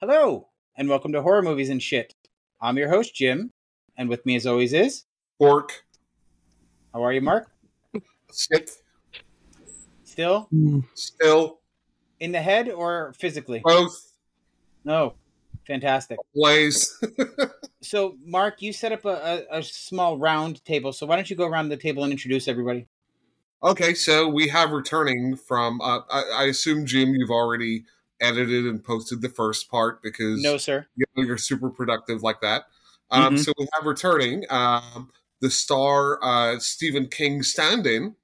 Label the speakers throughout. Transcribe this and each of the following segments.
Speaker 1: Hello, and welcome to Horror Movies and Shit. I'm your host, Jim, and with me as always is.
Speaker 2: Orc.
Speaker 1: How are you, Mark?
Speaker 2: Sick.
Speaker 1: Still
Speaker 2: Still.
Speaker 1: in the head or physically?
Speaker 2: Both.
Speaker 1: No. Fantastic.
Speaker 2: Blaze.
Speaker 1: So, Mark, you set up a, a, a small round table, so why don't you go around the table and introduce everybody?
Speaker 2: okay, so we have returning from. Uh, I, I assume, Jim, you've already edited and posted the first part because
Speaker 1: No, sir.
Speaker 2: you know, you're super productive like that. Um,
Speaker 1: Mhm.
Speaker 2: So we have returning um, the star uh, Stephen King stand in,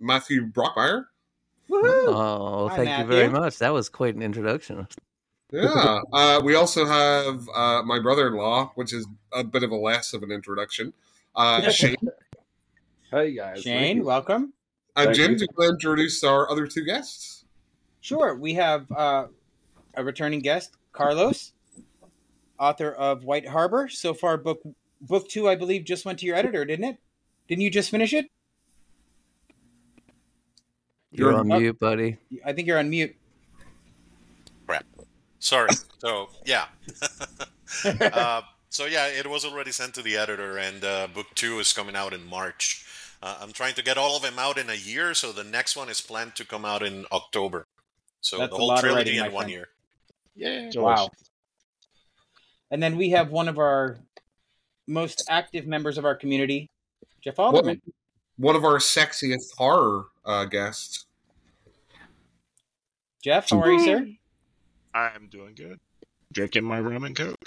Speaker 2: Matthew Brockmeyer.
Speaker 3: Uh,
Speaker 1: Woohoo!
Speaker 4: Oh,
Speaker 1: Hi,
Speaker 4: thank you very
Speaker 1: Matthew.
Speaker 4: much. That was quite an introduction.
Speaker 2: Yeah. uh, we also have uh, my brother in law, which is a bit of a less of an introduction. Uh, Shane.
Speaker 5: Hey guys,
Speaker 1: Shane,
Speaker 5: well,
Speaker 1: welcome.
Speaker 2: Uh,
Speaker 5: Thank
Speaker 2: Jim,
Speaker 5: you.
Speaker 2: do you want to introduce our other two guests?
Speaker 1: Sure. We have uh, a returning guest, Carlos, author of White Harbor. So far, book book two, I believe, just went to your editor, didn't it? Didn't you just finish it?
Speaker 4: You're
Speaker 2: You're
Speaker 4: on
Speaker 1: up.
Speaker 4: mute, buddy.
Speaker 1: I think you're on mute.
Speaker 6: Sorry. So yeah. uh, so yeah, it was already sent to the editor, and uh, book two is coming out in March. Uh, I'm trying to get all of them out in a year, so the next one is planned to come out in October. So
Speaker 1: That's
Speaker 6: the
Speaker 1: a
Speaker 6: whole
Speaker 1: lot of
Speaker 6: trilogy
Speaker 1: writing, my
Speaker 6: in one
Speaker 1: friend.
Speaker 6: year.
Speaker 5: yeah,
Speaker 1: Wow. And then we have one of our most active members of our community, Jeff Alderman.
Speaker 2: One of our sexiest horror uh, guests.
Speaker 1: Jeff, how are you, sir?
Speaker 7: I'm doing good. Drinking my rum and coke.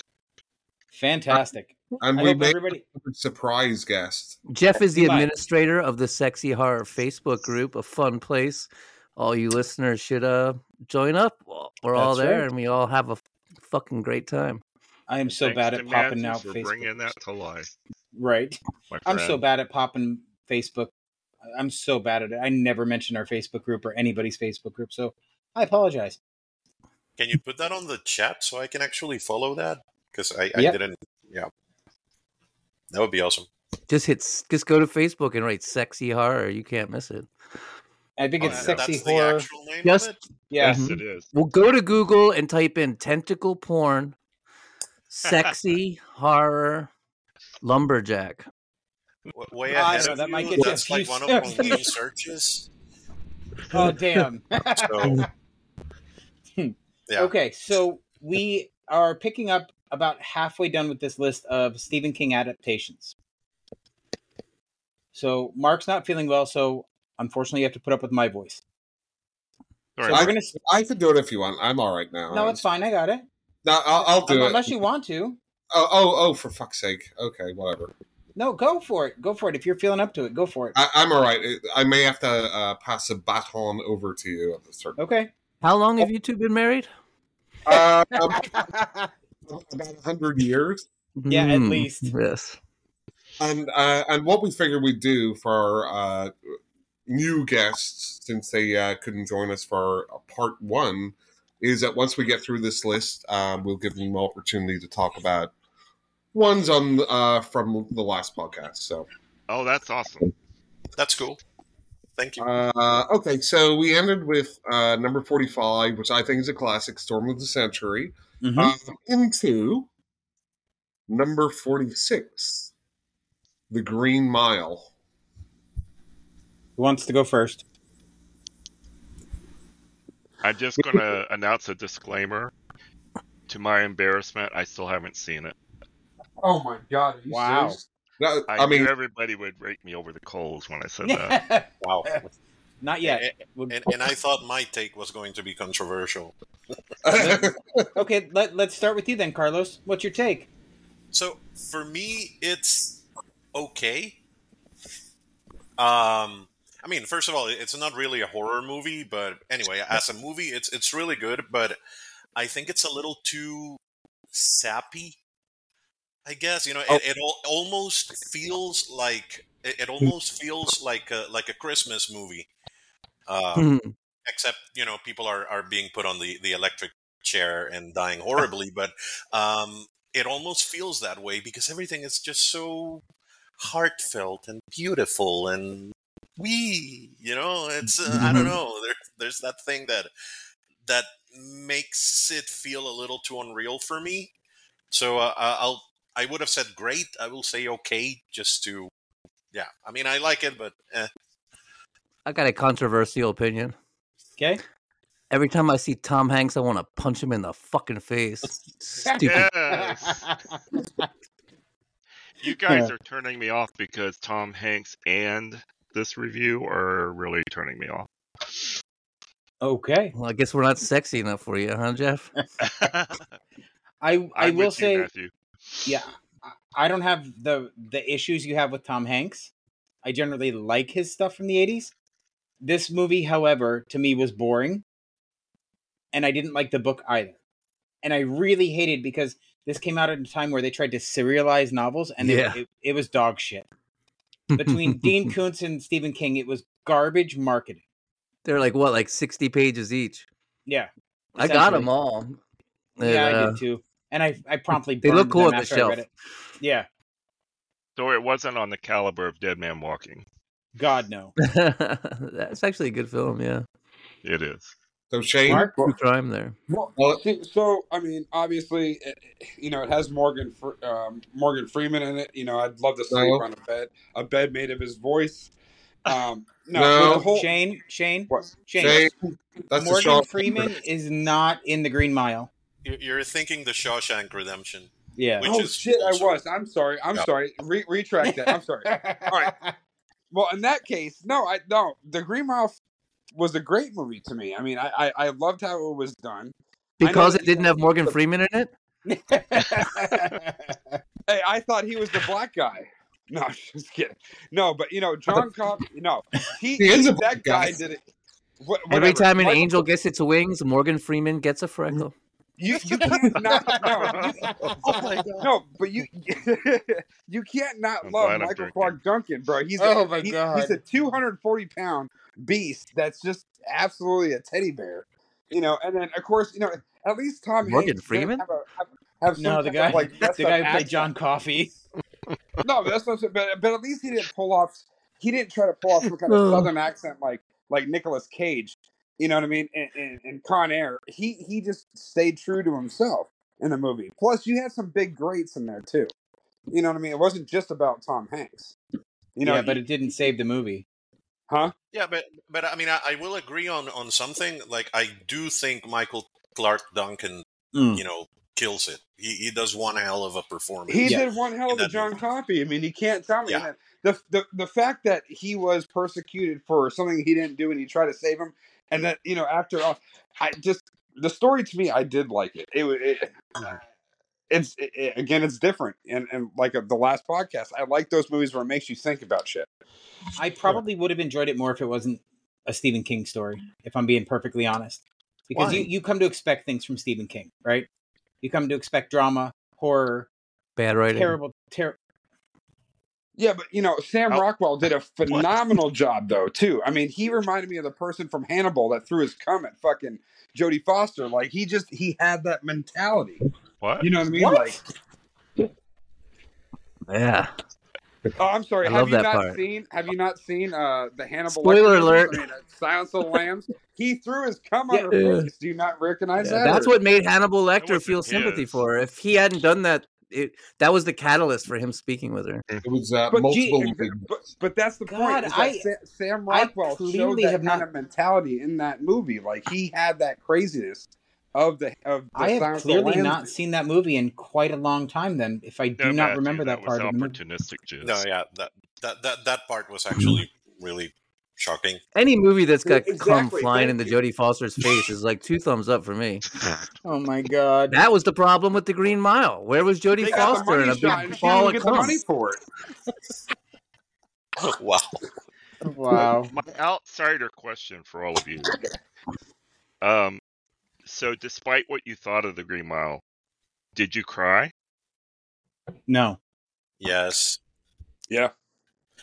Speaker 1: Fantastic.
Speaker 2: And
Speaker 1: Mm-hmm. I
Speaker 2: we
Speaker 1: hope
Speaker 2: made
Speaker 1: everybody.
Speaker 2: a surprise guest.
Speaker 4: Jeff is the
Speaker 1: Eli.
Speaker 4: administrator of the Sexy Horror Facebook group, a fun place. All you listeners should uh join up. We're all
Speaker 1: That's
Speaker 4: there
Speaker 1: right.
Speaker 4: and we all have a f- fucking great time.
Speaker 1: I am so
Speaker 7: Thanks
Speaker 1: bad
Speaker 7: to
Speaker 1: at popping
Speaker 7: Matthew
Speaker 1: out
Speaker 7: for
Speaker 1: Facebook.
Speaker 7: bringing that to life.
Speaker 1: Right.
Speaker 7: My
Speaker 1: I'm
Speaker 7: friend.
Speaker 1: so bad at popping Facebook. I- I'm so bad at it. I never mention our Facebook group or anybody's Facebook group, so I apologize.
Speaker 6: Can you put that on the chat so I can actually follow that? Because I, I
Speaker 1: Yep.
Speaker 6: didn't. Yeah. That would be awesome.
Speaker 4: Just hit s- just go to Facebook and write sexy horror. You can't miss it.
Speaker 1: I think it's
Speaker 6: Oh,
Speaker 5: yeah.
Speaker 1: sexy
Speaker 6: that's the
Speaker 1: horror.
Speaker 6: actual name
Speaker 4: Just-
Speaker 6: of it.
Speaker 1: Yeah.
Speaker 7: Yes, it is.
Speaker 4: Well, go to Google and type in tentacle porn sexy horror lumberjack.
Speaker 6: W- Way
Speaker 1: I
Speaker 6: ahead
Speaker 1: don't know, Ah, that
Speaker 6: of you.
Speaker 1: might get you a
Speaker 6: That's like
Speaker 1: few
Speaker 6: one of
Speaker 1: steps.
Speaker 6: my main searches.
Speaker 1: Oh damn.
Speaker 6: So yeah.
Speaker 1: Okay, so we are picking up about halfway done with this list of Stephen King adaptations. So Mark's not feeling well, so unfortunately you have to put up with my voice.
Speaker 7: Sorry,
Speaker 1: So we're
Speaker 7: Mark.
Speaker 1: gonna.
Speaker 2: I could do it if you want. I'm all right now.
Speaker 1: No, it's fine. I got it.
Speaker 2: No, I'll, I'll do it.
Speaker 1: Unless you want to.
Speaker 2: Oh, oh, oh, for fuck's sake. Okay, whatever.
Speaker 1: No, go for it. Go for it. If you're feeling up to it, go for it.
Speaker 2: I, I'm all right. I may have to uh, pass a baton over to you at the certain.
Speaker 1: Okay.
Speaker 4: How long have you two been married?
Speaker 2: Uh, about 100 years.
Speaker 1: Yeah, at
Speaker 2: Hmm.
Speaker 4: Mm,
Speaker 1: least.
Speaker 4: Yes.
Speaker 2: And uh, and what we figured we'd do for our uh, new guests, since they uh, couldn't join us for uh, part one, is that once we get through this list, um, we'll give them an opportunity to talk about ones on uh, from the last podcast. So,
Speaker 7: Oh, that's awesome.
Speaker 6: That's cool. Thank you.
Speaker 2: uh, okay, so we ended with uh, number forty-five, which I think is a classic, "Storm of the Century,"
Speaker 7: Mm-hmm.
Speaker 1: Mhm.
Speaker 2: um, into number forty-six, "The Green Mile."
Speaker 1: Who wants to go first?
Speaker 7: I'm just gonna announce a disclaimer. To my embarrassment, I still haven't seen it.
Speaker 2: Oh my god!
Speaker 1: you Wow. serious?
Speaker 2: No,
Speaker 7: I,
Speaker 2: I mean,
Speaker 7: knew everybody would rake me over the coals when I said that.
Speaker 1: Not
Speaker 6: Wow.
Speaker 1: yet. We'll-
Speaker 6: And, and I thought my take was going to be controversial.
Speaker 1: Okay, let, let's start with you then, Carlos. What's your take?
Speaker 6: So for me, it's okay. Um, I mean, first of all, it's not really a horror movie, but anyway, as a movie, it's it's really good. But I think it's a little too sappy. I guess you know it, it al- almost feels like it, it almost feels like a, like a Christmas movie. Um,
Speaker 4: Mhm.
Speaker 6: except you know people are, are being put on the, the electric chair and dying horribly but um, it almost feels that way because everything is just so heartfelt and beautiful and we you know it's uh, i don't know there, there's that thing that that makes it feel a little too unreal for me. So uh, I- I'll I would have said great. I will say okay, just to yeah. I mean, I like it, but eh.
Speaker 4: I got a controversial opinion.
Speaker 1: Okay.
Speaker 4: Every time I see Tom Hanks, I want to punch him in the fucking face. Stupid.
Speaker 7: Yes. you guys are turning me off because Tom Hanks and this review are really turning me off.
Speaker 1: Okay.
Speaker 4: Well, I guess we're not sexy enough for you, huh, Jeff?
Speaker 1: I I
Speaker 7: I'm
Speaker 1: will
Speaker 7: with you,
Speaker 1: say
Speaker 7: Matthew.
Speaker 1: yeah I- i don't have the the issues you have with tom hanks i generally like his stuff from the 80s this movie however to me was boring and i didn't like the book either and i really hated because this came out at a time where they tried to serialize novels and they-
Speaker 4: Yeah.
Speaker 1: it, it was dog shit between dean koontz and stephen king it was garbage marketing
Speaker 4: They're like what, like sixty pages each.
Speaker 1: yeah
Speaker 4: I got
Speaker 1: essentially.
Speaker 4: them all.
Speaker 1: yeah
Speaker 4: And,
Speaker 1: i
Speaker 4: uh,
Speaker 1: did too and i i promptly
Speaker 4: They look
Speaker 1: burned
Speaker 4: cool
Speaker 1: them
Speaker 4: on the
Speaker 1: after i
Speaker 4: shelf.
Speaker 1: read it yeah
Speaker 7: So it wasn't on the caliber of Dead Man Walking.
Speaker 1: god no
Speaker 4: That's actually a good film. Yeah,
Speaker 7: It is.
Speaker 2: So Shane, uh,
Speaker 1: Mark?
Speaker 4: true crime there.
Speaker 5: Well,
Speaker 2: Well-
Speaker 5: see, so I mean, obviously, it, you know, it has Morgan Fr- um, Morgan Freeman in it. You know, I'd love to sleep
Speaker 2: No.
Speaker 5: on a bed, a bed made of his voice. Um, no,
Speaker 2: No.
Speaker 5: but the whole
Speaker 1: shane shane
Speaker 5: What?
Speaker 1: shane,
Speaker 2: Shane, that's the
Speaker 1: Morgan
Speaker 2: Shaw.
Speaker 1: Freeman is not in the Green Mile.
Speaker 6: you're, you're thinking the Shawshank Redemption.
Speaker 1: Yeah.
Speaker 6: Which
Speaker 5: oh
Speaker 6: is
Speaker 5: shit, I
Speaker 6: also-
Speaker 5: was. I'm sorry. I'm
Speaker 6: Yeah.
Speaker 5: sorry. Re- retract that. I'm sorry. right. Well, in that case, no, I no. The Green Mile was a great movie to me. I mean, I I, I loved how it was done. I know
Speaker 4: Because
Speaker 5: that
Speaker 4: it
Speaker 5: you
Speaker 4: didn't
Speaker 5: guys
Speaker 4: have Morgan
Speaker 5: the-
Speaker 4: Freeman in it.
Speaker 5: Hey, I thought he was the black guy. No, I'm just kidding. No, but you know, John Cobb. No, he,
Speaker 2: He is a
Speaker 5: that
Speaker 2: black
Speaker 5: guy
Speaker 2: guy.
Speaker 5: did it. Wha-
Speaker 4: Every
Speaker 5: whatever.
Speaker 4: time an
Speaker 5: Michael-
Speaker 4: angel gets its wings, Morgan Freeman gets a freckle.
Speaker 1: Mm-hmm.
Speaker 5: you, you can't not no, you,
Speaker 1: Oh
Speaker 5: no, but you you can't not
Speaker 7: I'm
Speaker 5: love
Speaker 7: glad I'm
Speaker 5: Michael
Speaker 7: drinking.
Speaker 5: Clark Duncan, bro. He's a,
Speaker 1: Oh my
Speaker 5: he-
Speaker 1: God.
Speaker 5: he's a 240 pound beast that's just absolutely a teddy bear, you know. And then of course, you know, at least Tommy
Speaker 4: Morgan
Speaker 5: Hanks didn't
Speaker 4: Freeman?
Speaker 5: Have, a, have, have some
Speaker 1: no, the
Speaker 5: kind
Speaker 1: guy,
Speaker 5: of, like
Speaker 1: the guy who played
Speaker 5: John.
Speaker 1: John Coffey.
Speaker 5: No, but that's not. But but at least he didn't pull off. He didn't try to pull off some kind of
Speaker 4: Oh.
Speaker 5: southern accent like like Nicolas Cage. You know what I mean? And, and, and Con Air, he he just stayed true to himself in the movie. Plus, you had some big greats in there too. You know what I mean? It wasn't just about Tom Hanks. You know,
Speaker 1: yeah, but it didn't save the movie.
Speaker 5: huh?
Speaker 6: Yeah, but but I mean, I, I will agree on on something. Like I do think Michael Clark Duncan,
Speaker 2: Hmm.
Speaker 6: you know, kills it. He, he does one hell of a performance.
Speaker 5: He
Speaker 1: Yeah.
Speaker 5: did one hell of a
Speaker 6: That-
Speaker 5: John Coffey. I mean, you can't tell me
Speaker 6: Yeah.
Speaker 5: that. The, the the fact that he was persecuted for something he didn't do and he tried to save him, and that you know after all, I just the story to me, I did like it. It, wa- it it's it- it- again, it's different, and and like uh, the last podcast, I like those movies where it makes you think about shit.
Speaker 1: I probably would have enjoyed it more if it wasn't a Stephen King story, if I'm being perfectly honest. Because you,
Speaker 4: Why?
Speaker 1: you come to expect things from Stephen King, right? You come to expect drama, horror,
Speaker 4: Bad writing.
Speaker 1: terrible, ter-
Speaker 5: Yeah, but you know, Sam
Speaker 7: Oh.
Speaker 5: Rockwell did a phenomenal job though too. I mean, he reminded me of the person from Hannibal that threw his cum at fucking Jodie Foster. Like he just he had that mentality.
Speaker 7: What?
Speaker 5: You know what I mean?
Speaker 1: What?
Speaker 5: Like
Speaker 4: Yeah.
Speaker 5: Oh, I'm sorry.
Speaker 4: I
Speaker 5: have
Speaker 4: love
Speaker 5: you
Speaker 4: that
Speaker 5: not
Speaker 4: part.
Speaker 5: seen? Have you not seen uh, the Hannibal?
Speaker 4: Spoiler
Speaker 5: Lecter movies?
Speaker 4: alert.
Speaker 5: I mean, uh, Silence of the Lambs. He threw his cum
Speaker 1: Yeah.
Speaker 5: on her face. Do you not recognize
Speaker 4: Yeah,
Speaker 5: that?
Speaker 4: that's
Speaker 5: or-
Speaker 4: what made Hannibal Lecter
Speaker 7: wasn't
Speaker 4: feel sympathy
Speaker 7: his.
Speaker 4: for her. If he hadn't done that, it, that was the catalyst for him speaking with her.
Speaker 2: It was uh,
Speaker 5: But gee,
Speaker 2: multiple.
Speaker 5: but, but that's the
Speaker 1: God,
Speaker 5: point. Is that
Speaker 1: I-
Speaker 5: Sa- Sam
Speaker 1: I
Speaker 5: Rockwell showed
Speaker 1: clearly
Speaker 5: that
Speaker 1: have
Speaker 5: kind
Speaker 1: not-
Speaker 5: of mentality in that movie. Like he had that craziness of the of the
Speaker 1: I have
Speaker 5: Silence of the
Speaker 1: clearly
Speaker 5: Lambs
Speaker 1: not seen that movie in quite a long time. Then, if I do
Speaker 7: No,
Speaker 1: not
Speaker 7: Matthew,
Speaker 1: remember that,
Speaker 7: was
Speaker 1: part of the movie,
Speaker 7: opportunistic jizz.
Speaker 6: No, yeah, that that that that part
Speaker 2: Hmm.
Speaker 6: was actually really shocking.
Speaker 4: Any movie that's got cum
Speaker 5: E Exactly,
Speaker 4: flying in the
Speaker 5: thank
Speaker 4: Jodie Foster's face is like two thumbs up for me.
Speaker 1: oh my god,
Speaker 4: That was the problem with the Green Mile. Where was Jodie
Speaker 5: They got the
Speaker 4: Foster in
Speaker 5: money
Speaker 4: a
Speaker 5: shot and
Speaker 4: big
Speaker 5: she didn't
Speaker 4: ball
Speaker 5: even
Speaker 4: of
Speaker 5: get the
Speaker 4: cum?
Speaker 5: money for it.
Speaker 6: wow.
Speaker 1: wow,
Speaker 7: My outsider question for all of you. Um, so despite what you thought of the Green Mile, did you cry?
Speaker 1: no,
Speaker 6: Yes.
Speaker 5: Yeah.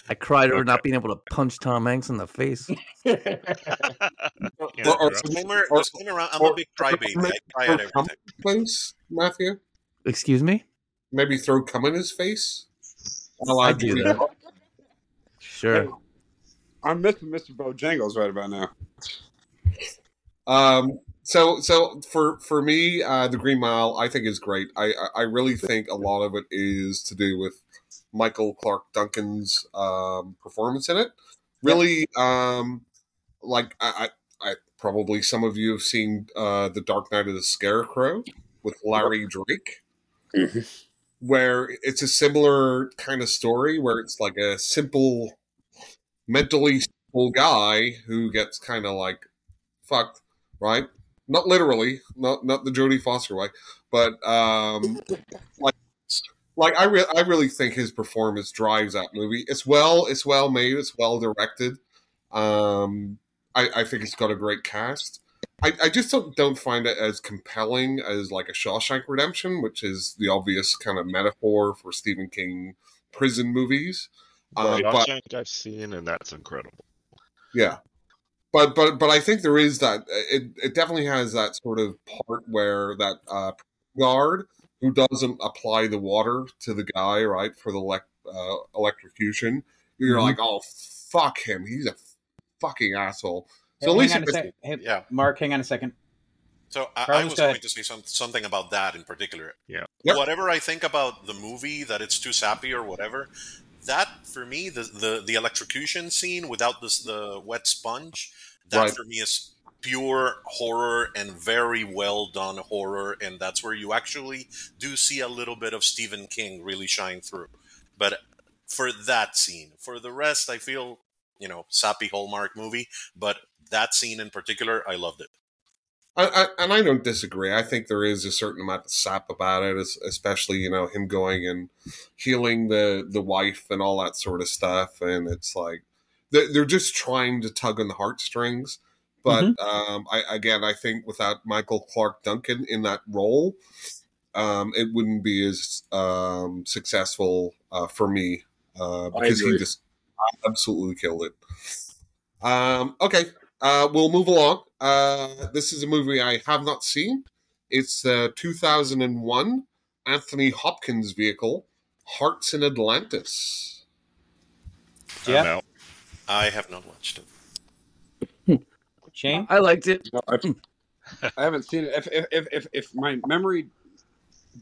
Speaker 4: I cried over
Speaker 7: Okay.
Speaker 4: not being able to punch Tom Hanks in the face.
Speaker 1: Oh,
Speaker 7: Can't
Speaker 2: Or- or-
Speaker 7: interrupt.
Speaker 6: Disclaimer,
Speaker 2: Or-
Speaker 6: disclaimer, I'm
Speaker 2: or-
Speaker 6: a big crybaby. I cry
Speaker 2: or
Speaker 6: at everything.
Speaker 2: Please, Matthew.
Speaker 4: Excuse me?
Speaker 2: Maybe throw cum in his face. Well,
Speaker 4: I
Speaker 2: I
Speaker 4: do
Speaker 2: do
Speaker 4: that. Sure.
Speaker 5: I'm missing Mr. Bojangles right about now.
Speaker 2: Um, so so for for me uh the green mile i think is great i I- i really think a lot of it is to do with michael clark duncan's um performance in it really um like i i, I probably some of you have seen uh the dark knight of the scarecrow with larry drake
Speaker 5: Mhm.
Speaker 2: where it's a similar kind of story where it's like a simple mentally simple guy who gets kind of like fucked right not literally, not not the Jodie Foster way, but um, like like I re- I really think his performance drives that movie. It's well it's well made, it's well directed. Um, I, I think it's got a great cast. I, I just don't, don't find it as compelling as like a Shawshank Redemption, which is the obvious kind of metaphor for Stephen King prison movies. Uh, but
Speaker 7: Shawshank I've seen, and that's incredible.
Speaker 2: yeah, but but but I think there is that. uh, It it definitely has that sort of part where that uh, guard who doesn't apply the water to the guy right for the elect, uh, electrocution. You're
Speaker 1: Mhm.
Speaker 2: like, oh fuck him, he's a fucking asshole. So at
Speaker 1: hang
Speaker 2: least
Speaker 1: on a
Speaker 2: if
Speaker 1: sec. Hey,
Speaker 6: Yeah.
Speaker 1: Mark, hang on a second.
Speaker 6: So I, I
Speaker 1: Carlos,
Speaker 6: was
Speaker 1: go ahead.
Speaker 6: going to say some, something about that in particular.
Speaker 7: Yeah.
Speaker 2: Yep.
Speaker 6: Whatever I think about the movie, that it's too sappy or whatever, that for me, the the, the electrocution scene without this the wet sponge, that
Speaker 2: Right.
Speaker 6: for me is pure horror and very well done horror, and that's where you actually do see a little bit of Stephen King really shine through. But for that scene, for the rest, I feel you know sappy Hallmark movie, but that scene in particular, I loved it.
Speaker 2: I, I, and I don't disagree. I think there is a certain amount of sap about it, es- especially you know him going and healing the the wife and all that sort of stuff. And it's like they're, they're just trying to tug on the heartstrings. But um, I, again, I think without Michael Clark Duncan in that role, um, it wouldn't be as um, successful uh, for me uh, because he
Speaker 5: agree.
Speaker 2: just absolutely killed it. Um, okay, uh, we'll move along. Uh, this is a movie I have not seen. It's uh, 2001 Anthony Hopkins vehicle, Hearts in Atlantis.
Speaker 1: Jeff?
Speaker 7: I'm out.
Speaker 6: I have not watched it.
Speaker 1: Shane?
Speaker 4: I liked it.
Speaker 5: No, I, I haven't seen it. If, if if if if my memory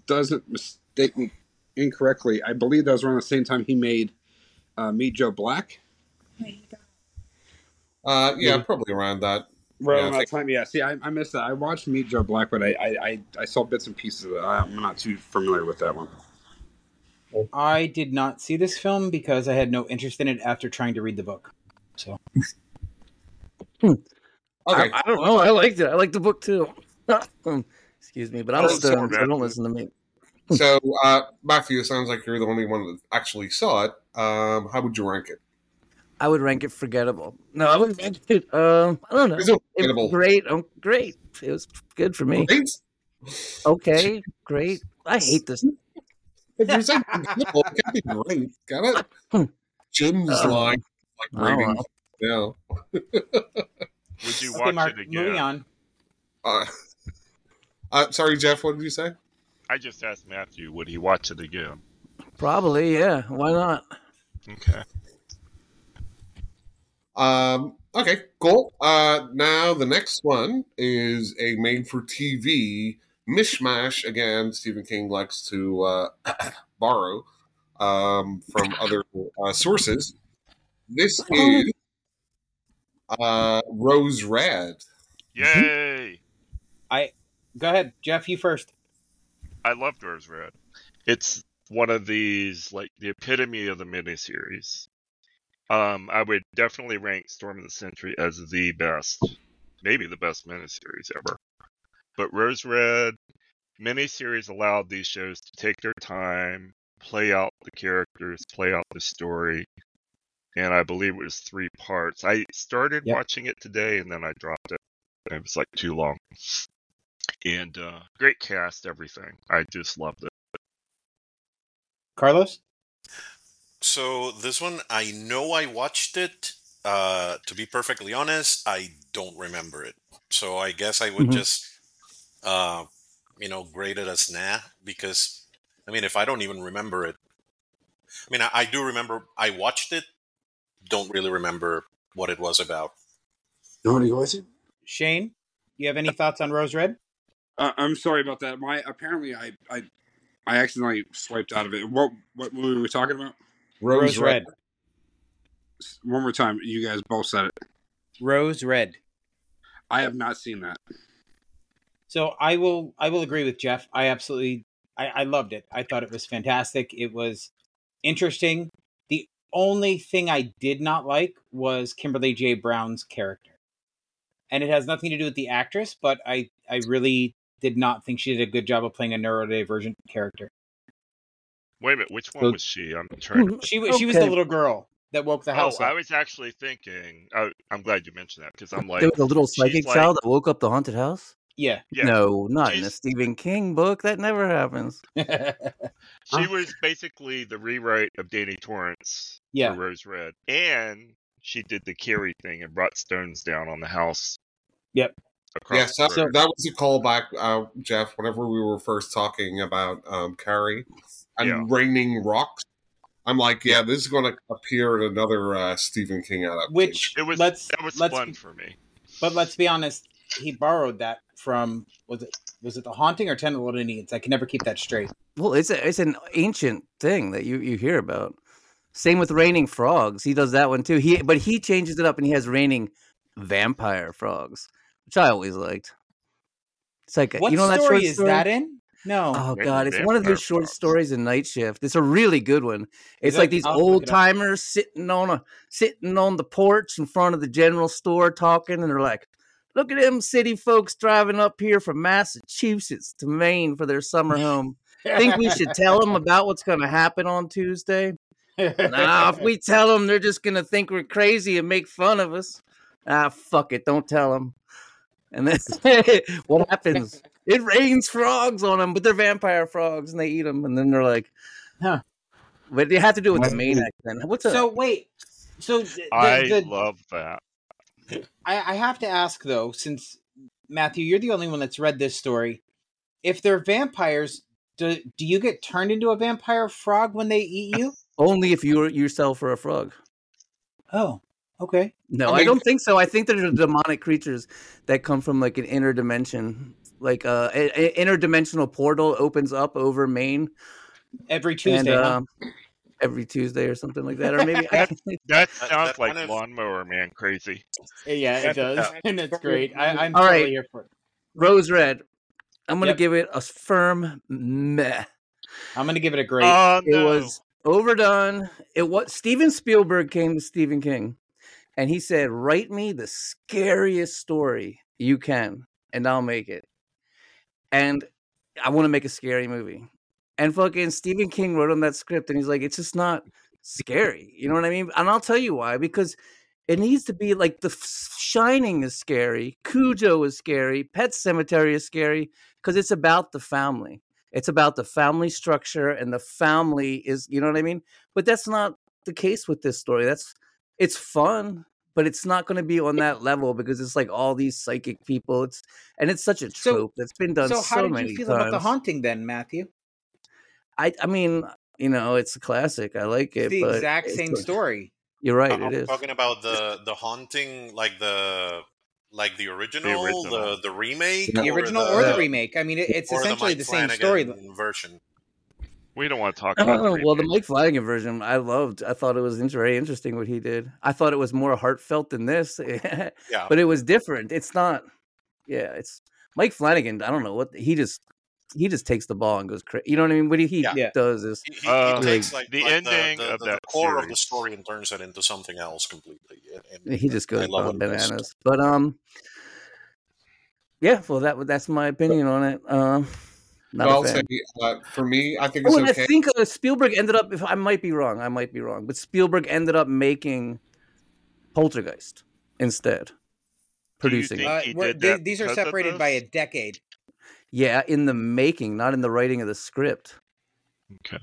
Speaker 5: doesn't mistake me incorrectly, I believe that was around the same time he made uh, Meet Joe Black.
Speaker 2: Uh, yeah,
Speaker 5: Yeah.
Speaker 2: probably around that.
Speaker 5: Right
Speaker 2: Yeah, I
Speaker 5: around that time, yeah. See, I, I missed that. I watched Meet Joe Black, but I I, I, I saw bits and pieces of it. I'm not too familiar with that one.
Speaker 1: I did not see this film because I had no interest in it after trying to read the book.
Speaker 2: Okay,
Speaker 4: I, I don't know. I liked it. I liked the book too. Excuse me, but I'm
Speaker 2: Oh,
Speaker 4: stoned,
Speaker 7: sorry,
Speaker 4: so don't
Speaker 7: Matthew.
Speaker 4: listen to me.
Speaker 2: so uh, Matthew, it sounds like you're the only one that actually saw it. Um, how would you rank it?
Speaker 4: I would rank it forgettable. No, I wouldn't rank it. Um, I don't know.
Speaker 2: It's
Speaker 4: It
Speaker 2: not
Speaker 4: was
Speaker 2: forgettable.
Speaker 4: great. Oh, great. It was good for me.
Speaker 2: Great.
Speaker 4: Okay, great. I hate this.
Speaker 2: If you're saying forgettable, it can be great. Got
Speaker 4: Hmm.
Speaker 2: it? Jim's
Speaker 4: Oh.
Speaker 2: line, like
Speaker 4: Oh,
Speaker 2: rating. Yeah.
Speaker 7: Would you
Speaker 1: Okay,
Speaker 7: watch
Speaker 1: Mark,
Speaker 7: it again?
Speaker 1: moving on.
Speaker 2: Uh, uh, sorry, Jeff. What did you say?
Speaker 7: I just asked Matthew, would he watch it again?
Speaker 4: Probably, yeah. Why not?
Speaker 7: Okay.
Speaker 2: Um, okay, cool. Uh, now the next one is a made-for-TV mishmash. Again, Stephen King likes to uh, borrow um, from other uh, sources. This is uh, Rose Red.
Speaker 1: Mm-hmm.
Speaker 7: Yay!
Speaker 1: Go ahead, Jeff, you first.
Speaker 7: I loved Rose Red. It's one of these like the epitome of the miniseries. Um, I would definitely rank Storm of the Century as the best, maybe the best miniseries ever. But Rose Red miniseries allowed these shows to take their time, play out the characters, play out the story, and I believe it was three parts. I started
Speaker 1: Yep.
Speaker 7: watching it today and then I dropped it. It was like too long. And uh, great cast, everything. I just loved it.
Speaker 1: Carlos?
Speaker 6: So this one, I know I watched it. Uh, to be perfectly honest, I don't remember it. So I guess I
Speaker 1: Mm-hmm.
Speaker 6: would
Speaker 4: Mhm.
Speaker 6: just, uh, you know, grade it as nah because, I mean, if I don't even remember it, I mean, I, I do remember I watched it. Don't really remember what it was about.
Speaker 5: Nobody was it?
Speaker 1: Shane? You have any thoughts on Rose Red?
Speaker 5: Uh, I'm sorry about that. My apparently I I I accidentally swiped out of it. What what movie were we talking about?
Speaker 2: Rose, Red.
Speaker 5: S- One more time. You guys both said it.
Speaker 1: Rose Red.
Speaker 5: I have not seen that.
Speaker 1: So I will I will agree with Jeff. I absolutely I, I loved it. I thought it was fantastic. It was interesting. The only thing I did not like was Kimberly J. Brown's character. And it has nothing to do with the actress, but I, I really did not think she did a good job of playing a neurodivergent character.
Speaker 7: Wait a minute, which
Speaker 3: So-
Speaker 7: one was she? I'm trying. To...
Speaker 1: She was she was the
Speaker 3: Okay.
Speaker 1: little girl that woke the
Speaker 7: Oh,
Speaker 1: house
Speaker 7: I
Speaker 1: up.
Speaker 7: was actually thinking. I, I'm glad you mentioned that because I'm like,
Speaker 3: there was a little
Speaker 7: she's
Speaker 3: psychic
Speaker 7: like-
Speaker 3: child that woke up the haunted house.
Speaker 1: Yeah.
Speaker 7: yeah,
Speaker 3: No, not in a
Speaker 7: She's-
Speaker 3: Stephen King book. That never happens.
Speaker 7: she
Speaker 5: Huh?
Speaker 7: was basically the rewrite of Danny Torrance
Speaker 1: Yeah.
Speaker 7: for Rose Red, and she did the Carrie thing and brought stones down on the house.
Speaker 1: Yep.
Speaker 7: Across
Speaker 2: Yes,
Speaker 7: the
Speaker 2: that,
Speaker 7: road.
Speaker 1: So-
Speaker 2: that was a callback, uh, Jeff. Whenever we were first talking about um, Carrie and
Speaker 7: Yeah.
Speaker 2: raining rocks, I'm like, yeah, this is going to appear in another uh, Stephen King adaptation.
Speaker 1: Which
Speaker 7: it was
Speaker 1: let's
Speaker 7: that was
Speaker 1: let's
Speaker 7: fun for me.
Speaker 1: But let's be honest, he borrowed that from was it was it the haunting or ten little Indians? I can never keep that straight.
Speaker 3: Well, it's a, it's an ancient thing that you, you hear about. Same with raining frogs. He does that one too. He but he changes it up and he has raining vampire frogs, which I always liked. It's like a-
Speaker 1: What
Speaker 3: you know that
Speaker 1: story
Speaker 3: short
Speaker 1: is
Speaker 3: story?
Speaker 1: that in? No.
Speaker 3: Oh
Speaker 7: Raining
Speaker 3: god, it's one of the
Speaker 7: vampire
Speaker 3: short
Speaker 7: frogs.
Speaker 3: stories in Night Shift. It's a really good one. It's
Speaker 1: it?
Speaker 3: like these
Speaker 1: I'll have to look
Speaker 3: old
Speaker 1: it up.
Speaker 3: timers sitting on a sitting on the porch in front of the general store talking, and they're like, "Look at them city folks driving up here from Massachusetts to Maine for their summer home. Think we should tell them about what's going to happen on Tuesday? Nah, if we tell them, they're just going to think we're crazy and make fun of us. Ah, fuck it, don't tell them." And then what happens? it rains frogs on them, but they're vampire frogs and they eat them. And then they're like,
Speaker 1: Huh.
Speaker 3: But you have to do it with the
Speaker 2: Wow.
Speaker 3: main accent. What's
Speaker 1: so
Speaker 3: up?
Speaker 1: wait. So the,
Speaker 7: I
Speaker 1: the, the
Speaker 7: love that.
Speaker 1: I, I have to ask though, since Matthew, you're the only one that's read this story. If they're vampires, do do you get turned into a vampire frog when they eat you?
Speaker 3: Only if you yourself are a frog.
Speaker 1: Oh, okay.
Speaker 3: No, I,
Speaker 2: I mean-
Speaker 3: don't think so. I think that they're demonic creatures that come from like an inner dimension. Like uh, a, a interdimensional portal opens up over Maine
Speaker 1: Every
Speaker 3: and
Speaker 1: Tuesday, huh?
Speaker 3: um, every Tuesday or something like that, or maybe I,
Speaker 7: That
Speaker 6: That-
Speaker 7: sounds
Speaker 6: that
Speaker 7: like
Speaker 6: kind of-
Speaker 7: lawnmower man crazy.
Speaker 1: Yeah, it
Speaker 5: That's-
Speaker 1: does,
Speaker 5: yeah.
Speaker 1: and it's great. I, I'm
Speaker 3: All
Speaker 1: totally
Speaker 3: right.
Speaker 1: here for it.
Speaker 3: Rose Red. I'm gonna
Speaker 1: Yep.
Speaker 3: give it a firm meh.
Speaker 1: I'm gonna give it a grade.
Speaker 7: Oh
Speaker 3: it
Speaker 7: no!
Speaker 3: was overdone. It was Steven Spielberg came to Stephen King and he said, Write me the scariest story you can, and I'll make it. And I want to make a scary movie. And fucking Stephen King wrote on that script and he's like, It's just not scary. You know what I mean? And I'll tell you why, because it needs to be like the F- shining is scary, Cujo is scary, Pet Cemetery is scary, because it's about the family. It's about the family structure and the family is, you know what I mean? But that's not the case with this story. That's it's fun, but it's not going to be on that level because it's like all these psychic people. It's and it's such a
Speaker 1: So-
Speaker 3: trope that's been done
Speaker 1: so
Speaker 3: so,
Speaker 1: how did
Speaker 3: many
Speaker 1: you feel
Speaker 3: times.
Speaker 1: about the haunting then, Matthew?
Speaker 3: I I mean, you know, it's a classic. I like
Speaker 1: It's
Speaker 3: it,
Speaker 1: the
Speaker 3: but
Speaker 1: exact
Speaker 3: it's
Speaker 1: same
Speaker 3: like-
Speaker 1: story.
Speaker 3: You're right.
Speaker 6: I'm
Speaker 3: It is.
Speaker 6: talking about the the haunting, like the like the original, the
Speaker 7: original.
Speaker 6: the, remake,
Speaker 1: The original or the, remake. I mean, it, it's
Speaker 6: or the
Speaker 1: essentially
Speaker 6: Mike
Speaker 1: the, same story.
Speaker 6: Flanagan version.
Speaker 7: We don't want to talk about.
Speaker 3: Oh,
Speaker 7: the
Speaker 3: well, the
Speaker 7: remake.
Speaker 3: Mike Flanagan version I loved. I thought it was int- very interesting what he did. I thought it was more heartfelt than this,
Speaker 6: Yeah,
Speaker 3: but it was different. It's not. Yeah, it's Mike Flanagan. I don't know what he just he just takes the ball and goes crazy. You know what I mean? What he he
Speaker 6: Yeah.
Speaker 1: Yeah.
Speaker 3: does is
Speaker 6: he, he, he
Speaker 7: Uh,
Speaker 6: takes like
Speaker 7: the
Speaker 6: like,
Speaker 7: ending
Speaker 6: the,
Speaker 7: of
Speaker 6: the,
Speaker 7: that
Speaker 6: the core of the
Speaker 7: series.
Speaker 6: story and turns it into something else completely. And, and
Speaker 3: he just
Speaker 6: I
Speaker 3: goes
Speaker 6: love when
Speaker 3: bon
Speaker 6: he does.
Speaker 3: bananas. But um, yeah. Well, that w- that's my opinion on it. Um, not
Speaker 2: I'll
Speaker 3: a fan.
Speaker 2: say, uh, for me, I think it's
Speaker 3: Oh, and
Speaker 2: okay.
Speaker 3: I think uh, Spielberg ended up. If I might be wrong, I might be wrong. But Spielberg ended up making Poltergeist instead, producing.
Speaker 7: think-
Speaker 3: it.
Speaker 1: Uh,
Speaker 7: he
Speaker 1: we're-
Speaker 7: did
Speaker 1: they-
Speaker 7: that
Speaker 1: these are
Speaker 7: because of
Speaker 1: separated by a
Speaker 7: this?
Speaker 1: decade.
Speaker 3: Yeah, in the making, not in the writing of the script.
Speaker 7: Okay.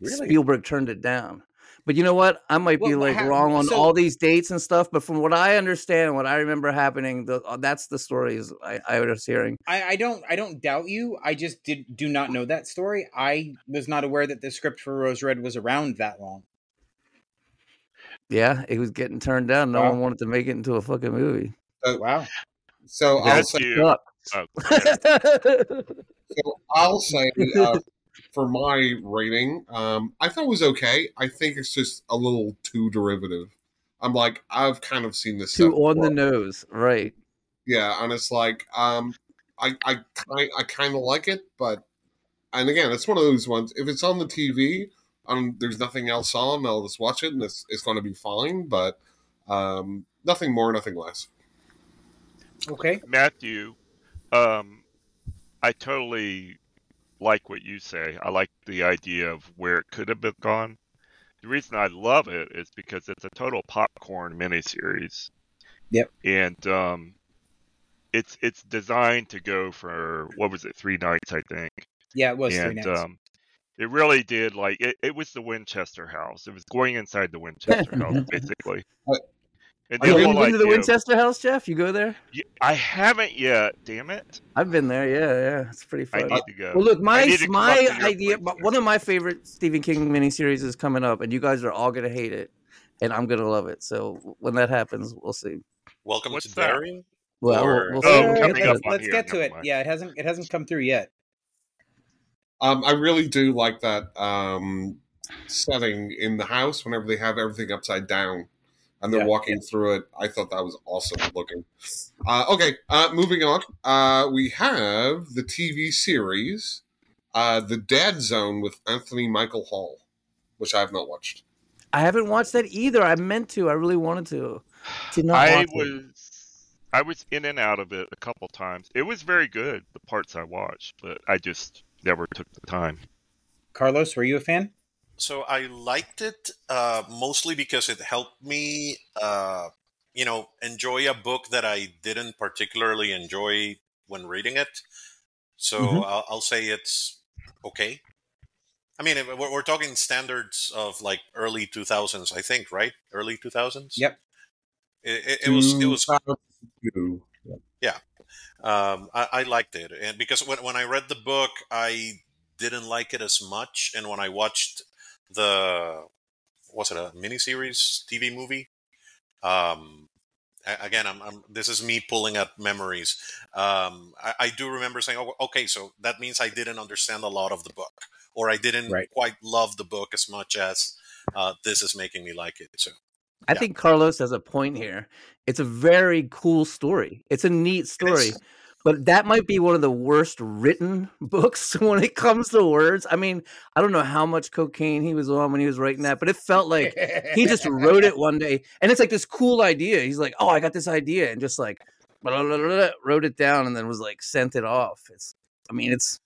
Speaker 1: Really?
Speaker 3: Spielberg turned it down. But you know what? I might be
Speaker 1: Well,
Speaker 3: like
Speaker 1: ha-
Speaker 3: wrong on
Speaker 1: so-
Speaker 3: all these dates and stuff. But from what I understand, what I remember happening, the, uh, that's the stories I, I was hearing.
Speaker 1: I, I don't. I don't doubt you. I just did do not know that story. I was not aware that the script for Rose Red was around that long.
Speaker 3: Yeah, it was getting turned down. No
Speaker 1: Wow.
Speaker 3: one wanted to make it into a fucking movie.
Speaker 1: Wow.
Speaker 2: So I'll
Speaker 7: That's
Speaker 2: say,
Speaker 7: you. Oh, yeah.
Speaker 2: so I'll say uh, for my rating, um, I thought it was okay. I think it's just a little too derivative. I'm like, I've kind of seen this
Speaker 3: Two
Speaker 2: stuff
Speaker 3: on the
Speaker 2: before.
Speaker 3: nose, right?
Speaker 2: Yeah, and it's like, um, I I kind I kind of like it, but and again, it's one of those ones. If it's on the TV, um, there's nothing else on. I'll just watch it, and it's it's going to be fine. But um, nothing more, nothing less.
Speaker 1: Okay.
Speaker 7: Matthew, um, I totally like what you say. I like the idea of where it could have been gone. The reason I love it is because it's a total popcorn miniseries.
Speaker 1: Yep.
Speaker 7: And um, it's it's designed to go for what was it, three nights, I think.
Speaker 1: Yeah, it was three
Speaker 7: and
Speaker 1: nights.
Speaker 7: um, it really did like it, it was the Winchester house. It was going inside the Winchester house, basically.
Speaker 2: Uh,
Speaker 7: And
Speaker 2: I
Speaker 7: the
Speaker 3: you
Speaker 2: really-
Speaker 7: whole
Speaker 3: ever been to the
Speaker 7: idea of-
Speaker 3: Winchester House, Jeff? You go there?
Speaker 7: y- I haven't yet. Damn it!
Speaker 3: I've been there. Yeah, yeah, it's pretty
Speaker 7: I
Speaker 3: fun.
Speaker 7: need to go.
Speaker 3: Well, look, my
Speaker 7: need to come up
Speaker 3: my
Speaker 7: to your
Speaker 3: idea,
Speaker 7: place
Speaker 3: but
Speaker 7: soon.
Speaker 3: one of my favorite Stephen King miniseries is coming up, and you guys are all gonna hate it, and I'm gonna love it. So when that happens, we'll see.
Speaker 6: Welcome
Speaker 7: What's
Speaker 6: to
Speaker 7: that?
Speaker 6: Derry.
Speaker 3: Well,
Speaker 6: Or-
Speaker 3: we'll, we'll see
Speaker 7: Oh,
Speaker 3: when we get to
Speaker 7: coming up
Speaker 1: let's
Speaker 3: it.
Speaker 7: on
Speaker 1: let's
Speaker 7: here,
Speaker 1: get to
Speaker 7: never
Speaker 1: it.
Speaker 7: mind.
Speaker 1: Yeah, it hasn't it hasn't come through yet.
Speaker 2: Um, I really do like that um, setting in the house whenever they have everything upside down and they're
Speaker 1: Yeah.
Speaker 2: walking through it. I thought that was awesome looking. Uh, okay, uh, moving on. Uh, we have the TV series, uh, The Dad Zone with Anthony Michael Hall, which I have not watched.
Speaker 3: I haven't watched that either. I meant to. I really wanted to. Did not
Speaker 7: I
Speaker 3: watch it.
Speaker 7: was I was in and out of it a couple times. It was very good, the parts I watched, but I just never took the time.
Speaker 1: Carlos, were you a fan?
Speaker 6: So I liked it uh, mostly because it helped me, uh, you know, enjoy a book that I didn't particularly enjoy when reading it. So
Speaker 3: Mm-hmm.
Speaker 1: Mhm.
Speaker 6: I'll, I'll say it's okay. I mean, if- we're, we're talking standards of like early 2000s, I think, right? Early 2000s.
Speaker 1: Yep.
Speaker 6: It, it, it was it was
Speaker 2: 2002.
Speaker 6: um, I, I liked it, and because when when I read the book, I didn't like it as much, and when I watched the what's it a miniseries TV movie? Um, a- again, I'm, I'm this is me pulling up memories. Um, I, I do remember saying, "Oh, okay, so that means I didn't understand a lot of the book, or I didn't
Speaker 1: Right.
Speaker 6: quite love the book as much as uh, this is making me like it." So
Speaker 3: I
Speaker 6: Yeah.
Speaker 3: think Carlos has a point here. It's a very cool story. It's a neat
Speaker 6: it is.
Speaker 3: story, but that might be one of the worst written books when it comes to words. I mean, I don't know how much cocaine he was on when he was writing that, but it felt like he just wrote it one day. And it's like this cool idea. He's like, oh, I got this idea. And just like, blah, blah, blah, blah, wrote it down and then was like, sent it off. It's, I mean, it's,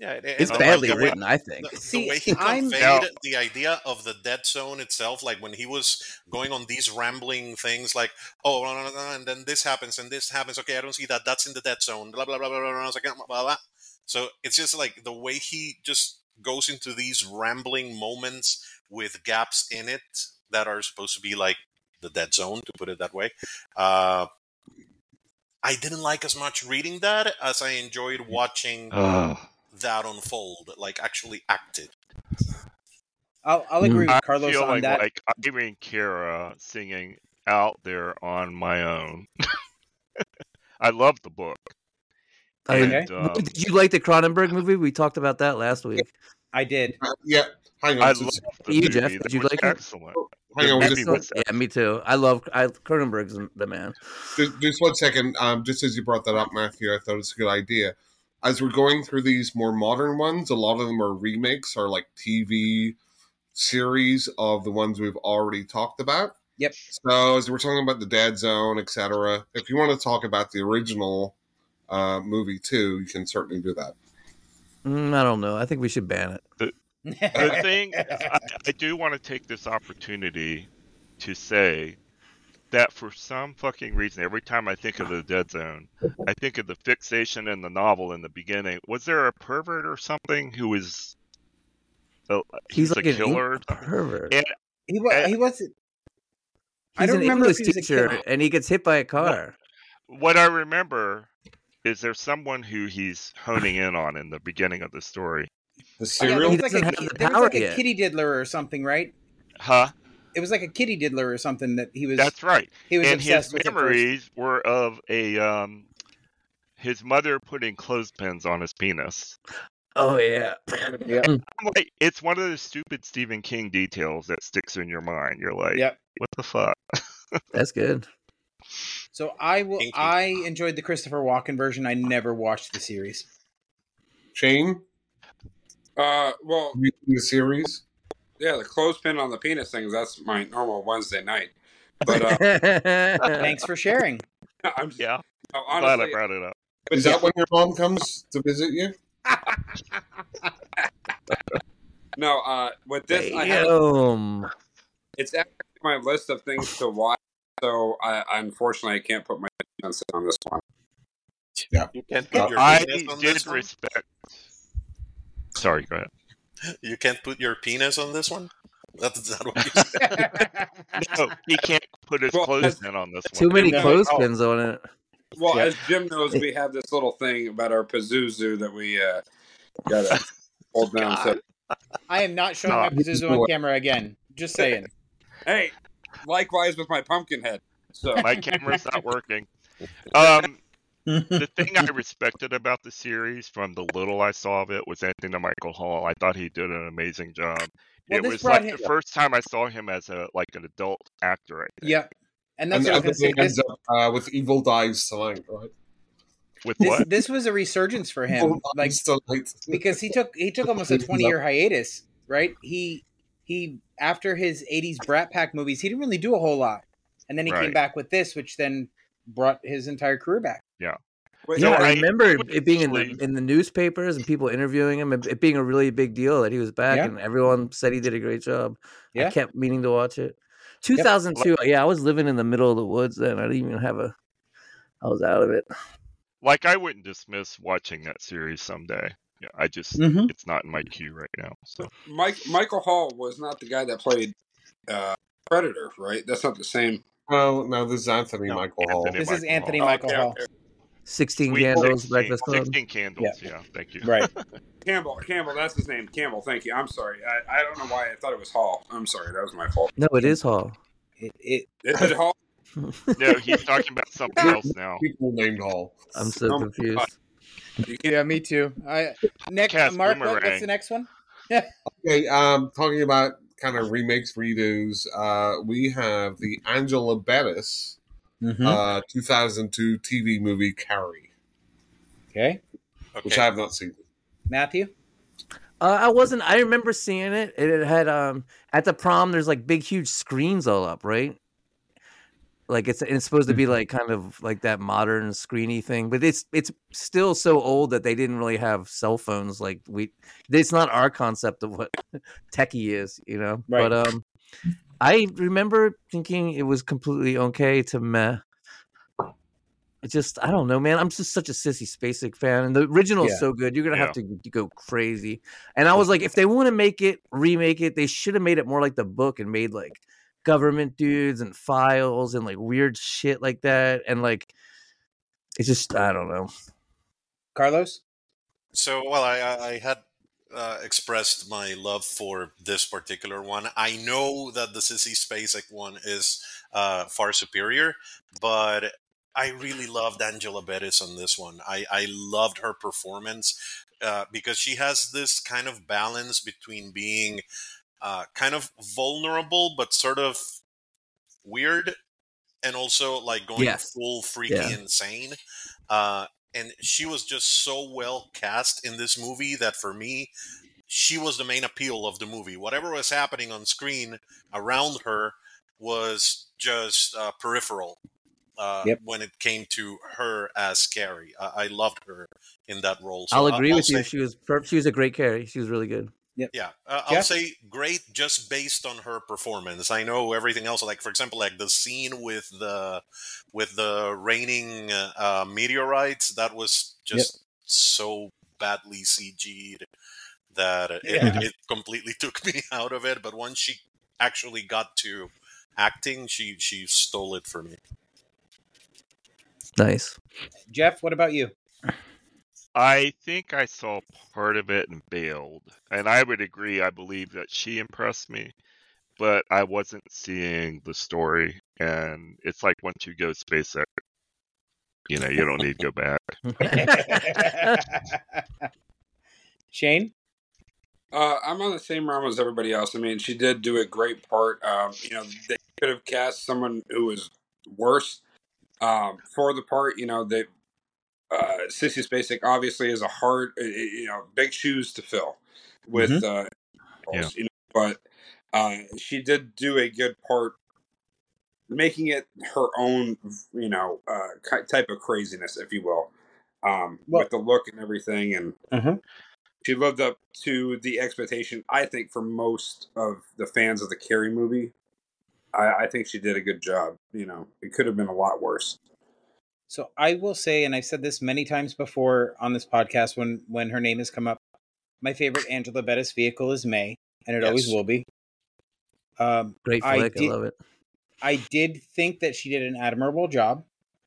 Speaker 6: Yeah, it,
Speaker 3: it's
Speaker 6: and
Speaker 7: Oh,
Speaker 6: the-
Speaker 7: I
Speaker 3: badly
Speaker 6: the
Speaker 7: got
Speaker 6: way-
Speaker 7: it.
Speaker 3: written, I
Speaker 6: the,
Speaker 3: think.
Speaker 6: the
Speaker 1: See,
Speaker 6: way he
Speaker 1: I'm
Speaker 6: conveyed
Speaker 7: Now,
Speaker 6: the idea of the dead zone itself, like when he was going on these rambling things, like oh, no, no, no, no, and then this happens and this happens. Okay, I don't see that. That's in the dead zone. Blah blah blah blah blah. blah, blah, blah, blah, blah. So it's just like the way he just goes into these rambling moments with gaps in it that are supposed to be like the dead zone, to put it that way. Uh, I didn't like as much reading that as I enjoyed watching
Speaker 7: Ugh.
Speaker 6: that unfold, like actually acted.
Speaker 1: I'll I'll
Speaker 3: Mm.
Speaker 1: agree with
Speaker 7: I'm
Speaker 1: Carlos on
Speaker 7: feeling
Speaker 1: that.
Speaker 7: like Irene Cara uh, singing out there on my own. I love the book,
Speaker 3: I mean,
Speaker 1: Okay.
Speaker 7: and
Speaker 3: w-
Speaker 7: um,
Speaker 3: did you like the Cronenberg movie? We talked about that last week.
Speaker 1: I did.
Speaker 2: Uh, yeah, hang on.
Speaker 7: I
Speaker 2: just-
Speaker 7: love the
Speaker 3: You, Jeff,
Speaker 7: movie. That
Speaker 3: did you
Speaker 7: was
Speaker 3: like it?
Speaker 7: excellent. The
Speaker 2: hang on. Just
Speaker 7: movie
Speaker 3: Excellent.
Speaker 7: was
Speaker 3: Yeah, me too. I love I, Cronenberg's the man.
Speaker 2: Just, just one second. Um, just as you brought that up, Matthew, I thought it's a good idea. As we're going through these more modern ones, a lot of them are remakes or like TV series of the ones we've already talked about.
Speaker 1: Yep.
Speaker 2: So as we're talking about the Dad Zone, etc., if you want to talk about the original uh, movie too, you can certainly do that.
Speaker 3: Mm, I don't know. I think we should ban it.
Speaker 7: the thing. Is, I, I do want to take this opportunity to say that for some fucking reason, every time I think of the Dead Zone, I think of the fixation in the novel in the beginning. Was there a pervert or something who was a, he
Speaker 3: He's
Speaker 7: was a
Speaker 3: like an Eng-
Speaker 7: killer or something?
Speaker 3: pervert.
Speaker 7: And
Speaker 1: he was
Speaker 7: I,
Speaker 1: he wasn't. I
Speaker 3: He's
Speaker 1: don't
Speaker 3: an
Speaker 1: remember if
Speaker 3: English
Speaker 1: he was a killer.
Speaker 3: teacher, and he gets hit by a
Speaker 7: what
Speaker 3: car.
Speaker 7: what I remember is there's someone who he's honing in on in the beginning of the story.
Speaker 2: The
Speaker 1: Oh, Yeah, there
Speaker 3: He
Speaker 2: serial,
Speaker 1: was like a
Speaker 3: doesn't have
Speaker 1: ki-
Speaker 3: the
Speaker 1: there was
Speaker 3: power
Speaker 1: like a
Speaker 3: yet.
Speaker 1: kitty diddler or something, right?
Speaker 7: Huh?
Speaker 1: It was like a kitty diddler or something that he was
Speaker 7: That's right.
Speaker 1: he was
Speaker 7: And his
Speaker 1: obsessed with at first.
Speaker 7: memories were of a um his mother putting clothespins on his penis.
Speaker 3: Oh yeah.
Speaker 1: Yep.
Speaker 3: Mm,
Speaker 7: I'm like, it's one of those stupid Stephen King details that sticks in your mind. You're like,
Speaker 1: Yep.
Speaker 7: what the fuck?
Speaker 3: That's good.
Speaker 1: So I will.
Speaker 6: Thank you.
Speaker 1: I enjoyed the Christopher Walken version. I never watched the series.
Speaker 2: Shane,
Speaker 5: Uh, well,
Speaker 2: have you seen the series?
Speaker 5: yeah, the clothespin on the penis things—that's my normal Wednesday night. But uh,
Speaker 1: Thanks for sharing.
Speaker 5: I'm just,
Speaker 7: Yeah.
Speaker 5: no,
Speaker 7: I'm Glad I
Speaker 5: honestly,
Speaker 7: brought it up.
Speaker 2: Is that when your mom comes to visit you?
Speaker 5: no. Uh, with this, I had,
Speaker 3: Damn.
Speaker 5: it's actually my list of things to watch. So I unfortunately I can't put my hands on this one.
Speaker 6: You can't
Speaker 2: Uh,
Speaker 6: put your
Speaker 7: I
Speaker 6: penis on
Speaker 7: did
Speaker 6: this one.
Speaker 7: respect. Sorry, go ahead.
Speaker 6: You can't put your penis on this one. That's not what you said.
Speaker 7: No, he can't put his
Speaker 5: Well, that's-
Speaker 7: clothespin on this one.
Speaker 3: Too many
Speaker 5: No,
Speaker 3: clothespins on it.
Speaker 5: Well,
Speaker 7: Yeah.
Speaker 5: as Jim knows, we have this little thing about our Pazuzu that we uh, gotta hold down. So
Speaker 1: I am not showing my
Speaker 7: Nah,
Speaker 1: Pazuzu on camera again. Just saying.
Speaker 5: hey, likewise with my pumpkin head. So
Speaker 7: My camera's not working. Um, the thing I respected about the series from the little I saw of it was Anthony Michael Hall. I thought he did an amazing job.
Speaker 1: Well,
Speaker 7: it
Speaker 1: this
Speaker 7: was
Speaker 1: brought
Speaker 7: like
Speaker 1: him-
Speaker 7: the first time I saw him as a like an adult actor. I think.
Speaker 1: Yep. And that's
Speaker 2: and
Speaker 1: what I was
Speaker 2: the other
Speaker 1: going to say.
Speaker 2: thing
Speaker 1: This,
Speaker 2: ends up uh, with Evil Dies Tonight, right?
Speaker 7: With
Speaker 1: this,
Speaker 7: what?
Speaker 1: this was a resurgence for him.
Speaker 2: Evil
Speaker 1: Like
Speaker 2: Dies Tonight.
Speaker 1: because he took he took almost a 20 year hiatus, right? He he after his 80s Brat Pack movies, he didn't really do a whole lot. And then he came
Speaker 7: Right.
Speaker 1: back with this, which then brought his entire career back.
Speaker 5: Wait,
Speaker 3: Yeah,
Speaker 7: No,
Speaker 5: so-
Speaker 3: I,
Speaker 7: I-
Speaker 3: remember
Speaker 7: would
Speaker 3: it being in the,
Speaker 7: actually-
Speaker 3: in the newspapers and people interviewing him, and it being a really big deal that he was back,
Speaker 1: Yeah.
Speaker 3: and everyone said he did a great job.
Speaker 1: Yeah.
Speaker 3: I kept meaning to watch it. 2002, yeah, I was living in the middle of the woods then. I didn't even have a, I was out of it.
Speaker 7: Like I wouldn't dismiss watching that series someday. Yeah, I just
Speaker 1: Mhm.
Speaker 7: it's not in my queue right now. So
Speaker 5: Mike Michael Hall was not the guy that played uh, Predator, right? That's not the same.
Speaker 2: Well, no, this is Anthony
Speaker 6: No,
Speaker 2: Michael
Speaker 7: Anthony
Speaker 2: Hall.
Speaker 1: this is
Speaker 7: Michael
Speaker 1: Anthony
Speaker 7: Hall.
Speaker 5: Oh,
Speaker 1: Michael Hall.
Speaker 3: 16
Speaker 7: Sweet
Speaker 3: candles,
Speaker 7: 16,
Speaker 3: breakfast club.
Speaker 7: 16 candles. Yeah. thank you.
Speaker 1: Right.
Speaker 5: Campbell, Campbell, that's his name. Campbell, thank you. I'm sorry. I, I don't know why I thought it was Hall. I'm sorry, that was my fault.
Speaker 3: No, it is Hall.
Speaker 1: It, it,
Speaker 5: Is it Hall?
Speaker 7: No, he's talking about something else now.
Speaker 2: People named Hall.
Speaker 3: I'm so
Speaker 5: Oh my
Speaker 3: confused.
Speaker 5: You can't-
Speaker 1: yeah, me too. I next
Speaker 7: Cast
Speaker 1: Mark, what, what's
Speaker 7: Boomerang.
Speaker 1: the next one?
Speaker 2: Okay, um, talking about kind of remakes, redos, uh, we have the Angela Bettis
Speaker 1: Mm-hmm. Hmm?
Speaker 2: uh, 2002 TV movie Carrie,
Speaker 1: Okay.
Speaker 2: which
Speaker 6: Okay.
Speaker 2: I have not seen.
Speaker 1: Matthew?
Speaker 3: Uh, I wasn't. I remember seeing it. and It had um at the prom. There's like big, huge screens all up, right? Like it's it's supposed to be like kind of like that modern screeny thing, but it's it's still so old that they didn't really have cell phones. Like we, it's not our concept of what techie is, you know.
Speaker 1: Right.
Speaker 3: But um, I remember thinking it was completely okay to meh. It just I don't know, man. I'm just such a sissy Spacek fan, and the original is
Speaker 1: Yeah.
Speaker 3: so good. You're gonna have
Speaker 7: Yeah.
Speaker 3: to g- go crazy. And I was like, if they want to make it, remake it, they should have made it more like the book and made like government dudes and files and like weird shit like that. And like, it's just I don't know.
Speaker 1: Carlos?
Speaker 6: So, well, I, I I had uh, expressed my love for this particular one. I know that the Sissy Spacek one is uh, far superior, but I really loved Angela Bettis on this one. I, I loved her performance uh, because she has this kind of balance between being uh, kind of vulnerable but sort of weird and also like going
Speaker 3: Yes.
Speaker 6: full freaky
Speaker 3: Yeah.
Speaker 6: insane. Uh, and she was just so well cast in this movie that for me, she was the main appeal of the movie. Whatever was happening on screen around her was just uh, peripheral uh,
Speaker 1: Yep.
Speaker 6: when it came to her as Carrie. I, I loved her in that role. So
Speaker 3: I'll
Speaker 6: I-
Speaker 3: agree with you.
Speaker 6: say-
Speaker 3: She was perf- she was a great carry. She was really good.
Speaker 6: yeah, uh,
Speaker 1: Yeah.
Speaker 6: I'll say great just based on her performance. I know everything else, like for example, like the scene with the with the raining uh, uh, meteorites. That was just so badly CG'd that it,
Speaker 1: Yeah.
Speaker 6: it, it completely took me out of it. But once she actually got to acting, she she stole it from me.
Speaker 3: Nice.
Speaker 1: Jeff, what about you?
Speaker 7: I think I saw part of it and bailed. And I would agree, I believe that she impressed me, but I wasn't seeing the story. And it's like once you go SpaceX, uh, You know, you don't need to go back.
Speaker 1: Shane?
Speaker 5: Uh, I'm on the same realm as everybody else. I mean, she did do a great part. Um, you know, they could have cast someone who was worse um, for the part. You know, that uh, Sissy Spacek obviously is a hard, uh, you know, big shoes to fill with. Uh,
Speaker 7: Yeah.
Speaker 5: you know, but uh, she did do a good part, making it her own, you know, uh, ki- type of craziness, if you will, um,
Speaker 1: Well-
Speaker 5: with the look and everything, and she lived up to the expectation i think for most of the fans of the carrie movie i, I think she did a good job you know it could have been a lot worse
Speaker 1: So I will say, and I've said this many times before on this podcast when when her name has come up, my favorite Angela Bettis vehicle is May, and it always
Speaker 6: Yes.
Speaker 1: will be. Um,
Speaker 4: Great
Speaker 1: I
Speaker 4: flick. I,
Speaker 1: did-
Speaker 4: love it.
Speaker 1: I did think that she did an admirable job.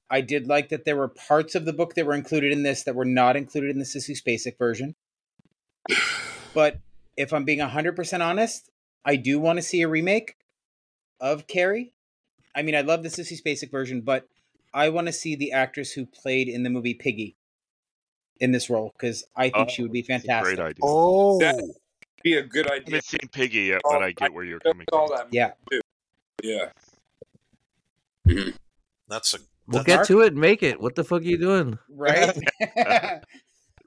Speaker 1: I did like that there were parts of the book that were included in this that were not included in the Sissy Spacek version. But if I'm being 100% honest, I do want to see a remake of Carrie. I mean, I love the Sissy Spacek version, but I want to see the actress who played in the movie Piggy in this role because I think she would be
Speaker 7: It's a
Speaker 1: fantastic.
Speaker 7: Great idea.
Speaker 6: Oh,
Speaker 5: That- be a good
Speaker 7: I
Speaker 5: idea
Speaker 7: haven't seen Piggy yet, but I get where you're coming
Speaker 5: all
Speaker 7: from.
Speaker 5: that
Speaker 1: Yeah.
Speaker 5: yeah
Speaker 6: that's a
Speaker 4: We'll
Speaker 6: that's-
Speaker 4: get
Speaker 1: Mark?
Speaker 4: to it. Make it. What the fuck are you doing?
Speaker 1: Right?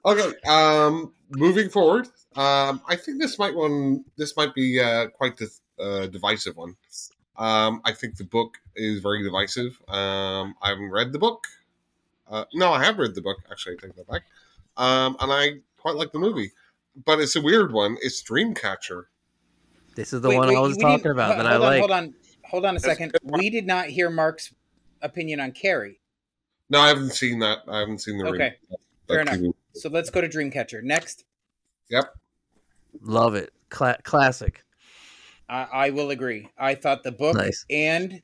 Speaker 2: Okay. Um, moving forward, um, I think this might one. This might be uh, quite the uh, divisive one. Um, I think the book is very divisive. Um, I haven't read the book. Uh, no, I have read the book. Actually, I take that back. Um, and I quite like the movie, but it's a weird one. It's Dreamcatcher.
Speaker 4: This is the
Speaker 1: Wait,
Speaker 4: one
Speaker 1: wait,
Speaker 4: I was
Speaker 1: we didn't-
Speaker 4: talking about
Speaker 1: ho-
Speaker 4: that I
Speaker 1: hold on,
Speaker 4: like.
Speaker 1: Hold on, hold on a
Speaker 5: That's a
Speaker 1: second.
Speaker 5: good one.
Speaker 1: We did not hear Mark's opinion on Carrie.
Speaker 2: No, I haven't seen that. I haven't seen the
Speaker 1: Okay, fair enough. So let's go to Dreamcatcher next.
Speaker 4: Love it. Cla- classic.
Speaker 1: I, I will agree. I thought the book
Speaker 4: Nice.
Speaker 1: and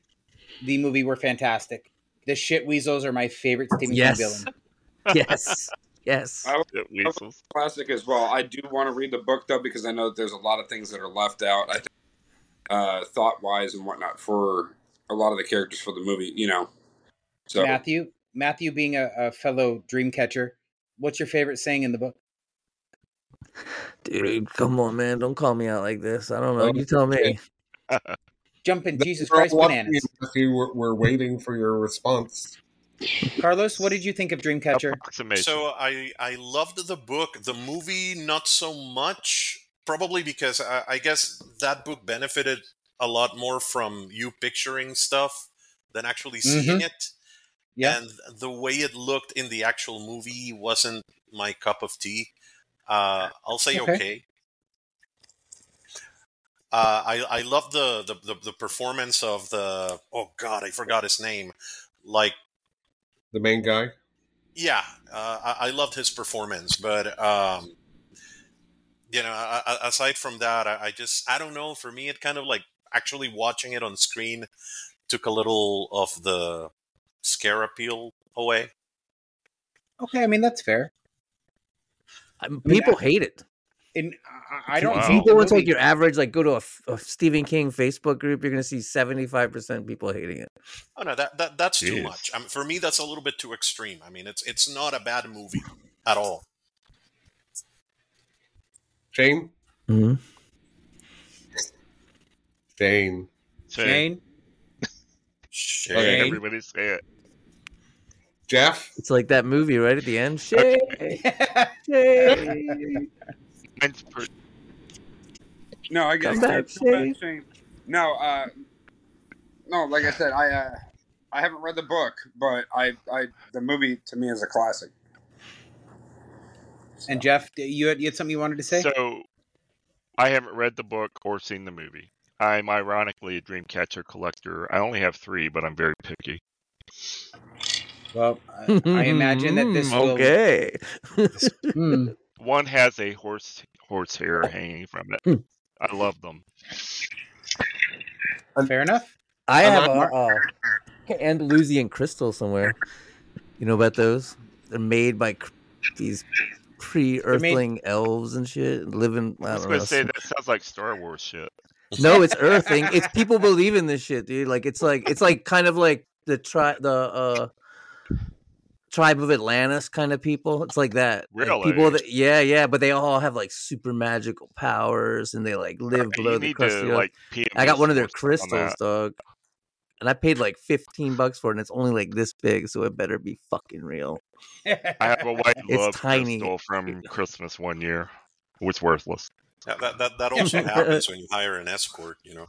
Speaker 1: the movie were fantastic. The shit weasels are my favorite Stephen
Speaker 4: Yes.
Speaker 1: King villain.
Speaker 4: Yes. Yes.
Speaker 5: I-
Speaker 7: Shit weasels.
Speaker 5: classic as well i do want to read the book though because i know that there's a lot of things that are left out i think uh thought wise and whatnot for a lot of the characters for the movie you know so
Speaker 1: Matthew, Matthew being a, a fellow Dreamcatcher, what's your favorite saying in the book?
Speaker 4: Dude, come on, man. Don't call me out like this. I don't know.
Speaker 2: Oh,
Speaker 4: You tell me.
Speaker 1: Jumping Jesus
Speaker 2: We're
Speaker 1: Christ
Speaker 2: watching
Speaker 1: bananas.
Speaker 2: you, Matthew. We're, we're waiting for your response.
Speaker 1: Carlos, what did you think of Dreamcatcher?
Speaker 7: Approximation.
Speaker 6: So uh, I I loved the book, the movie not so much. Probably because I, I guess that book benefited a lot more from you picturing stuff than actually seeing it.
Speaker 1: Mm-hmm. Yeah.
Speaker 6: And the way it looked in the actual movie wasn't my cup of tea. Uh, I'll say
Speaker 1: Okay.
Speaker 6: okay. Uh, I I love the, the the the performance of the oh god I forgot his name, like.
Speaker 2: The main guy.
Speaker 6: yeah, uh, I, I loved his performance, but um, you know, I, I- aside from that, I, I just I don't know. For me, it kind of like actually watching it on screen took a little of the scare appeal away.
Speaker 1: Okay, I mean that's fair.
Speaker 4: I-
Speaker 1: mean,
Speaker 4: People hate it.
Speaker 1: And I, I don't
Speaker 7: Wow.
Speaker 4: If
Speaker 1: hate
Speaker 4: you
Speaker 1: the
Speaker 4: go into like
Speaker 1: movie.
Speaker 4: your average, like go to a, f- a Stephen King Facebook group, you're gonna see 75% people hating it.
Speaker 6: Oh no, that, that that's too
Speaker 7: Jeez.
Speaker 6: much. I mean, for me, that's a little bit too extreme. I mean, it's it's not a bad movie at all.
Speaker 2: Shane.
Speaker 4: Mm-hmm.
Speaker 2: Shane.
Speaker 7: Shane.
Speaker 1: Shane,
Speaker 6: Shit.
Speaker 2: Okay.
Speaker 1: Shane.
Speaker 7: Everybody say it.
Speaker 2: Jeff.
Speaker 4: It's like that movie right at the end. Shit. Shit.
Speaker 7: Mine's per-
Speaker 5: No, I get
Speaker 4: Come
Speaker 5: it.
Speaker 4: back,
Speaker 5: Come back,
Speaker 4: Shane.
Speaker 5: Shane. No, uh, no. Like I said, I uh, I haven't read the book, but I, I the movie to me is a classic.
Speaker 1: and Jeff, you had, you had something you wanted to say?
Speaker 7: So I haven't read the book or seen the movie. I'm ironically a Dreamcatcher collector. I only have three, but I'm very picky.
Speaker 1: Well, uh, I, I imagine that this
Speaker 4: Mm,
Speaker 1: will.
Speaker 4: okay.
Speaker 1: Hmm.
Speaker 7: One has a horse horse
Speaker 3: Oh.
Speaker 7: hair hanging from
Speaker 4: Hmm.
Speaker 7: it. I love them.
Speaker 1: Fair enough.
Speaker 4: I
Speaker 2: And
Speaker 4: have a,
Speaker 2: I'm
Speaker 1: Mark-
Speaker 4: uh, Andalusian crystal somewhere. You know about those? They're made by cr- these pre-Earthling elves and shit. Living, I
Speaker 7: I was
Speaker 4: don't
Speaker 7: going
Speaker 4: know.
Speaker 7: to say that sounds like Star Wars shit.
Speaker 4: No, it's earthing. It's people believe in this shit, dude. Like it's like it's like kind of like the try the uh
Speaker 3: tribe of Atlantis kind of people. It's like that. Like, people
Speaker 7: Really?
Speaker 3: that yeah, yeah, but they all have like super magical powers and they like live
Speaker 7: You
Speaker 3: below the
Speaker 7: need
Speaker 3: crust. of
Speaker 7: to,
Speaker 3: the earth.
Speaker 7: like, PM
Speaker 3: I got
Speaker 7: us
Speaker 3: one of their
Speaker 7: more stuff on
Speaker 3: crystals,
Speaker 7: that.
Speaker 3: dog. And I paid like 15 bucks for it and it's only like this big, so it better be fucking real.
Speaker 7: I have a white
Speaker 3: It's
Speaker 7: love
Speaker 3: tiny.
Speaker 7: crystal from Christmas one year. It was worthless.
Speaker 6: That, that, that, that also happens when you hire an escort, you know.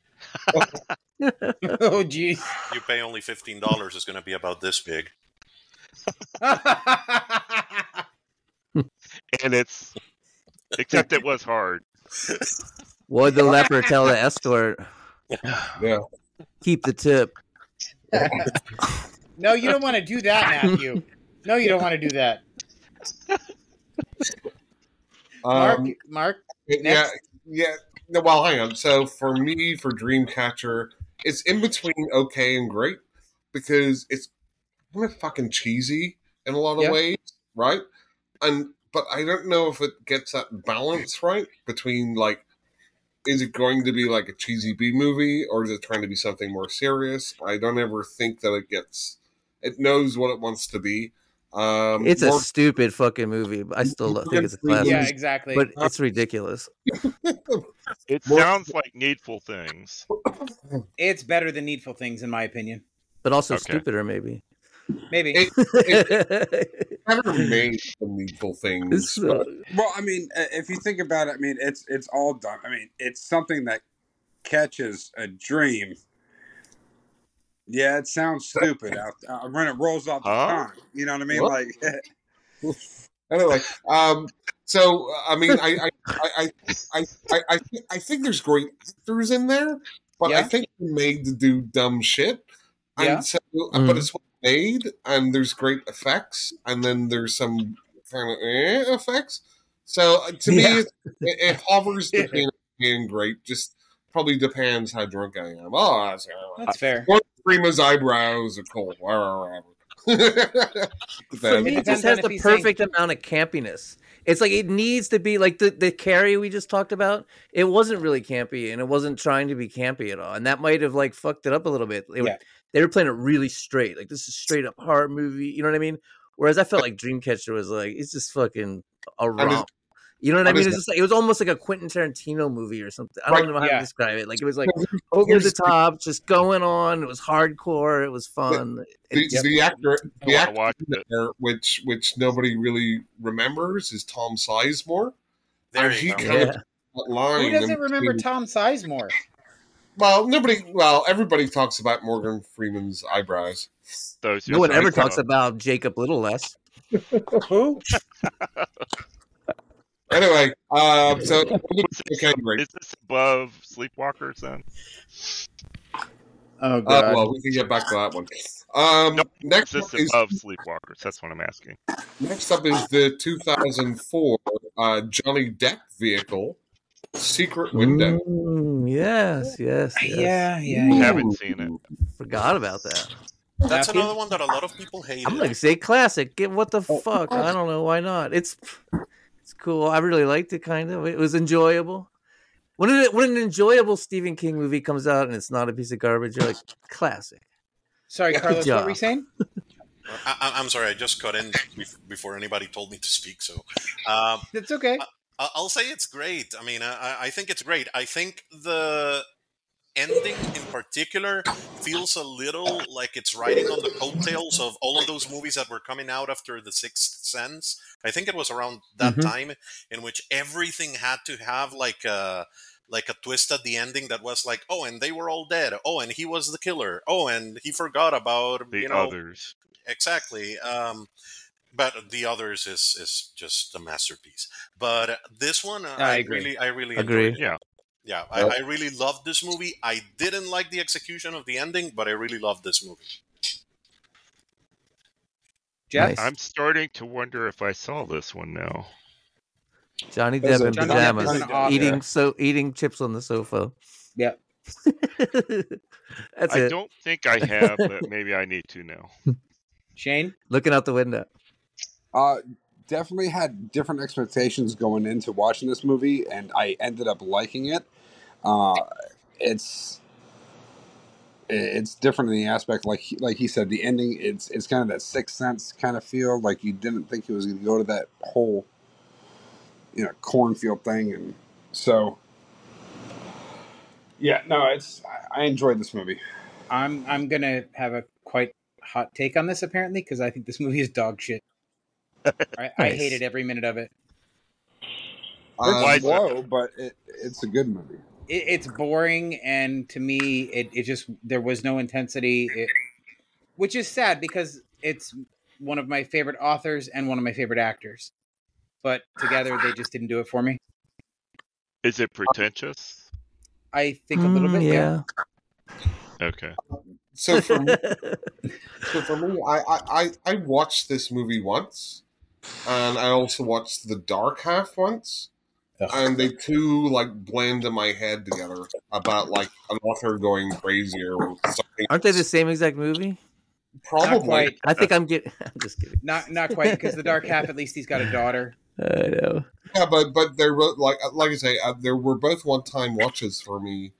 Speaker 1: oh, jeez.
Speaker 6: You pay only $15, it's going to be about this big.
Speaker 7: And it's except it was hard.
Speaker 3: Would the leper tell the escort?
Speaker 2: Yeah.
Speaker 3: Keep the tip.
Speaker 1: no, you don't want to do that, Matthew. No, you don't want to do that. Mark,
Speaker 2: Um,
Speaker 1: Mark,
Speaker 2: yeah, yeah. No, well, hang on. So for me, for Dreamcatcher, it's in between okay and great because it's kind of fucking cheesy in a lot of
Speaker 1: Yeah.
Speaker 2: ways, right? And but I don't know if it gets that balance right between like, is it going to be like a cheesy B movie or is it trying to be something more serious? I don't ever think that it gets. It knows what it wants to be. Um,
Speaker 3: It's a
Speaker 2: more-
Speaker 3: stupid fucking movie, but I still lo- think it's a
Speaker 2: Morgan
Speaker 3: classic.
Speaker 1: yeah, exactly.
Speaker 3: um, But it's ridiculous.
Speaker 7: It
Speaker 2: More-
Speaker 7: sounds like needful things.
Speaker 1: it's better than Needful Things, in my opinion.
Speaker 3: But also
Speaker 7: Okay.
Speaker 3: stupider, maybe.
Speaker 1: Maybe.
Speaker 2: It-
Speaker 3: It's,
Speaker 2: better made than needful things. but-
Speaker 3: uh,
Speaker 5: Well, I mean, i- if you think about it, I mean, it's it's all done. I mean, it's something that catches a dream. Yeah, it sounds stupid out uh, when it rolls off the
Speaker 7: Huh?
Speaker 5: tongue. You know what I mean?
Speaker 2: What?
Speaker 5: Like,
Speaker 2: anyway, um, so uh, I mean, I I I I I, I, think, I think there's great actors in there, but I
Speaker 1: Yeah.
Speaker 2: think they're made to do dumb shit. And
Speaker 1: Yeah.
Speaker 2: so, uh,
Speaker 3: Mhm.
Speaker 2: but it's well made, and there's great effects, and then there's some kind of eh, effects. So uh, to
Speaker 3: Yeah.
Speaker 2: me, it, it, it hovers between okay and great. Just probably depends how drunk I am. Oh, that's,
Speaker 1: That's fair.
Speaker 2: One Prima's eyebrows are cool.
Speaker 3: For
Speaker 2: Then-
Speaker 3: me, it
Speaker 1: Depends
Speaker 3: just has
Speaker 1: on if
Speaker 3: the
Speaker 1: he's saying-
Speaker 3: perfect amount of campiness. It's like it needs to be like the, the carry we just talked about. It wasn't really campy and it wasn't trying to be campy at all. And that might have like fucked it up a little bit. They were,
Speaker 1: Yeah.
Speaker 3: they were playing it really straight. Like this is straight up horror movie. You know what I mean? Whereas I felt like Dreamcatcher was like, it's just fucking a
Speaker 2: it's-
Speaker 3: romp. You know what I
Speaker 2: and
Speaker 3: mean?
Speaker 2: it's-
Speaker 3: It's just like, it was almost like a Quentin Tarantino movie or something. I
Speaker 2: Right,
Speaker 3: don't know how
Speaker 1: yeah.
Speaker 3: to describe it. Like it was like
Speaker 2: Well,
Speaker 3: over
Speaker 2: here's
Speaker 3: the
Speaker 2: the-
Speaker 3: top, just going on. It was hardcore. It was fun.
Speaker 2: the,
Speaker 3: It just,
Speaker 2: the actor,
Speaker 7: I
Speaker 2: the
Speaker 7: want to
Speaker 2: actor
Speaker 7: watch it.
Speaker 2: there, which which nobody really remembers, is Tom Sizemore,
Speaker 6: There
Speaker 2: and
Speaker 6: you
Speaker 2: he
Speaker 6: go.
Speaker 2: kind
Speaker 3: yeah.
Speaker 2: of that line.
Speaker 1: Who doesn't
Speaker 2: in
Speaker 1: remember
Speaker 2: between-
Speaker 1: Tom Sizemore?
Speaker 2: well, nobody. Well, everybody talks about Morgan Freeman's eyebrows.
Speaker 7: Those
Speaker 3: No one
Speaker 7: yourself
Speaker 3: ever talks
Speaker 7: up.
Speaker 3: about Jacob Little less.
Speaker 1: Who?
Speaker 2: Anyway, uh, so
Speaker 7: Was it
Speaker 2: okay, great.
Speaker 7: Is this above Sleepwalkers then?
Speaker 1: Oh
Speaker 2: Uh,
Speaker 1: god.
Speaker 2: well, we can get back to that one. Um,
Speaker 7: No, Is
Speaker 2: next up
Speaker 7: this
Speaker 2: is
Speaker 7: above Sleepwalkers? That's what I'm asking.
Speaker 2: next up is the 2004 uh, Johnny Depp vehicle, Secret Window.
Speaker 3: Mm, yes, yes, yes.
Speaker 1: yeah, yeah,
Speaker 7: I
Speaker 1: yeah.
Speaker 7: haven't seen it.
Speaker 3: Forgot about that.
Speaker 6: That's
Speaker 1: Matthew?
Speaker 6: another one that a lot of people hated.
Speaker 3: I'm gonna say classic. Get what the
Speaker 1: Oh.
Speaker 3: fuck? I don't know why not. It's it's cool. I really liked it. Kind of. It was enjoyable. When an, when an enjoyable Stephen King movie comes out and it's not a piece of garbage, you're like classic.
Speaker 1: Sorry,
Speaker 2: Good
Speaker 1: Carlos, what were you
Speaker 3: job.
Speaker 1: saying?
Speaker 6: I, I- I'm sorry, I just cut in bef- before anybody told me to speak. So, um,
Speaker 1: That's okay.
Speaker 6: I- I'll say it's great. I mean, I, I- I think it's great. I think the ending in particular feels a little like it's riding on the coattails of all of those movies that were coming out after The Sixth Sense. I think it was around that
Speaker 1: Mhm.
Speaker 6: time in which everything had to have like a like a twist at the ending that was like, oh, and they were all dead. Oh, and he was the killer. Oh, and he forgot about
Speaker 7: The
Speaker 6: you know
Speaker 7: others.
Speaker 6: exactly. Um, but the others is is just a masterpiece. But this one, uh,
Speaker 1: I
Speaker 6: I,
Speaker 1: agree.
Speaker 6: really, I really
Speaker 3: Agree.
Speaker 6: enjoyed it.
Speaker 7: Yeah.
Speaker 6: Yeah, I, I really loved this movie. I didn't like the execution of the ending, but I really loved this movie.
Speaker 1: Jeff?
Speaker 3: Nice.
Speaker 7: I'm starting to wonder if I saw this one now.
Speaker 3: Johnny
Speaker 2: There's
Speaker 3: Depp
Speaker 2: a-
Speaker 3: in
Speaker 1: Johnny Depp is
Speaker 3: pajamas,
Speaker 1: an author.
Speaker 3: eating so eating chips on the sofa.
Speaker 1: Yep.
Speaker 3: That's
Speaker 7: I
Speaker 3: it.
Speaker 7: don't think I have, but maybe I need to now.
Speaker 1: Shane?
Speaker 3: Looking out the window.
Speaker 5: uh, definitely had different expectations going into watching this movie, and I ended up liking it. Uh, it's i- it's different in the aspect like he, like he said the ending it's it's kind of that sixth sense kind of feel like you didn't think it was going to go to that whole you know cornfield thing and so yeah no it's I, I enjoyed this movie
Speaker 1: I'm I'm gonna have a quite hot take on this apparently because I think this movie is dog shit. I, I
Speaker 3: Nice.
Speaker 1: hated every minute of it.
Speaker 2: Um,
Speaker 7: Why
Speaker 5: it's
Speaker 7: is that?
Speaker 5: slow but it, it's a good movie
Speaker 1: it. It's boring, and to me, it, it just there was no intensity. It, which is sad because it's one of my favorite authors and one of my favorite actors. But together, they just didn't do it for me.
Speaker 7: Is it pretentious?
Speaker 1: I think a little
Speaker 3: Mm,
Speaker 1: bit, yeah.
Speaker 7: Okay.
Speaker 2: so for me,
Speaker 3: yeah.
Speaker 2: so for me, I, I I I watched this movie once, and I also watched the Dark Half once, and they two like blend in my head together about like an author going crazy or something.
Speaker 3: Aren't they the same exact movie?
Speaker 2: Probably.
Speaker 1: Not quite,
Speaker 3: I think I'm getting. I'm just kidding.
Speaker 1: not not quite, because the dark half. At least he's got a daughter.
Speaker 3: I know.
Speaker 2: Yeah, but but there were like like I say, uh, there were both one time watches for me.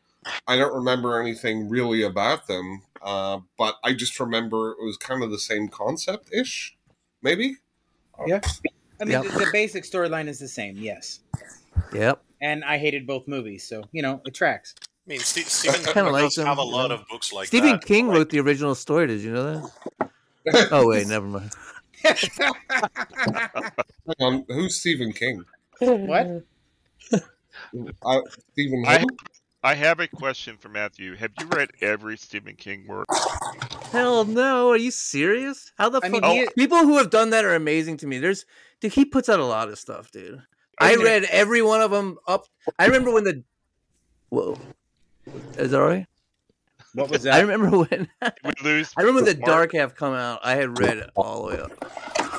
Speaker 2: I don't remember anything really about them, uh, but I just remember it was kind of the same concept ish, maybe.
Speaker 1: Yeah. I mean,
Speaker 3: Yep.
Speaker 1: the, the basic storyline is the same, yes.
Speaker 3: Yep.
Speaker 1: And I hated both movies, so you know it tracks.
Speaker 6: I mean, Ste Stephen
Speaker 3: I
Speaker 6: King
Speaker 3: kinda like
Speaker 6: does have
Speaker 3: them,
Speaker 6: a
Speaker 3: you
Speaker 6: lot
Speaker 3: know.
Speaker 6: of books like
Speaker 3: Stephen
Speaker 6: that.
Speaker 3: King
Speaker 6: Like,
Speaker 3: wrote the original story. Did you know that? Oh wait, never mind.
Speaker 2: Hang on, Um, who's Stephen King?
Speaker 1: What?
Speaker 2: Uh, Stephen
Speaker 7: I
Speaker 2: who?
Speaker 7: I have a question for Matthew. Have you read every Stephen King work?
Speaker 3: Hell no! Are you serious? How the
Speaker 1: I
Speaker 3: fuck?
Speaker 1: mean,
Speaker 7: Oh,
Speaker 1: he
Speaker 3: People who have done that are amazing to me. There's, dude, he puts out a lot of stuff, dude. I
Speaker 7: Okay.
Speaker 3: read every one of them up. I remember when the. Whoa, is that all right?
Speaker 1: what was
Speaker 3: I
Speaker 1: that?
Speaker 3: remember when.
Speaker 7: Did we lose
Speaker 3: I remember the
Speaker 7: Mark?
Speaker 3: Dark Half come out. I had read it all the way up.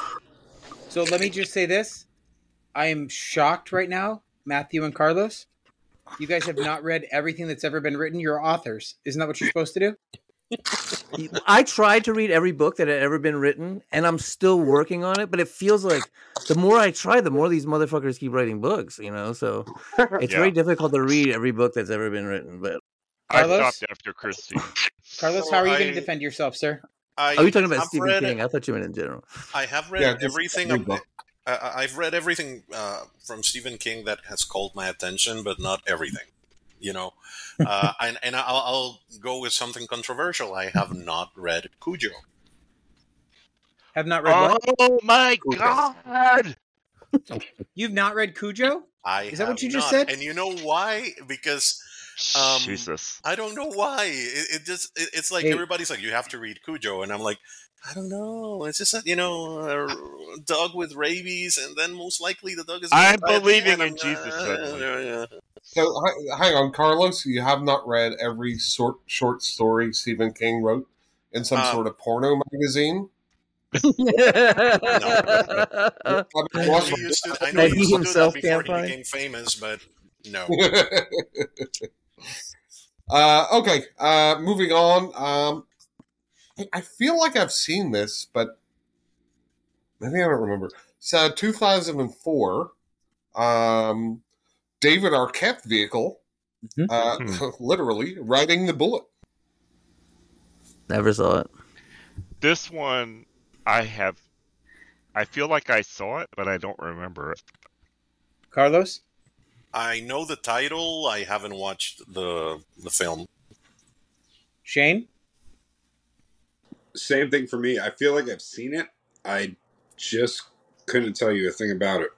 Speaker 1: So let me just say this: I am shocked right now, Matthew and Carlos. You guys have not read everything that's ever been written. You're authors, isn't that what you're supposed to do?
Speaker 3: Y- E, I tried to read every book that had ever been written, and I'm still working on it. But it feels like the more I try, the more these motherfuckers keep writing books. You know, so it's very
Speaker 7: Yeah.
Speaker 3: difficult to read every book that's ever been written. But
Speaker 7: I
Speaker 1: Carlos,
Speaker 7: stopped after Christie.
Speaker 1: Carlos,
Speaker 6: So
Speaker 1: how are you
Speaker 6: I-
Speaker 1: going to defend yourself, sir?
Speaker 6: I
Speaker 3: are you talking about
Speaker 6: have
Speaker 3: Stephen
Speaker 6: read
Speaker 3: King? I thought you meant in general.
Speaker 6: I have read
Speaker 2: Yeah, just
Speaker 6: everything.
Speaker 2: every
Speaker 6: ab-
Speaker 2: book.
Speaker 6: I, I- I've read everything uh, from Stephen King that has called my attention, but not everything. You know, uh, and, and I'll, I'll go with something controversial. I have not read Cujo.
Speaker 1: Have not
Speaker 6: Uh,
Speaker 1: read
Speaker 7: Oh
Speaker 1: what?
Speaker 7: my
Speaker 2: Cujo.
Speaker 7: god!
Speaker 1: You've not read Cujo?
Speaker 6: I
Speaker 1: Is that what
Speaker 6: have
Speaker 1: you just
Speaker 6: not.
Speaker 1: said?
Speaker 6: And you know why? Because Um,
Speaker 7: Jesus.
Speaker 6: I don't know why. It, it just it, it's like
Speaker 1: Hey.
Speaker 6: everybody's like you have to read Cujo, and I'm like. I don't know. It's just a, you know a dog with rabies, and then most likely the dog is gonna
Speaker 7: I'm
Speaker 6: bite me,
Speaker 7: believing
Speaker 6: and I'm uh,
Speaker 7: in Jesus suddenly.
Speaker 2: So hi- hang on, Carlos. You have not read every short short story Stephen King wrote in some
Speaker 6: Uh,
Speaker 2: sort of porno magazine. I
Speaker 3: that
Speaker 2: mean,
Speaker 6: uh, I know
Speaker 2: what's
Speaker 6: he
Speaker 2: wrong?
Speaker 6: used to. I know he
Speaker 3: he
Speaker 6: used to do that
Speaker 3: himself
Speaker 6: before
Speaker 3: can't
Speaker 6: he
Speaker 3: find.
Speaker 6: became famous, but no.
Speaker 2: uh, okay, uh, moving on. Um, I- I feel like I've seen this, but maybe I don't remember. uh, So, 2004, um, David Arquette vehicle,
Speaker 1: Mhm.
Speaker 2: uh,
Speaker 7: Hmm.
Speaker 2: literally riding the bullet.
Speaker 3: Never saw it.
Speaker 7: This one, I have. I feel like I saw it, but I don't remember it.
Speaker 1: Carlos,
Speaker 6: I know the title. I haven't watched the the film.
Speaker 1: Shane,
Speaker 5: same thing for me I feel like I've seen it I just couldn't tell you a thing about it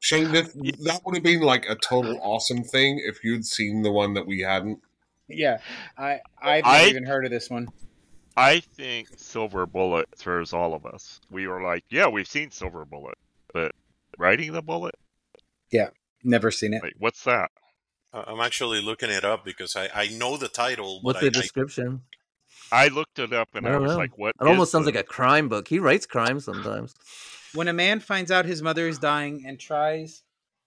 Speaker 2: Shane, that,
Speaker 7: Y-
Speaker 2: that would have been like a total awesome thing if you'd seen the one that we hadn't.
Speaker 1: yeah, I I've never
Speaker 7: I
Speaker 1: even heard of this one.
Speaker 7: I think Silver Bullet throws all of us. We were like, yeah, we've seen Silver Bullet, but riding the bullet,
Speaker 1: Never seen it.
Speaker 7: like, what's that?
Speaker 6: I- I'm actually looking it up because I, I know the title, but
Speaker 3: What's
Speaker 6: I,
Speaker 3: the
Speaker 6: I
Speaker 3: description?
Speaker 7: I looked it up and
Speaker 3: I
Speaker 7: I
Speaker 3: don't
Speaker 7: was
Speaker 3: know.
Speaker 7: like, what
Speaker 3: It
Speaker 7: is
Speaker 3: almost sounds like
Speaker 7: this?
Speaker 3: a crime book. He writes crimes sometimes.
Speaker 1: When a man finds out his mother is dying and tries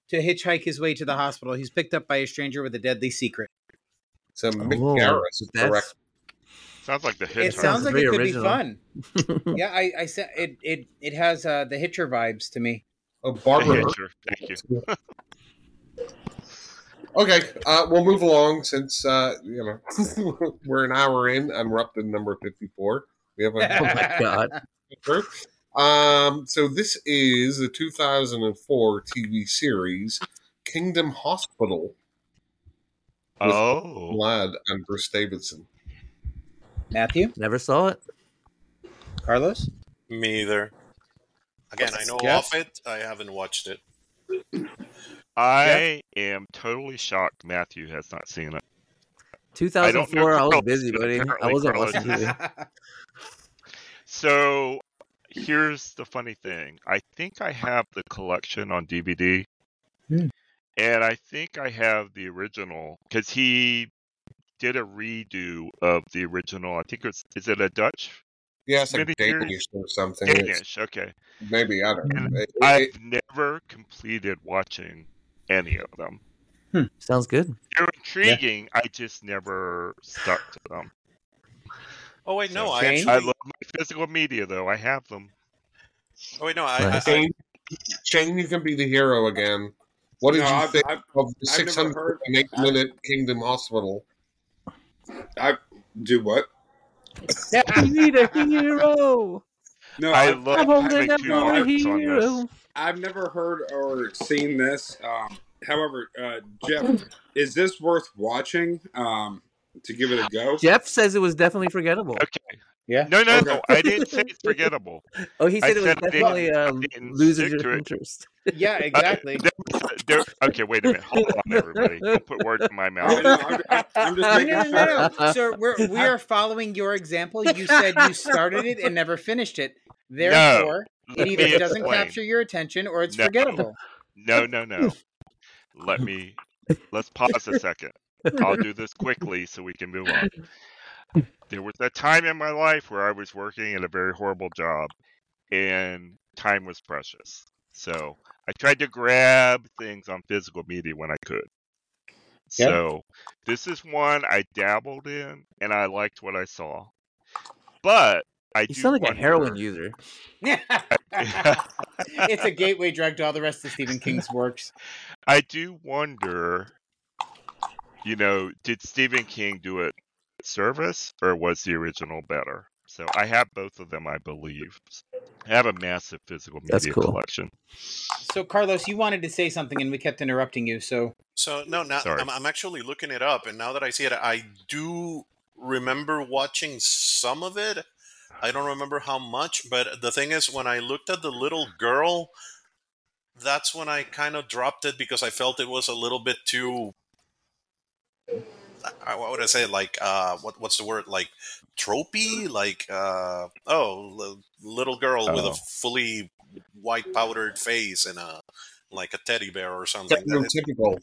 Speaker 1: to hitchhike his way to the hospital, he's picked up by a stranger with a deadly secret.
Speaker 2: So Mick
Speaker 3: Oh,
Speaker 2: Garris direct.
Speaker 3: that's
Speaker 7: Sounds like the
Speaker 1: It
Speaker 3: that sounds
Speaker 1: sounds like
Speaker 7: hitchhiker.
Speaker 1: it
Speaker 3: very
Speaker 1: could be
Speaker 3: original.
Speaker 1: fun. Yeah, I, I said it, it. It has uh, the Hitcher vibes to me.
Speaker 2: Oh,
Speaker 7: The
Speaker 2: Barbara.
Speaker 7: hitcher. Thank you.
Speaker 2: Okay, uh, we'll move along since uh, you know we're an hour in and we're up to number fifty-four. We have
Speaker 4: Oh
Speaker 2: a
Speaker 4: my god.
Speaker 2: Sure. Um, so this is the 2004 TV series Kingdom Hospital, With-
Speaker 7: Oh,
Speaker 2: Vlad and Bruce Davidson.
Speaker 1: Matthew,
Speaker 4: Never saw it.
Speaker 1: Carlos,
Speaker 6: Me either. Again, I know
Speaker 1: Jeff?
Speaker 6: of it. I haven't watched it.
Speaker 7: I am totally shocked. Matthew has not seen it. I don't know
Speaker 4: 2004. I, was
Speaker 7: Carlos,
Speaker 4: busy,
Speaker 7: but
Speaker 4: buddy. I
Speaker 7: apparently
Speaker 4: wasn't
Speaker 7: Carlos
Speaker 4: watching
Speaker 7: is-
Speaker 4: TV.
Speaker 7: So here's the funny thing. I think I have the collection on DVD.
Speaker 1: Hmm.
Speaker 7: And I think I have the original because he did a redo of the original. I think it's is it a Dutch
Speaker 2: Yeah, it's like
Speaker 7: Miniseries?
Speaker 2: Danish or something. It's-
Speaker 7: Danish? Okay.
Speaker 2: Maybe I don't know.
Speaker 7: And
Speaker 2: It- it-
Speaker 7: I've never completed watching any of them.
Speaker 4: Sounds good.
Speaker 7: They're intriguing. I just never stuck to them.
Speaker 6: Oh wait, no,
Speaker 7: So,
Speaker 6: I
Speaker 1: Shane?
Speaker 6: actually.
Speaker 7: I love my physical media though. I have them.
Speaker 6: oh wait, no, I,
Speaker 4: Nice.
Speaker 6: I, I,
Speaker 2: Shane, Shane, you can be the hero again. What did
Speaker 8: No,
Speaker 2: you
Speaker 8: I've-
Speaker 2: think
Speaker 8: I've-
Speaker 2: of the
Speaker 8: I've never
Speaker 2: 608
Speaker 8: heard- I-
Speaker 2: minute Kingdom Hospital?
Speaker 8: I do what?
Speaker 1: yeah,
Speaker 4: We need a hero.
Speaker 8: No,
Speaker 7: I
Speaker 8: I've,
Speaker 7: love
Speaker 4: I'm holding
Speaker 7: having
Speaker 4: out
Speaker 7: two
Speaker 4: for a
Speaker 7: hearts on this.
Speaker 4: hero.
Speaker 8: I've never heard or seen this. Um, however, uh, Jeff, is this worth watching um, to give it a go?
Speaker 4: Jeff says it was definitely forgettable.
Speaker 7: Okay.
Speaker 1: Yeah.
Speaker 7: No, no,
Speaker 8: Okay.
Speaker 7: no. I didn't say it's forgettable.
Speaker 4: Oh, he
Speaker 7: I
Speaker 4: said it was
Speaker 7: said I didn't-
Speaker 4: definitely uh,
Speaker 7: didn't
Speaker 4: loses
Speaker 7: stick
Speaker 4: your
Speaker 7: to it.
Speaker 4: interest.
Speaker 1: yeah, exactly.
Speaker 7: There was a- there- okay, wait a minute. Hold on, everybody. Don't put words in my mouth.
Speaker 8: I know, I'm, I'm- I'm just
Speaker 1: No,
Speaker 8: making
Speaker 1: no, no,
Speaker 8: sure.
Speaker 1: no, no. Sir, we're, we are following your example. You said you started it and never finished it. Therefore,
Speaker 7: Let
Speaker 1: it
Speaker 7: me
Speaker 1: either doesn't
Speaker 7: explain.
Speaker 1: capture your attention or it's
Speaker 7: No.
Speaker 1: forgettable.
Speaker 7: No, no, no. Let me. Let's pause a second. I'll do this quickly so we can move on. There was a time in my life where I was working at a very horrible job, and time was precious. So I tried to grab things on physical media when I could.
Speaker 1: Yeah.
Speaker 7: So this is one I dabbled in, and I liked what I saw. But I
Speaker 4: You
Speaker 7: do
Speaker 4: sound like a
Speaker 7: wonder.
Speaker 4: heroin user.
Speaker 1: it's a gateway drug to all the rest of Stephen King's works.
Speaker 7: I do wonder, you know, did Stephen King do it service or was the original better? So I have both of them, I believe. I have a massive physical
Speaker 4: That's
Speaker 7: media
Speaker 4: cool.
Speaker 7: collection.
Speaker 1: So, Carlos, you wanted to say something and we kept interrupting you. So,
Speaker 6: so no, now
Speaker 7: Sorry.
Speaker 6: I'm, I'm actually looking it up, and now that I see it, I do remember watching some of it. I don't remember how much, but the thing is, when I looked at the little girl, that's when I kind of dropped it because I felt it was a little bit too. I, what would I say? Like, uh, what what's the word? Like, tropey? Like, uh, oh, l- little girl with a
Speaker 7: Oh.
Speaker 6: fully white powdered face and a like a teddy bear or something. That it,
Speaker 2: Stereotypical.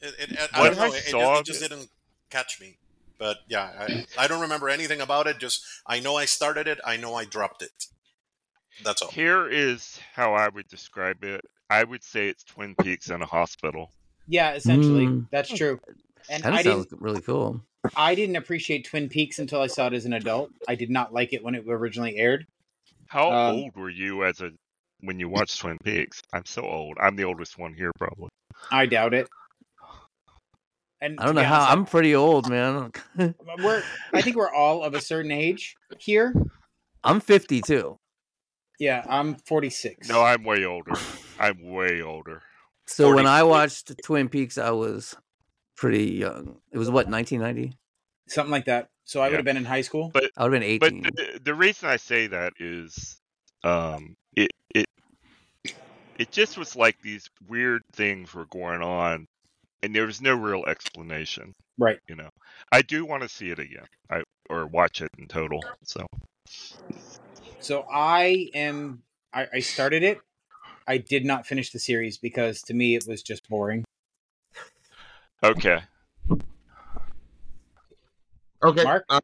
Speaker 6: it, it, I
Speaker 7: What
Speaker 6: don't
Speaker 7: I
Speaker 6: know. It, it, just, it
Speaker 7: saw of
Speaker 6: just
Speaker 7: it-
Speaker 6: didn't catch me. But yeah, I, I don't remember anything about it. Just I know I started it. I know I dropped it. That's all.
Speaker 7: Here is how I would describe it. I would say it's Twin Peaks in a hospital.
Speaker 1: yeah, essentially,
Speaker 4: Mm.
Speaker 1: that's true. And
Speaker 4: Kind
Speaker 1: I
Speaker 4: of sounds
Speaker 1: didn't,
Speaker 4: really cool.
Speaker 1: I didn't appreciate Twin Peaks until I saw it as an adult. I did not like it when it originally aired.
Speaker 7: How
Speaker 1: Um,
Speaker 7: old were you as a when you watched Twin Peaks? I'm so old. I'm the oldest one here probably.
Speaker 1: I doubt it. And
Speaker 4: I don't
Speaker 1: to
Speaker 4: know
Speaker 1: be honest,
Speaker 4: how.
Speaker 1: I-
Speaker 4: I'm pretty old, man.
Speaker 1: we're I think we're all of a certain age here.
Speaker 4: I'm 52.
Speaker 1: Yeah, I'm 46.
Speaker 7: No, I'm way older. I'm way older.
Speaker 4: So when
Speaker 7: 40.
Speaker 4: I watched Twin Peaks, I was pretty young. It was what 1990.
Speaker 1: something like that. So I
Speaker 7: Yeah.
Speaker 1: would have been in high school.
Speaker 7: But-
Speaker 4: I would have been
Speaker 7: But
Speaker 4: 18.
Speaker 7: the, the reason I say that is, um, it it it just was like these weird things were going on, and there was no real explanation.
Speaker 1: Right.
Speaker 7: You know, I do want to see it again, I or watch it in total. So
Speaker 1: So I am I, I started it. I did not finish the series because to me it was just boring.
Speaker 7: okay,
Speaker 2: Okay.
Speaker 1: Mark?
Speaker 2: Um,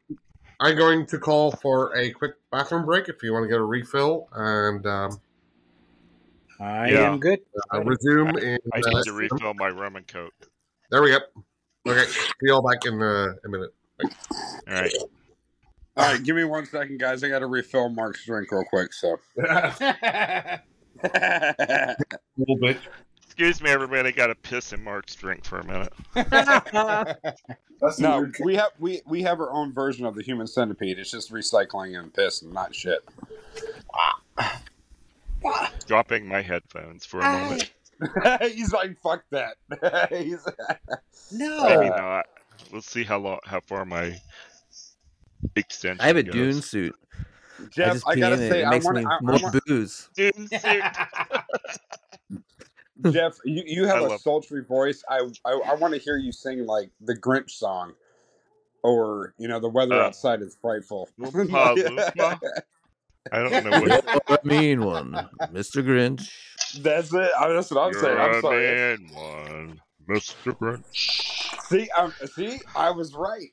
Speaker 2: I'm going to call for a quick bathroom break if you want to get a refill and um,
Speaker 1: I
Speaker 7: Yeah.
Speaker 1: am good.
Speaker 2: uh, resume in.
Speaker 7: I need
Speaker 2: uh,
Speaker 7: to refill my rum and coke.
Speaker 2: there we go. Okay. See y'all back in uh, a minute.
Speaker 7: All right,
Speaker 8: All right, give me one second, guys. I got to refill Mark's drink real quick. So.
Speaker 2: a
Speaker 8: All
Speaker 2: little bit.
Speaker 7: Excuse me, everybody. I got to piss in Mark's drink for a minute.
Speaker 2: That's a
Speaker 9: No,
Speaker 2: weird
Speaker 5: we have we we have our own version of the human centipede. It's just recycling and piss and not shit.
Speaker 7: Dropping my headphones for a moment.
Speaker 5: He's like, fuck that. He's,
Speaker 7: Maybe
Speaker 1: no.
Speaker 7: not. Let's see how long, how far my extension.
Speaker 3: I have a
Speaker 7: goes.
Speaker 3: Dune suit. I
Speaker 5: Jeff,
Speaker 3: just
Speaker 5: I,
Speaker 3: pee
Speaker 5: gotta
Speaker 3: in it.
Speaker 5: say,
Speaker 3: it
Speaker 5: I
Speaker 3: makes
Speaker 5: want
Speaker 3: me
Speaker 5: I, I
Speaker 3: more
Speaker 5: want
Speaker 3: booze.
Speaker 7: Dune suit.
Speaker 5: Jeff, you, you have
Speaker 7: I
Speaker 5: a
Speaker 7: love-
Speaker 5: sultry voice. I I, I want to hear you sing like the Grinch song, or you know, the weather
Speaker 7: Uh,
Speaker 5: outside is frightful.
Speaker 7: Lupa, Lupa. I don't know what
Speaker 3: You're a mean one, Mr. Grinch.
Speaker 5: That's it. I, that's what I'm saying.
Speaker 7: you're
Speaker 5: I'm
Speaker 7: a
Speaker 5: sorry.
Speaker 7: man one, Mr. Grinch.
Speaker 5: See, I'm, see, I was right.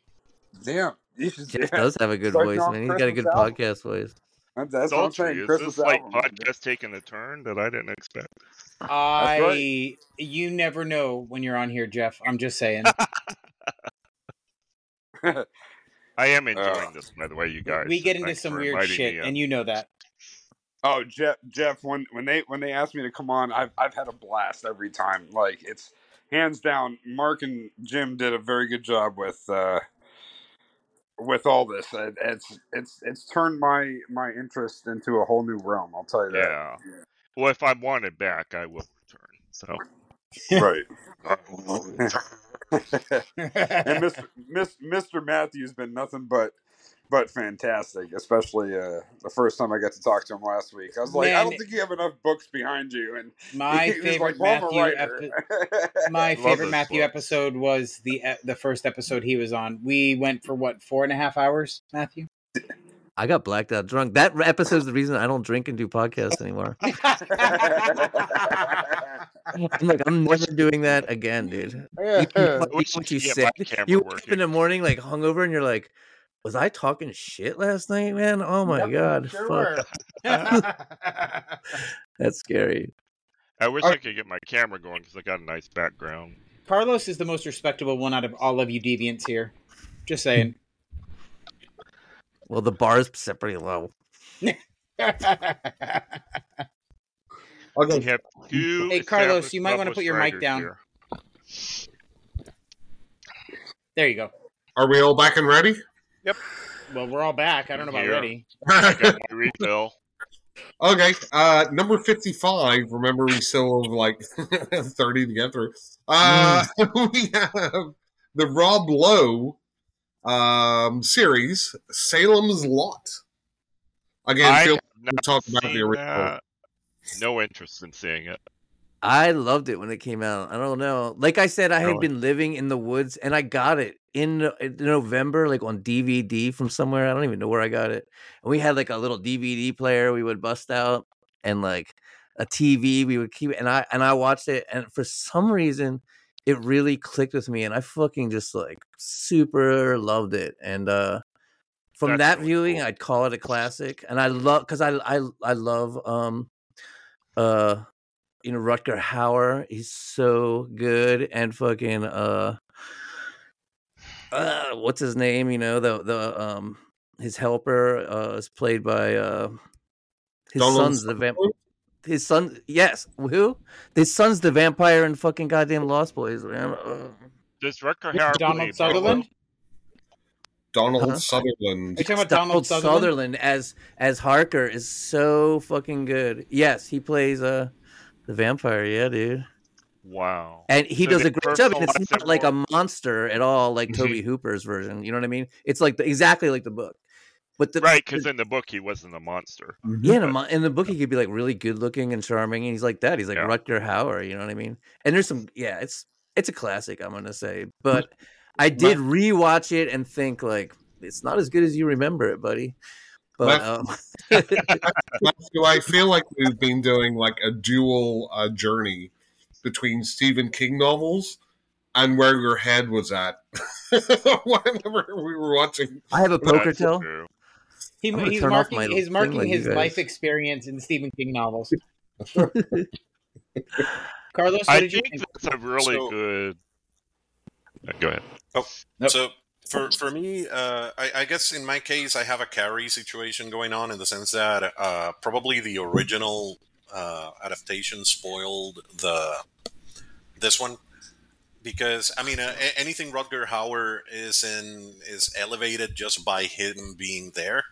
Speaker 5: Damn, you should
Speaker 3: Jeff does have a good
Speaker 5: Starting
Speaker 3: voice,
Speaker 5: off
Speaker 3: man. He's got a good
Speaker 5: Christmas album.
Speaker 3: podcast voice.
Speaker 5: That's, that's what I'm
Speaker 7: Sultry.
Speaker 5: saying.
Speaker 7: Is
Speaker 5: Christmas
Speaker 7: this like
Speaker 5: album.
Speaker 7: podcast taking a turn that I didn't expect?
Speaker 1: I
Speaker 5: right.
Speaker 1: you never know when you're on here, Jeff. I'm just saying.
Speaker 7: I am
Speaker 5: Uh,
Speaker 7: enjoying this, by the way, you
Speaker 1: We,
Speaker 7: guys.
Speaker 1: we
Speaker 7: so
Speaker 1: get into
Speaker 7: thanks
Speaker 1: some
Speaker 7: for
Speaker 1: weird
Speaker 7: inviting
Speaker 1: shit,
Speaker 7: me
Speaker 1: and
Speaker 7: in.
Speaker 1: you know that.
Speaker 5: oh, Jeff, Jeff, when when they when they asked me to come on, I've I've had a blast every time. Like it's hands down. Mark and Jim did a very good job with uh, with all this. It, it's it's it's turned my my interest into a whole new realm. I'll tell you that.
Speaker 7: Yeah. Well, if I'm wanted back, I will return. So
Speaker 5: Right. and Mr. Mis- Mr. Matthew's been nothing but but fantastic, especially uh, the first time I got to talk to him last week. I was like, I
Speaker 1: Man,
Speaker 5: don't think you have enough books behind you, and
Speaker 1: my
Speaker 5: he was
Speaker 1: favorite
Speaker 5: like, Well, I'm a
Speaker 1: Matthew
Speaker 5: writer.
Speaker 1: epi- my
Speaker 7: love
Speaker 1: favorite
Speaker 7: those
Speaker 1: Matthew
Speaker 7: books.
Speaker 1: episode was the e- the first episode he was on. We went for what four and a half hours, Matthew.
Speaker 3: I got blacked out drunk. That episode's the reason I don't drink and do podcasts anymore. I'm like, I'm
Speaker 7: Which-
Speaker 3: never doing that again, dude. You know what, you know
Speaker 7: Which
Speaker 3: what you
Speaker 7: get
Speaker 3: said?
Speaker 7: my camera
Speaker 3: You wake up in
Speaker 7: working.
Speaker 3: the morning like hungover, and you're like, "Was I talking shit last night, man? Oh my god, fuck, that's scary."
Speaker 7: I wish
Speaker 2: Uh,
Speaker 7: I could get my camera going because I got a nice background.
Speaker 1: Carlos is the most respectable one out of all of you deviants here. Just saying.
Speaker 3: Well, the bar is set pretty low.
Speaker 1: hey,
Speaker 2: Okay,
Speaker 7: We have two
Speaker 1: Carlos,
Speaker 7: established
Speaker 1: you might want to put
Speaker 7: published
Speaker 1: your mic
Speaker 7: writers
Speaker 1: down.
Speaker 7: here.
Speaker 1: There you go.
Speaker 2: are we all back and ready?
Speaker 1: Well, we're all back. I don't know about
Speaker 7: Here.
Speaker 1: ready.
Speaker 7: I got my refill.
Speaker 2: okay, uh, number fifty-five. Remember, we still have like thirty to get through. Uh, we have the Rob Lowe um, series, Salem's Lot. Again,
Speaker 7: I
Speaker 2: feel
Speaker 7: have
Speaker 2: free to
Speaker 7: not
Speaker 2: talk about the
Speaker 7: seen
Speaker 2: original.
Speaker 7: that. No interest in seeing it.
Speaker 3: I loved it when it came out. I don't know. Like I said, I had
Speaker 7: Really?
Speaker 3: been living in the woods, and I got it in, No- in November, like on DVD from somewhere. I don't even know where I got it. And we had like a little DVD player we would bust out, and like a TV we would keep. And I and I watched it, and for some reason, it really clicked with me, and I fucking just like super loved it. And uh from
Speaker 7: That's
Speaker 3: that
Speaker 7: really
Speaker 3: viewing,
Speaker 7: cool.
Speaker 3: I'd call it a classic. And I love because I I I love um uh you know Rutger Hauer. He's so good and fucking uh, uh what's his name? You know the the um his helper uh is played by uh his
Speaker 2: Donald
Speaker 3: son's the vamp.
Speaker 2: Sutherland?
Speaker 3: His son, yes, who? His son's the vampire in fucking goddamn Lost Boys, man. uh, Ugh.
Speaker 7: Does Rutger Hauer play
Speaker 1: Donald
Speaker 7: Milo?
Speaker 1: Sutherland?
Speaker 2: Donald
Speaker 3: Huh?
Speaker 1: Are you
Speaker 2: Sutherland.
Speaker 1: talking about
Speaker 3: Donald
Speaker 1: Donald Sutherland?
Speaker 3: Sutherland as as Harker is so fucking good. Yes, he plays uh the vampire. Yeah, dude,
Speaker 7: Wow.
Speaker 3: and he
Speaker 7: So
Speaker 3: does
Speaker 7: they
Speaker 3: a great job. And it's
Speaker 7: personalized it
Speaker 3: not like
Speaker 7: for
Speaker 3: a monster at all, like
Speaker 7: Mhm.
Speaker 3: Toby Hooper's version. You know what I mean? It's like the, exactly like the book, but the,
Speaker 7: right because
Speaker 3: the
Speaker 7: in the book he wasn't a monster.
Speaker 3: yeah, in, a
Speaker 7: But
Speaker 3: mon- in the book he could be like really good looking and charming, and he's like that. He's like
Speaker 7: yeah,
Speaker 3: Rutger Hauer. You know what I mean? And there's some yeah, it's it's a classic. I'm gonna say, but I did rewatch it and think like it's not as good as you remember it, buddy. But
Speaker 2: Left
Speaker 3: um.
Speaker 2: Matthew, I feel like we've been doing like a dual uh, journey between Stephen King novels and where your head was at whenever we were watching.
Speaker 3: I have a poker
Speaker 7: that's
Speaker 3: tell.
Speaker 7: true.
Speaker 1: He,
Speaker 3: I'm gonna
Speaker 1: he's
Speaker 3: turn off my
Speaker 1: marking
Speaker 3: l-
Speaker 1: he's
Speaker 3: thing
Speaker 1: marking
Speaker 3: like you
Speaker 1: his life
Speaker 3: guys.
Speaker 1: experience in Stephen King novels. Carlos, what
Speaker 7: I
Speaker 1: did you
Speaker 7: think
Speaker 1: think?
Speaker 7: that's a really
Speaker 6: So
Speaker 7: good. uh, Go ahead.
Speaker 6: Oh,
Speaker 1: Nope.
Speaker 6: so for for me, uh, I, I guess in my case, I have a carry situation going on in the sense that uh, probably the original uh, adaptation spoiled the this one because I mean, uh, a- anything Rutger Hauer is in is elevated just by him being there.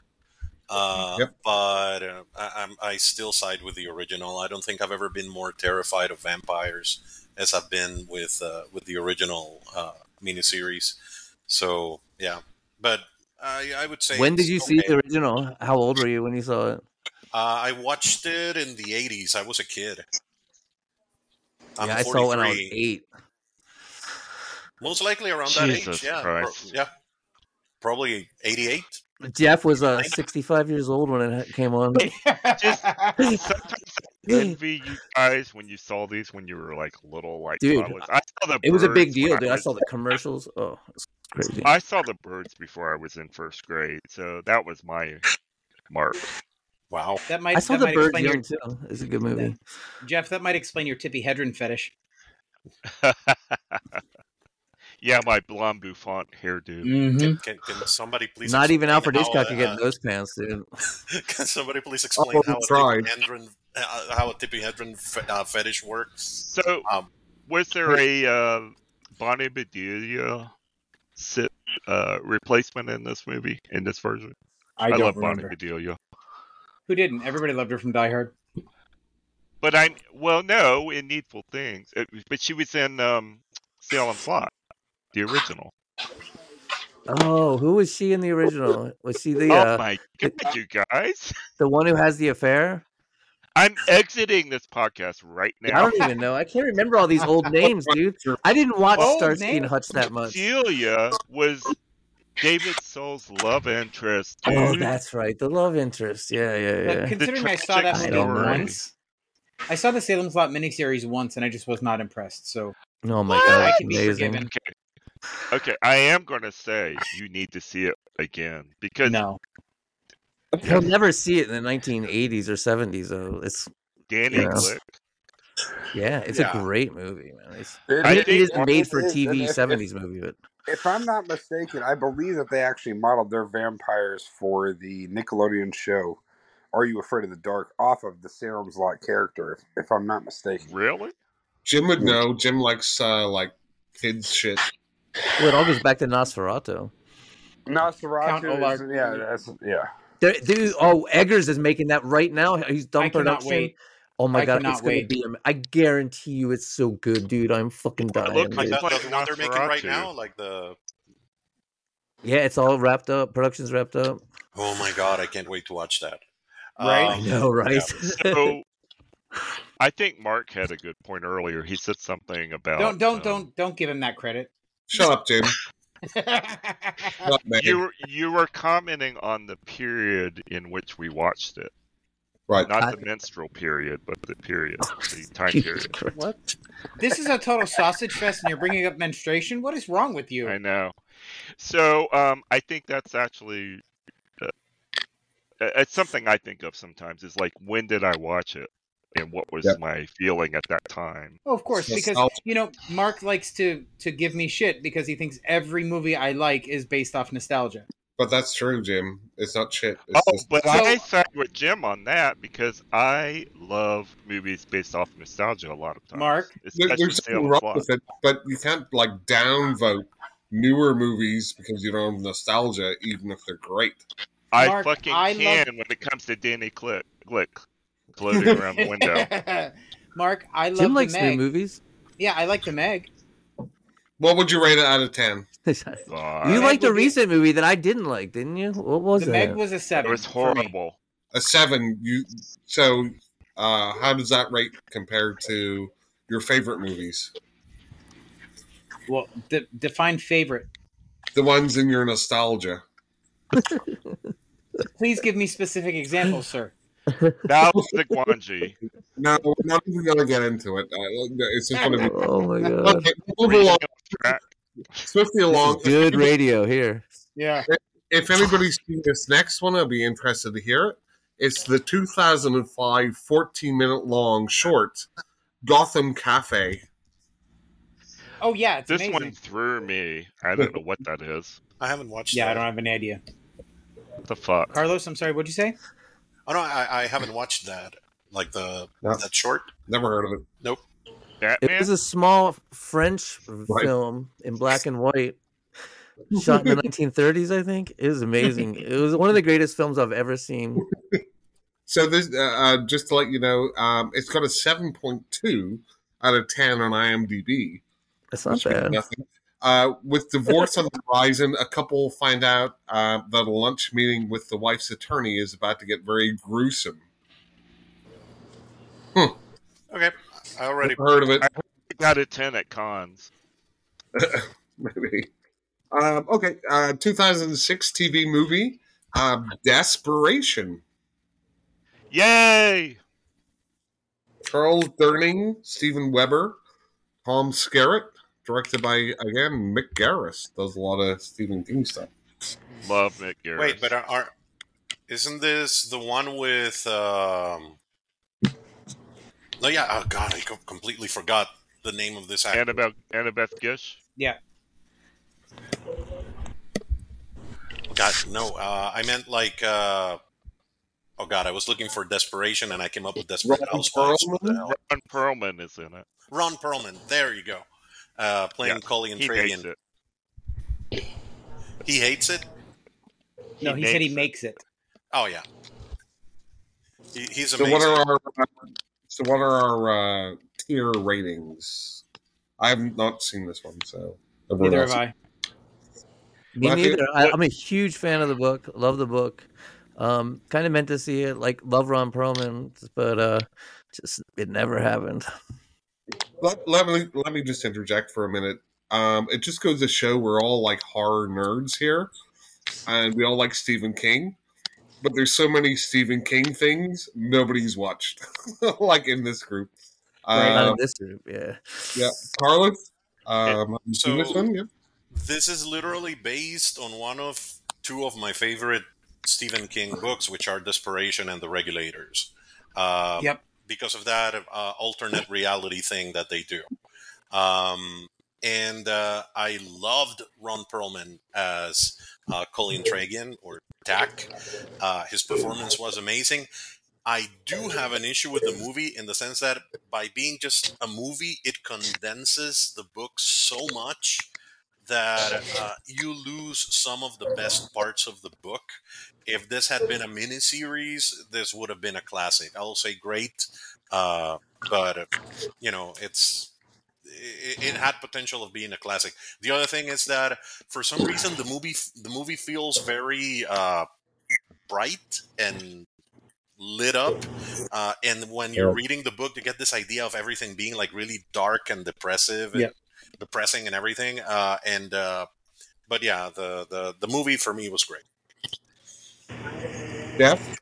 Speaker 6: Uh,
Speaker 2: Yep.
Speaker 6: But uh, I, I'm, I still side with the original. I don't think I've ever been more terrified of vampires as I've been with uh, with the original uh, miniseries. So yeah, but I, I would say
Speaker 3: When did
Speaker 6: it's
Speaker 3: you see
Speaker 6: okay.
Speaker 3: the original? How old were you when you saw it?
Speaker 6: Uh, I watched it in the '80s. I was a kid. I'm
Speaker 3: yeah, I saw it when I was
Speaker 6: 43.
Speaker 3: eight.
Speaker 6: Most likely around that
Speaker 7: Jesus
Speaker 6: age. Yeah,
Speaker 7: Christ.
Speaker 6: yeah, probably '88.
Speaker 3: Jeff was uh, 65 years old when it came on.
Speaker 7: Sometimes I envy you guys when you saw these when you were like little, like
Speaker 3: Dude,
Speaker 7: toddlers. I saw the
Speaker 3: It was a big
Speaker 7: Birds
Speaker 3: deal,
Speaker 7: when
Speaker 3: dude. I
Speaker 7: was-
Speaker 3: saw the commercials. Oh, it's crazy.
Speaker 7: I saw the birds before I was in first grade, so that was my mark.
Speaker 6: Wow.
Speaker 1: That might
Speaker 3: I saw
Speaker 1: that
Speaker 3: the
Speaker 1: might
Speaker 3: birds
Speaker 1: explain your
Speaker 3: young too. It's a good movie.
Speaker 1: Jeff. That might explain your tippy hedron fetish.
Speaker 7: yeah, my blonde bouffant hairdo.
Speaker 1: Mm-hmm.
Speaker 6: Can, can, can somebody please
Speaker 3: Not even Alfred
Speaker 6: explain how
Speaker 3: Hitchcock
Speaker 6: a-
Speaker 3: could get Oh, in
Speaker 6: uh,
Speaker 3: those pants, dude.
Speaker 6: Can somebody please explain
Speaker 2: we'll
Speaker 6: how a
Speaker 2: try.
Speaker 6: tipihedron uh, how a tipihedron fe- uh, fetish works?
Speaker 7: So,
Speaker 6: Um,
Speaker 7: was there a uh, Bonnie Bedelia sit, uh, replacement in this movie, in this version?
Speaker 1: I don't
Speaker 7: love
Speaker 1: remember
Speaker 7: Bonnie Bedelia.
Speaker 1: who didn't. Everybody loved her from Die Hard.
Speaker 7: But I, well, no, in Needful Things. It, but she was in um, Salem Slot, the original.
Speaker 3: Oh, who was she in the original? Was she the
Speaker 7: Oh
Speaker 3: uh,
Speaker 7: my god, you guys!
Speaker 3: the one who has the affair?
Speaker 7: I'm exiting this podcast right
Speaker 3: I
Speaker 7: now.
Speaker 3: don't even know. I can't remember all these old names, dude. I didn't watch
Speaker 1: Old
Speaker 3: Starsky and Hutch that much.
Speaker 7: Bedelia was David Soul's love interest,
Speaker 3: Oh,
Speaker 7: dude.
Speaker 3: that's right. The love interest. Yeah,
Speaker 1: But
Speaker 3: yeah, yeah.
Speaker 1: considering I saw
Speaker 7: tragic
Speaker 1: that movie
Speaker 3: story.
Speaker 1: once, I saw the Salem's Lot miniseries once, and I just was not impressed. So
Speaker 3: Oh my
Speaker 7: What?
Speaker 3: god,
Speaker 1: I
Speaker 3: it's
Speaker 1: can be
Speaker 3: amazing.
Speaker 1: forgiven.
Speaker 7: Okay, okay. I am gonna say you need to see it again because
Speaker 1: No,
Speaker 3: He'll
Speaker 7: yes,
Speaker 3: never see it in the 1980s or 70s, though. It's
Speaker 7: Danny
Speaker 3: Yeah.
Speaker 7: Glick.
Speaker 3: yeah, it's
Speaker 6: Yeah.
Speaker 3: a great movie, man. It's,
Speaker 5: It,
Speaker 3: I
Speaker 7: I
Speaker 3: mean,
Speaker 5: it,
Speaker 3: it
Speaker 7: think
Speaker 3: is a
Speaker 5: it
Speaker 3: made for
Speaker 5: is, and
Speaker 3: TV
Speaker 5: if, if,
Speaker 3: 70s movie, but
Speaker 5: if I'm not mistaken, I believe that they actually modeled their vampires for the Nickelodeon show "Are You Afraid of the Dark" off of the Salem's Lot character, if, if I'm not mistaken.
Speaker 7: really.
Speaker 2: Jim would know. Jim likes uh, like kids shit.
Speaker 3: well, it all goes back to Nosferatu.
Speaker 1: Count
Speaker 5: Nosferatu is
Speaker 1: Olaf.
Speaker 5: yeah, that's yeah.
Speaker 3: There, dude, oh, Eggers is making that right now. He's done
Speaker 1: I cannot
Speaker 3: production.
Speaker 1: wait.
Speaker 3: Oh my
Speaker 1: I
Speaker 3: god,
Speaker 1: cannot
Speaker 3: it's gonna
Speaker 1: wait.
Speaker 3: be. am- I guarantee you, it's so good, dude. I'm fucking
Speaker 7: Well,
Speaker 3: dying,
Speaker 6: like
Speaker 7: look
Speaker 3: dude.
Speaker 7: who's
Speaker 6: that, the,
Speaker 7: playing
Speaker 6: the one they're making right
Speaker 7: Nosferatu.
Speaker 6: now, like the
Speaker 3: Yeah, it's all wrapped up. Production's wrapped up.
Speaker 6: oh my god, I can't wait to watch that.
Speaker 1: Right?
Speaker 3: I
Speaker 6: Um,
Speaker 3: know, right?
Speaker 7: So I think Mark had a good point earlier. He said something about
Speaker 1: Don't don't
Speaker 7: um,
Speaker 1: don't don't give him that credit.
Speaker 2: Shut up, Jim. Shut up, man.
Speaker 7: You were- you were commenting on the period in which we watched it,
Speaker 2: right.
Speaker 7: not
Speaker 3: I-
Speaker 7: the menstrual period, but the period, the time
Speaker 3: Jesus
Speaker 7: period.
Speaker 3: Christ.
Speaker 1: what? This is a total sausage fest, and you're bringing up menstruation. What is wrong with you?
Speaker 7: I know. So um, I think that's actually uh, uh, it's something I think of sometimes. Is like when did I watch it, and what was
Speaker 2: Yep.
Speaker 7: my feeling at that time?
Speaker 1: Oh, of course,
Speaker 2: So
Speaker 1: because
Speaker 2: Sal-
Speaker 1: you know Mark likes to to give me shit because he thinks every movie I like is based off nostalgia.
Speaker 2: but that's true, Jim. It's not shit. It's
Speaker 7: Oh,
Speaker 2: just
Speaker 7: but
Speaker 1: So-
Speaker 7: I side with Jim on that because I love movies based off nostalgia a lot of times.
Speaker 1: Mark?
Speaker 2: there,
Speaker 7: especially
Speaker 2: there's nothing
Speaker 7: Salem
Speaker 2: wrong
Speaker 7: Slot.
Speaker 2: with it. But you can't like downvote newer movies because you don't have nostalgia, even if they're great.
Speaker 7: I
Speaker 1: Mark,
Speaker 7: fucking
Speaker 1: I
Speaker 7: can
Speaker 1: love-
Speaker 7: when it comes to Danny Click, Glick floating around the window.
Speaker 1: Mark, I love
Speaker 3: Jim
Speaker 1: the
Speaker 3: likes new
Speaker 1: Meg.
Speaker 3: movies.
Speaker 1: Yeah, I like the Meg.
Speaker 2: What would you rate it out of ten?
Speaker 3: you
Speaker 1: The
Speaker 7: God,
Speaker 1: Meg
Speaker 3: liked a
Speaker 1: would be-
Speaker 3: recent movie that I didn't like, didn't you? What was
Speaker 1: The Meg
Speaker 3: that?
Speaker 1: was a
Speaker 7: it
Speaker 1: seven.
Speaker 7: was
Speaker 1: for me.
Speaker 7: horrible.
Speaker 2: A seven. You so uh, how does that rate compare to your favorite movies?
Speaker 1: Well, de- define favorite.
Speaker 2: The ones in your nostalgia.
Speaker 1: Please give me specific examples, sir.
Speaker 7: Now the Guanji.
Speaker 2: No, we're not even going to get into it. Uh, it's just going to be.
Speaker 3: Oh my
Speaker 2: Okay,
Speaker 3: god,
Speaker 2: move
Speaker 7: Racing
Speaker 2: along
Speaker 7: off track.
Speaker 2: swiftly
Speaker 3: this is
Speaker 2: along.
Speaker 3: good radio here.
Speaker 1: Yeah.
Speaker 2: If anybody's seen this next one, I'll be interested to hear it. It's the 2005 14 minute long short Gotham Cafe.
Speaker 1: Oh yeah, it's
Speaker 7: This
Speaker 1: amazing.
Speaker 7: one threw me. I don't know what that is.
Speaker 6: I haven't watched.
Speaker 1: Yeah, I
Speaker 6: that.
Speaker 1: don't have any idea.
Speaker 7: What the fuck?
Speaker 1: Carlos, I'm sorry. What'd you say?
Speaker 6: Oh no, I, I haven't watched that. Like the
Speaker 2: No.
Speaker 6: that short.
Speaker 2: Never heard of it.
Speaker 6: Nope.
Speaker 7: Batman.
Speaker 4: It was a small French film in black and white, shot in the 1930s. I think it was amazing. It was one of the greatest films I've ever seen.
Speaker 2: So this, uh, uh, just to let you know, um, it's got a seven point two out of ten on IMDb.
Speaker 4: It's not bad.
Speaker 2: Nothing. Uh, with divorce on the horizon, a couple find out uh, that a lunch meeting with the wife's attorney is about to get very gruesome.
Speaker 6: Okay, I already.
Speaker 2: Never heard of it?
Speaker 7: It got a ten at cons.
Speaker 2: Maybe. Um, okay, uh, 2006 TV movie, uh, Desperation.
Speaker 7: Yay!
Speaker 2: Charles Durning, Stephen Weber, Tom Skerritt, directed by again Mick Garris. Does a lot of Stephen King stuff.
Speaker 7: Love Mick Garris.
Speaker 6: Wait, but uh, are, are isn't this the one with? um No, yeah. Oh God, I com- completely forgot the name of this actor.
Speaker 7: Annabeth, Annabeth Gish.
Speaker 6: God, no. Uh, I meant like. uh Oh God, I was looking for desperation, and I came up with desperate
Speaker 2: Ron
Speaker 6: housewives. What the
Speaker 2: Perlman?
Speaker 6: hell?
Speaker 7: Ron Perlman is in it.
Speaker 6: Ron Perlman. There you go. Uh, playing
Speaker 7: Yeah,
Speaker 6: Cully and
Speaker 7: He hates
Speaker 6: Trajan.
Speaker 7: it.
Speaker 6: He hates it.
Speaker 1: No, he,
Speaker 7: He
Speaker 1: said he
Speaker 7: makes it.
Speaker 1: makes it.
Speaker 6: Oh yeah. He, he's
Speaker 2: So
Speaker 6: amazing.
Speaker 2: what are our uh, so what are our uh, tier ratings? I've not seen this one, so everyone
Speaker 1: Neither
Speaker 2: else-
Speaker 1: have I.
Speaker 4: Me
Speaker 2: Matthew,
Speaker 4: neither. I,
Speaker 7: what-
Speaker 4: I'm a huge fan of the book. Love the book. Um, kind of meant to see it. Like love Ron Perlman, but uh, just it never happened.
Speaker 2: Let, let me let me just interject for a minute. Um, it just goes to show we're all like horror nerds here, and we all like Stephen King. But there's so many Stephen King things nobody's watched, like in this group.
Speaker 1: Right.
Speaker 4: Not
Speaker 2: Um,
Speaker 4: in this group. Yeah.
Speaker 2: Yeah, Carlos. Um, have you seen
Speaker 6: so-
Speaker 2: this one? Yeah.
Speaker 6: this is literally based on one of two of my favorite Stephen King books, which are Desperation and The Regulators. Uh,
Speaker 1: Yep.
Speaker 6: Because of that uh, alternate reality thing that they do. Um, and uh, I loved Ron Perlman as uh, Colin Tragan or Tack. Uh, his performance was amazing. I do have an issue with the movie in the sense that by being just a movie, it condenses the book so much that uh, you lose some of the best parts of the book. If this had been a miniseries, this would have been a classic. I'll say great, uh, but uh, you know, it's it, it had potential of being a classic. The other thing is that for some reason the movie the movie feels very uh, bright and lit up uh, and when you're
Speaker 2: Yeah.
Speaker 6: reading the book you get this idea of everything being like really dark and depressive and
Speaker 1: Yeah.
Speaker 6: depressing and everything uh, and uh, but yeah the, the the movie for me was great
Speaker 2: Jeff.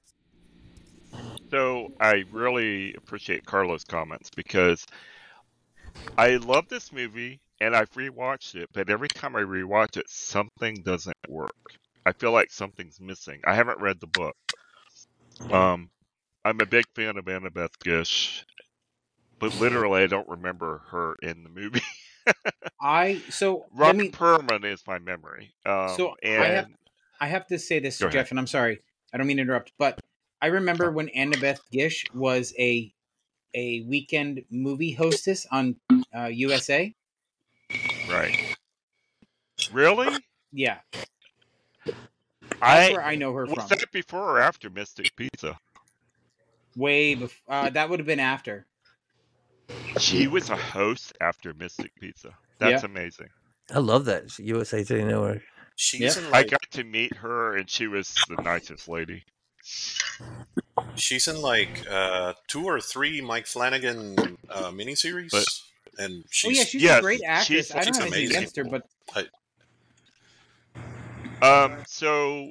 Speaker 7: So I really appreciate Carlos' comments because I love this movie and I've rewatched it, but every time I rewatch it, something doesn't work. I feel like something's missing. I haven't read the book.
Speaker 1: Mm-hmm.
Speaker 7: Um, I'm a big fan of Annabeth Gish, but literally I don't remember her in the movie.
Speaker 1: I so let
Speaker 7: Ron
Speaker 1: me.
Speaker 7: Perlman is my memory. Um,
Speaker 1: So
Speaker 7: and
Speaker 1: I have I have to say this,
Speaker 7: Go ahead.
Speaker 1: Jeff, and I'm sorry. I don't mean to interrupt, but I remember when Annabeth Gish was a a weekend movie hostess on uh, USA.
Speaker 7: right, really,
Speaker 1: Yeah, that's
Speaker 7: I
Speaker 1: where I know her
Speaker 7: was
Speaker 1: from.
Speaker 7: that before or after Mystic Pizza?
Speaker 1: Way before uh, that would have been after.
Speaker 7: She was a host after Mystic Pizza. That's
Speaker 1: Yeah.
Speaker 7: amazing.
Speaker 4: I love that USA Today Network.
Speaker 6: she's
Speaker 1: Yeah.
Speaker 6: in
Speaker 7: I
Speaker 6: like
Speaker 7: got to meet her, and she was the nicest lady.
Speaker 6: she's in like uh, two or three mike flanagan uh, miniseries
Speaker 7: But-
Speaker 6: and
Speaker 1: Oh yeah,
Speaker 6: she's
Speaker 1: she's a
Speaker 7: Yes,
Speaker 1: great actress.
Speaker 7: she's
Speaker 1: I don't
Speaker 6: she's
Speaker 1: have anything
Speaker 6: amazing
Speaker 1: against her, but
Speaker 6: I,
Speaker 7: Um, so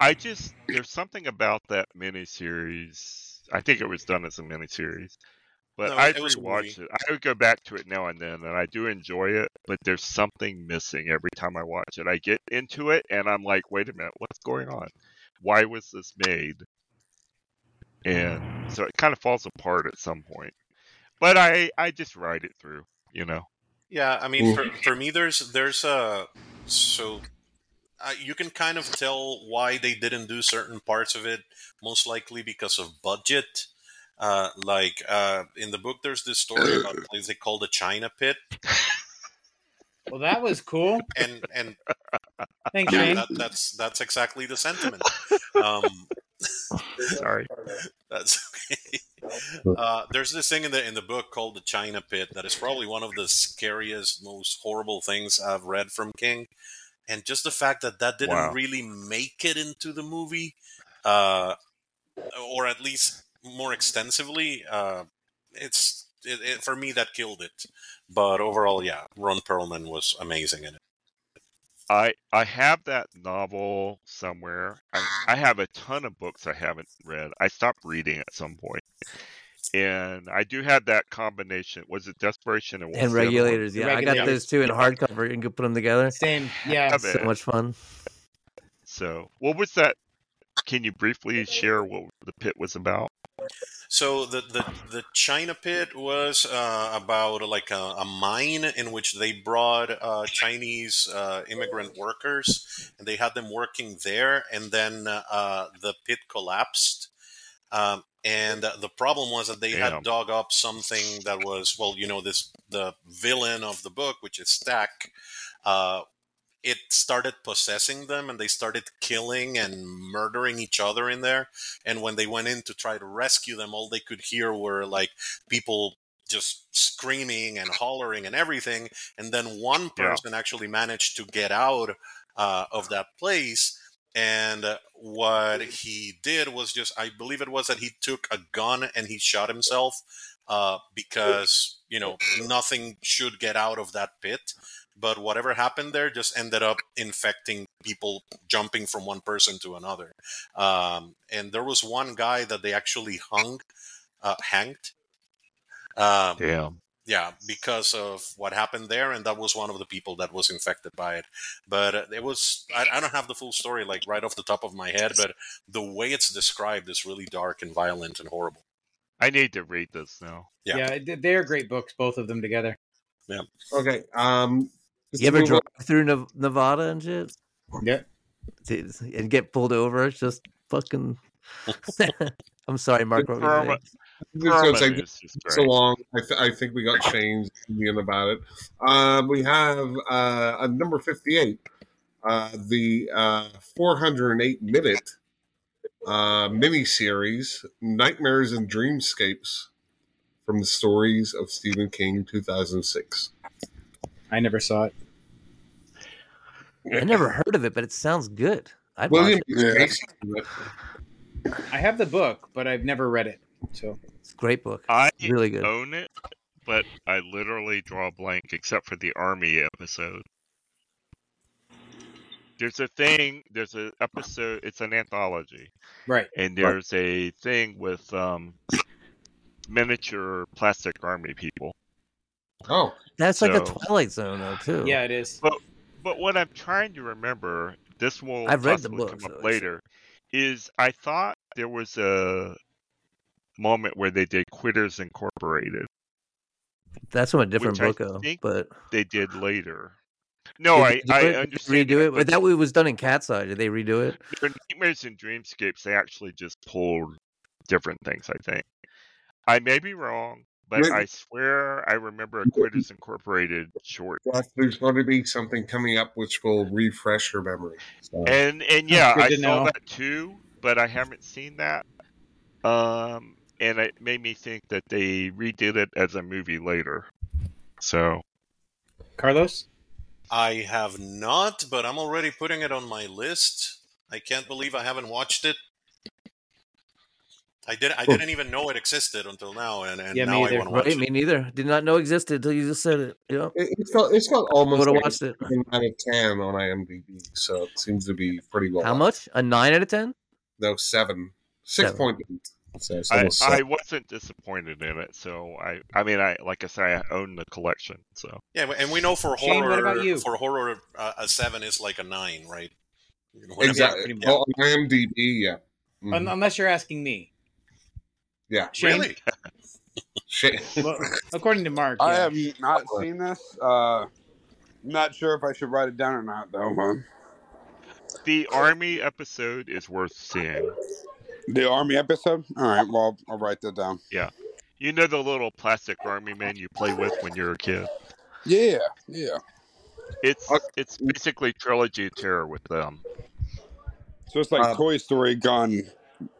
Speaker 7: I just there's something about that miniseries. I think it was done as a miniseries, but
Speaker 6: No,
Speaker 7: I've
Speaker 6: it was a movie.
Speaker 7: rewatched it. I would go back to it now and then, and I do enjoy it. But there's something missing every time I watch it. I get into it, and I'm like, wait a minute, what's going on? Why was this made? And so it kind of falls apart at some point. But I I just ride it through, you know.
Speaker 6: Yeah, I
Speaker 2: Mm.
Speaker 6: mean, for, for me, there's there's a so uh, you can kind of tell why they didn't do certain parts of it, most likely because of budget. Uh, like uh, in the book, there's this story about a place they call the China Pit,
Speaker 1: Well, that was cool.
Speaker 6: and and
Speaker 1: Thanks,
Speaker 6: yeah,
Speaker 1: Shane.
Speaker 6: that, that's that's exactly the sentiment. Um,
Speaker 7: Sorry.
Speaker 6: That's okay. Uh, there's this thing in the in the book called the China Pit that is probably one of the scariest, most horrible things I've read from King, and just the fact that that didn't
Speaker 7: Wow.
Speaker 6: really make it into the movie, uh, or at least more extensively, uh, it's it, it, for me that killed it. But overall, yeah, Ron Perlman was amazing in it.
Speaker 7: I I have that novel somewhere. I, I have a ton of books I haven't read. I stopped reading at some point. And I do have that combination. Was it Desperation and what
Speaker 3: and
Speaker 7: was the other one?
Speaker 3: regulators. Yeah, I got
Speaker 1: Regulators.
Speaker 3: those two in hardcover. You can put them together.
Speaker 1: Same. Yeah.
Speaker 7: Have
Speaker 3: So
Speaker 7: it.
Speaker 3: much fun.
Speaker 7: So, what was that? Can you briefly share what the pit was about?
Speaker 6: So the the, the China Pit was uh, about like a, a mine in which they brought uh, Chinese uh, immigrant workers and they had them working there, and then uh, the pit collapsed. Um, and uh, the problem was that they
Speaker 7: Damn.
Speaker 6: had dug up something that was well, you know, this the villain of the book, which is Stack. Uh, it started possessing them, and they started killing and murdering each other in there and when they went in to try to rescue them all they could hear were like people just screaming and hollering and everything and then one
Speaker 7: Yeah.
Speaker 6: person actually managed to get out uh, of that place and uh, what he did was just i believe it was that he took a gun and he shot himself uh, because you know nothing should get out of that pit but whatever happened there just ended up infecting people jumping from one person to another um, and there was one guy that they actually hung, uh, hanged. Um,
Speaker 7: Damn.
Speaker 6: yeah, because of what happened there, and that was one of the people that was infected by it. But uh, it was—I I don't have the full story like right off the top of my head, but the way it's described is really dark and violent and horrible.
Speaker 7: I need to read this now.
Speaker 6: Yeah.
Speaker 1: Yeah. th- They're great books, both of them together.
Speaker 2: Okay. Um, just
Speaker 3: You
Speaker 2: to
Speaker 3: ever
Speaker 2: move
Speaker 3: drive through Nev- Nevada and shit?
Speaker 1: Yeah.
Speaker 3: Dude, and get pulled over. It's just fucking. I'm sorry, Mark. What were you
Speaker 7: Perma-
Speaker 3: saying?
Speaker 2: on- I was gonna
Speaker 7: Perman
Speaker 2: say,
Speaker 7: is just
Speaker 2: so
Speaker 7: great.
Speaker 2: long. I, th- I think we got changed being about it. Um, we have uh, a number fifty-eight, uh, the uh, four hundred and eight minute uh, miniseries "Nightmares and Dreamscapes" from the stories of Stephen King, two thousand six.
Speaker 1: I never saw it.
Speaker 3: I never heard of it, but it sounds good. I'd
Speaker 2: William
Speaker 3: watch it.
Speaker 2: is
Speaker 8: Yeah.
Speaker 2: basically-
Speaker 1: I have the book, but I've never read it. So
Speaker 3: It's a great book.
Speaker 7: I
Speaker 3: It's really good.
Speaker 7: own it, but I literally draw a blank except for the army episode. There's a thing, there's an episode, it's an anthology,
Speaker 1: right.
Speaker 7: and
Speaker 8: Right.
Speaker 7: there's a thing with um, miniature plastic army people.
Speaker 2: Oh,
Speaker 3: That's like a
Speaker 7: So-
Speaker 3: Twilight Zone, though, too.
Speaker 1: Yeah, it is.
Speaker 7: But but what I'm trying to remember, this will
Speaker 3: I've read the
Speaker 7: possibly
Speaker 3: book,
Speaker 7: come
Speaker 3: so
Speaker 7: up
Speaker 3: it's-
Speaker 7: later, is I thought there was a moment where they did Quitters Incorporated.
Speaker 3: That's from a different
Speaker 7: I
Speaker 3: book, though.
Speaker 7: think-
Speaker 3: But
Speaker 7: They did later. No,
Speaker 3: did
Speaker 7: I
Speaker 3: they do
Speaker 7: I
Speaker 3: it? Did
Speaker 7: understand
Speaker 3: they redo
Speaker 7: that,
Speaker 3: it. But that way was done in Cat's Eye. Did they redo it?
Speaker 7: their nightmares and dreamscapes they actually just pulled different things i think i may be wrong but
Speaker 2: Maybe-
Speaker 7: i swear i remember a quitters incorporated short
Speaker 2: Yes, there's going to be something coming up which will refresh your memory. So.
Speaker 7: and and yeah
Speaker 1: good
Speaker 7: i
Speaker 1: to
Speaker 7: saw
Speaker 1: know.
Speaker 7: that too but i haven't seen that um and it made me think that they redid it as a movie later so
Speaker 1: Carlos?
Speaker 6: I have not, but I'm already putting it on my list. I can't believe I haven't watched it. I did. I didn't even know it existed until now, and, and
Speaker 1: Yeah, me
Speaker 6: now I
Speaker 1: either.
Speaker 6: want to watch
Speaker 3: Right?
Speaker 6: it.
Speaker 3: Me neither. Did not know existed until you just said it. Yeah.
Speaker 2: It, it's got it's got almost
Speaker 3: Would've
Speaker 2: like a
Speaker 3: watched it.
Speaker 2: seven out of ten on IMDb, so it seems to be pretty well.
Speaker 3: How
Speaker 2: up.
Speaker 3: much? A nine out of ten?
Speaker 2: No, seven, six
Speaker 3: Seven.
Speaker 2: point eight. So it's
Speaker 7: I,
Speaker 2: almost
Speaker 7: I
Speaker 2: seven.
Speaker 7: wasn't disappointed in it, so I I mean I like I say I own the collection, so
Speaker 6: Yeah, and we know for
Speaker 1: Shane,
Speaker 6: horror,
Speaker 1: what about you?
Speaker 6: for horror, uh, a seven is like a nine, right? You know, whatever.
Speaker 2: exactly.
Speaker 1: pretty much.
Speaker 2: Well, on IMDb, yeah. Mhm.
Speaker 1: Un- unless you're asking me.
Speaker 2: Yeah.
Speaker 1: Shane?
Speaker 6: Really?
Speaker 2: Shit.
Speaker 1: Well, according to Mark,
Speaker 5: I
Speaker 1: yeah.
Speaker 5: have not seen this. Uh, not sure if I should write it down or not, though. Man.
Speaker 7: the army episode is worth seeing.
Speaker 5: The army episode. All right. Well, I'll write that down.
Speaker 7: You know the little plastic army man you play with when you're a kid.
Speaker 5: Yeah. Yeah.
Speaker 7: It's
Speaker 2: Uh,
Speaker 7: it's basically trilogy of terror with them.
Speaker 5: So it's like
Speaker 2: Um,
Speaker 5: Toy Story gun.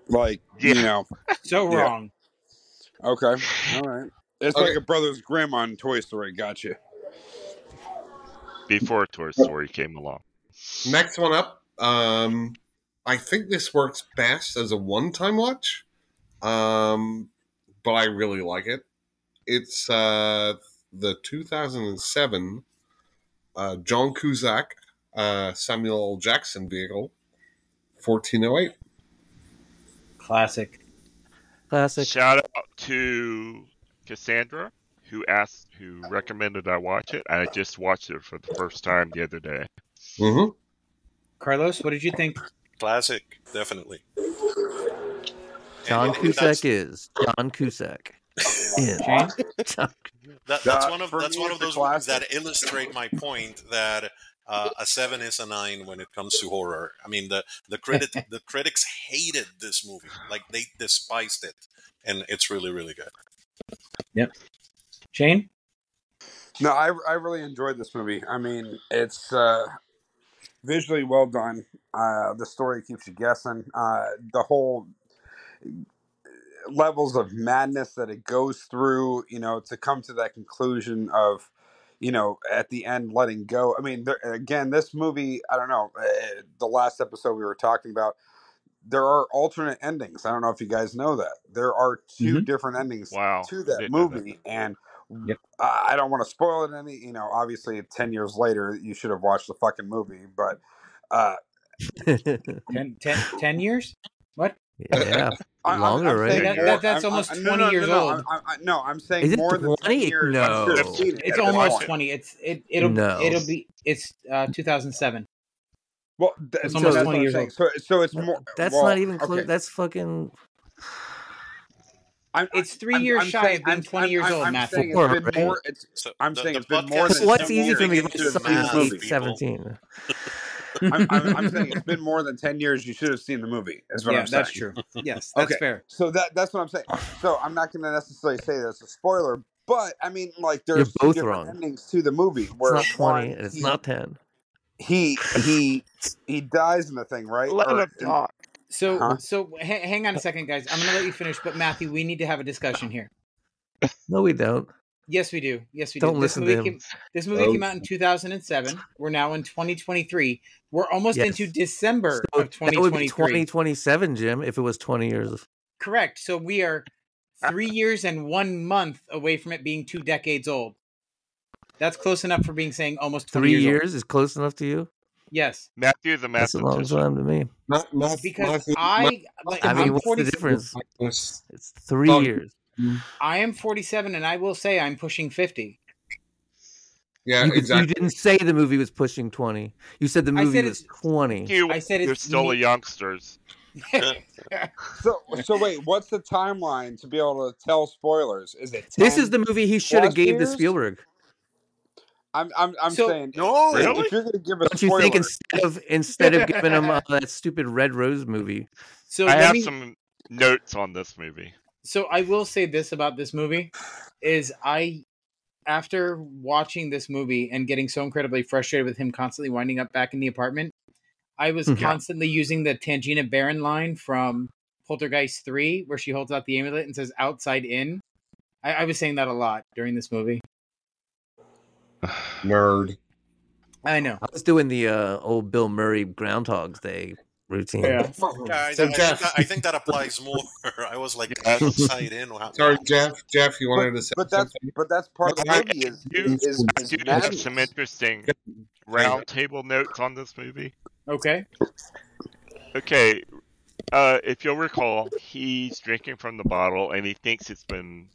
Speaker 5: Like
Speaker 7: Yeah.
Speaker 5: you know.
Speaker 1: So
Speaker 5: Yeah.
Speaker 1: wrong.
Speaker 5: Okay. All right. It's
Speaker 2: Okay.
Speaker 5: like a Brothers Grimm on Toy Story. Gotcha.
Speaker 7: Before Toy Story came along.
Speaker 2: Next one up. Um, I think this works best as a one-time watch, um, but I really like it. It's uh, the 2007 uh, John Cusack uh, Samuel L. Jackson vehicle, 1408.
Speaker 1: Classic.
Speaker 3: Classic.
Speaker 7: Shout out to Cassandra who asked who recommended I watch it. I just watched it for the first time the other day.
Speaker 2: Mm-hmm.
Speaker 1: Carlos, what did you think?
Speaker 6: Classic, definitely.
Speaker 3: John
Speaker 6: And that's-
Speaker 3: Cusack is John Cusack. In.
Speaker 1: Shane?
Speaker 3: John-
Speaker 6: That, that's
Speaker 5: Uh,
Speaker 6: one of
Speaker 5: for
Speaker 6: that's
Speaker 5: me,
Speaker 6: one
Speaker 5: it's
Speaker 6: of
Speaker 5: a
Speaker 6: those movies
Speaker 5: classic.
Speaker 6: that illustrate my point that uh, a seven is a nine when it comes to horror. I mean the the critic the critics hated this movie, like they despised it, and it's really really good.
Speaker 1: Shane?
Speaker 5: No, I I really enjoyed this movie. I mean, it's uh, visually well done. Uh, the story keeps you guessing. Uh, the whole levels of madness that it goes through, you know, to come to that conclusion of, you know, at the end letting go. I mean, there, again, this movie, I don't know, uh, the last episode we were talking about, there are alternate endings. I don't know if you guys know that. There are 2
Speaker 1: Mhm.
Speaker 5: different endings
Speaker 7: Wow.
Speaker 5: to
Speaker 7: I
Speaker 5: that
Speaker 7: didn't know Oh, that.
Speaker 5: movie and
Speaker 1: Yep.
Speaker 5: I I don't want to spoil it any, you know, obviously 10 years later you should have watched the fucking movie, but uh
Speaker 1: Ten, ten, ten years? What?
Speaker 3: yeah,
Speaker 5: I, I'm,
Speaker 3: longer,
Speaker 5: I'm
Speaker 3: right?
Speaker 5: saying
Speaker 1: That,
Speaker 5: more.
Speaker 1: that, that's
Speaker 5: I'm, I'm,
Speaker 1: almost
Speaker 5: I'm-
Speaker 1: 20
Speaker 5: no, no,
Speaker 1: years
Speaker 5: no, no.
Speaker 1: old.
Speaker 5: I'm, I'm, no, I'm saying
Speaker 3: Is it
Speaker 5: more than 10
Speaker 3: twenty?
Speaker 5: years. I should have
Speaker 3: No,
Speaker 5: seen it
Speaker 1: It's
Speaker 5: at this
Speaker 1: almost
Speaker 5: point.
Speaker 1: 20. It's it it'll
Speaker 3: no.
Speaker 1: it'll be it's uh 2007.
Speaker 5: Well,
Speaker 1: It's
Speaker 5: th- so
Speaker 1: almost
Speaker 5: that's
Speaker 1: 20
Speaker 5: what I'm
Speaker 1: years
Speaker 5: saying.
Speaker 1: old.
Speaker 5: So, so it's
Speaker 3: No,
Speaker 5: more.
Speaker 3: That's
Speaker 5: Well,
Speaker 3: not even close.
Speaker 5: okay.
Speaker 3: That's fucking
Speaker 5: I'm, I-
Speaker 1: It's 3
Speaker 5: I'm,
Speaker 1: years
Speaker 5: I'm
Speaker 1: shy
Speaker 5: saying,
Speaker 1: of being
Speaker 5: I'm,
Speaker 1: 20
Speaker 5: I'm,
Speaker 1: years
Speaker 5: I'm,
Speaker 1: old,
Speaker 5: I'm
Speaker 1: Matthew.
Speaker 5: saying it's
Speaker 3: four,
Speaker 5: been
Speaker 3: right?
Speaker 5: more. It's.
Speaker 6: So
Speaker 5: I'm
Speaker 6: the,
Speaker 5: saying
Speaker 6: the
Speaker 5: it's been more
Speaker 6: podcast
Speaker 5: than
Speaker 6: is
Speaker 3: What's
Speaker 5: ten
Speaker 6: too
Speaker 3: easy for
Speaker 5: years.
Speaker 3: me?
Speaker 6: big
Speaker 5: You
Speaker 3: My
Speaker 5: should
Speaker 6: for
Speaker 5: have
Speaker 3: son
Speaker 5: seen the
Speaker 3: is
Speaker 6: math
Speaker 3: eight,
Speaker 5: movie.
Speaker 6: people.
Speaker 3: seventeen.
Speaker 5: I'm, I'm, I'm saying it's been more than ten years. You should have seen the movie. Is what
Speaker 1: yeah,
Speaker 5: I'm saying.
Speaker 1: that's true. Yes, that's
Speaker 5: Okay,
Speaker 1: fair.
Speaker 5: so that that's what I'm saying. So I'm not going to necessarily say that's a spoiler, but I mean, like,
Speaker 3: You're
Speaker 5: there's two
Speaker 3: both
Speaker 5: different
Speaker 3: wrong.
Speaker 5: endings to the movie
Speaker 3: It's
Speaker 5: where
Speaker 3: not twenty,
Speaker 5: one
Speaker 3: and it's
Speaker 5: he
Speaker 3: not ten.
Speaker 5: he he he dies in the thing, right?
Speaker 8: Let
Speaker 5: Or
Speaker 8: him talk.
Speaker 1: So
Speaker 3: Uh-huh.
Speaker 5: huh?
Speaker 1: so ha- hang on a second guys. I'm going to let you finish, but Matthew, we need to have a discussion here.
Speaker 3: No, we don't.
Speaker 1: Yes, we do. Yes, we do.
Speaker 3: Don't
Speaker 1: This
Speaker 3: listen to
Speaker 1: movie
Speaker 3: him.
Speaker 1: came. This movie
Speaker 2: Oh.
Speaker 1: came out in 2007. We're now in 2023. We're almost into
Speaker 3: Yes.
Speaker 1: December
Speaker 3: So
Speaker 1: of
Speaker 3: that would be twenty
Speaker 1: 2023.
Speaker 3: twenty seven, Jim. If it was twenty years, of-
Speaker 1: Correct. So we are three years and one month away from it being two decades old. That's close enough for being saying almost 20
Speaker 3: three
Speaker 1: years, old.
Speaker 3: years is close enough to you.
Speaker 1: Yes,
Speaker 7: Matthew the
Speaker 3: That's a long
Speaker 7: mathematician.
Speaker 3: time to me.
Speaker 2: Math, math,
Speaker 1: because
Speaker 2: math, math,
Speaker 1: I like
Speaker 3: I mean,
Speaker 1: I'm
Speaker 3: what's the
Speaker 1: 40.
Speaker 3: difference?
Speaker 2: Math-
Speaker 3: It's three years.
Speaker 1: I am 47, and I will say I'm pushing 50.
Speaker 2: Yeah,
Speaker 3: You could, you
Speaker 2: exactly.
Speaker 3: didn't say the movie was pushing twenty. You said the
Speaker 1: I
Speaker 3: movie
Speaker 1: said
Speaker 3: was
Speaker 1: it's.
Speaker 3: twenty.
Speaker 7: You
Speaker 1: I said
Speaker 7: you're
Speaker 1: it's.
Speaker 7: still a
Speaker 1: Ne-
Speaker 7: youngsters.
Speaker 5: So so wait, what's the timeline to be able to tell spoilers? Is it
Speaker 3: This is
Speaker 1: um,
Speaker 5: ten
Speaker 3: the movie he should have
Speaker 5: plus
Speaker 3: gave to
Speaker 5: years?
Speaker 3: Spielberg.
Speaker 5: I'm I'm I'm
Speaker 1: so
Speaker 5: saying i- if,
Speaker 6: No,
Speaker 7: Really?
Speaker 5: if you're going to give a
Speaker 3: Don't you think
Speaker 5: spoiler,
Speaker 3: instead of instead of giving him uh, that stupid Red Rose movie?
Speaker 1: so
Speaker 7: I
Speaker 1: let
Speaker 7: have
Speaker 1: me
Speaker 7: some notes on this movie.
Speaker 1: so I will say this about this movie is I after watching this movie and getting so incredibly frustrated with him constantly winding up back in the apartment, I was
Speaker 7: Mm-hmm.
Speaker 3: Yeah.
Speaker 1: constantly using the Tangina Baron line from Poltergeist 3 where she holds out the amulet and says outside in. I, I was saying that a lot during this movie.
Speaker 2: Nerd.
Speaker 1: I know.
Speaker 3: I was doing the uh, old Bill Murray Groundhog's Day routine.
Speaker 1: Yeah.
Speaker 6: guys,
Speaker 2: So
Speaker 6: I think
Speaker 2: Jeff,
Speaker 6: that, I think that applies more. I was like
Speaker 7: Yes.
Speaker 6: outside in. Wow.
Speaker 2: sorry, Jeff, Jeff, you
Speaker 5: but
Speaker 2: wanted to say
Speaker 5: but that's
Speaker 2: something?
Speaker 5: but that's part of the
Speaker 2: I-
Speaker 5: movie is
Speaker 7: I
Speaker 5: is
Speaker 7: do,
Speaker 5: is,
Speaker 7: I
Speaker 5: is
Speaker 7: do have some
Speaker 5: madness.
Speaker 7: interesting
Speaker 2: Hey,
Speaker 7: round table notes on this movie.
Speaker 1: Okay.
Speaker 7: Okay, uh, if you'll recall, he's drinking from the bottle and he thinks it's been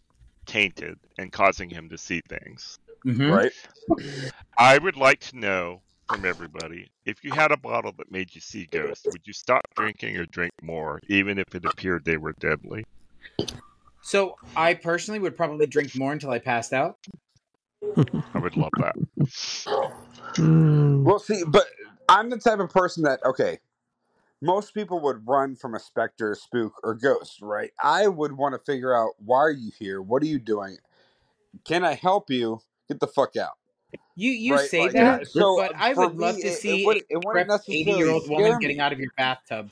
Speaker 7: tainted and causing him to see things.
Speaker 3: Hmm?
Speaker 1: Mhm.
Speaker 5: Right?
Speaker 7: I would like to know from everybody if you had a bottle that made you see ghosts, would you stop drinking or drink more, even if it appeared they were deadly?
Speaker 1: So I personally would probably drink more until I passed out.
Speaker 7: I would love that.
Speaker 3: Mm.
Speaker 5: Well, see, but I'm the type of person that okay, most people would run from a specter, spook, or ghost, right? I would want to figure out why are you here? What are you doing? Can I help you? Get the fuck out,
Speaker 1: You you
Speaker 5: right?
Speaker 1: say
Speaker 5: Like,
Speaker 1: that,
Speaker 5: I- so
Speaker 1: but
Speaker 5: uh,
Speaker 1: I
Speaker 5: for
Speaker 1: would
Speaker 5: me,
Speaker 1: love to
Speaker 5: it, it
Speaker 1: see
Speaker 5: would
Speaker 1: a
Speaker 5: it wouldn't
Speaker 1: prepped eighty year
Speaker 5: necessarily
Speaker 1: old woman
Speaker 5: scare
Speaker 1: getting
Speaker 5: me,
Speaker 1: out of your bathtub.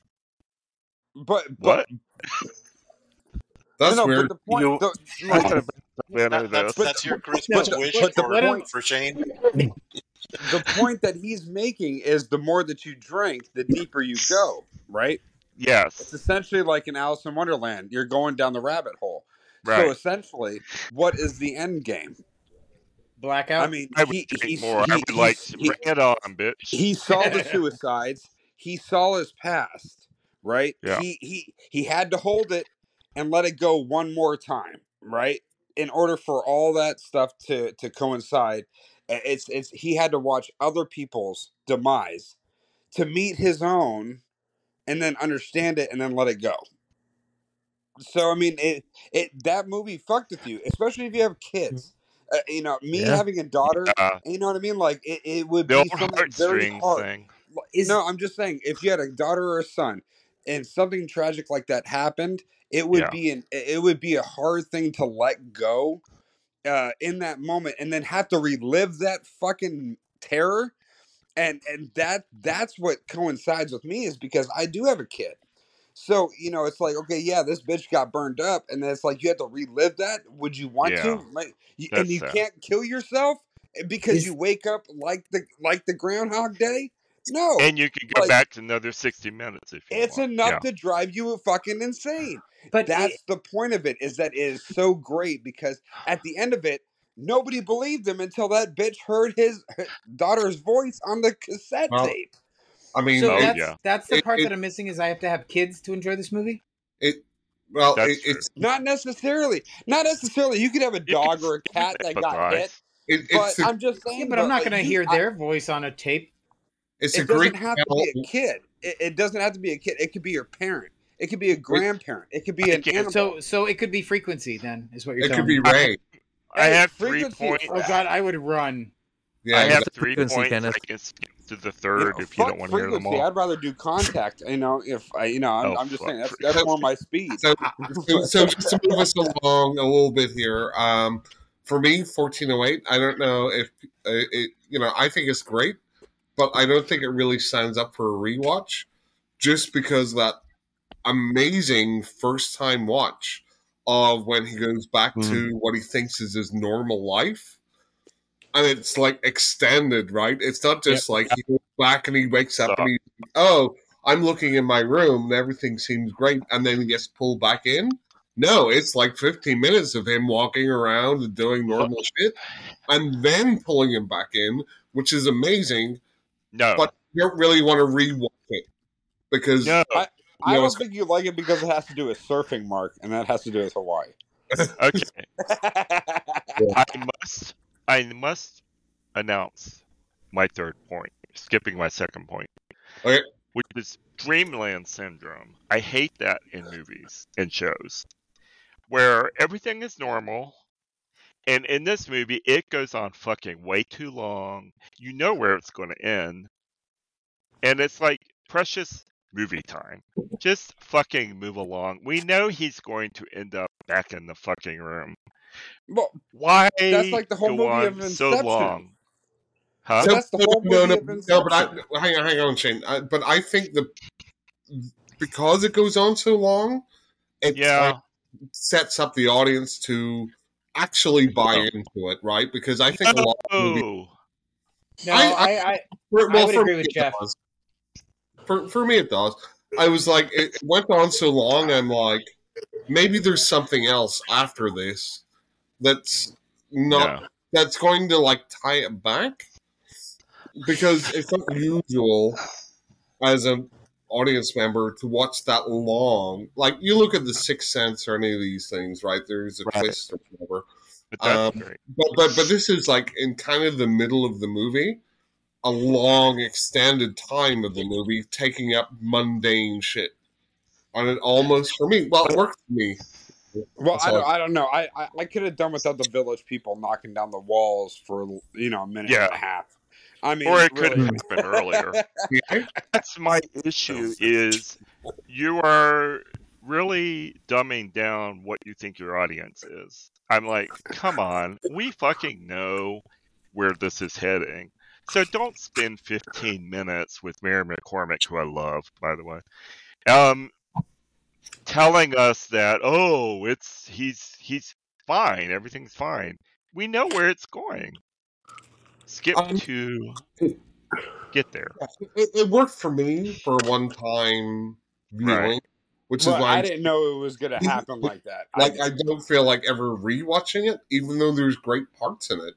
Speaker 5: but but
Speaker 7: What?
Speaker 5: no,
Speaker 2: That's
Speaker 5: no. But
Speaker 2: weird.
Speaker 5: the point,
Speaker 6: You
Speaker 5: the
Speaker 7: I
Speaker 5: like,
Speaker 7: gotta plan
Speaker 6: that,
Speaker 7: into
Speaker 6: that's
Speaker 7: this.
Speaker 5: but
Speaker 6: that's your
Speaker 5: but
Speaker 6: Christmas
Speaker 5: the,
Speaker 6: wish
Speaker 5: but the
Speaker 6: for
Speaker 1: Let him.
Speaker 5: point
Speaker 6: for Shane.
Speaker 5: the point that he's making is the more that you drink, the deeper you go, right? It's
Speaker 7: Yes.
Speaker 5: essentially like an Alice in Wonderland. You're going down the rabbit hole. So
Speaker 7: Right.
Speaker 5: essentially, what is the end game? I
Speaker 1: Blackout.
Speaker 5: mean,
Speaker 7: I would
Speaker 5: he
Speaker 7: drink
Speaker 5: he
Speaker 7: more. I
Speaker 5: he
Speaker 7: would
Speaker 5: he
Speaker 7: like to
Speaker 5: he,
Speaker 7: bring it on, bitch.
Speaker 5: he saw the suicides. He saw his past, right?
Speaker 7: Yeah.
Speaker 5: He he he had to hold it and let it go one more time, right? In order for all that stuff to to coincide, Uh, it's it's he had to watch other people's demise to meet his own and then understand it and then let it go. So I mean, it it that movie fucked with you, especially if you have kids. Uh, you know, me
Speaker 3: Yeah.
Speaker 5: having a daughter,
Speaker 7: Uh,
Speaker 5: you know what I mean. Like it, it would
Speaker 7: the
Speaker 5: be
Speaker 7: old
Speaker 5: something very
Speaker 7: heartstrings
Speaker 5: hard.
Speaker 7: thing.
Speaker 5: Like,
Speaker 1: Is
Speaker 5: No, I'm just saying, if you had a daughter or a son, and something tragic like that happened, it would
Speaker 7: Yeah.
Speaker 5: be an it would be a hard thing to let go uh, in that moment, and then have to relive that fucking terror and and that that's what coincides with me is because I do have a kid. So you know, it's like okay, yeah, this bitch got burned up, and then it's like you have to relive that. Would you want
Speaker 7: Yeah.
Speaker 5: to? Like, you- and
Speaker 7: That's
Speaker 5: you
Speaker 7: sad.
Speaker 5: can't kill yourself eh, because you
Speaker 1: is
Speaker 5: wake up like the like the Groundhog Day. No,
Speaker 7: And you could
Speaker 5: Oh,
Speaker 7: go
Speaker 5: like
Speaker 7: back to another 60 minutes if you
Speaker 5: it's
Speaker 7: want.
Speaker 5: enough
Speaker 7: Yeah.
Speaker 5: to drive you fucking insane.
Speaker 1: but it,
Speaker 5: That's the point of it. Is that it is so great because at the end of it, nobody believed him until that bitch heard his daughter's voice on the cassette
Speaker 2: Well,
Speaker 5: tape.
Speaker 2: I mean,
Speaker 1: so
Speaker 7: Oh,
Speaker 2: it
Speaker 1: that's
Speaker 7: yeah.
Speaker 1: that's the
Speaker 2: it
Speaker 1: part
Speaker 2: it
Speaker 1: that I'm missing. Is I have to have kids to enjoy this movie.
Speaker 2: it well,
Speaker 7: That's
Speaker 2: it,
Speaker 7: true.
Speaker 2: it's
Speaker 5: Not necessarily. Not necessarily. You could have a
Speaker 7: You could
Speaker 5: dog or a
Speaker 7: still
Speaker 5: cat that got hit,
Speaker 7: empathize.
Speaker 2: it,
Speaker 5: but
Speaker 2: it's a
Speaker 5: I'm just
Speaker 1: Yeah,
Speaker 5: saying.
Speaker 1: but I'm
Speaker 5: But
Speaker 1: not
Speaker 5: like
Speaker 1: going to
Speaker 5: you,
Speaker 1: hear
Speaker 5: I,
Speaker 1: their voice on a tape.
Speaker 2: it's a
Speaker 5: it doesn't
Speaker 2: great
Speaker 5: have to
Speaker 2: now.
Speaker 5: be a kid. It, it doesn't have to be a kid. It could be your parent. It could be a
Speaker 2: It,
Speaker 5: grandparent. It could
Speaker 7: I
Speaker 5: be an
Speaker 7: can't.
Speaker 5: animal.
Speaker 1: So so it could be frequency then is what you're
Speaker 2: it could
Speaker 1: telling
Speaker 2: be
Speaker 1: me.
Speaker 7: I,
Speaker 2: Ray.
Speaker 7: I
Speaker 5: Hey,
Speaker 7: have three
Speaker 5: frequency
Speaker 7: points.
Speaker 1: Oh
Speaker 5: trap.
Speaker 1: God, I would run.
Speaker 2: Yeah,
Speaker 7: I have
Speaker 3: What's
Speaker 2: exactly.
Speaker 3: the
Speaker 7: three
Speaker 3: frequency,
Speaker 7: points. I
Speaker 3: Kenneth?
Speaker 7: can skip to the
Speaker 5: You know,
Speaker 7: third if you don't
Speaker 5: fuck
Speaker 7: want to hear them
Speaker 5: frequency.
Speaker 7: all.
Speaker 5: I'd rather do contact. You know, if I, you know, I'm,
Speaker 7: Oh,
Speaker 5: I'm just
Speaker 7: fuck
Speaker 5: saying that's that's
Speaker 2: So
Speaker 7: frequency.
Speaker 5: more my speed.
Speaker 2: so so so just to move us along a little bit here. Um, for me, fourteen oh eight. I don't know if uh, it, you know. I think it's great, but I don't think it really signs up for a rewatch, just because of that amazing first time watch of when he goes back
Speaker 3: Mm.
Speaker 2: to what he thinks is his normal life. And it's like extended, right? It's not
Speaker 1: Yep.
Speaker 2: just like he goes back and he wakes up and
Speaker 7: Suck.
Speaker 2: he, oh, I'm looking in my room and everything seems great. And then he gets pulled back in. No, it's like 15 minutes of him walking around and doing
Speaker 7: Look,
Speaker 2: normal shit and then pulling him back in, which is amazing.
Speaker 7: no,
Speaker 2: But you don't really want to rewatch it because
Speaker 7: no.
Speaker 5: I
Speaker 2: you
Speaker 5: I
Speaker 2: know it's
Speaker 5: don't think you like it because it has to do with surfing, Mark, and that has to do with Hawaii.
Speaker 7: Okay, I must, I must announce my third point. Skipping my second point,
Speaker 2: okay.
Speaker 7: which is Dreamland syndrome. I hate that in movies and shows where everything is normal. And in this movie, it goes on fucking way too long. You know where it's going to end. And it's like precious movie time. Just fucking move along. We know he's going to end up back in the fucking room.
Speaker 5: well,
Speaker 7: Why
Speaker 5: that's like the whole
Speaker 7: go
Speaker 5: movie
Speaker 7: on
Speaker 5: of
Speaker 7: so
Speaker 5: Inception.
Speaker 7: long? Huh?
Speaker 5: But
Speaker 2: So
Speaker 5: that's the
Speaker 2: no,
Speaker 5: whole
Speaker 2: no, no,
Speaker 5: movie of
Speaker 2: no. But
Speaker 5: Inception.
Speaker 2: I hang on, hang on, Shane. I, but I think the because it goes on so long, it kind
Speaker 7: Yeah.
Speaker 2: of sets up the audience to actually buy
Speaker 7: No.
Speaker 2: into it, right? Because I think a lot of movies.
Speaker 1: No,
Speaker 7: No.
Speaker 2: I, I
Speaker 1: I I
Speaker 2: for,
Speaker 1: I
Speaker 2: well,
Speaker 1: would
Speaker 2: for me
Speaker 1: agree with
Speaker 2: it
Speaker 1: Jeff.
Speaker 2: does. For for me it does. I was like, it, it went on so long. I'm like, maybe there's something else after this that's not
Speaker 7: No.
Speaker 2: that's going to like tie it back because it's not usual as an audience member to watch that long. Like you look at the Sixth Sense or any of these things, right? There's a
Speaker 3: Right.
Speaker 2: twist or whatever.
Speaker 7: But that's
Speaker 2: Um,
Speaker 7: great.
Speaker 2: but but but this is like in kind of the middle of the movie, a long extended time of the movie, taking up mundane shit, and it almost for me, well, it worked for me.
Speaker 5: Well,
Speaker 2: That's
Speaker 5: I
Speaker 2: all.
Speaker 5: don't, I don't know. I, I, I could have done without the village people knocking down the walls for you know a minute
Speaker 7: Yeah.
Speaker 5: and a half. I mean,
Speaker 7: or it could
Speaker 2: Hmm,
Speaker 5: really.
Speaker 7: have been earlier.
Speaker 2: Yeah.
Speaker 7: That's my issue is you are really dumbing down what you think your audience is. I'm like, come on, we fucking know where this is heading. So don't spend 15 minutes with Mary McCormick, who I love, by the way, um, telling us that oh, it's he's he's fine, everything's fine. We know where it's going. Skip
Speaker 2: Um,
Speaker 7: to get there.
Speaker 2: It, it worked for me for one time viewing,
Speaker 7: Right.
Speaker 2: which is
Speaker 5: But
Speaker 2: why
Speaker 5: I
Speaker 2: I'm
Speaker 5: didn't know it was going to happen like that. I
Speaker 2: like
Speaker 5: didn't.
Speaker 2: I don't feel like ever rewatching it, even though there's great parts in it.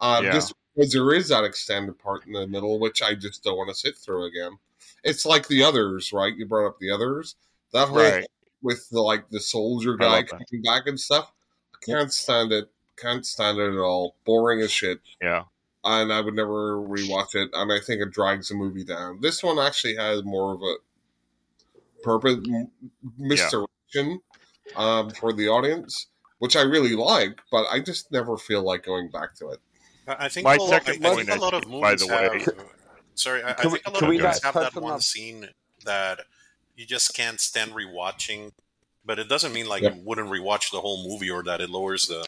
Speaker 2: Uh,
Speaker 7: Yeah.
Speaker 2: Just because there is that extended part in the middle, which I just don't want to sit through again. It's like the others, right? You brought up the others. That whole
Speaker 7: Right.
Speaker 2: with the, like the soldier
Speaker 7: I
Speaker 2: guy
Speaker 7: love that.
Speaker 2: coming back and stuff. I can't stand it. Can't stand it at all. Boring as shit.
Speaker 7: Yeah.
Speaker 2: And I would never rewatch it. And I think it drags the movie down. This one actually has more of a purpose, m- misdirection um, for the audience, which I really like. But I just never feel like going back to it.
Speaker 6: I I think
Speaker 7: My
Speaker 6: a lot, I,
Speaker 7: second
Speaker 6: I
Speaker 7: point
Speaker 6: think a
Speaker 7: is,
Speaker 6: lot of
Speaker 7: by
Speaker 6: movies
Speaker 7: the way,
Speaker 6: have. Sorry, I, I
Speaker 5: Can we,
Speaker 6: think a lot
Speaker 5: can
Speaker 6: of
Speaker 5: we
Speaker 7: Okay.
Speaker 6: movies
Speaker 5: not
Speaker 6: have
Speaker 5: touch
Speaker 6: that
Speaker 5: on
Speaker 6: one
Speaker 5: the
Speaker 6: scene that you just can't stand rewatching. But it doesn't mean like
Speaker 2: Yep.
Speaker 6: you wouldn't rewatch the whole movie or that it lowers the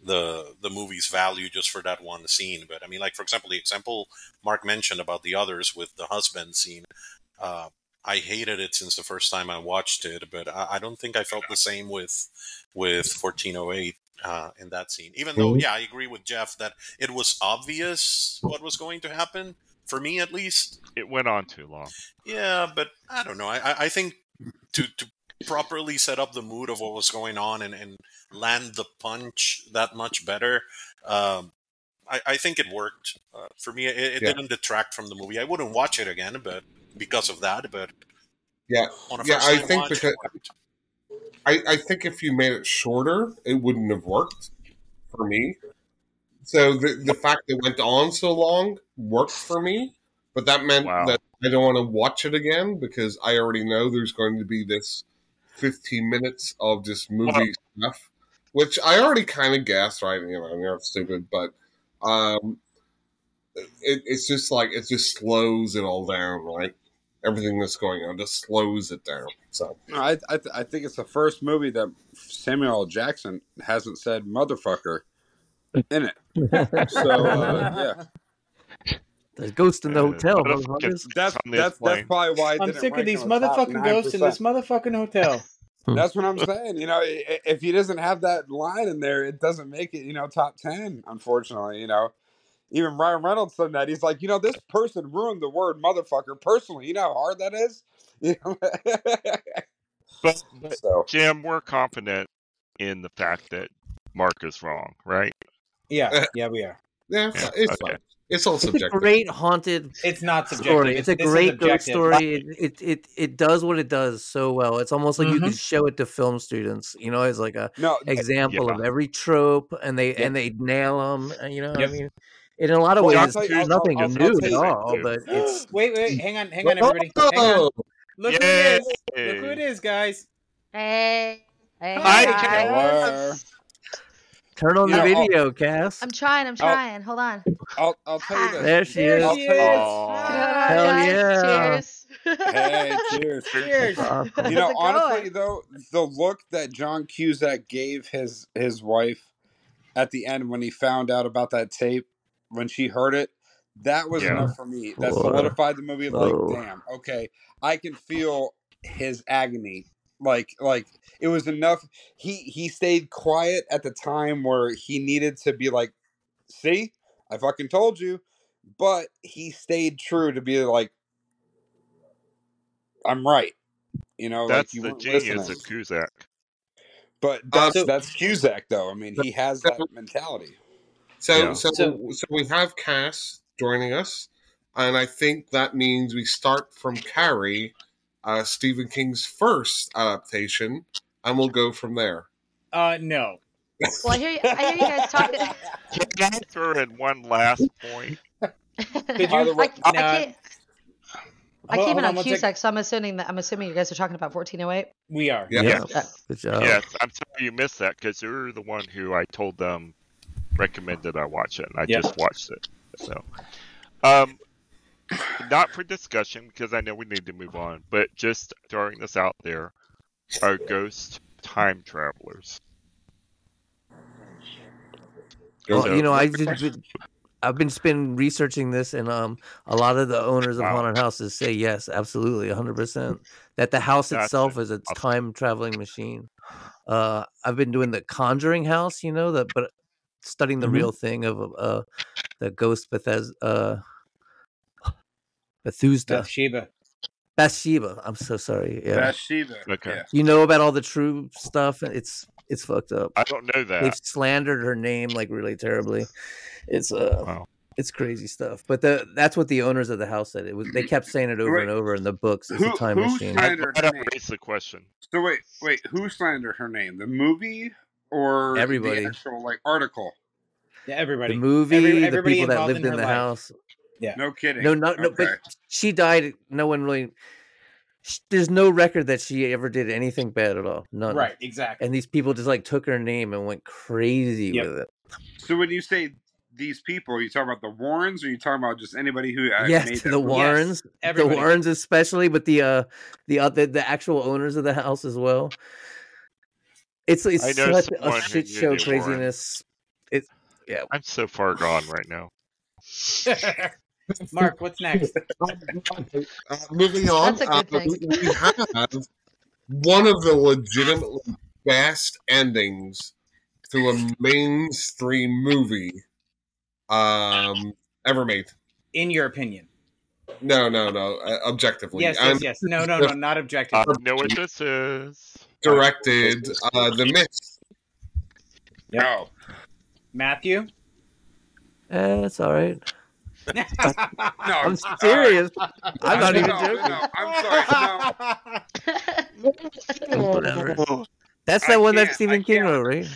Speaker 6: the the movie's value just for that one scene. But I mean, like for example, the example Mark mentioned about the others with the husband scene. Uh, I hated it since the first time I watched it, but I, I don't think I felt the same with with 1408 uh, in that scene. Even though,
Speaker 2: Mhm.
Speaker 6: yeah, I agree with Jeff that it was obvious what was going to happen for me, at least.
Speaker 7: it went on too long.
Speaker 6: Yeah, but I don't know. I, I I think to to properly set up the mood of what was going on and, and land the punch that much better. Um, I, I think it worked uh, for me. It, it
Speaker 2: Yeah.
Speaker 6: didn't detract from the movie. I wouldn't watch it again, but because of that. But
Speaker 2: Yeah,
Speaker 6: on a
Speaker 2: yeah.
Speaker 6: first
Speaker 2: I
Speaker 6: time
Speaker 2: think
Speaker 6: watch, it
Speaker 2: because
Speaker 6: worked.
Speaker 2: I, I think if you made it shorter, it wouldn't have worked for me. So the the fact that it went on so long worked for me, but that meant
Speaker 7: Wow.
Speaker 2: that I don't want to watch it again because I already know there's going to be this 15 minutes of just
Speaker 7: Well,
Speaker 2: movie stuff, which I already kind of guessed, right? You know, you're not stupid, but um, it, it's just like it just slows it all down, right? Everything that's going on just slows it down. So
Speaker 5: No, I I, th- I think it's the first movie that Samuel L. Jackson hasn't said motherfucker in it.
Speaker 2: Oh,
Speaker 5: So uh, yeah,
Speaker 3: There's ghosts in the
Speaker 7: uh,
Speaker 3: hotel,
Speaker 7: motherfucking
Speaker 3: motherfuckers.
Speaker 5: that's
Speaker 7: on this
Speaker 5: that's that's
Speaker 7: plane.
Speaker 5: probably why it
Speaker 1: I'm
Speaker 5: didn't
Speaker 1: sick of
Speaker 5: rank
Speaker 1: these
Speaker 5: on the top
Speaker 1: motherfucking
Speaker 5: nine
Speaker 1: ghosts in this
Speaker 5: percent.
Speaker 1: motherfucking hotel.
Speaker 5: That's what I'm saying. You know, i- i- if he doesn't have that line in there, it doesn't make it. You know, top ten. Unfortunately, you know, even Ryan Reynolds said that he's like, you know, this person ruined the word motherfucker personally. You know how hard that is. You know?
Speaker 7: But, but
Speaker 5: so
Speaker 7: Jim, we're confident in the fact that Mark is wrong, right?
Speaker 1: Yeah, yeah, we are.
Speaker 2: yeah, it's,
Speaker 7: Yeah.
Speaker 2: it's
Speaker 7: Okay.
Speaker 2: fine. It's all
Speaker 3: It's a
Speaker 2: subjective.
Speaker 3: great haunted
Speaker 1: It's not subjective.
Speaker 3: story.
Speaker 1: It's,
Speaker 3: It's a
Speaker 1: this is
Speaker 3: great ghost
Speaker 1: objective.
Speaker 3: story. It, it it it does what it does so well. It's almost like you
Speaker 1: hmm
Speaker 3: could show it to film students. You know, as like a
Speaker 5: no,
Speaker 7: Yeah.
Speaker 3: example of every trope, and they
Speaker 1: Yep.
Speaker 3: and they nail them. You know, what I
Speaker 1: Yep.
Speaker 3: mean, in a lot of
Speaker 5: well, I'll
Speaker 3: ways,
Speaker 5: tell
Speaker 3: it's
Speaker 5: you,
Speaker 7: Two
Speaker 5: I'll I'll
Speaker 3: nothing
Speaker 5: I'll,
Speaker 7: is
Speaker 5: I'll
Speaker 3: new
Speaker 5: tell
Speaker 3: at
Speaker 5: you.
Speaker 7: the
Speaker 3: all.
Speaker 7: same.
Speaker 3: But it's
Speaker 1: wait, wait, hang on, hang on, everybody, hang on.
Speaker 2: Oh,
Speaker 1: Look who it
Speaker 7: Yay!
Speaker 1: is! Look who it is, guys!
Speaker 10: Hey, hey, hey,
Speaker 7: I
Speaker 1: Hi,
Speaker 10: hi.
Speaker 7: can't.
Speaker 1: guys!
Speaker 7: I'm
Speaker 5: Hello.
Speaker 3: turn on the
Speaker 5: You know,
Speaker 10: I'm
Speaker 5: I'll
Speaker 3: video, Cass.
Speaker 10: I'm trying, I'm
Speaker 5: I'll
Speaker 10: trying. Hold on.
Speaker 5: I'll, I'll tell you
Speaker 10: Ah,
Speaker 5: this.
Speaker 3: There she
Speaker 1: There
Speaker 3: is.
Speaker 5: I'll
Speaker 1: she
Speaker 5: tell you.
Speaker 1: is! Hi!
Speaker 3: Hell
Speaker 7: Aw.
Speaker 10: what's going on, guys?
Speaker 3: yeah!
Speaker 10: Cheers.
Speaker 5: Hey, cheers.
Speaker 1: Cheers!
Speaker 3: Awesome.
Speaker 5: You
Speaker 10: How's
Speaker 5: know,
Speaker 10: it
Speaker 5: honestly,
Speaker 10: going?
Speaker 5: though, the look that John Cusack gave his his wife at the end when he found out about that tape, when she heard it, that was
Speaker 7: Yeah.
Speaker 5: enough
Speaker 3: Four,
Speaker 5: for me. That
Speaker 3: four,
Speaker 5: solidified the movie. Like,
Speaker 3: oh.
Speaker 5: damn, okay, I can feel his agony. Like, like it was enough. He he stayed quiet at the time where he needed to be like, see, I fucking told you. But he stayed true to be like, I'm right. You know, like
Speaker 7: That's
Speaker 5: you
Speaker 7: the
Speaker 5: weren't
Speaker 7: genius
Speaker 5: listening.
Speaker 7: of Kuzak.
Speaker 3: Uh,
Speaker 5: But
Speaker 2: Um,
Speaker 5: that's
Speaker 1: So,
Speaker 5: that's Cusack though. I mean, he has
Speaker 2: so
Speaker 5: that mentality.
Speaker 2: So,
Speaker 7: Yeah.
Speaker 2: so,
Speaker 1: so
Speaker 2: so we have Cass joining us, and I think that means we start from Carrie, uh, Stephen King's first adaptation, and we'll go from there.
Speaker 1: Uh, no.
Speaker 10: Well, I hear you, I hear you guys talking.
Speaker 7: Can I throw in one last point?
Speaker 1: Could
Speaker 5: By
Speaker 1: you?
Speaker 5: the way,
Speaker 10: I
Speaker 5: I,
Speaker 10: I
Speaker 1: Nah.
Speaker 10: can't I
Speaker 1: Hold,
Speaker 10: came in
Speaker 1: hold
Speaker 10: on
Speaker 1: on one sec.
Speaker 10: Cusack, so I'm assuming that I'm assuming you guys are talking about 1408.
Speaker 1: We are.
Speaker 2: Yeah.
Speaker 3: Yeah,
Speaker 1: Yes.
Speaker 10: Uh,
Speaker 7: Yes.
Speaker 3: good job.
Speaker 7: Yes. I'm sorry you missed that because you're the one who I told them recommended I watch it, and I
Speaker 1: Yep.
Speaker 7: just watched it. So. Um, not for discussion because I know we need to move on, but just throwing this out there, are ghost time travelers?
Speaker 3: Well,
Speaker 7: So-
Speaker 3: Oh, you know, I did, been- I've been spin researching this, and um, a lot of the owners of
Speaker 7: Wow.
Speaker 3: haunted houses say yes, absolutely, hundred percent, that the house
Speaker 7: That's
Speaker 3: itself is a
Speaker 7: awesome.
Speaker 3: time traveling machine. Uh, I've been doing the Conjuring house, you know, that, but studying the
Speaker 7: Mm-hmm.
Speaker 1: Mhm.
Speaker 3: real thing of uh, the ghost Bethes- uh, Bethesda,
Speaker 1: Bathsheba.
Speaker 3: Bathsheba. I'm so sorry. Yeah,
Speaker 5: Bathsheba.
Speaker 7: Okay.
Speaker 5: Yeah.
Speaker 3: you know about all the true stuff. and It's it's fucked up.
Speaker 7: I don't know that.
Speaker 3: They've slandered her name like really terribly. It's uh
Speaker 7: Wow.
Speaker 3: it's crazy stuff. But the that's what the owners of the house said. It was
Speaker 1: Mm-hmm.
Speaker 3: they kept saying it over
Speaker 5: Wait,
Speaker 3: and over in the books. It's
Speaker 5: who-
Speaker 3: a time
Speaker 5: who
Speaker 3: machine.
Speaker 5: slan-
Speaker 7: I'm
Speaker 5: Slander
Speaker 7: glad I
Speaker 5: name.
Speaker 7: raised the question.
Speaker 5: So wait, wait, who slandered her name? The movie or
Speaker 3: Everybody.
Speaker 5: the actual like article?
Speaker 1: Yeah, everybody.
Speaker 3: The movie,
Speaker 1: Every-
Speaker 3: the
Speaker 1: everybody
Speaker 3: people that
Speaker 1: involved
Speaker 3: lived
Speaker 1: in
Speaker 3: in,
Speaker 1: her
Speaker 3: the
Speaker 1: life.
Speaker 3: house.
Speaker 5: No kidding.
Speaker 3: No, not no. But
Speaker 5: okay.
Speaker 3: she died. No one really. sh- There's no record that she ever did anything bad at all. None.
Speaker 1: Right, exactly.
Speaker 3: And these people just like took her name and went crazy
Speaker 1: Yep.
Speaker 3: with it.
Speaker 5: So when you say these people, are you talking about the Warrens, or are you talking about just anybody who uh,
Speaker 3: Yes,
Speaker 5: made
Speaker 3: the
Speaker 5: that?
Speaker 1: Yes,
Speaker 3: Warrens, the
Speaker 1: everybody.
Speaker 3: Warrens especially, but the uh, the other the actual owners of the house as well. It's it's
Speaker 7: I know
Speaker 3: such a
Speaker 7: someone who
Speaker 3: shit
Speaker 7: knew
Speaker 3: show
Speaker 7: the Warrens.
Speaker 3: craziness. It's yeah.
Speaker 7: I'm so far gone right now.
Speaker 1: Mark, what's next?
Speaker 2: Uh, moving on,
Speaker 10: That's a good
Speaker 2: uh,
Speaker 10: thing.
Speaker 2: we, we have one of the legitimately best endings to a mainstream movie um, ever made.
Speaker 1: In your opinion?
Speaker 2: No, no, no. Uh, objectively,
Speaker 1: Yes,
Speaker 2: I'm
Speaker 1: yes, yes. No, no, no, not
Speaker 7: I
Speaker 3: Uh,
Speaker 1: objectively.
Speaker 7: know what this is.
Speaker 2: directed uh, the mist.
Speaker 1: Yep.
Speaker 5: Oh,
Speaker 1: Matthew.
Speaker 3: Eh, it's all right.
Speaker 5: no,
Speaker 3: I'm
Speaker 5: all right.
Speaker 3: serious. I'm
Speaker 5: Uh,
Speaker 3: not even
Speaker 5: no,
Speaker 3: joking.
Speaker 5: No, I'm sorry. No,
Speaker 3: Whatever.
Speaker 7: Oh,
Speaker 3: That's
Speaker 5: I
Speaker 3: that one that
Speaker 5: can't-
Speaker 3: Stephen
Speaker 5: I
Speaker 3: King
Speaker 5: can't.
Speaker 3: wrote, right?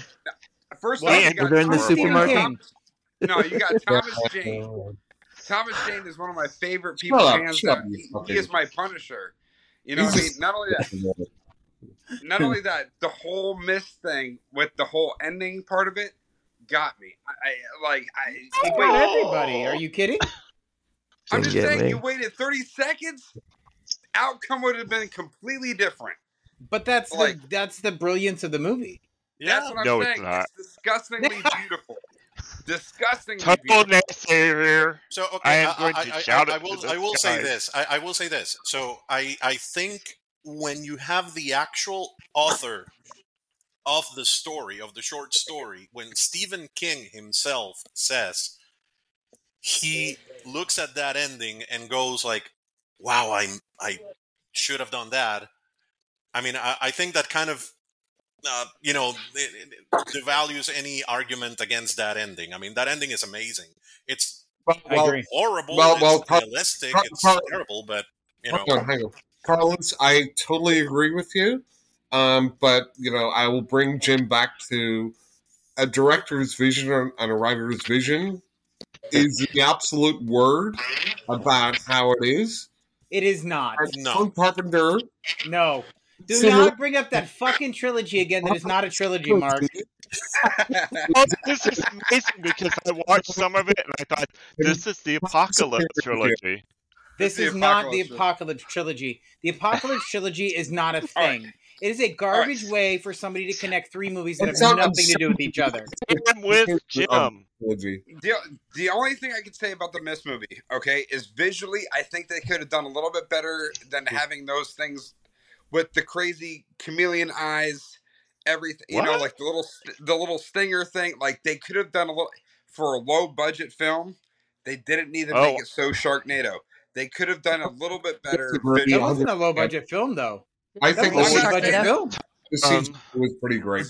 Speaker 5: first
Speaker 1: What?
Speaker 5: off, you
Speaker 7: Man,
Speaker 3: Where
Speaker 5: got
Speaker 3: they're in the
Speaker 5: Thomas. You
Speaker 1: Stephen
Speaker 5: got
Speaker 3: supermarket.
Speaker 1: King.
Speaker 5: Thomas. No, you got Thomas Jane.
Speaker 2: Shut
Speaker 5: Thomas Jane is one of my favorite people,
Speaker 2: up!
Speaker 5: hands
Speaker 2: Shut up!
Speaker 5: down.
Speaker 2: You
Speaker 5: He, he
Speaker 2: fucking.
Speaker 5: is my Punisher. You know
Speaker 2: He's
Speaker 5: what I mean?
Speaker 2: just.
Speaker 5: Not only that, not only that, the whole Mist thing with the whole ending part of it got me. I, I like I
Speaker 1: It
Speaker 5: you
Speaker 1: got
Speaker 5: wait.
Speaker 1: everybody. Are you kidding?
Speaker 5: I'm
Speaker 3: Didn't
Speaker 5: just
Speaker 3: get
Speaker 5: saying, you
Speaker 3: me.
Speaker 5: waited 30 seconds. Outcome would have been completely different.
Speaker 1: But that's the
Speaker 5: Like
Speaker 1: that's the brilliance of the movie.
Speaker 5: that's
Speaker 6: Yeah.
Speaker 5: what I'm
Speaker 7: no, it's
Speaker 5: saying.
Speaker 7: not.
Speaker 5: It's disgustingly beautiful. Disgustingly
Speaker 7: Total
Speaker 5: beautiful.
Speaker 7: naysayer.
Speaker 6: So okay,
Speaker 7: I
Speaker 6: I,
Speaker 7: am going to
Speaker 6: I, I,
Speaker 7: shout
Speaker 6: I, I
Speaker 7: it to
Speaker 6: will
Speaker 7: the
Speaker 6: I will say
Speaker 7: sky.
Speaker 6: this. I, I will say this. So I I think when you have the actual author of the story of the short story, when Stephen King himself says he looks at that ending and goes like, "Wow, I I should have done that." I mean, I, I think that kind of uh, you know it, it devalues any argument against that ending. I mean, that ending is amazing. It's
Speaker 1: I
Speaker 2: Well,
Speaker 1: agree.
Speaker 6: horrible.
Speaker 2: well, well.
Speaker 6: it's
Speaker 2: Par-
Speaker 6: realistic.
Speaker 2: par-
Speaker 6: It's
Speaker 2: par-
Speaker 6: terrible, but you know,
Speaker 2: hang on, hang on. Carlos, I totally agree with you. Um, but you know, I will bring Jim back to a director's vision and a writer's vision is the absolute word about how it is.
Speaker 1: It is not.
Speaker 2: And
Speaker 6: no.
Speaker 2: John Carpenter
Speaker 1: No. Do
Speaker 2: Similar-
Speaker 1: not bring up that fucking trilogy again. That is not a trilogy, Mark.
Speaker 7: Well, this is amazing because I watched some of it and I thought this is the apocalypse trilogy.
Speaker 1: This
Speaker 5: The
Speaker 1: is not the
Speaker 5: apocalypse was-
Speaker 1: apocalypse trilogy. The apocalypse trilogy is not a
Speaker 5: All right,
Speaker 1: thing. It is a
Speaker 5: all right.
Speaker 1: garbage way for somebody to connect three movies that
Speaker 2: It's
Speaker 1: have
Speaker 2: not-
Speaker 1: nothing to do with each other.
Speaker 7: I'm with Jim.
Speaker 2: trilogy.
Speaker 5: The, the only thing I can say about the Mist movie, okay, is visually, I think they could have done a little bit better than having those things with the crazy chameleon eyes, everything. You know,
Speaker 7: What?
Speaker 5: like the little st- the little stinger thing. Like they could have done a little for a low budget film. They didn't need to make
Speaker 7: Oh.
Speaker 5: it so Sharknado. They could have done a little bit better
Speaker 2: Disagree
Speaker 1: That
Speaker 5: visually.
Speaker 1: wasn't a
Speaker 2: 100%.
Speaker 1: low budget film, though.
Speaker 2: I
Speaker 1: That
Speaker 2: think
Speaker 1: was a
Speaker 5: Well, I'm
Speaker 2: the,
Speaker 1: low
Speaker 5: not
Speaker 1: budget
Speaker 5: saying
Speaker 10: Sharknado?
Speaker 1: film.
Speaker 2: the CG
Speaker 7: Um,
Speaker 2: was pretty great.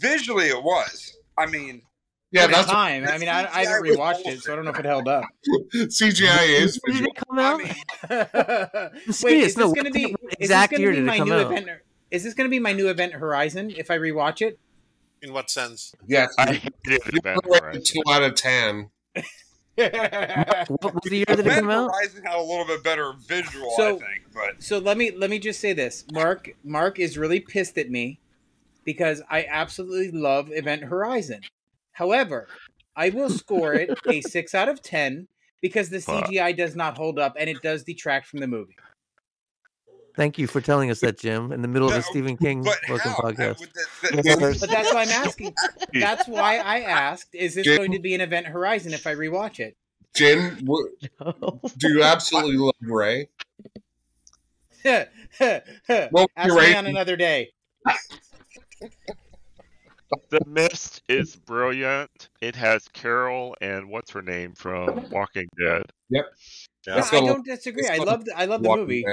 Speaker 5: visually it was. I mean,
Speaker 2: Yeah,
Speaker 1: for the
Speaker 2: that's what
Speaker 1: time. I mean, I, I haven't
Speaker 5: CGI was
Speaker 1: rewatched it,
Speaker 5: bullshit.
Speaker 1: so I don't know if it held up.
Speaker 2: CGI
Speaker 3: When
Speaker 2: is
Speaker 3: did
Speaker 2: visual.
Speaker 3: it come
Speaker 5: I
Speaker 3: out?
Speaker 5: mean,
Speaker 3: I'm
Speaker 1: Wait, is
Speaker 3: serious. No,
Speaker 1: this
Speaker 3: what,
Speaker 1: gonna be?
Speaker 3: what
Speaker 1: Is this
Speaker 3: exact
Speaker 1: gonna
Speaker 3: year
Speaker 1: be
Speaker 3: did it
Speaker 1: my
Speaker 3: come
Speaker 1: new
Speaker 3: out?
Speaker 1: event? Is this gonna be my new event Horizon if I rewatch it?
Speaker 6: In what sense?
Speaker 2: Yes,
Speaker 7: I
Speaker 2: you
Speaker 7: hated Event
Speaker 2: rated
Speaker 7: Horizon.
Speaker 2: two out of ten.
Speaker 3: What was the year that it
Speaker 5: Event
Speaker 3: came out?
Speaker 5: Horizon had a little bit better visual, I
Speaker 1: so,
Speaker 5: think, but
Speaker 1: so let me let me just say this. Mark Mark is really pissed at me because I absolutely love Event Horizon. However, I will score it a six out of ten because the CGI does not hold up and it does detract from the movie.
Speaker 3: Thank you for telling us that, Jim, in the middle of a
Speaker 5: No,
Speaker 3: Stephen King
Speaker 5: But
Speaker 3: fucking
Speaker 5: how?
Speaker 3: podcast.
Speaker 5: With the- the-
Speaker 2: Yes.
Speaker 1: But that's why I'm asking. That's why I asked: Is this
Speaker 2: Jim?
Speaker 1: going to be an Event Horizon if I rewatch it?
Speaker 2: Jim, wh- do you absolutely love Ray? Well,
Speaker 1: Ask
Speaker 2: you're
Speaker 1: me
Speaker 2: right.
Speaker 1: on another day.
Speaker 7: The Mist is brilliant. It has Carol and what's her name from Walking Dead.
Speaker 1: No,
Speaker 2: Let's
Speaker 1: I
Speaker 2: go-
Speaker 1: don't disagree. I
Speaker 2: let's go
Speaker 1: love the, I love the movie.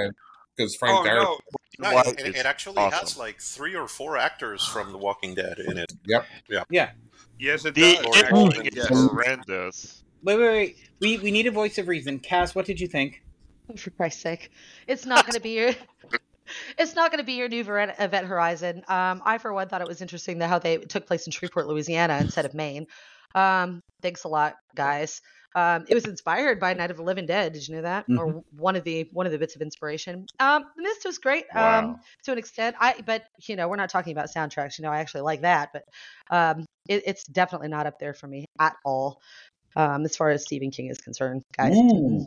Speaker 2: Because Frank
Speaker 5: oh
Speaker 2: Darabont.
Speaker 5: no!
Speaker 6: No,
Speaker 7: Why
Speaker 6: it, it,
Speaker 7: it's
Speaker 6: it actually has
Speaker 7: awesome.
Speaker 6: like three or four actors from The Walking Dead in it.
Speaker 5: Yes, it
Speaker 7: The Mm.
Speaker 5: does.
Speaker 6: Lord
Speaker 7: acting
Speaker 5: Actually,
Speaker 6: Walking
Speaker 7: is
Speaker 5: yes.
Speaker 6: Dead.
Speaker 7: horrendous.
Speaker 1: Wait, wait, wait. We we need a voice of reason. Cass, what did you think?
Speaker 10: Oh, For Christ's sake, it's not going to be your. It's not going to be your new Veren- event horizon. Um, I, for one, thought it was interesting that how they it took place in Shreveport, Louisiana, instead of Maine. Um, thanks a lot, guys. Um, it was inspired by Night of the Living Dead. Did you know that? Or w- one of the one of the bits of inspiration. Um, the Mist was great um,
Speaker 7: Wow.
Speaker 10: to an extent. I, but you know, we're not talking about soundtracks. You know, I actually like that, but um, it, it's definitely not up there for me at all. Um, as far as Stephen King is concerned, guys.
Speaker 2: Ooh.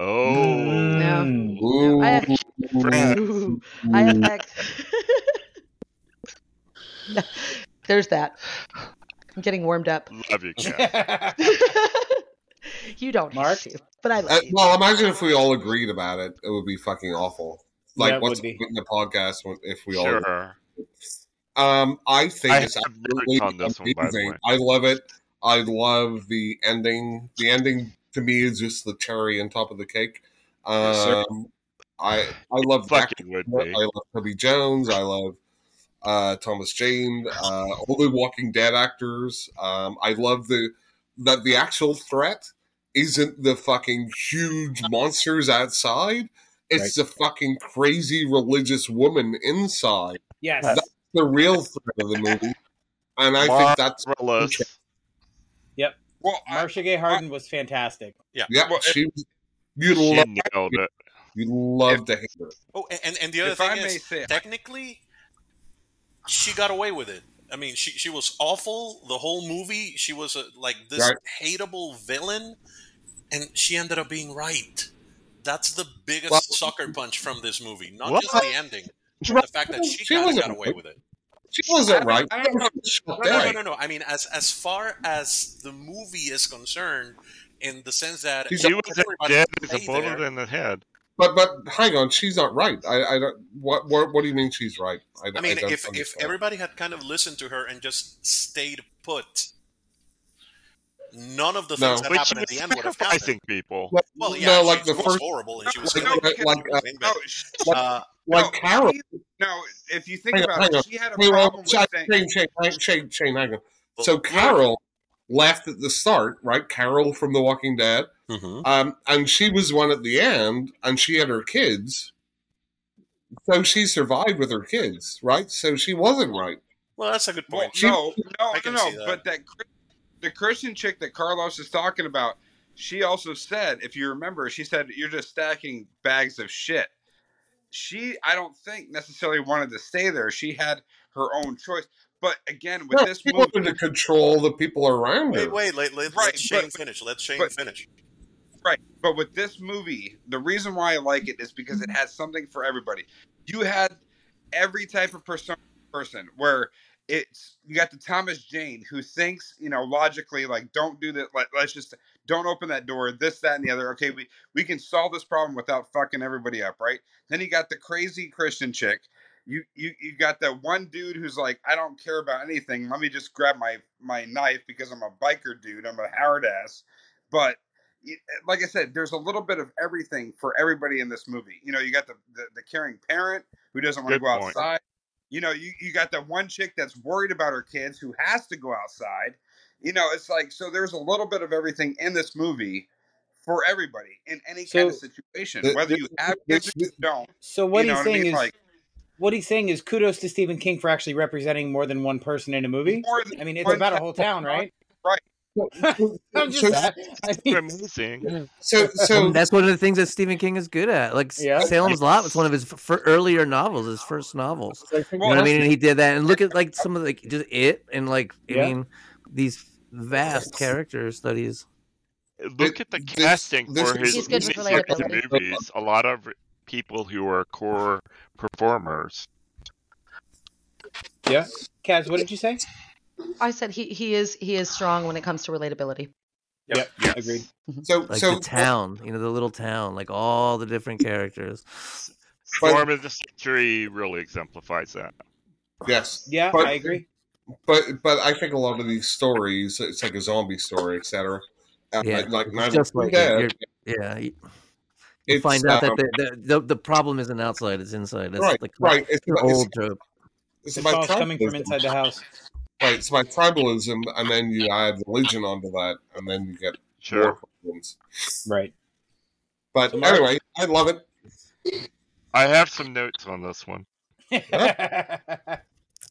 Speaker 7: Oh,
Speaker 1: Hmm.
Speaker 10: No.
Speaker 2: Ooh.
Speaker 10: I-
Speaker 7: Brad.
Speaker 10: Ooh, I have ex- No, There's that. I'm getting warmed up.
Speaker 7: Love you, Cat.
Speaker 1: Mark,
Speaker 10: you don't
Speaker 1: Mark?
Speaker 10: have to, but I love
Speaker 2: Uh,
Speaker 10: you.
Speaker 2: well, imagine if we all agreed about it, it would be fucking awful. Like,
Speaker 1: Yeah, it
Speaker 2: what's
Speaker 1: would be.
Speaker 2: in the podcast when- if we all.
Speaker 7: Sure.
Speaker 2: Um, I think
Speaker 7: I
Speaker 2: it's
Speaker 7: have never
Speaker 2: absolutely
Speaker 7: done this one, by the
Speaker 2: amazing.
Speaker 7: way.
Speaker 2: I love it. I love the ending. The ending to me is just the cherry on top of the cake. Um,
Speaker 5: Yes, sir.
Speaker 2: I I love that.
Speaker 7: Fucking would
Speaker 2: I
Speaker 7: be.
Speaker 2: love Toby Jones. I love uh, Thomas Jane. Uh, all the Walking Dead actors. Um, I love the that the actual threat isn't the fucking huge monsters outside. It's the fucking crazy religious woman inside
Speaker 1: Yes.
Speaker 2: That's the real threat of the movie. And I think that's
Speaker 7: Marvelous.
Speaker 5: Well, I,
Speaker 1: Marcia Gay Harden was fantastic.
Speaker 2: yeah.
Speaker 5: Well, if-
Speaker 2: she you
Speaker 7: She
Speaker 2: love
Speaker 7: nailed it.
Speaker 2: you love to hate her.
Speaker 6: Oh, and- and, and the other
Speaker 5: if
Speaker 6: thing
Speaker 5: I
Speaker 6: is,
Speaker 5: may say,
Speaker 6: technically, she got away with it. I mean, she she was awful the whole movie. She was a, like this
Speaker 2: Right.
Speaker 6: hateable villain, and she ended up being right. That's the biggest
Speaker 2: Well-
Speaker 6: sucker punch from this movie. Not
Speaker 7: What?
Speaker 6: just the ending, but the fact that she,
Speaker 2: She
Speaker 6: kind of
Speaker 2: wasn't
Speaker 6: got away
Speaker 2: right.
Speaker 6: with it.
Speaker 2: She
Speaker 5: I
Speaker 2: wasn't
Speaker 5: don't-
Speaker 2: right.
Speaker 5: I don't know.
Speaker 2: Shut
Speaker 6: No, no,
Speaker 2: down.
Speaker 6: no, no. I mean, as as far as the movie is concerned, in the sense that
Speaker 2: She's
Speaker 7: She was as
Speaker 6: everybody
Speaker 7: dead as a
Speaker 6: stay
Speaker 7: bullet
Speaker 6: there.
Speaker 7: in the head.
Speaker 2: But but hang on, she's not right. I, I don't. What, what what do you mean she's right? I,
Speaker 6: I mean,
Speaker 2: don't
Speaker 6: if if
Speaker 2: understand.
Speaker 6: everybody had kind of listened to her and just stayed put, none of the
Speaker 2: No.
Speaker 6: things that
Speaker 7: But she
Speaker 6: happened at
Speaker 7: was
Speaker 6: the end would have happened.
Speaker 7: sacrificing people.
Speaker 2: No,
Speaker 6: Well, yeah,
Speaker 2: no, like
Speaker 6: she
Speaker 2: the
Speaker 6: was
Speaker 2: first,
Speaker 6: horrible and she was
Speaker 2: like
Speaker 6: killing
Speaker 2: like
Speaker 6: people
Speaker 2: like,
Speaker 6: and
Speaker 2: uh,
Speaker 6: everything,
Speaker 5: No,
Speaker 6: but
Speaker 5: she,
Speaker 2: like,
Speaker 6: uh,
Speaker 2: like
Speaker 5: no,
Speaker 2: Carol.
Speaker 5: she- no, if you think
Speaker 2: Hang on,
Speaker 5: about
Speaker 2: hang
Speaker 5: it,
Speaker 2: on.
Speaker 5: she had a
Speaker 2: Hey, well,
Speaker 5: problem with
Speaker 2: Shane,
Speaker 5: saying,
Speaker 2: Shane, Shane, Shane, Shane, Shane, hang on. So
Speaker 6: Well-
Speaker 2: Carol left at the start, right? Carol from The Walking Dead.
Speaker 6: Mm-hmm.
Speaker 2: Um, and she was one at the end, and she had her kids. So she survived with her kids, right? So she wasn't right.
Speaker 6: well, that's a good
Speaker 5: well,
Speaker 6: point.
Speaker 5: no, no,
Speaker 6: I
Speaker 5: no,
Speaker 6: can
Speaker 5: no,
Speaker 6: see that.
Speaker 5: but that Chris- the Christian chick that Carlos is talking about, she also said, if you remember, she said you're just stacking bags of shit. She, I don't think necessarily wanted to stay there. She had her own choice. But again, with
Speaker 2: No,
Speaker 5: this
Speaker 2: she
Speaker 5: movie,
Speaker 2: wanted to control the people around her.
Speaker 6: Wait, wait, let, let,
Speaker 5: Right,
Speaker 6: let Shane
Speaker 5: but-
Speaker 6: finish. Let Shane
Speaker 5: but-
Speaker 6: finish.
Speaker 5: Right. But with this movie, the reason why I like it is because it has something for everybody. You had every type of person person where it's you got the Thomas Jane who thinks, you know, logically like don't do that like let's just don't open that door, this, that, and the other. Okay, we we can solve this problem without fucking everybody up, right? Then you got the crazy Christian chick. You you you got that one dude who's like, I don't care about anything. Let me just grab my my knife because I'm a biker dude. I'm a hard ass. But you- like I said, there's a little bit of everything for everybody in this movie. You know, you got the the, the caring parent who doesn't want to
Speaker 7: Good
Speaker 5: go
Speaker 7: point.
Speaker 5: outside. You know, you, you got the one chick that's worried about her kids who has to go outside. You know, it's like so there's a little bit of everything in this movie for everybody in any kind of
Speaker 1: So-
Speaker 5: situation,
Speaker 2: The-
Speaker 5: whether
Speaker 2: the-
Speaker 5: you have
Speaker 2: the-
Speaker 5: kids or you don't.
Speaker 1: So what
Speaker 5: you know
Speaker 1: he's
Speaker 5: what I
Speaker 1: saying
Speaker 5: mean?
Speaker 1: is
Speaker 5: Like
Speaker 1: what he's saying is kudos to Stephen King for actually representing more than one person in a movie.
Speaker 5: more than
Speaker 1: I mean, it's
Speaker 5: one
Speaker 1: about a
Speaker 5: type
Speaker 1: whole
Speaker 5: of
Speaker 1: town,
Speaker 5: person.
Speaker 1: right?
Speaker 5: Right.
Speaker 1: I'm
Speaker 2: So-
Speaker 1: just I
Speaker 7: They're
Speaker 1: mean,
Speaker 7: amazing.
Speaker 2: So, so,
Speaker 3: Um, That's one of the things that Stephen King is good at. Like S-
Speaker 1: Yeah.
Speaker 3: Salem's Lot was one of his f- fir- earlier novels, his first novels.
Speaker 2: so
Speaker 3: You know what I
Speaker 5: Well,
Speaker 3: mean? And he did that. And look at like some of the, like just it and like I
Speaker 1: Yeah.
Speaker 3: mean these vast character studies.
Speaker 7: Look at the
Speaker 2: this-
Speaker 7: casting
Speaker 2: this
Speaker 7: for
Speaker 2: is-
Speaker 7: his
Speaker 10: He's good with
Speaker 7: miniseries
Speaker 10: relatability.
Speaker 7: movies. A lot of people who are core performers.
Speaker 1: Yeah. Kaz, what did you say?
Speaker 10: I said he, he is he is strong when it comes to relatability.
Speaker 1: Yep. Agreed.
Speaker 2: So,
Speaker 3: Like
Speaker 2: so
Speaker 3: the town, you know, the little town, like all the different characters.
Speaker 2: But-
Speaker 7: Storm of the Century really exemplifies that.
Speaker 2: yes,
Speaker 1: Yeah,
Speaker 2: But-
Speaker 1: I agree.
Speaker 2: but but I think a lot of these stories, it's like a zombie story, etc. Uh,
Speaker 3: Yeah,
Speaker 2: like
Speaker 3: it's
Speaker 2: Night of
Speaker 3: just
Speaker 2: the Living
Speaker 3: like
Speaker 2: Dead,
Speaker 3: it. You're- yeah. You, you
Speaker 2: It's,
Speaker 3: find out
Speaker 2: um,
Speaker 3: that the, the, the, the problem isn't outside; it's inside. That's
Speaker 2: right,
Speaker 3: the cla-
Speaker 2: right. It's,
Speaker 3: the
Speaker 2: about- it's,
Speaker 3: old trope.
Speaker 2: it's
Speaker 1: The
Speaker 2: about
Speaker 1: call's coming from
Speaker 2: tribalism.
Speaker 1: inside the house.
Speaker 2: Right, it's about tribalism, and then you add religion onto that, and then you get
Speaker 7: Sure.
Speaker 2: more problems.
Speaker 1: Right.
Speaker 2: But
Speaker 1: So, Mark-
Speaker 2: anyway, I love it.
Speaker 7: I have some notes on this one.
Speaker 1: yeah.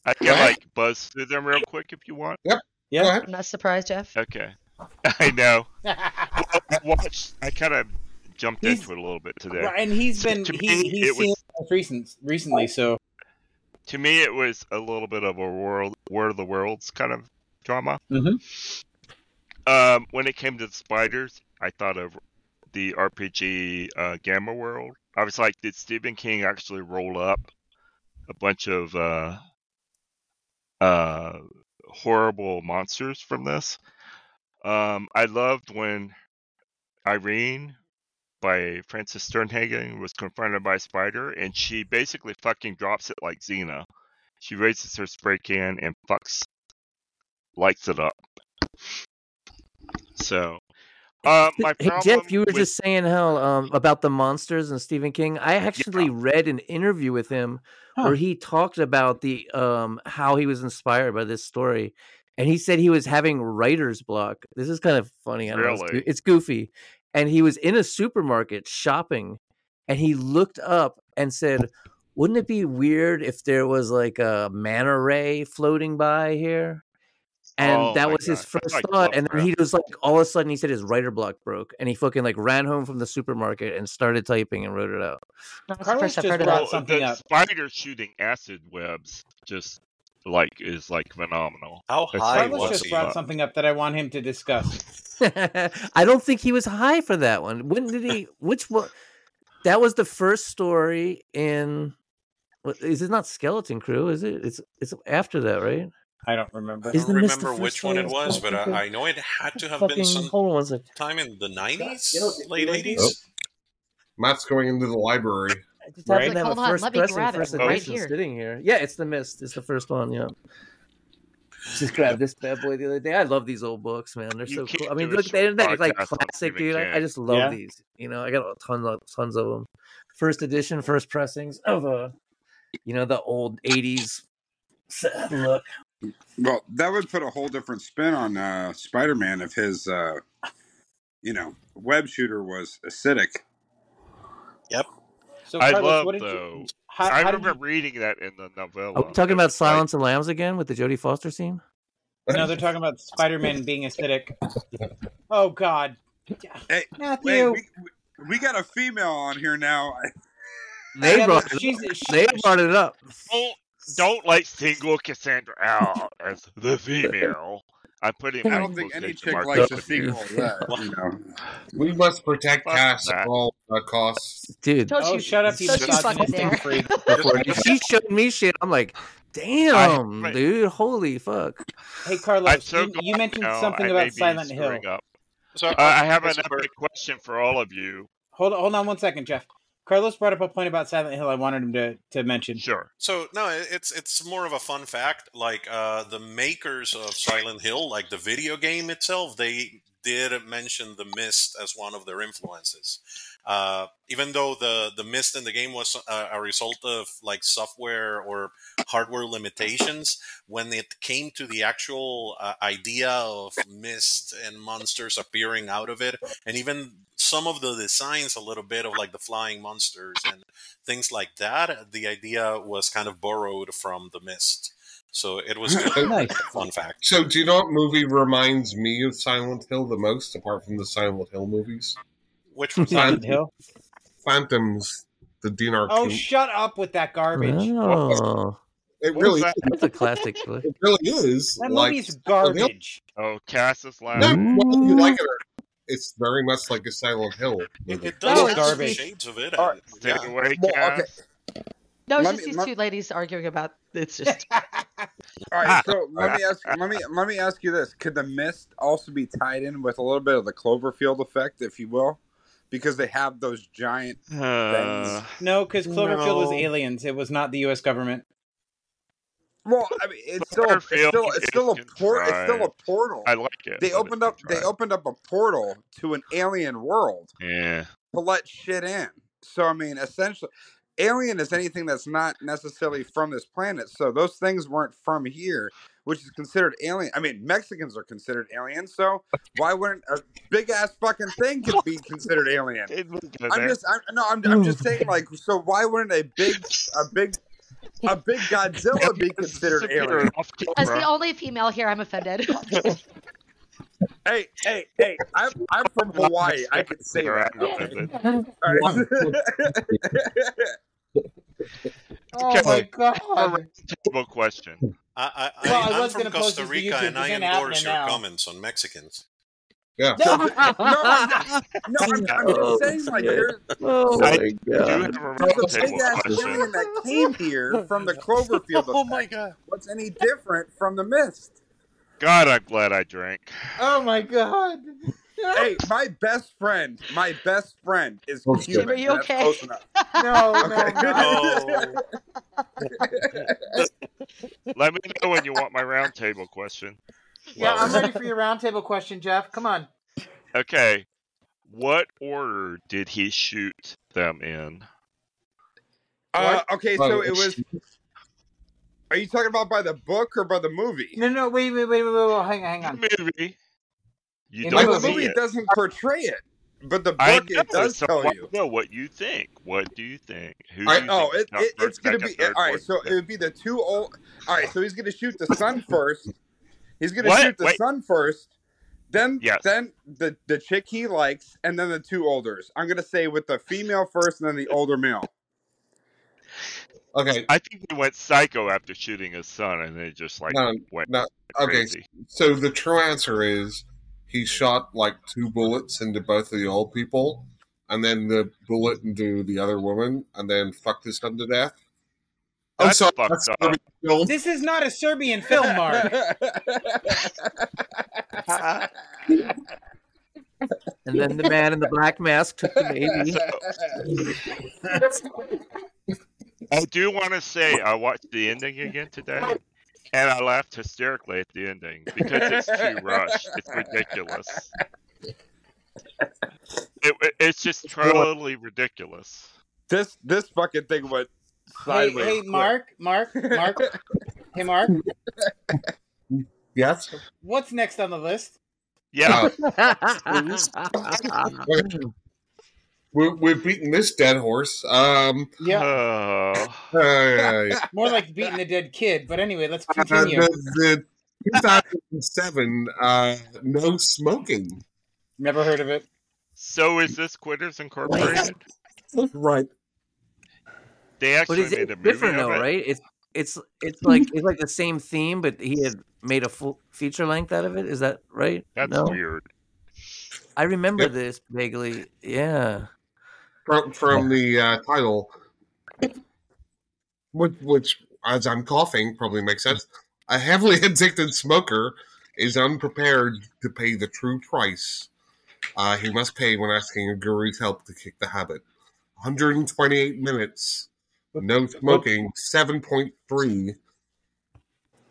Speaker 7: I can
Speaker 2: ahead.
Speaker 7: like buzz through them real quick if you want.
Speaker 2: Go ahead.
Speaker 10: I'm not surprised, Jeff.
Speaker 7: Okay. I know. I watched. I kind of jumped
Speaker 1: He's-
Speaker 7: into it a little bit today.
Speaker 1: Well, and he's
Speaker 7: So
Speaker 1: been
Speaker 7: to
Speaker 1: he's
Speaker 7: me,
Speaker 1: he's
Speaker 7: it
Speaker 1: seen
Speaker 7: was-
Speaker 1: it most recent recently, so
Speaker 7: To me, it was a little bit of a world, War of the Worlds kind of drama.
Speaker 1: Mhm.
Speaker 7: Um, when it came to the spiders, I thought of the RPG uh, Gamma World. I was like, did Stephen King actually roll up a bunch of uh, uh, horrible monsters from this? Um, I loved when Irene by Frances Sternhagen was confronted by a spider, and she basically fucking drops it like Xena. She raises her spray can and fucks, lights it up. So, uh, my
Speaker 3: Hey,
Speaker 7: problem
Speaker 3: Jeff, you were
Speaker 7: with Mm-hmm.
Speaker 3: just saying how um, about the monsters and Stephen King. I actually read an interview with him
Speaker 1: Huh.
Speaker 3: where he talked about the um, how he was inspired by this story, and he said he was having writer's block. This is kind of funny. I don't know. It's, goo-
Speaker 7: Really?
Speaker 3: it's goofy, and he was in a supermarket shopping, and he looked up and said, "Wouldn't it be weird if there was like a manta ray floating by here?" and
Speaker 7: Oh
Speaker 3: that
Speaker 7: my
Speaker 3: was his
Speaker 7: God,
Speaker 3: first
Speaker 7: that's like
Speaker 3: thought. And then he
Speaker 7: Lovecraft.
Speaker 3: was like, all of a sudden, he said his writer block broke, and he fucking like ran home from the supermarket and started typing and wrote it out.
Speaker 10: That's the
Speaker 1: Carlos
Speaker 10: first I've
Speaker 1: just
Speaker 10: heard of
Speaker 1: brought
Speaker 10: that.
Speaker 7: well,
Speaker 1: something
Speaker 7: the
Speaker 1: up.
Speaker 7: spider shooting acid webs just like is like phenomenal.
Speaker 6: How
Speaker 7: That's
Speaker 6: high
Speaker 7: like
Speaker 1: Carlos
Speaker 7: what
Speaker 6: was
Speaker 1: just
Speaker 7: the
Speaker 6: he?
Speaker 1: brought
Speaker 7: fuck.
Speaker 1: something up that I want him to discuss.
Speaker 3: I don't think he was high for that one. When did he? Which one? That was the first story in. what- Is it not Skeleton Crew? Is it? It's it's after that, right?
Speaker 1: I don't remember.
Speaker 6: I
Speaker 3: Isn't
Speaker 6: don't
Speaker 3: this the
Speaker 6: remember
Speaker 3: first
Speaker 6: which one
Speaker 3: day
Speaker 6: it
Speaker 3: of
Speaker 6: was, but
Speaker 3: Skeleton Crew?
Speaker 6: I, I know it had to have been
Speaker 3: Fucking hold on one second.
Speaker 6: sometime in the
Speaker 3: You know,
Speaker 6: nineties,
Speaker 3: if
Speaker 6: late
Speaker 3: you like it-
Speaker 2: Oh.
Speaker 6: eighties.
Speaker 2: Matt's going into the library.
Speaker 3: I just
Speaker 1: Right?
Speaker 3: happen to have
Speaker 10: Hold
Speaker 3: a
Speaker 10: on,
Speaker 3: first
Speaker 10: let me
Speaker 3: pressing,
Speaker 10: grab it
Speaker 3: first
Speaker 7: right
Speaker 3: edition
Speaker 10: here.
Speaker 3: sitting here. Yeah, it's the mist. It's the first one. Yeah. Just grabbed this bad boy the other day. I love these old books, man. They're
Speaker 7: You
Speaker 3: so cool.
Speaker 7: can't
Speaker 3: I mean,
Speaker 7: do a
Speaker 3: look at
Speaker 7: short
Speaker 3: the internet. It's like
Speaker 7: podcast on
Speaker 3: classic,
Speaker 7: Stephen
Speaker 3: dude. I, I
Speaker 7: King.
Speaker 3: just love
Speaker 1: Yeah.
Speaker 3: these. You know, I got a ton of tons of them. First edition, first pressings of uh, you know, the old '80s sad look.
Speaker 5: Well, that would put a whole different spin on uh, Spider-Man if his, uh, you know, web shooter was acidic.
Speaker 1: So
Speaker 7: I
Speaker 1: Carlos,
Speaker 7: love
Speaker 1: what did you
Speaker 7: though.
Speaker 1: how,
Speaker 7: I
Speaker 1: how did
Speaker 7: remember
Speaker 1: you
Speaker 7: reading that in the
Speaker 3: Are we
Speaker 7: novella.
Speaker 3: talking
Speaker 7: It
Speaker 3: about
Speaker 7: was like
Speaker 3: Silence and Lambs again with the Jodie Foster scene?
Speaker 1: No, they're talking about Spider Man being acidic. Oh god.
Speaker 5: Hey, wait,
Speaker 1: Matthew.
Speaker 5: we, we we got a female on here now.
Speaker 3: They
Speaker 1: yeah,
Speaker 3: brought
Speaker 1: but
Speaker 3: it up.
Speaker 1: she's she,
Speaker 3: they brought it up.
Speaker 7: don't don't like single Cassandra out as the female. I'm putting
Speaker 5: I
Speaker 7: my
Speaker 5: don't think any
Speaker 7: quotation
Speaker 5: chick
Speaker 7: marks
Speaker 5: likes
Speaker 7: up
Speaker 5: a
Speaker 7: in here.
Speaker 5: sequel. to That you know,
Speaker 2: We must protect
Speaker 7: Fuck
Speaker 2: Cass at
Speaker 7: that.
Speaker 2: all uh, costs.
Speaker 3: Dude,
Speaker 10: Don't
Speaker 1: Oh
Speaker 10: you
Speaker 1: shut up, you
Speaker 10: don't you
Speaker 7: Just
Speaker 10: fucking
Speaker 1: misogynistic
Speaker 10: dare.
Speaker 1: freak.
Speaker 3: before
Speaker 7: just
Speaker 3: she showed me shit, I'm like,
Speaker 7: I
Speaker 3: damn,
Speaker 7: haven't-
Speaker 3: dude, holy fuck.
Speaker 1: Hey
Speaker 7: I'm
Speaker 1: Carlos,
Speaker 7: so
Speaker 1: you
Speaker 7: glad
Speaker 1: you mentioned
Speaker 7: now
Speaker 1: something
Speaker 7: I may
Speaker 1: about
Speaker 7: be
Speaker 1: Silent Hill.
Speaker 7: screwing up.
Speaker 6: So
Speaker 7: Uh, I have
Speaker 6: this
Speaker 7: an
Speaker 6: is where
Speaker 7: epic question for all of you.
Speaker 1: Hold hold on one second, Jeff. Carlos brought up a point about Silent Hill I wanted him to, to mention.
Speaker 7: Sure.
Speaker 6: So no, it- it's it's more of a fun fact. Like uh, the makers of Silent Hill, like the video game itself, they did mention The Mist as one of their influences. Uh, even though the the Mist in the game was uh, a, a result of like software or hardware limitations, when it came to the actual uh, idea of mist and monsters appearing out of it, and even some of the designs a little bit of like the flying monsters and things like that. The idea was kind of borrowed from The Mist. So it was good.
Speaker 1: Nice.
Speaker 6: Fun fact.
Speaker 2: So, do you know what movie reminds me of Silent Hill the most, apart from the Silent Hill movies?
Speaker 6: Which one?
Speaker 1: Silent Hill.
Speaker 2: Phantoms, the Dean
Speaker 1: Oh
Speaker 2: Arcane.
Speaker 1: shut up with that garbage.
Speaker 3: Oh,
Speaker 2: it
Speaker 7: What
Speaker 2: really,
Speaker 7: was that?
Speaker 2: is.
Speaker 3: that's a classic. choice.
Speaker 2: it really is.
Speaker 1: That
Speaker 2: like
Speaker 1: movie's
Speaker 2: Silent Hill.
Speaker 1: garbage.
Speaker 7: Oh, Cass is
Speaker 2: No,
Speaker 7: laughing.
Speaker 2: whether you like it or it's very much like a Silent Hill.
Speaker 6: It,
Speaker 2: movie.
Speaker 6: it does
Speaker 1: Oh,
Speaker 6: have
Speaker 1: it's
Speaker 6: some
Speaker 1: garbage.
Speaker 6: shades of it.
Speaker 5: All right.
Speaker 6: I-
Speaker 7: Take it
Speaker 6: yeah.
Speaker 7: away,
Speaker 8: Well,
Speaker 7: Cass.
Speaker 8: okay.
Speaker 10: No, it's
Speaker 5: Let
Speaker 10: just
Speaker 5: me-
Speaker 10: these
Speaker 5: let-
Speaker 10: two ladies arguing about it's just
Speaker 5: All right, so let me ask let me let me ask you this: Could the mist also be tied in with a little bit of the Cloverfield effect, if you will, because they have those giant?
Speaker 7: Uh,
Speaker 1: No, because Cloverfield was
Speaker 7: No.
Speaker 1: aliens. It was not the U.S. government.
Speaker 5: Well, I mean, it's still it's still
Speaker 7: Cloverfield
Speaker 5: it's still a
Speaker 7: is
Speaker 5: port it's still a
Speaker 7: contrived.
Speaker 5: portal.
Speaker 7: I like it.
Speaker 5: They
Speaker 7: but
Speaker 5: opened
Speaker 7: it's
Speaker 5: up they
Speaker 7: contrived.
Speaker 5: opened up a portal to an alien world
Speaker 7: Yeah.
Speaker 5: to let shit in. So I mean, essentially, alien is anything that's not necessarily from this planet. So those things weren't from here, which is considered alien. I mean, Mexicans are considered aliens, so why wouldn't a big ass fucking thing could be considered alien?
Speaker 7: It was good
Speaker 5: I'm
Speaker 7: there.
Speaker 5: just, I'm, no, I'm, I'm just saying, like, so why wouldn't a big, a big, a big Godzilla be
Speaker 7: This is
Speaker 5: considered
Speaker 7: superior
Speaker 5: alien?
Speaker 7: off
Speaker 10: as the
Speaker 7: camera.
Speaker 10: only female here. I'm offended.
Speaker 5: Hey, hey, hey! I'm, I'm from Hawaii. I can say
Speaker 7: There,
Speaker 5: that.
Speaker 7: I'm
Speaker 5: Okay.
Speaker 7: offended.
Speaker 5: All
Speaker 2: Wow.
Speaker 5: right.
Speaker 1: Oh my
Speaker 7: More
Speaker 1: god!
Speaker 7: reasonable question.
Speaker 6: I, I,
Speaker 1: Well, I
Speaker 6: I, I'm
Speaker 1: was
Speaker 6: from
Speaker 1: gonna post
Speaker 6: Costa
Speaker 1: this to
Speaker 6: Rica,
Speaker 1: YouTube,
Speaker 6: and
Speaker 1: but
Speaker 6: I
Speaker 1: then happening
Speaker 6: endorse your
Speaker 1: now.
Speaker 6: comments on Mexicans.
Speaker 2: yeah.
Speaker 5: So th- no, I'm not. No, I'm. I'm just
Speaker 3: Oh,
Speaker 5: saying. Like
Speaker 3: shit.
Speaker 5: there,
Speaker 3: Oh
Speaker 7: I
Speaker 3: my
Speaker 7: do
Speaker 3: god.
Speaker 7: have a
Speaker 5: there's a big
Speaker 7: roundtable
Speaker 5: ass
Speaker 7: question.
Speaker 5: alien that came here from the Cloverfield
Speaker 6: oh my
Speaker 5: effect.
Speaker 6: god!
Speaker 5: What's any different from the mist?
Speaker 7: God, I'm glad I drank.
Speaker 1: Oh my god!
Speaker 5: Hey, my best friend, my best friend is
Speaker 2: Oh,
Speaker 10: Jim,
Speaker 5: Cuban,
Speaker 10: are
Speaker 2: God.
Speaker 5: and
Speaker 10: you
Speaker 5: that's
Speaker 10: okay?
Speaker 5: close enough.
Speaker 1: No, no,
Speaker 5: Okay.
Speaker 1: I'm not.
Speaker 6: No,
Speaker 7: Let me know when you want my roundtable question.
Speaker 1: Yeah,
Speaker 6: well,
Speaker 1: I'm ready for your roundtable question, Jeff. Come on.
Speaker 7: Okay, what order did he shoot them in?
Speaker 5: uh,
Speaker 1: What?
Speaker 5: okay, so
Speaker 2: Oh,
Speaker 5: it was. Are you talking about by the book or by the movie?
Speaker 1: No, no, wait, wait, wait, wait, wait, wait hang on, hang on.
Speaker 7: The movie. You
Speaker 1: In the
Speaker 5: Like
Speaker 7: don't
Speaker 1: movie.
Speaker 5: the
Speaker 7: see
Speaker 5: movie
Speaker 7: it.
Speaker 5: doesn't portray it, but the
Speaker 7: I
Speaker 5: book it
Speaker 7: know,
Speaker 5: does
Speaker 7: so
Speaker 5: tell
Speaker 7: I
Speaker 5: you.
Speaker 7: know what you think. What do you think? Who do
Speaker 5: I,
Speaker 7: you
Speaker 5: oh,
Speaker 7: think?
Speaker 5: it,
Speaker 7: Shot
Speaker 5: it it's
Speaker 7: first,
Speaker 5: gonna
Speaker 7: second,
Speaker 5: be
Speaker 7: third,
Speaker 5: all right.
Speaker 7: fourth,
Speaker 5: So it
Speaker 7: fifth?
Speaker 5: would be the two old. All right, so he's gonna shoot the sun first. He's gonna
Speaker 7: What?
Speaker 5: shoot the
Speaker 7: Wait.
Speaker 5: sun first. Then
Speaker 7: Yes.
Speaker 5: then the the chick he likes, and then the two olders. I'm gonna say with the female first, and then the older male.
Speaker 2: okay.
Speaker 7: I think he went psycho after shooting his son, and they just like
Speaker 2: No,
Speaker 7: went
Speaker 2: no. Okay.
Speaker 7: crazy.
Speaker 2: So the true answer is he shot like two bullets into both of the old people, and then the bullet into the other woman, and then fucked his son to death. I'm
Speaker 7: That's
Speaker 2: sorry.
Speaker 7: fucked
Speaker 2: That's
Speaker 7: up.
Speaker 2: Serbian film.
Speaker 1: This is not a Serbian film, Mark.
Speaker 3: And then the man in the black mask took the baby.
Speaker 7: So I do want to say I watched the ending again today, and I laughed hysterically at the ending because it's too rushed. It's ridiculous. It, it- it's just totally ridiculous.
Speaker 5: this this fucking thing went
Speaker 1: Hey,
Speaker 5: sideways
Speaker 1: hey,
Speaker 5: quick.
Speaker 1: Mark, Mark, Mark, hey, Mark.
Speaker 2: Yes.
Speaker 1: What's next on the list?
Speaker 7: Yeah.
Speaker 2: Uh, we're, we're beating this dead horse. Um,
Speaker 1: Yeah,
Speaker 2: uh,
Speaker 1: more like beating the dead kid. But anyway, let's
Speaker 2: Uh,
Speaker 1: continue.
Speaker 2: the, the 2007 uh, No Smoking.
Speaker 1: Never heard of it.
Speaker 7: so is this Quitters Incorporated?
Speaker 2: Right.
Speaker 7: They
Speaker 3: But
Speaker 7: actually
Speaker 3: it's,
Speaker 7: made
Speaker 3: it's
Speaker 7: a movie
Speaker 3: different
Speaker 7: of
Speaker 3: though,
Speaker 7: it.
Speaker 3: right? It's it's it's like it's like the same theme, but he had made a full feature length out of it. Is that right?
Speaker 7: That's
Speaker 3: No,
Speaker 7: weird.
Speaker 3: I remember
Speaker 2: Yep.
Speaker 3: this vaguely. Yeah,
Speaker 2: From, from the uh, title, which, which, as I'm coughing, probably makes sense. A heavily addicted smoker is unprepared to pay the true price uh, he must pay when asking a guru's help to kick the habit. 128 minutes. No smoking. 7.3.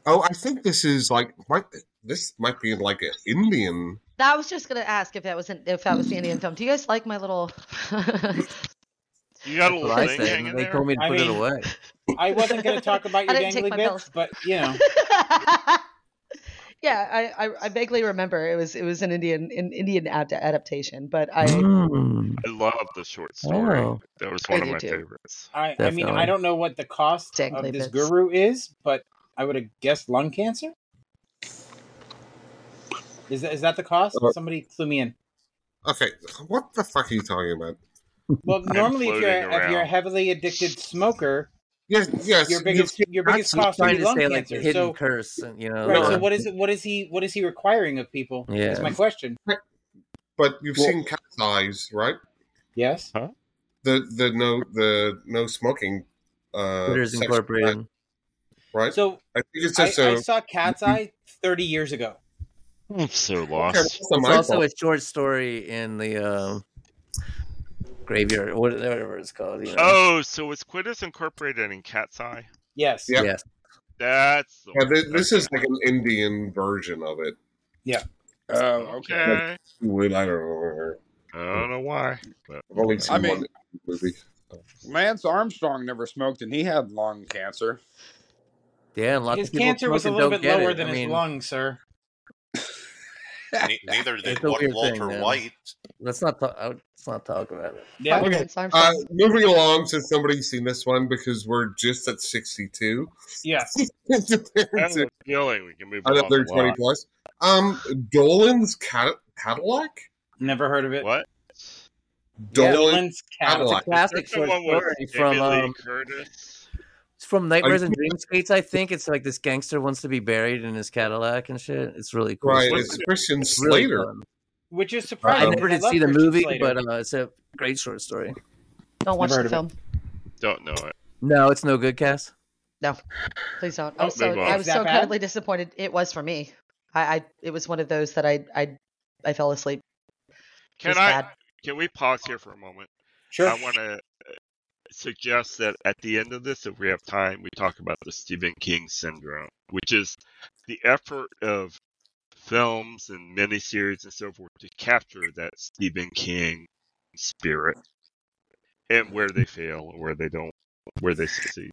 Speaker 2: Oh, I think this is like might this might be like an Indian.
Speaker 10: That I was just gonna ask if that was an, if that was the Indian film. Do you guys like my little? I
Speaker 7: You
Speaker 3: that's
Speaker 7: got a little
Speaker 3: what I
Speaker 7: thing
Speaker 3: said, and
Speaker 7: hanging
Speaker 3: they
Speaker 7: there?
Speaker 3: told me to
Speaker 1: I
Speaker 3: put it
Speaker 1: mean,
Speaker 3: away.
Speaker 1: I wasn't going to talk about your
Speaker 10: didn't take
Speaker 1: dangly
Speaker 10: my
Speaker 1: bits,
Speaker 10: pills.
Speaker 1: but you know,
Speaker 10: yeah, I, I I vaguely remember it was it was an Indian an Indian ad- adaptation, but I
Speaker 3: Mm,
Speaker 7: I love the short story.
Speaker 3: wow,
Speaker 7: That was
Speaker 10: I
Speaker 7: one of
Speaker 10: do
Speaker 7: my
Speaker 10: too.
Speaker 7: favorites.
Speaker 1: I I mean, I
Speaker 3: definitely.
Speaker 1: don't know what the cost of
Speaker 10: Dangly
Speaker 1: this
Speaker 10: bits.
Speaker 1: guru is, but I would have guessed lung cancer. Is that is that the cost?
Speaker 2: Uh,
Speaker 1: Somebody clue me in.
Speaker 2: okay, what the fuck are you talking about?
Speaker 1: Well,
Speaker 7: I'm
Speaker 1: normally if you're
Speaker 7: floating
Speaker 1: if you're a
Speaker 7: around.
Speaker 1: heavily addicted smoker,
Speaker 2: Yes, yes,
Speaker 1: your
Speaker 2: you
Speaker 1: biggest your biggest
Speaker 2: that's
Speaker 1: cost would
Speaker 3: Trying
Speaker 1: be
Speaker 3: to
Speaker 1: lung
Speaker 3: say like the
Speaker 1: cancer.
Speaker 3: hidden
Speaker 1: So
Speaker 3: curse, and you know
Speaker 1: right, so
Speaker 2: no.
Speaker 3: the
Speaker 1: what is it? What is he? What is he requiring of people? Is
Speaker 3: yeah.
Speaker 1: my question.
Speaker 2: But you've
Speaker 1: Well-
Speaker 2: seen Cat's Eyes, right?
Speaker 1: Yes.
Speaker 2: The the no the no smoking. Uh,
Speaker 3: Critters
Speaker 2: section,
Speaker 3: Incorporated.
Speaker 2: right?
Speaker 1: So
Speaker 2: I think it's
Speaker 1: I,
Speaker 2: just so.
Speaker 1: I saw Cat's Eye 30 years ago.
Speaker 7: I'm so
Speaker 2: Okay,
Speaker 7: lost.
Speaker 2: that's not
Speaker 3: It's
Speaker 2: my
Speaker 3: also
Speaker 2: fault.
Speaker 3: a short story in the uh, graveyard, what- whatever it's called. You know.
Speaker 7: Oh, so it's Quidditch Incorporated in Cat's Eye?
Speaker 1: Yes.
Speaker 2: Yeah.
Speaker 3: Yes.
Speaker 7: That's the
Speaker 2: Yeah,
Speaker 7: one.
Speaker 2: this, this is
Speaker 7: Okay.
Speaker 2: like an Indian version of it.
Speaker 8: Oh,
Speaker 1: Um,
Speaker 8: okay.
Speaker 7: okay.
Speaker 2: When I don't know.
Speaker 7: I don't know why. But
Speaker 2: I've only seen
Speaker 8: I mean-
Speaker 2: one movie.
Speaker 8: Lance Armstrong never smoked, and he had lung cancer.
Speaker 3: Yeah, and lots
Speaker 1: His
Speaker 3: of people
Speaker 1: cancer was a
Speaker 3: smoke and
Speaker 1: little
Speaker 3: don't
Speaker 1: bit
Speaker 3: get
Speaker 1: lower
Speaker 3: it.
Speaker 1: than
Speaker 3: I
Speaker 1: his
Speaker 3: mean,
Speaker 1: lung, sir.
Speaker 6: Ne- neither did
Speaker 3: It's a
Speaker 6: Wa-
Speaker 3: weird
Speaker 6: Walter
Speaker 3: thing, man.
Speaker 6: White.
Speaker 3: Let's not talk. I- Let's not talk about it.
Speaker 1: Yeah.
Speaker 10: Fuck
Speaker 2: Okay.
Speaker 10: Lance Armstrong.
Speaker 2: Uh, moving along, since somebody's seen this one, because we're just at 62.
Speaker 1: Yeah.
Speaker 7: I have a feeling we can move along
Speaker 2: Another
Speaker 7: a
Speaker 2: 20
Speaker 7: lot.
Speaker 2: plus. Um, Dolan's cat- Cadillac?
Speaker 1: Never heard of it.
Speaker 7: What?
Speaker 2: Dolan.
Speaker 1: Dolan's Cadillac.
Speaker 2: Cadillac.
Speaker 3: Classic
Speaker 7: Is that
Speaker 3: short
Speaker 7: the one with
Speaker 3: story from
Speaker 7: Jamie Lee
Speaker 3: um,
Speaker 7: Curtis.
Speaker 3: it's from Nightmares
Speaker 2: you-
Speaker 3: and Dreamscapes. I think it's like this gangster wants to be buried in his Cadillac and shit. It's really cool.
Speaker 2: Right,
Speaker 7: What's
Speaker 2: it's
Speaker 7: it?
Speaker 2: Christian
Speaker 3: It's really
Speaker 2: Slater.
Speaker 3: fun.
Speaker 1: Which is
Speaker 3: I
Speaker 1: surprising.
Speaker 3: never
Speaker 1: 'cause
Speaker 3: did
Speaker 1: love
Speaker 3: see the
Speaker 1: Christian
Speaker 3: movie,
Speaker 1: Slater.
Speaker 3: but uh, it's a great short story.
Speaker 10: Don't watch
Speaker 1: Never
Speaker 10: the
Speaker 1: heard
Speaker 10: film.
Speaker 7: Don't know it.
Speaker 3: No, it's no good, Cass.
Speaker 10: Please don't.
Speaker 1: Oh,
Speaker 10: I was so
Speaker 7: move
Speaker 10: I
Speaker 7: on.
Speaker 10: was
Speaker 1: Is that
Speaker 10: so
Speaker 1: bad?
Speaker 10: incredibly disappointed. It was for me. I, I it was one of those that I I I fell asleep. It
Speaker 7: Can
Speaker 10: was
Speaker 7: I?
Speaker 10: bad.
Speaker 7: Can we pause here for a moment?
Speaker 1: Sure.
Speaker 7: I want to suggest that at the end of this, if we have time, we talk about the Stephen King syndrome, which is the effort of films and miniseries and so forth to capture that Stephen King spirit and where they fail or where they don't, where they succeed.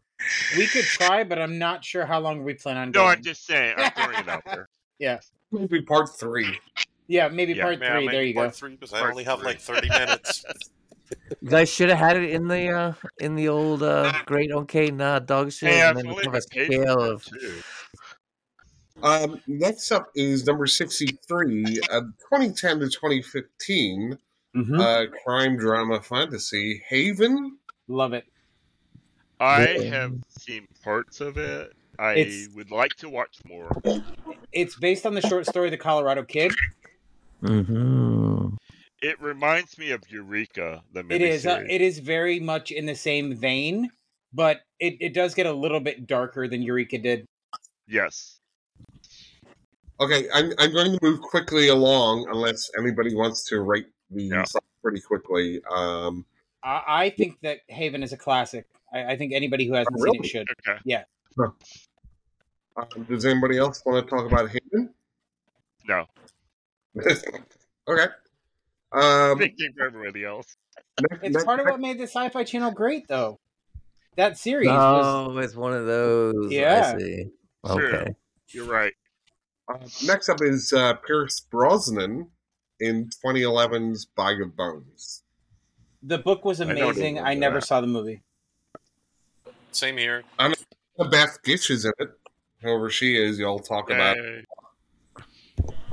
Speaker 1: we could try, but I'm not sure how long we plan on
Speaker 7: No,
Speaker 1: going.
Speaker 7: I'm just saying, I'm throwing it out there.
Speaker 2: Maybe part three.
Speaker 1: yeah, maybe
Speaker 7: Yeah,
Speaker 1: part
Speaker 6: May I
Speaker 1: three.
Speaker 6: make
Speaker 1: There you
Speaker 6: part
Speaker 1: go.
Speaker 6: three because I
Speaker 7: Part
Speaker 6: only have like
Speaker 7: three.
Speaker 6: 30 minutes.
Speaker 3: You guys should have had it in the uh, in the old uh, great okay nah dog shit,
Speaker 7: Hey,
Speaker 3: and
Speaker 7: I've
Speaker 3: then
Speaker 7: only
Speaker 3: have a
Speaker 7: been paid for
Speaker 3: scale
Speaker 7: that
Speaker 3: of
Speaker 7: too.
Speaker 2: Um, next up is number 63, uh, 2010 to 2015,
Speaker 1: Mm-hmm.
Speaker 2: uh, crime drama fantasy, Haven.
Speaker 1: Love it.
Speaker 7: I
Speaker 3: Yeah.
Speaker 7: have seen parts of it. I
Speaker 1: It's-
Speaker 7: would like to watch more.
Speaker 1: It's based on the short story "The Colorado Kid."
Speaker 7: Mm-hmm.
Speaker 3: Mhm.
Speaker 7: It reminds me of Eureka, the miniseries.
Speaker 1: It is. Uh, it is very much in the same vein, but it, it does get a little bit darker than Eureka did.
Speaker 7: yes.
Speaker 2: Okay, I'm, I'm going to move quickly along unless anybody wants to rate these
Speaker 7: Yeah.
Speaker 2: up pretty quickly. Um,
Speaker 1: I, I think that Haven is a classic. I, I think anybody who hasn't
Speaker 2: Oh,
Speaker 1: seen it
Speaker 2: really?
Speaker 1: should.
Speaker 7: Okay.
Speaker 2: uh, does anybody else want to talk about Haven?
Speaker 7: No.
Speaker 2: okay. Um,
Speaker 7: Thank you for everybody else.
Speaker 2: next,
Speaker 1: It's
Speaker 2: next-
Speaker 1: part of what made the Sci-Fi Channel great, though. That series was
Speaker 3: Oh, it's one of those.
Speaker 1: Yeah.
Speaker 3: I see.
Speaker 7: True.
Speaker 3: Okay.
Speaker 7: You're right.
Speaker 2: uh, next up is uh, Pierce Brosnan in 2011's Bag of Bones.
Speaker 1: the book was
Speaker 7: I don't
Speaker 1: amazing. I,
Speaker 7: remember
Speaker 1: never
Speaker 7: that.
Speaker 1: saw the movie.
Speaker 6: Same here.
Speaker 2: Beth Gish is in it. Whoever she is, y'all talk about.
Speaker 7: Yay.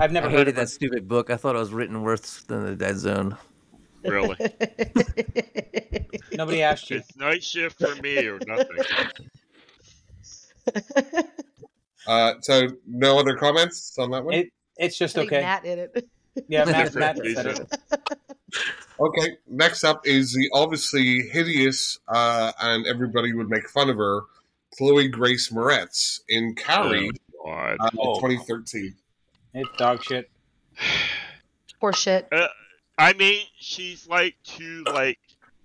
Speaker 1: I've never
Speaker 3: I
Speaker 1: heard
Speaker 3: hated
Speaker 1: of
Speaker 3: that
Speaker 1: that.
Speaker 3: stupid book. I thought it was written worse than the Dead Zone.
Speaker 7: Really?
Speaker 1: Nobody asked you.
Speaker 7: It's night shift for me or nothing.
Speaker 2: Uh, so, no other comments on that one?
Speaker 1: It it's just
Speaker 10: I think
Speaker 1: okay.
Speaker 10: Matt did it.
Speaker 1: Yeah, Matt,
Speaker 7: Different
Speaker 1: Matt said
Speaker 7: reason.
Speaker 1: it.
Speaker 2: Okay, next up is the obviously hideous, uh, and everybody would make fun of her, Chloe Grace Moretz in Carrie,
Speaker 7: Oh, God.
Speaker 2: uh,
Speaker 6: Oh.
Speaker 2: 2013.
Speaker 1: It's dog shit.
Speaker 10: Poor shit.
Speaker 7: Uh, I mean, she's like too like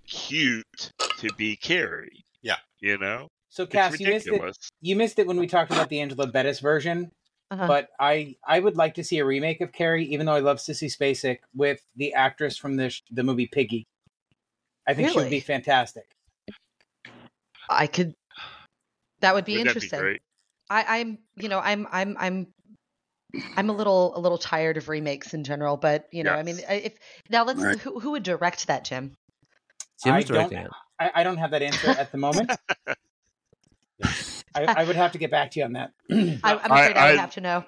Speaker 7: cute to be Carrie.
Speaker 6: Yeah.
Speaker 7: You know,
Speaker 1: So
Speaker 7: it's
Speaker 1: Cass, you missed it.
Speaker 7: ridiculous.
Speaker 1: You missed it when we talked about the Angela Bettis version.
Speaker 10: Uh-huh.
Speaker 1: But I I would like to see a remake of Carrie, even though I love Sissy Spacek with the actress from the sh- the movie Piggy. I think she would
Speaker 10: Really?
Speaker 1: be fantastic.
Speaker 10: I could. That would be
Speaker 7: Would that be
Speaker 10: interesting.
Speaker 7: great?
Speaker 10: I, I'm, you know, I'm, I'm, I'm, I'm a little, a little tired of remakes in general. But you know, I mean,
Speaker 7: Yes.
Speaker 10: I- if now let's,
Speaker 8: Right.
Speaker 10: who, who would direct that, Jim?
Speaker 1: I
Speaker 3: Jim's
Speaker 1: don't-
Speaker 3: directing it.
Speaker 1: I, I don't have that answer at the moment. I, I would have to get back to you on that.
Speaker 10: I, I'm afraid I,
Speaker 7: I-
Speaker 10: would
Speaker 7: I-
Speaker 10: have to know.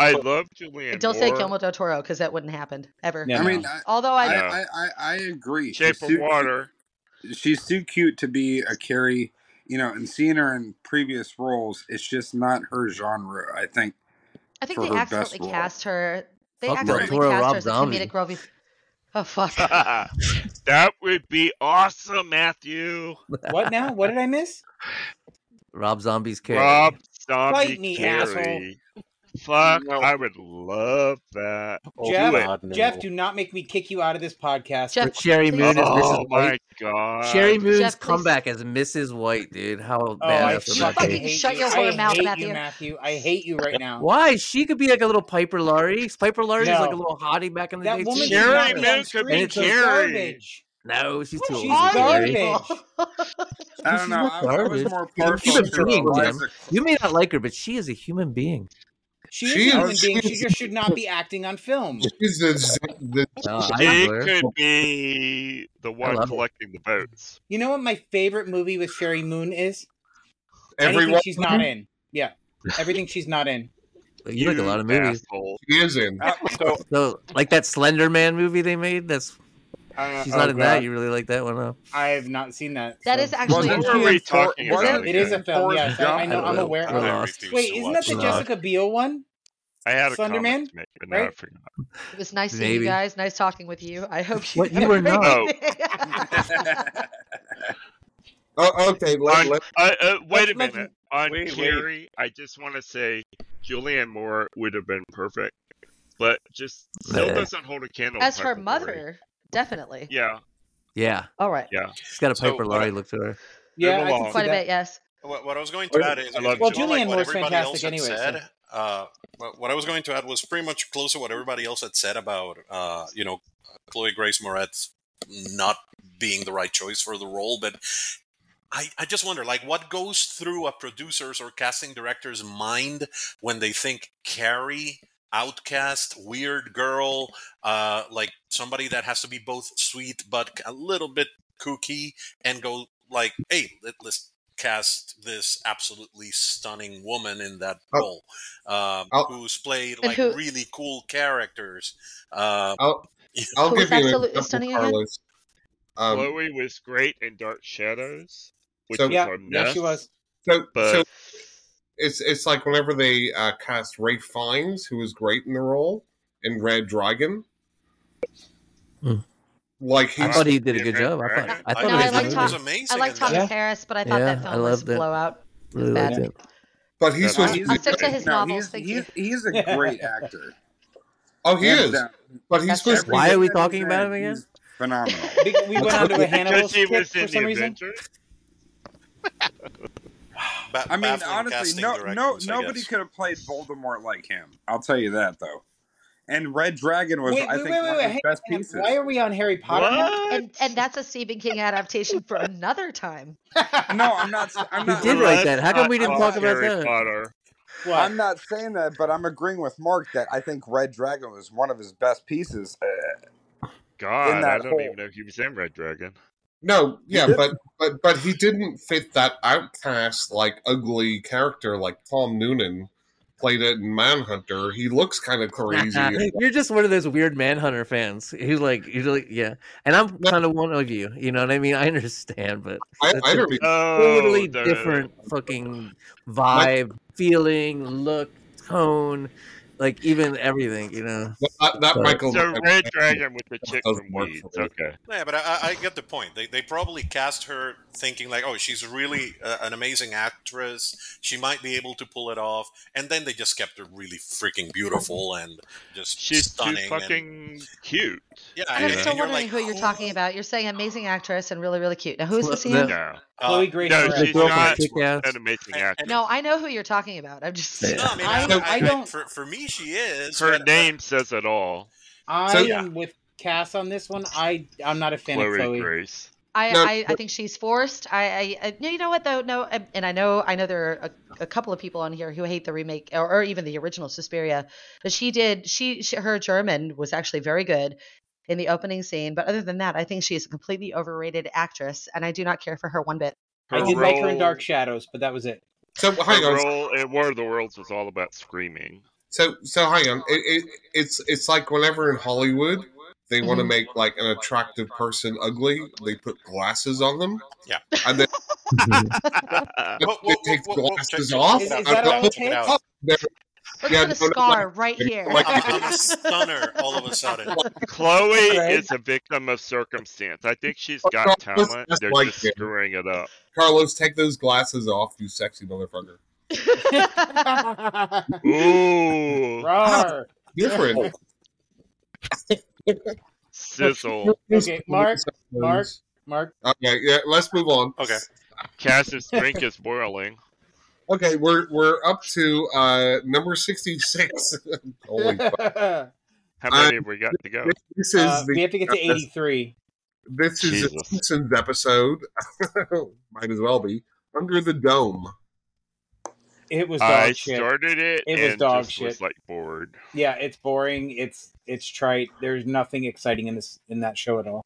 Speaker 7: I love Julianne
Speaker 10: Don't say
Speaker 7: Moore.
Speaker 10: Guillermo del Toro because that wouldn't happen ever.
Speaker 1: Yeah,
Speaker 8: I
Speaker 1: no.
Speaker 8: mean, I,
Speaker 10: Although I,
Speaker 8: I,
Speaker 5: uh,
Speaker 7: No.
Speaker 8: I, I, I agree.
Speaker 7: Shape
Speaker 8: She's
Speaker 7: of
Speaker 8: too-
Speaker 7: Water.
Speaker 8: she's too cute to be a Carrie, you know, and seeing her in previous roles, it's just not her genre, I think,
Speaker 10: I think
Speaker 8: for
Speaker 10: they
Speaker 8: her
Speaker 10: accidentally
Speaker 8: best role.
Speaker 10: cast her They
Speaker 3: Fuck
Speaker 10: accidentally
Speaker 3: Rob.
Speaker 10: cast
Speaker 3: Rob
Speaker 10: her as a
Speaker 3: Zombie.
Speaker 10: comedic Robbie. Oh fuck!
Speaker 7: that would be awesome, Matthew.
Speaker 1: What now? What did I miss?
Speaker 3: Rob Zombie's character.
Speaker 7: Rob Zombie
Speaker 1: Bite me,
Speaker 7: Carey. Fuck, I would love that.
Speaker 11: Oh,
Speaker 1: Jeff,
Speaker 7: Do it.
Speaker 11: God, no.
Speaker 1: Jeff, do not make me kick you out of this podcast.
Speaker 10: Jeff,
Speaker 3: Sherry
Speaker 10: please-
Speaker 3: Moon is Mrs.
Speaker 7: Oh
Speaker 3: White.
Speaker 7: my god.
Speaker 3: Sherry Moon's
Speaker 10: Jeff, please-
Speaker 3: comeback as Mrs. White, dude. How
Speaker 1: Oh, I
Speaker 3: badass would
Speaker 10: You
Speaker 3: that
Speaker 1: fucking
Speaker 3: be?
Speaker 10: fucking
Speaker 1: hate
Speaker 10: shut
Speaker 1: you.
Speaker 10: your
Speaker 1: I
Speaker 10: whole mouth,
Speaker 1: hate
Speaker 10: Matthew.
Speaker 1: you, Matthew. I hate you right now.
Speaker 3: Why? She could be like a little Piper Laurie. Piper Laurie's
Speaker 1: No.
Speaker 3: like a little hottie back in the day.
Speaker 1: That woman should
Speaker 3: too.
Speaker 1: not
Speaker 7: Sherry
Speaker 1: be
Speaker 7: Moon
Speaker 1: on
Speaker 7: could
Speaker 1: screen.
Speaker 3: be
Speaker 1: She's
Speaker 7: Carrie.
Speaker 1: garbage.
Speaker 3: No, she's too
Speaker 1: She's
Speaker 3: old.
Speaker 10: What
Speaker 3: for
Speaker 10: are
Speaker 3: Carrie.
Speaker 10: you?
Speaker 1: garbage.
Speaker 8: I
Speaker 3: She's
Speaker 8: don't know.
Speaker 3: not
Speaker 8: I, I was
Speaker 3: garbage.
Speaker 8: more
Speaker 3: She's a
Speaker 8: partial
Speaker 3: human
Speaker 8: to
Speaker 3: being,
Speaker 8: Eliza.
Speaker 3: You may not like her, but she is a human being.
Speaker 1: She is
Speaker 2: She
Speaker 1: a
Speaker 2: is-
Speaker 1: human being. She
Speaker 2: she's-
Speaker 1: just should not be acting on film.
Speaker 2: She's the, the
Speaker 3: Uh, I
Speaker 7: She
Speaker 3: love her.
Speaker 7: could be the one
Speaker 3: love it.
Speaker 7: collecting the votes.
Speaker 1: You know what my favorite movie with Sherry Moon is? Anything
Speaker 2: everyone
Speaker 1: she's not in. Yeah. Everything she's not in.
Speaker 3: You like a lot of movies.
Speaker 7: asshole.
Speaker 2: she is in.
Speaker 8: So
Speaker 3: So, like that Slender Man movie they made. That's
Speaker 1: Uh,
Speaker 3: she's
Speaker 8: oh,
Speaker 3: not in that.
Speaker 8: God.
Speaker 3: You really like that one, huh?
Speaker 1: I have not seen that.
Speaker 10: That
Speaker 1: so-
Speaker 10: is actually
Speaker 7: What
Speaker 8: Wasn't
Speaker 7: were
Speaker 8: she
Speaker 7: we
Speaker 8: in For-
Speaker 7: talking
Speaker 8: wasn't
Speaker 7: about
Speaker 1: It is a
Speaker 7: again?
Speaker 1: film,
Speaker 8: Forrest
Speaker 1: yes. I, I
Speaker 8: Gump?
Speaker 1: know.
Speaker 3: don't
Speaker 1: I'm
Speaker 3: know.
Speaker 1: aware
Speaker 3: We're
Speaker 1: of
Speaker 6: I
Speaker 1: it.
Speaker 3: lost.
Speaker 6: refuse
Speaker 1: Wait,
Speaker 6: to
Speaker 1: isn't that
Speaker 6: watch
Speaker 1: the
Speaker 3: No.
Speaker 1: Jessica Biel one?
Speaker 7: I had a
Speaker 1: Slenderman,
Speaker 7: comment to make, but now I
Speaker 1: right?
Speaker 7: forgot.
Speaker 10: It was nice seeing
Speaker 3: Maybe.
Speaker 10: you guys. Nice talking with you. I hope you.
Speaker 3: What, you were not.
Speaker 7: No.
Speaker 2: Oh, okay, let,
Speaker 7: On-
Speaker 2: let,
Speaker 7: uh, uh,
Speaker 1: Let's-
Speaker 7: wait a
Speaker 1: let's-
Speaker 7: minute. On
Speaker 8: wait, wait.
Speaker 7: Carrie, I just want to say Julianne Moore would have been perfect, but just still
Speaker 3: Nah.
Speaker 7: doesn't hold a candle.
Speaker 10: As
Speaker 7: to Piper
Speaker 10: her
Speaker 7: Laurie.
Speaker 10: mother, definitely.
Speaker 7: Yeah,
Speaker 3: Yeah,
Speaker 10: All right.
Speaker 7: yeah.
Speaker 3: she's got a
Speaker 6: So,
Speaker 3: Piper
Speaker 6: what
Speaker 3: Laurie
Speaker 6: I-
Speaker 3: look to her.
Speaker 1: Yeah, I
Speaker 7: Move
Speaker 1: can
Speaker 7: along.
Speaker 1: see
Speaker 10: Quite a
Speaker 1: that.
Speaker 10: bit, yes.
Speaker 6: What, what I was going
Speaker 7: Or-
Speaker 6: to add is,
Speaker 7: I
Speaker 6: is
Speaker 7: love
Speaker 6: it's
Speaker 7: Julianne.
Speaker 6: more like
Speaker 1: Julianne
Speaker 6: what
Speaker 1: Moore's
Speaker 6: everybody else
Speaker 1: fantastic
Speaker 6: had
Speaker 1: anyway,
Speaker 6: said.
Speaker 1: so-
Speaker 6: Uh, what, what I was going to add was pretty much close to what everybody else had said about, uh, you know, Chloe Grace Moretz not being the right choice for the role. But I, I just wonder, like, what goes through a producer's or casting director's mind when they think Carrie, outcast, weird girl, uh, like somebody that has to be both sweet but a little bit kooky, and go like, hey, let, us cast this absolutely stunning woman in that
Speaker 2: Oh.
Speaker 6: role, um,
Speaker 2: Oh.
Speaker 6: who's played like
Speaker 10: who-
Speaker 6: really cool characters. Uh,
Speaker 2: I'll, I'll
Speaker 10: Who was
Speaker 2: give you an
Speaker 10: absolutely
Speaker 2: example,
Speaker 10: stunning again?
Speaker 2: Carlos. Um,
Speaker 7: Chloe was great in Dark Shadows, which
Speaker 2: So-
Speaker 7: was
Speaker 1: Yeah,
Speaker 7: a
Speaker 1: yeah,
Speaker 7: mess.
Speaker 1: she was.
Speaker 2: so, so
Speaker 7: But
Speaker 2: it's it's like whenever they uh, cast Ray Fiennes, who was great in the role, in Red Dragon.
Speaker 3: Hmm.
Speaker 2: Like
Speaker 3: I
Speaker 2: he's
Speaker 3: thought he did a
Speaker 7: Yeah,
Speaker 3: good
Speaker 7: Red
Speaker 3: job. I thought
Speaker 7: Dragon.
Speaker 3: I
Speaker 6: I,
Speaker 3: thought
Speaker 10: No,
Speaker 3: it
Speaker 10: I
Speaker 6: I
Speaker 3: was a
Speaker 6: thought
Speaker 10: like
Speaker 3: good
Speaker 6: he
Speaker 10: Tom.
Speaker 6: was
Speaker 3: movie.
Speaker 10: I
Speaker 6: amazing
Speaker 10: like
Speaker 6: in that.
Speaker 10: Thomas
Speaker 3: Yeah.
Speaker 10: Harris, but I thought
Speaker 3: Yeah,
Speaker 10: that
Speaker 3: I
Speaker 10: film was a
Speaker 3: loved it.
Speaker 10: blowout. It was
Speaker 3: Really
Speaker 10: bad.
Speaker 3: liked it.
Speaker 2: but he's
Speaker 7: That's-
Speaker 2: supposed to
Speaker 10: I'm
Speaker 2: be
Speaker 10: stick to his
Speaker 8: No,
Speaker 10: novels.
Speaker 8: he's
Speaker 10: Thank
Speaker 8: he's
Speaker 10: you.
Speaker 8: he's a great actor.
Speaker 2: Oh he
Speaker 8: Hands
Speaker 2: is.
Speaker 8: down.
Speaker 2: But he's
Speaker 10: That's
Speaker 2: supposed
Speaker 10: true.
Speaker 2: to be
Speaker 3: Why are we
Speaker 8: Everything he's
Speaker 3: talking about
Speaker 8: in,
Speaker 3: him again?
Speaker 8: He's phenomenal.
Speaker 1: Be- We went on to a Hannibal
Speaker 7: because he
Speaker 1: skit
Speaker 7: was
Speaker 1: for
Speaker 7: in the
Speaker 1: some reason.
Speaker 7: Avengers.
Speaker 6: Ba-
Speaker 8: I mean,
Speaker 6: baffling
Speaker 8: honestly,
Speaker 6: casting
Speaker 8: no, no,
Speaker 6: directions, I
Speaker 8: nobody
Speaker 6: guess.
Speaker 8: could have played Voldemort like him. I'll tell you that though. And Red Dragon was,
Speaker 1: Wait,
Speaker 8: I
Speaker 1: wait,
Speaker 8: think,
Speaker 1: wait, wait,
Speaker 8: one
Speaker 1: wait.
Speaker 8: of
Speaker 1: Hang
Speaker 8: his best
Speaker 1: on. Why
Speaker 8: pieces.
Speaker 1: are we on Harry Potter now?
Speaker 7: What?
Speaker 10: And and that's a Stephen King adaptation for another time.
Speaker 8: No, I'm not. I'm
Speaker 3: We
Speaker 8: not.
Speaker 3: did like
Speaker 7: Let's
Speaker 3: that. How come
Speaker 7: not
Speaker 3: we didn't
Speaker 8: I'm
Speaker 3: talk
Speaker 8: not.
Speaker 7: talk
Speaker 3: about
Speaker 7: Harry
Speaker 3: that?
Speaker 7: Potter.
Speaker 1: What?
Speaker 8: I'm not saying that, but I'm agreeing with Mark that I think Red Dragon was one of his best pieces uh, in
Speaker 7: God, I
Speaker 8: that
Speaker 7: don't even
Speaker 8: whole.
Speaker 7: know if he was in Red Dragon.
Speaker 2: No,
Speaker 8: He
Speaker 2: yeah,
Speaker 8: did.
Speaker 2: but but but he didn't fit that outcast, like ugly character like Tom Noonan played it in Manhunter. He looks kind of crazy.
Speaker 3: you're just one of those weird Manhunter fans who like you like yeah. And I'm
Speaker 2: No.
Speaker 3: kind of one of you. You know what I mean? I understand, but
Speaker 2: I,
Speaker 3: that's
Speaker 2: I
Speaker 3: a
Speaker 2: don't even
Speaker 7: Oh,
Speaker 3: totally
Speaker 7: the
Speaker 3: different fucking vibe, feeling, look, tone, like even everything. You know?
Speaker 2: that, that
Speaker 3: But-
Speaker 2: Michael
Speaker 7: so Red Dragon with the chick
Speaker 2: doesn't
Speaker 7: from
Speaker 2: work for
Speaker 7: Weeds.
Speaker 2: me.
Speaker 7: Okay.
Speaker 6: Yeah, but I, I- I get the point. They, they probably cast her thinking like, oh, she's really uh, an amazing actress. She might be able to pull it off. And then they just kept her really freaking beautiful and just
Speaker 7: She's too
Speaker 6: stunning. And
Speaker 7: fucking cute.
Speaker 6: yeah,
Speaker 10: And I'm
Speaker 6: and,
Speaker 10: still
Speaker 6: and you're
Speaker 10: wondering
Speaker 6: like,
Speaker 10: who you're talking about. You're saying amazing actress and really, really cute. Now, who's
Speaker 3: Clo-
Speaker 10: this again?
Speaker 3: the-
Speaker 7: No,
Speaker 6: uh,
Speaker 1: Chloe Grace
Speaker 7: no,
Speaker 1: Moretz.
Speaker 3: the
Speaker 7: she's
Speaker 3: girl from
Speaker 7: not
Speaker 6: Grace
Speaker 3: Kick
Speaker 6: Moretz.
Speaker 3: Ass.
Speaker 7: an amazing
Speaker 6: And, and-
Speaker 7: actress.
Speaker 10: No, I know who you're talking about. I'm just.
Speaker 6: no, I mean, I,
Speaker 1: I,
Speaker 6: I,
Speaker 1: I
Speaker 6: I-
Speaker 1: don't.
Speaker 6: for, for me, she is,
Speaker 7: Her
Speaker 6: but, but
Speaker 7: name says it all.
Speaker 1: I
Speaker 2: So-
Speaker 1: am with Cass on this one. I, I'm not a fan
Speaker 7: Chloe
Speaker 1: of Chloe.
Speaker 7: Grace.
Speaker 10: I,
Speaker 2: No,
Speaker 10: I, I think she's forced. I, I, I no, you know what though? No, I- and I know I know there are a, a couple of people on here who hate the remake or, or even the original Suspiria, but she did. She, she her German was actually very good in the opening scene. But other than that, I think she is a completely overrated actress, and I do not care for her one bit.
Speaker 7: Her
Speaker 1: I did like her in
Speaker 7: role-
Speaker 1: Dark Shadows, but that was it.
Speaker 2: So hang
Speaker 7: Her
Speaker 2: on.
Speaker 7: role in War of the Worlds was all about screaming.
Speaker 2: So so hang on. It, it, it's it's like whenever in Hollywood they want to
Speaker 10: Mhm.
Speaker 2: make like an attractive person ugly, they put glasses on them.
Speaker 6: Yeah.
Speaker 2: And then
Speaker 7: I
Speaker 6: Whoa,
Speaker 2: they
Speaker 6: whoa, whoa,
Speaker 2: take
Speaker 6: whoa, whoa. Check,
Speaker 2: glasses
Speaker 6: check,
Speaker 2: off.
Speaker 6: check
Speaker 1: Is, is
Speaker 2: and
Speaker 6: it out, check
Speaker 1: that all
Speaker 2: they'll
Speaker 6: it out,
Speaker 1: it
Speaker 6: check it
Speaker 1: takes?
Speaker 6: out.
Speaker 2: Oh, they're
Speaker 10: Let's
Speaker 2: Yeah,
Speaker 10: put a
Speaker 2: no, no,
Speaker 10: scar right
Speaker 2: I'm-
Speaker 10: here.
Speaker 2: I'm-
Speaker 6: I'm a stunner all of a sudden.
Speaker 7: Chloe
Speaker 1: Right.
Speaker 7: is a victim of circumstance. I think she's
Speaker 2: Oh,
Speaker 7: got
Speaker 2: Carlos
Speaker 7: talent.
Speaker 2: just
Speaker 7: They're
Speaker 2: like
Speaker 7: just
Speaker 2: him.
Speaker 7: screwing it up.
Speaker 2: Carlos, take those glasses off, you sexy motherfucker.
Speaker 7: Ooh,
Speaker 1: Rawr.
Speaker 2: Different.
Speaker 7: sizzle.
Speaker 1: Okay, Mark, Mark. Mark.
Speaker 2: Okay, yeah, let's move on.
Speaker 6: Okay.
Speaker 7: Cass's drink is boiling.
Speaker 2: Okay, we're we're up to uh number sixty six. Holy fuck.
Speaker 7: How
Speaker 2: Uh,
Speaker 7: many have we got to go?
Speaker 2: This is
Speaker 1: Uh,
Speaker 2: the
Speaker 1: we have to get to 83.
Speaker 2: this is
Speaker 7: Jesus.
Speaker 2: a Simpsons episode. Might as well be. Under the Dome.
Speaker 1: It was
Speaker 7: I
Speaker 1: dog shit.
Speaker 7: started it,
Speaker 1: It was
Speaker 7: and
Speaker 1: dog
Speaker 7: just
Speaker 1: shit.
Speaker 7: was like bored.
Speaker 1: Yeah, it's boring. It's it's trite. There's nothing exciting in this in that show at all.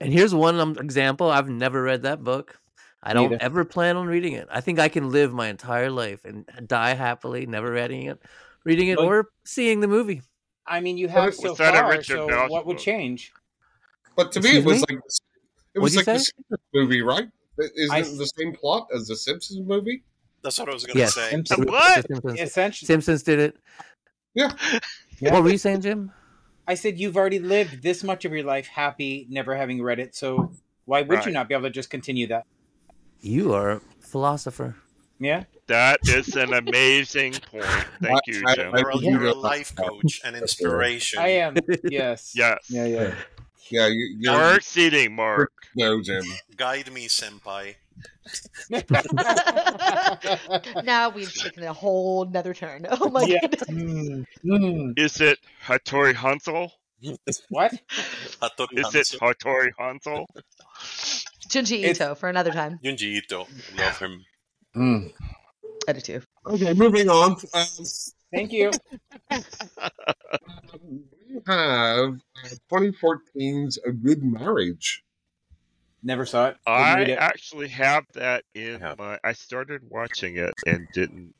Speaker 3: And here's one um, example. I've never read that book. I
Speaker 1: Me
Speaker 3: don't
Speaker 1: either.
Speaker 3: ever plan on reading it. I think I can live my entire life and die happily, never reading it, reading it,
Speaker 1: Well,
Speaker 3: or seeing the movie.
Speaker 1: I mean, you
Speaker 2: Well,
Speaker 1: have
Speaker 2: it
Speaker 1: so
Speaker 7: was that a
Speaker 1: far.
Speaker 7: Richard
Speaker 1: So
Speaker 7: Dawson
Speaker 1: what would
Speaker 7: book?
Speaker 1: change?
Speaker 2: But to me,
Speaker 3: Excuse
Speaker 2: it was
Speaker 3: me?
Speaker 2: like it was
Speaker 3: What'd you
Speaker 2: like the
Speaker 3: say?
Speaker 2: Simpsons movie, right? Is
Speaker 1: I-
Speaker 2: it the same plot as the Simpsons movie?
Speaker 6: That's what I was going to
Speaker 3: Yes.
Speaker 6: say.
Speaker 1: Simpson-
Speaker 3: The
Speaker 7: What?
Speaker 3: Simpsons.
Speaker 1: Essentially,
Speaker 3: Simpsons did it.
Speaker 1: Yeah.
Speaker 3: What were you saying, Jim?
Speaker 1: I said you've already lived this much of your life happy, never having read it. So why would you
Speaker 7: Right.
Speaker 1: not be able to just continue that?
Speaker 3: You are a philosopher.
Speaker 1: Yeah.
Speaker 7: That is an amazing point. Thank you,
Speaker 2: I-
Speaker 7: Jim.
Speaker 2: I-
Speaker 6: You're a,
Speaker 2: you
Speaker 6: you're a
Speaker 2: go-
Speaker 6: life coach, an inspiration.
Speaker 1: I am. Yes.
Speaker 7: Yes.
Speaker 1: Yeah. Yeah.
Speaker 2: Yeah, you, you're
Speaker 7: We're exceeding, Mark.
Speaker 2: no Jim.
Speaker 6: Guide me, senpai.
Speaker 10: now we've taken a whole nother turn. Oh my
Speaker 1: Yeah.
Speaker 10: goodness.
Speaker 1: Mm. Mm.
Speaker 7: Is it Hattori Hansel?
Speaker 1: What?
Speaker 6: Hattori
Speaker 7: Is it
Speaker 6: Hanzo.
Speaker 7: Hattori Hansel?
Speaker 10: Junji
Speaker 1: It's-
Speaker 10: Ito for another time.
Speaker 6: Junji Ito. Love him.
Speaker 1: Mm.
Speaker 10: I do too.
Speaker 2: Okay, moving on. Um,
Speaker 1: Thank you.
Speaker 2: we have uh, 2014's A Good Marriage.
Speaker 1: Never saw it. Didn't
Speaker 7: I
Speaker 1: read it.
Speaker 7: actually have that in
Speaker 6: Yeah.
Speaker 7: my. I started watching it and didn't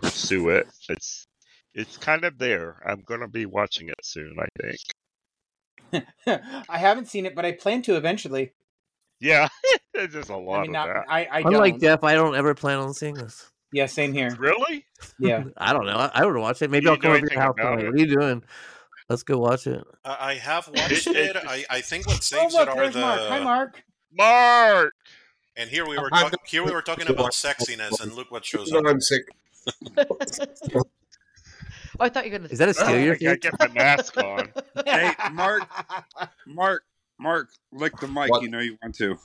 Speaker 7: pursue it. It's it's kind of there. I'm gonna be watching it soon. I think.
Speaker 1: I haven't seen it, but I plan to eventually.
Speaker 7: Yeah, there's just a lot
Speaker 1: I mean,
Speaker 7: of
Speaker 1: not.
Speaker 7: that.
Speaker 1: I. I
Speaker 3: Unlike
Speaker 1: don't.
Speaker 3: Jeff, I don't ever plan on seeing this.
Speaker 1: Yeah. Same here.
Speaker 7: Really?
Speaker 1: Yeah.
Speaker 3: I don't know. I, I would watch it. Maybe
Speaker 7: Do you
Speaker 3: I'll come
Speaker 7: know
Speaker 3: over to
Speaker 7: anything
Speaker 3: your house
Speaker 7: about
Speaker 3: tonight.
Speaker 7: it?
Speaker 3: What are you doing? Let's go watch it.
Speaker 6: I, I have watched
Speaker 7: It-
Speaker 6: it.
Speaker 7: it-
Speaker 6: I, I think what
Speaker 1: Oh
Speaker 6: saves it
Speaker 1: look,
Speaker 6: are
Speaker 1: there's
Speaker 6: the
Speaker 1: Mark. Hi, Mark.
Speaker 7: Mark.
Speaker 6: and here we were
Speaker 2: I
Speaker 6: talk- here we were talking about sexiness and look what shows
Speaker 2: No,
Speaker 6: up.
Speaker 2: I'm sick.
Speaker 10: Oh, I thought you were gonna
Speaker 3: Is that a steal
Speaker 7: Oh,
Speaker 3: your
Speaker 7: I gotta
Speaker 3: feet?
Speaker 7: get my mask on.
Speaker 8: Hey, Mark. Mark, Mark, lick the mic.
Speaker 2: What?
Speaker 8: You know you want to.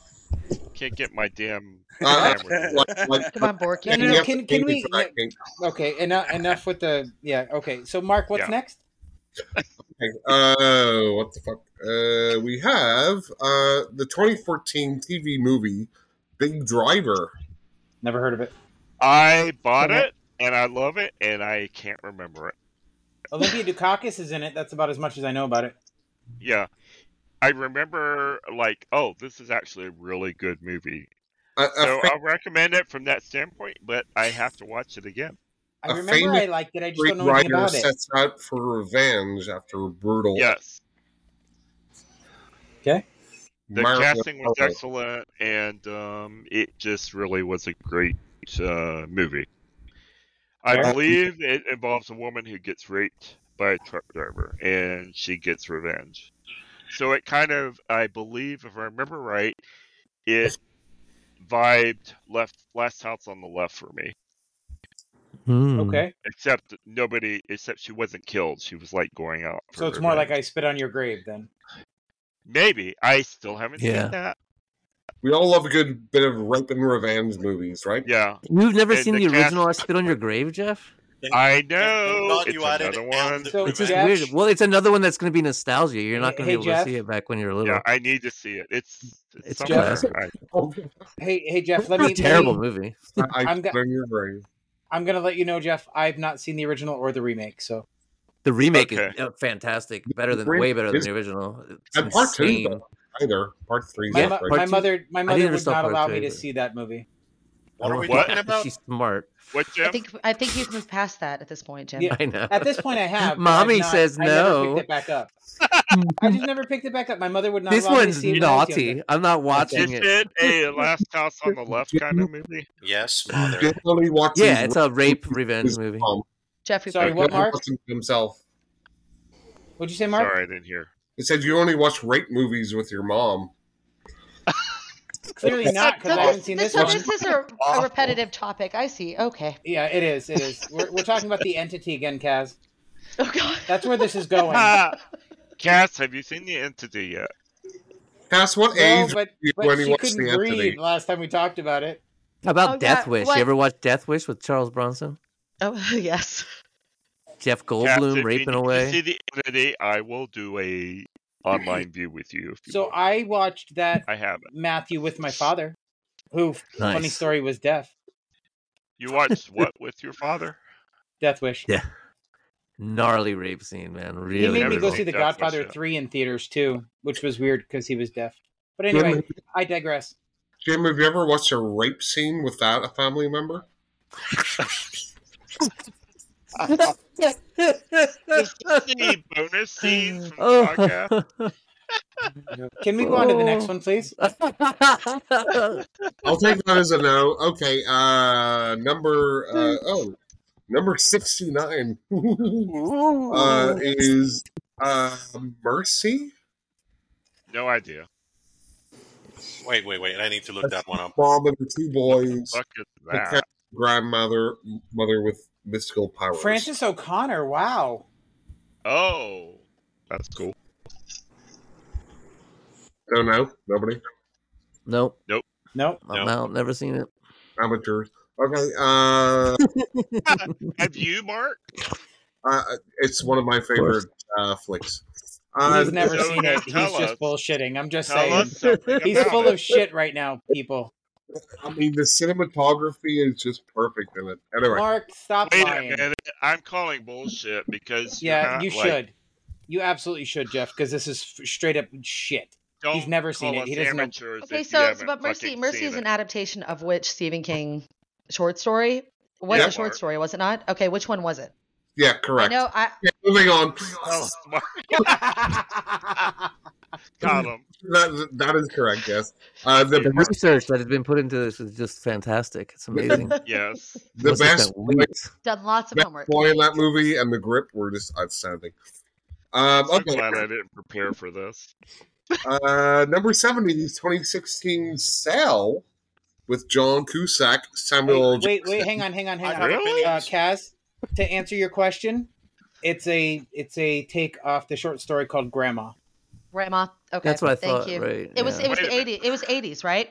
Speaker 7: Can't get my damn
Speaker 2: Uh,
Speaker 7: camera. to work.
Speaker 2: Like, like,
Speaker 10: Come on, Borky.
Speaker 1: No, no,
Speaker 2: yeah,
Speaker 1: no. Can can
Speaker 2: thank you
Speaker 1: we?
Speaker 2: for that, Kate.
Speaker 1: okay. Enough. Enough with the. Yeah. Okay. So, Mark, what's
Speaker 7: Yeah.
Speaker 1: next?
Speaker 2: Okay, Uh, what the fuck? Uh, we have uh, the 2014 TV movie Big Driver.
Speaker 1: Never heard of it.
Speaker 7: I bought
Speaker 1: Somewhat.
Speaker 7: it and I love it and I can't remember it.
Speaker 1: Olympia Dukakis is in it. That's about as much as I know about it.
Speaker 7: Yeah. I remember like, oh, this is actually a really good movie.
Speaker 2: A, a
Speaker 7: So
Speaker 2: fa-
Speaker 7: I'll recommend it from that standpoint, but I have to watch it again.
Speaker 1: I
Speaker 2: A
Speaker 1: remember
Speaker 2: famous
Speaker 1: I liked it. I just
Speaker 2: great
Speaker 1: don't know anything
Speaker 2: writer
Speaker 1: about it.
Speaker 2: sets out for revenge after a brutal
Speaker 7: Yes. The
Speaker 2: Mario
Speaker 7: casting was
Speaker 2: Kart.
Speaker 7: excellent and um it just really was a great uh movie. I
Speaker 1: Fair.
Speaker 7: believe it involves a woman who gets raped by a truck driver and she gets revenge. So it kind of, I believe, if I remember right, it vibed left last house on the left for me.
Speaker 3: Hmm.
Speaker 1: Okay.
Speaker 7: Except that nobody, except she wasn't killed. She was like going out for
Speaker 1: So it's more like
Speaker 7: revenge.
Speaker 1: I spit on your grave then.
Speaker 7: maybe I still haven't
Speaker 3: Yeah.
Speaker 7: seen that.
Speaker 2: We all love a good bit of rape and revenge movies, right?
Speaker 7: Yeah,
Speaker 3: You've never
Speaker 7: And
Speaker 3: seen
Speaker 7: the
Speaker 3: the,
Speaker 7: cast-
Speaker 3: original I Spit on Your Grave, Jeff?
Speaker 7: I
Speaker 6: Thank
Speaker 7: know
Speaker 6: God
Speaker 7: it's
Speaker 6: you added
Speaker 7: another
Speaker 6: and
Speaker 7: one.
Speaker 1: So
Speaker 3: It's just
Speaker 1: Jeff-
Speaker 6: revenge.
Speaker 3: weird. Well, it's another one that's going to be nostalgia. You're not
Speaker 1: Hey-
Speaker 3: going to
Speaker 1: hey,
Speaker 3: be able
Speaker 1: Jeff?
Speaker 3: to see it back when you're little.
Speaker 7: Yeah, I need to see it. It's
Speaker 3: It's
Speaker 7: it's
Speaker 3: a
Speaker 7: somewhere.
Speaker 3: classic.
Speaker 7: I,
Speaker 1: Hey, hey Jeff. Let
Speaker 3: Not
Speaker 1: me.
Speaker 3: a
Speaker 1: Let
Speaker 3: terrible
Speaker 1: me
Speaker 3: movie.
Speaker 2: I, I
Speaker 1: I'm go-
Speaker 2: don't agree.
Speaker 1: I'm gonna let you know, Jeff. I've not seen the original or the remake. So
Speaker 3: The remake
Speaker 7: Okay.
Speaker 3: is uh, fantastic. Better than
Speaker 2: Remake
Speaker 3: way better than
Speaker 2: is-
Speaker 3: the original. It's
Speaker 2: And part two,
Speaker 3: insane.
Speaker 2: though, either. Part three
Speaker 1: my
Speaker 3: Yeah,
Speaker 1: mo-
Speaker 2: not great.
Speaker 3: part
Speaker 1: my
Speaker 3: two-
Speaker 1: mother my
Speaker 3: I
Speaker 1: mother
Speaker 3: never
Speaker 1: would
Speaker 3: saw
Speaker 1: not
Speaker 3: part
Speaker 1: allow
Speaker 3: two
Speaker 1: me to
Speaker 3: either.
Speaker 1: see that movie.
Speaker 3: I
Speaker 6: What
Speaker 3: don't
Speaker 6: are
Speaker 3: know
Speaker 6: we
Speaker 7: What?
Speaker 6: talking
Speaker 3: why.
Speaker 6: about?
Speaker 3: She's smart.
Speaker 7: What,
Speaker 10: I
Speaker 7: Jim?
Speaker 10: think I think you've moved past that at this point, Jim.
Speaker 1: Yeah.
Speaker 3: I know.
Speaker 1: At this point, I have. but I've
Speaker 3: Mommy
Speaker 1: not-
Speaker 3: says
Speaker 1: I never picked
Speaker 3: no.
Speaker 1: it back up. I just never picked it back up. My mother would not
Speaker 3: this
Speaker 1: allow me to
Speaker 3: one's
Speaker 1: see it when I was
Speaker 3: naughty.
Speaker 1: younger.
Speaker 3: I'm not watching
Speaker 7: Is
Speaker 3: it.
Speaker 7: it a Last House on the Left kind of movie?
Speaker 6: Yes, mother.
Speaker 2: Jim only watches
Speaker 3: Yeah, it's a rape revenge
Speaker 2: his
Speaker 3: movie.
Speaker 2: mom.
Speaker 10: Jeffrey.
Speaker 1: Sorry,
Speaker 10: Parker.
Speaker 1: what, Mark?
Speaker 2: Listen to himself.
Speaker 1: What'd you say, Mark?
Speaker 7: Sorry, I didn't hear.
Speaker 2: It said you only watch rape movies with your mom.
Speaker 1: Clearly not, because
Speaker 10: No,
Speaker 1: I
Speaker 10: this,
Speaker 1: haven't seen
Speaker 10: this,
Speaker 1: this,
Speaker 10: so
Speaker 1: one.
Speaker 10: this is a, a repetitive topic. I see. Okay.
Speaker 1: Yeah, it is. It is. We're, we're talking about the entity again, Kaz.
Speaker 10: Oh God.
Speaker 1: That's where this is going.
Speaker 7: Ah, Cass, have you seen the entity yet?
Speaker 2: Cass, what
Speaker 1: no,
Speaker 2: age
Speaker 1: but,
Speaker 2: were you
Speaker 1: but
Speaker 2: when you
Speaker 1: she
Speaker 2: watched
Speaker 1: couldn't
Speaker 2: the
Speaker 1: breathe
Speaker 2: Anthony?
Speaker 1: last time we talked about it.
Speaker 3: How about
Speaker 10: Oh,
Speaker 3: Death
Speaker 10: God,
Speaker 3: Wish?
Speaker 10: what-
Speaker 3: You ever watch Death Wish with Charles Bronson?
Speaker 10: Oh yes.
Speaker 3: Jeff
Speaker 7: Cass,
Speaker 3: Goldblum
Speaker 7: if
Speaker 3: raping
Speaker 7: you need to see
Speaker 3: away.
Speaker 7: the entity, I will do a online view with you if you
Speaker 1: So
Speaker 7: want.
Speaker 1: I watched that
Speaker 7: I have it.
Speaker 1: Matthew with my father, who, funny
Speaker 3: Nice.
Speaker 1: story, was deaf.
Speaker 7: You watched what with your father?
Speaker 1: Death Wish.
Speaker 3: Yeah, Gnarly rape scene, man.
Speaker 1: he
Speaker 3: Really
Speaker 1: made me go
Speaker 3: brutal.
Speaker 1: see The
Speaker 7: Death Wish,
Speaker 1: Godfather
Speaker 7: yeah.
Speaker 1: 3 in theaters too, which was weird because he was deaf. But
Speaker 2: Jim,
Speaker 1: anyway, I digress.
Speaker 2: Jim, have you ever watched a rape scene without a family member?
Speaker 7: Is this the bonus scene from the podcast?
Speaker 3: oh.
Speaker 1: Can we go on to the next one, please?
Speaker 2: I'll take that as a no. Okay, uh, number uh, oh, number sixty nine uh, is uh, Mercy.
Speaker 7: No idea.
Speaker 6: Wait, wait, wait. I need to look that one up.
Speaker 2: Mom and the two
Speaker 7: What the
Speaker 2: boys,
Speaker 7: fuck is
Speaker 2: the cat
Speaker 7: that?
Speaker 2: grandmother, mother with mystical powers.
Speaker 1: Francis O'Connor, wow.
Speaker 7: Oh, that's cool.
Speaker 2: Don't know. Oh, Nobody.
Speaker 3: nope.
Speaker 1: Nope.
Speaker 3: I'm
Speaker 6: Nope.
Speaker 3: out. Never seen it.
Speaker 2: Amateurs. Okay. Uh,
Speaker 7: have you, Mark?
Speaker 2: uh, it's one of my favorite uh, flicks. Uh,
Speaker 1: He's never
Speaker 7: So
Speaker 1: seen
Speaker 7: now
Speaker 1: it. He's
Speaker 7: tell
Speaker 1: just
Speaker 7: us.
Speaker 1: bullshitting. I'm just
Speaker 7: Tell
Speaker 1: saying.
Speaker 7: us something
Speaker 1: He's
Speaker 7: about
Speaker 1: full
Speaker 7: it.
Speaker 1: of shit right now, people.
Speaker 2: I mean, the cinematography is just perfect in it. Anyway,
Speaker 1: Mark, stop
Speaker 7: Wait a
Speaker 1: lying.
Speaker 7: minute. I'm calling bullshit because you're
Speaker 1: Yeah,
Speaker 7: not
Speaker 1: you
Speaker 7: like
Speaker 1: should. You absolutely should, Jeff, because this is f- straight up shit.
Speaker 7: don't
Speaker 1: He's never seen
Speaker 7: call
Speaker 1: it. He
Speaker 7: us
Speaker 1: doesn't know.
Speaker 7: amateurs
Speaker 10: Okay,
Speaker 7: if you
Speaker 10: so it's
Speaker 7: haven't
Speaker 10: about Mercy.
Speaker 7: fucking
Speaker 10: Mercy
Speaker 7: seen
Speaker 10: is
Speaker 7: it.
Speaker 10: an adaptation of which Stephen King short story was
Speaker 2: Yeah.
Speaker 10: a short
Speaker 7: Mark.
Speaker 10: story, was it not? Okay, which one was it?
Speaker 2: yeah,
Speaker 10: I
Speaker 2: correct.
Speaker 10: know. I
Speaker 2: Okay, moving on.
Speaker 7: Tell us, Mark.
Speaker 1: I
Speaker 7: Got him.
Speaker 2: That, that is correct. Yes. Uh, the
Speaker 3: The research that has been put into this is just fantastic. It's amazing.
Speaker 7: Yes.
Speaker 2: the
Speaker 3: Must have
Speaker 2: best
Speaker 3: spent weeks.
Speaker 10: done lots of
Speaker 2: best
Speaker 10: homework.
Speaker 2: boy in that movie and the grip were just outstanding. Um,
Speaker 7: So
Speaker 2: okay.
Speaker 7: glad I didn't prepare for this.
Speaker 2: Uh, number 70, 2016 Cell with John Cusack,
Speaker 1: Wait,
Speaker 2: Samuel.
Speaker 1: wait, wait! Hang on, hang on, hang
Speaker 6: I
Speaker 1: on.
Speaker 6: have
Speaker 7: Really?
Speaker 1: Uh,
Speaker 6: opinions.
Speaker 1: Kaz, to answer your question, it's a it's a take off the short story called Grandma.
Speaker 10: Grandma. Okay.
Speaker 3: That's what I
Speaker 10: Thank
Speaker 3: thought,
Speaker 10: you.
Speaker 3: right?
Speaker 10: It was
Speaker 3: yeah.
Speaker 10: it was
Speaker 7: Wait a
Speaker 10: the
Speaker 7: minute.
Speaker 10: 80s. It was 80s, right?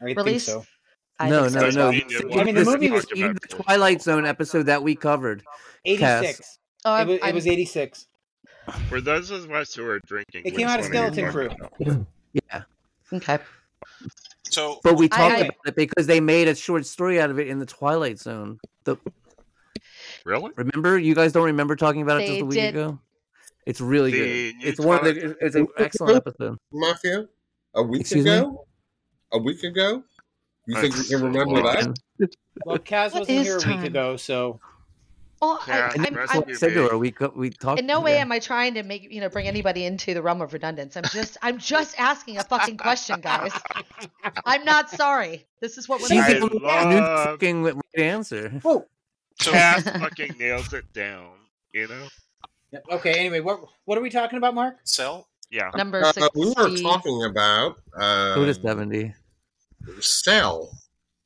Speaker 1: I
Speaker 10: Release.
Speaker 1: think so.
Speaker 10: I
Speaker 3: No,
Speaker 10: think so
Speaker 3: no,
Speaker 10: as
Speaker 7: Because
Speaker 3: no.
Speaker 10: well.
Speaker 7: we
Speaker 3: This,
Speaker 7: did
Speaker 1: I
Speaker 7: one
Speaker 1: mean, the
Speaker 3: this,
Speaker 1: movie
Speaker 3: this
Speaker 1: was
Speaker 7: talked
Speaker 3: even
Speaker 7: about
Speaker 3: the
Speaker 7: short
Speaker 3: Twilight
Speaker 7: stories.
Speaker 3: Zone episode that we covered.
Speaker 1: eighty
Speaker 3: Cass,
Speaker 1: six. It
Speaker 10: Oh, I'm,
Speaker 1: was it
Speaker 10: I'm
Speaker 1: was eighty six.
Speaker 7: Were those as much who were drinking?
Speaker 1: It
Speaker 7: Which
Speaker 1: came out of
Speaker 7: one are you
Speaker 1: Skeleton
Speaker 7: talking
Speaker 1: Crew.
Speaker 7: about?
Speaker 3: yeah,
Speaker 10: okay.
Speaker 6: So
Speaker 3: but we
Speaker 10: I-
Speaker 3: talked
Speaker 10: I-
Speaker 3: about it because they made a short story out of it in the Twilight Zone. The
Speaker 7: Really?
Speaker 3: remember, you guys don't remember talking about it just
Speaker 10: They
Speaker 3: a week
Speaker 10: did.
Speaker 3: ago. It's really good.
Speaker 7: The new
Speaker 3: It's one of
Speaker 7: Twilight
Speaker 3: the. It's an excellent episode.
Speaker 2: Mafia a week
Speaker 3: Excuse me?
Speaker 2: ago? A week ago? You think you
Speaker 7: That's
Speaker 2: can
Speaker 7: so
Speaker 2: remember
Speaker 7: long.
Speaker 2: that?
Speaker 3: Again,
Speaker 1: Well, Kaz
Speaker 10: What
Speaker 1: wasn't
Speaker 10: is
Speaker 1: here a week
Speaker 10: time?
Speaker 1: ago, so
Speaker 10: Well, I,
Speaker 7: Cass,
Speaker 3: and
Speaker 10: I'm,
Speaker 3: that's what
Speaker 10: I'm
Speaker 3: I
Speaker 7: rescue
Speaker 3: said to
Speaker 7: me.
Speaker 3: her. We co- we talked.
Speaker 10: in no way
Speaker 3: Yeah.
Speaker 10: am I trying to make you know bring anybody into the realm of redundance. I'm just I'm just asking a fucking question, guys. I'm not sorry. This is what we're
Speaker 3: She's
Speaker 7: I
Speaker 3: the
Speaker 10: supposed
Speaker 3: only
Speaker 10: to
Speaker 3: one who knew the
Speaker 7: love
Speaker 3: fucking right answer.
Speaker 1: whoa.
Speaker 6: so
Speaker 7: Cass
Speaker 10: get.
Speaker 7: fucking nails it down. You know?
Speaker 1: Yep, Okay. Anyway, what what are we talking about, Mark?
Speaker 6: Cell.
Speaker 7: Yeah.
Speaker 10: Number
Speaker 2: Uh, we were
Speaker 10: sixty.
Speaker 2: talking about
Speaker 3: Go to
Speaker 2: um,
Speaker 3: seventy.
Speaker 2: Cell.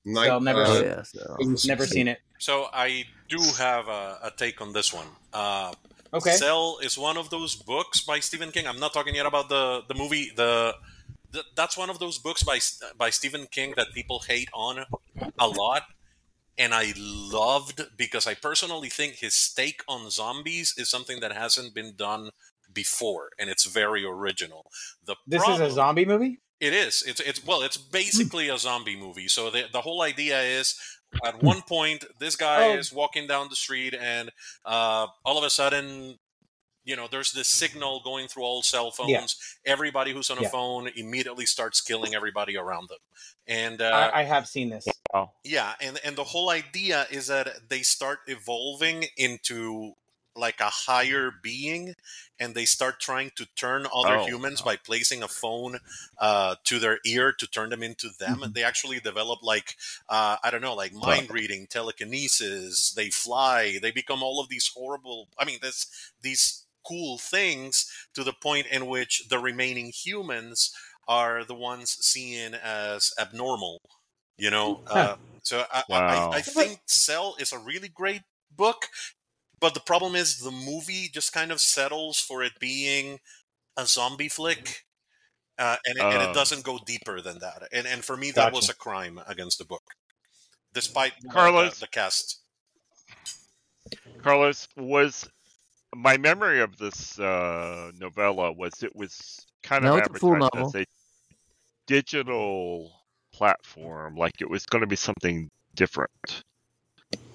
Speaker 2: Like,
Speaker 1: So never
Speaker 3: Oh
Speaker 2: uh,
Speaker 1: seen
Speaker 3: yeah. So
Speaker 1: never
Speaker 2: 2016.
Speaker 1: seen it.
Speaker 6: So I do have a, a take on this one. Uh,
Speaker 1: Okay.
Speaker 6: Cell is one of those books by Stephen King. I'm not talking yet about the the movie. The, th that's one of those books by S- by Stephen King that people hate on a lot, and I loved because I personally think his take on zombies is something that hasn't been done before, and it's very original. The
Speaker 1: This is a
Speaker 6: problem
Speaker 1: zombie movie.
Speaker 6: it is. It's it's well,
Speaker 1: Hmm.
Speaker 6: it's basically a zombie movie. So the the whole idea is at one point this guy
Speaker 1: Hmm. Oh.
Speaker 6: is walking down the street and uh, all of a sudden you know there's this signal going through all cell phones everybody who's on a
Speaker 1: Yeah.
Speaker 6: phone immediately starts killing everybody around them and uh,
Speaker 1: I, I have seen this.
Speaker 7: Oh.
Speaker 6: yeah and and the whole idea is that they start evolving into like a higher being and they start trying to turn other
Speaker 7: Oh,
Speaker 6: humans by placing a phone uh, to their ear to turn them into them and they actually develop like uh, i don't know like mind reading telekinesis they fly they become all of these horrible i mean this these cool things to the point in which the remaining humans are the ones seen as abnormal you know
Speaker 3: Hmm.
Speaker 6: uh, so I,
Speaker 7: Wow.
Speaker 6: I, I think cell is a really great book but the problem is the movie just kind of settles for it being a zombie flick uh, and, it, and
Speaker 7: Oh.
Speaker 6: it doesn't go deeper than that and, and for me that
Speaker 1: Gotcha.
Speaker 6: was a crime against the book despite uh,
Speaker 7: Carlos?
Speaker 6: the, the cast
Speaker 7: Carlos, was my memory of this uh, novella was it was kind
Speaker 3: No,
Speaker 7: of
Speaker 3: it's a full
Speaker 7: advertised
Speaker 3: novel.
Speaker 7: as a digital platform, like it was going to be something different.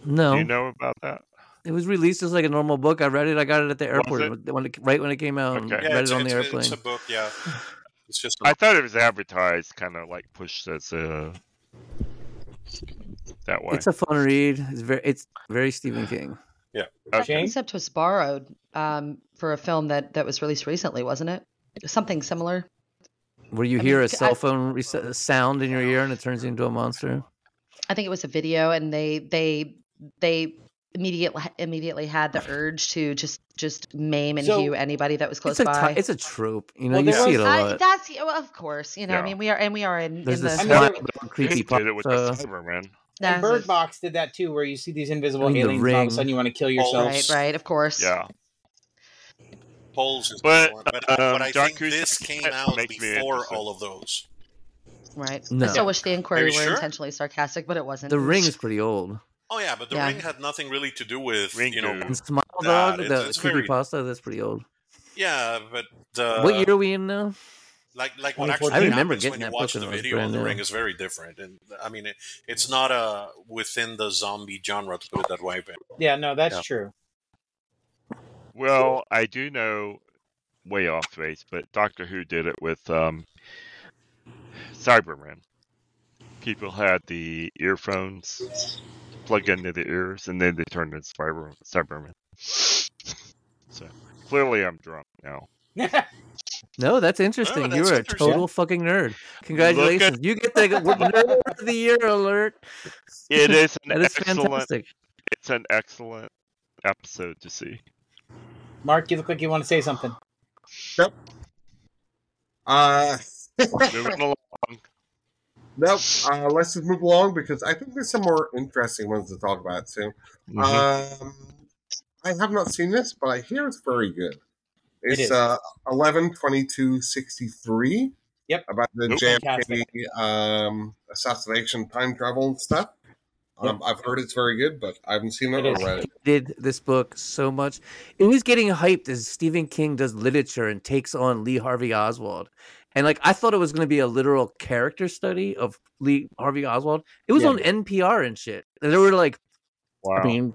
Speaker 3: No,
Speaker 7: Do you know about that?
Speaker 3: it was released as like a normal book. I read it. I got it at the airport
Speaker 7: it?
Speaker 3: when- when it, right when it came out. and
Speaker 7: Okay.
Speaker 6: yeah
Speaker 3: read
Speaker 6: it's,
Speaker 3: it on the
Speaker 6: it's,
Speaker 3: airplane.
Speaker 6: it's a book yeah it's just
Speaker 7: I thought it was advertised, kind of like pushed as a that way.
Speaker 3: It's a fun read. It's very it's very Stephen King.
Speaker 10: That
Speaker 1: Shane?
Speaker 10: concept was borrowed um, for a film that, that was released recently, wasn't it? Something similar.
Speaker 3: Where you
Speaker 10: I
Speaker 3: hear
Speaker 10: mean,
Speaker 3: a
Speaker 10: c-
Speaker 3: cell
Speaker 10: I-
Speaker 3: phone re- sound in your ear and it turns you into a monster.
Speaker 10: I think it was a video, and they they they immediately immediately had the urge to just just maim and
Speaker 1: So-
Speaker 10: hew anybody that was close
Speaker 3: it's a
Speaker 10: by.
Speaker 3: ti- it's a trope. You know,
Speaker 1: Well,
Speaker 3: you
Speaker 1: there
Speaker 3: see it
Speaker 1: was-
Speaker 3: a
Speaker 10: I-
Speaker 3: lot.
Speaker 10: that's well, of course, you know. I
Speaker 7: Yeah.
Speaker 10: mean, we are and we are in
Speaker 3: There's
Speaker 10: in
Speaker 3: the
Speaker 10: the
Speaker 1: I mean,
Speaker 3: smile,
Speaker 1: there-
Speaker 3: the
Speaker 7: They
Speaker 3: creepy uh,
Speaker 7: did it with the
Speaker 3: pasta.
Speaker 7: Cybermen.
Speaker 1: and
Speaker 10: that's
Speaker 1: Bird
Speaker 10: it.
Speaker 1: Box did that too, where you see these invisible
Speaker 3: I mean, The
Speaker 1: aliens, and all of a
Speaker 3: Ring.
Speaker 1: sudden you want to kill yourself.
Speaker 10: right, right. Of course,
Speaker 7: Yeah.
Speaker 6: polls is
Speaker 7: But,
Speaker 6: one but, I but
Speaker 7: um,
Speaker 6: i
Speaker 7: John
Speaker 6: think this
Speaker 7: Cusack's
Speaker 6: came
Speaker 7: cat
Speaker 6: out
Speaker 7: makes me
Speaker 6: before
Speaker 7: interested.
Speaker 6: all of those
Speaker 10: right.
Speaker 3: No.
Speaker 10: I still wish the
Speaker 6: Are
Speaker 10: inquiry
Speaker 6: you
Speaker 10: were
Speaker 6: sure?
Speaker 10: intentionally sarcastic, but it wasn't.
Speaker 3: The
Speaker 10: It was-
Speaker 3: Ring is pretty old.
Speaker 6: oh yeah but the
Speaker 10: Yeah.
Speaker 6: ring had nothing really to do with you know
Speaker 7: Ringu.
Speaker 3: And Smile
Speaker 6: that.
Speaker 3: Dog,
Speaker 6: It's-
Speaker 3: the
Speaker 6: it's
Speaker 3: creepy
Speaker 6: very-
Speaker 3: pasta. That's pretty old.
Speaker 6: yeah but uh,
Speaker 3: what year are we in now?
Speaker 6: like like what
Speaker 1: 2014.
Speaker 6: actually
Speaker 1: I
Speaker 3: remember
Speaker 6: happens
Speaker 3: getting
Speaker 6: when you
Speaker 3: that
Speaker 6: watch
Speaker 3: book when
Speaker 6: the
Speaker 3: it was
Speaker 6: video on
Speaker 3: brand
Speaker 6: the
Speaker 3: new.
Speaker 6: ring is very different and i mean it, it's not uh within the zombie genre to put it that way but
Speaker 1: Yeah, no, that's
Speaker 6: Yeah.
Speaker 1: true.
Speaker 7: Well, I do know way off base, but Doctor Who did it with um, Cybermen. People had the earphones plugged into the ears, and then they turned into Cyber- Cybermen. So clearly, I'm drunk now.
Speaker 3: No,
Speaker 7: Oh,
Speaker 3: that's interesting. you
Speaker 6: that's
Speaker 3: were a
Speaker 6: interesting.
Speaker 3: total fucking nerd.
Speaker 7: Look at
Speaker 3: Congratulations. You get the g- word nerd of the year alert.
Speaker 7: it is an
Speaker 3: That is
Speaker 7: excellent.
Speaker 3: fantastic.
Speaker 7: It's an excellent episode to see.
Speaker 1: Mark, you look like you want to say something.
Speaker 2: Uh,
Speaker 7: Moving along.
Speaker 2: nope. Uh, let's just move along because I think there's some more interesting ones to talk about soon.
Speaker 7: Mhm.
Speaker 10: Uh,
Speaker 1: Mm-hmm.
Speaker 2: Um, I have not seen this, but I hear it's very good. It's
Speaker 1: is.
Speaker 2: uh, 11 22 63.
Speaker 1: Yep.
Speaker 2: About the
Speaker 7: Nope.
Speaker 2: JFK
Speaker 1: Fantastic.
Speaker 2: um, assassination, time travel, and stuff. Um, I've heard it's very good, but I haven't seen it,
Speaker 1: It
Speaker 2: or
Speaker 1: is.
Speaker 2: read it.
Speaker 3: Did this book so much. It was getting hyped as Stephen King does literature and takes on Lee Harvey Oswald. And like I thought it was going to be a literal character study of Lee Harvey Oswald. It was
Speaker 1: Yeah.
Speaker 3: on NPR and shit. And they were like I
Speaker 7: Wow.
Speaker 3: mean,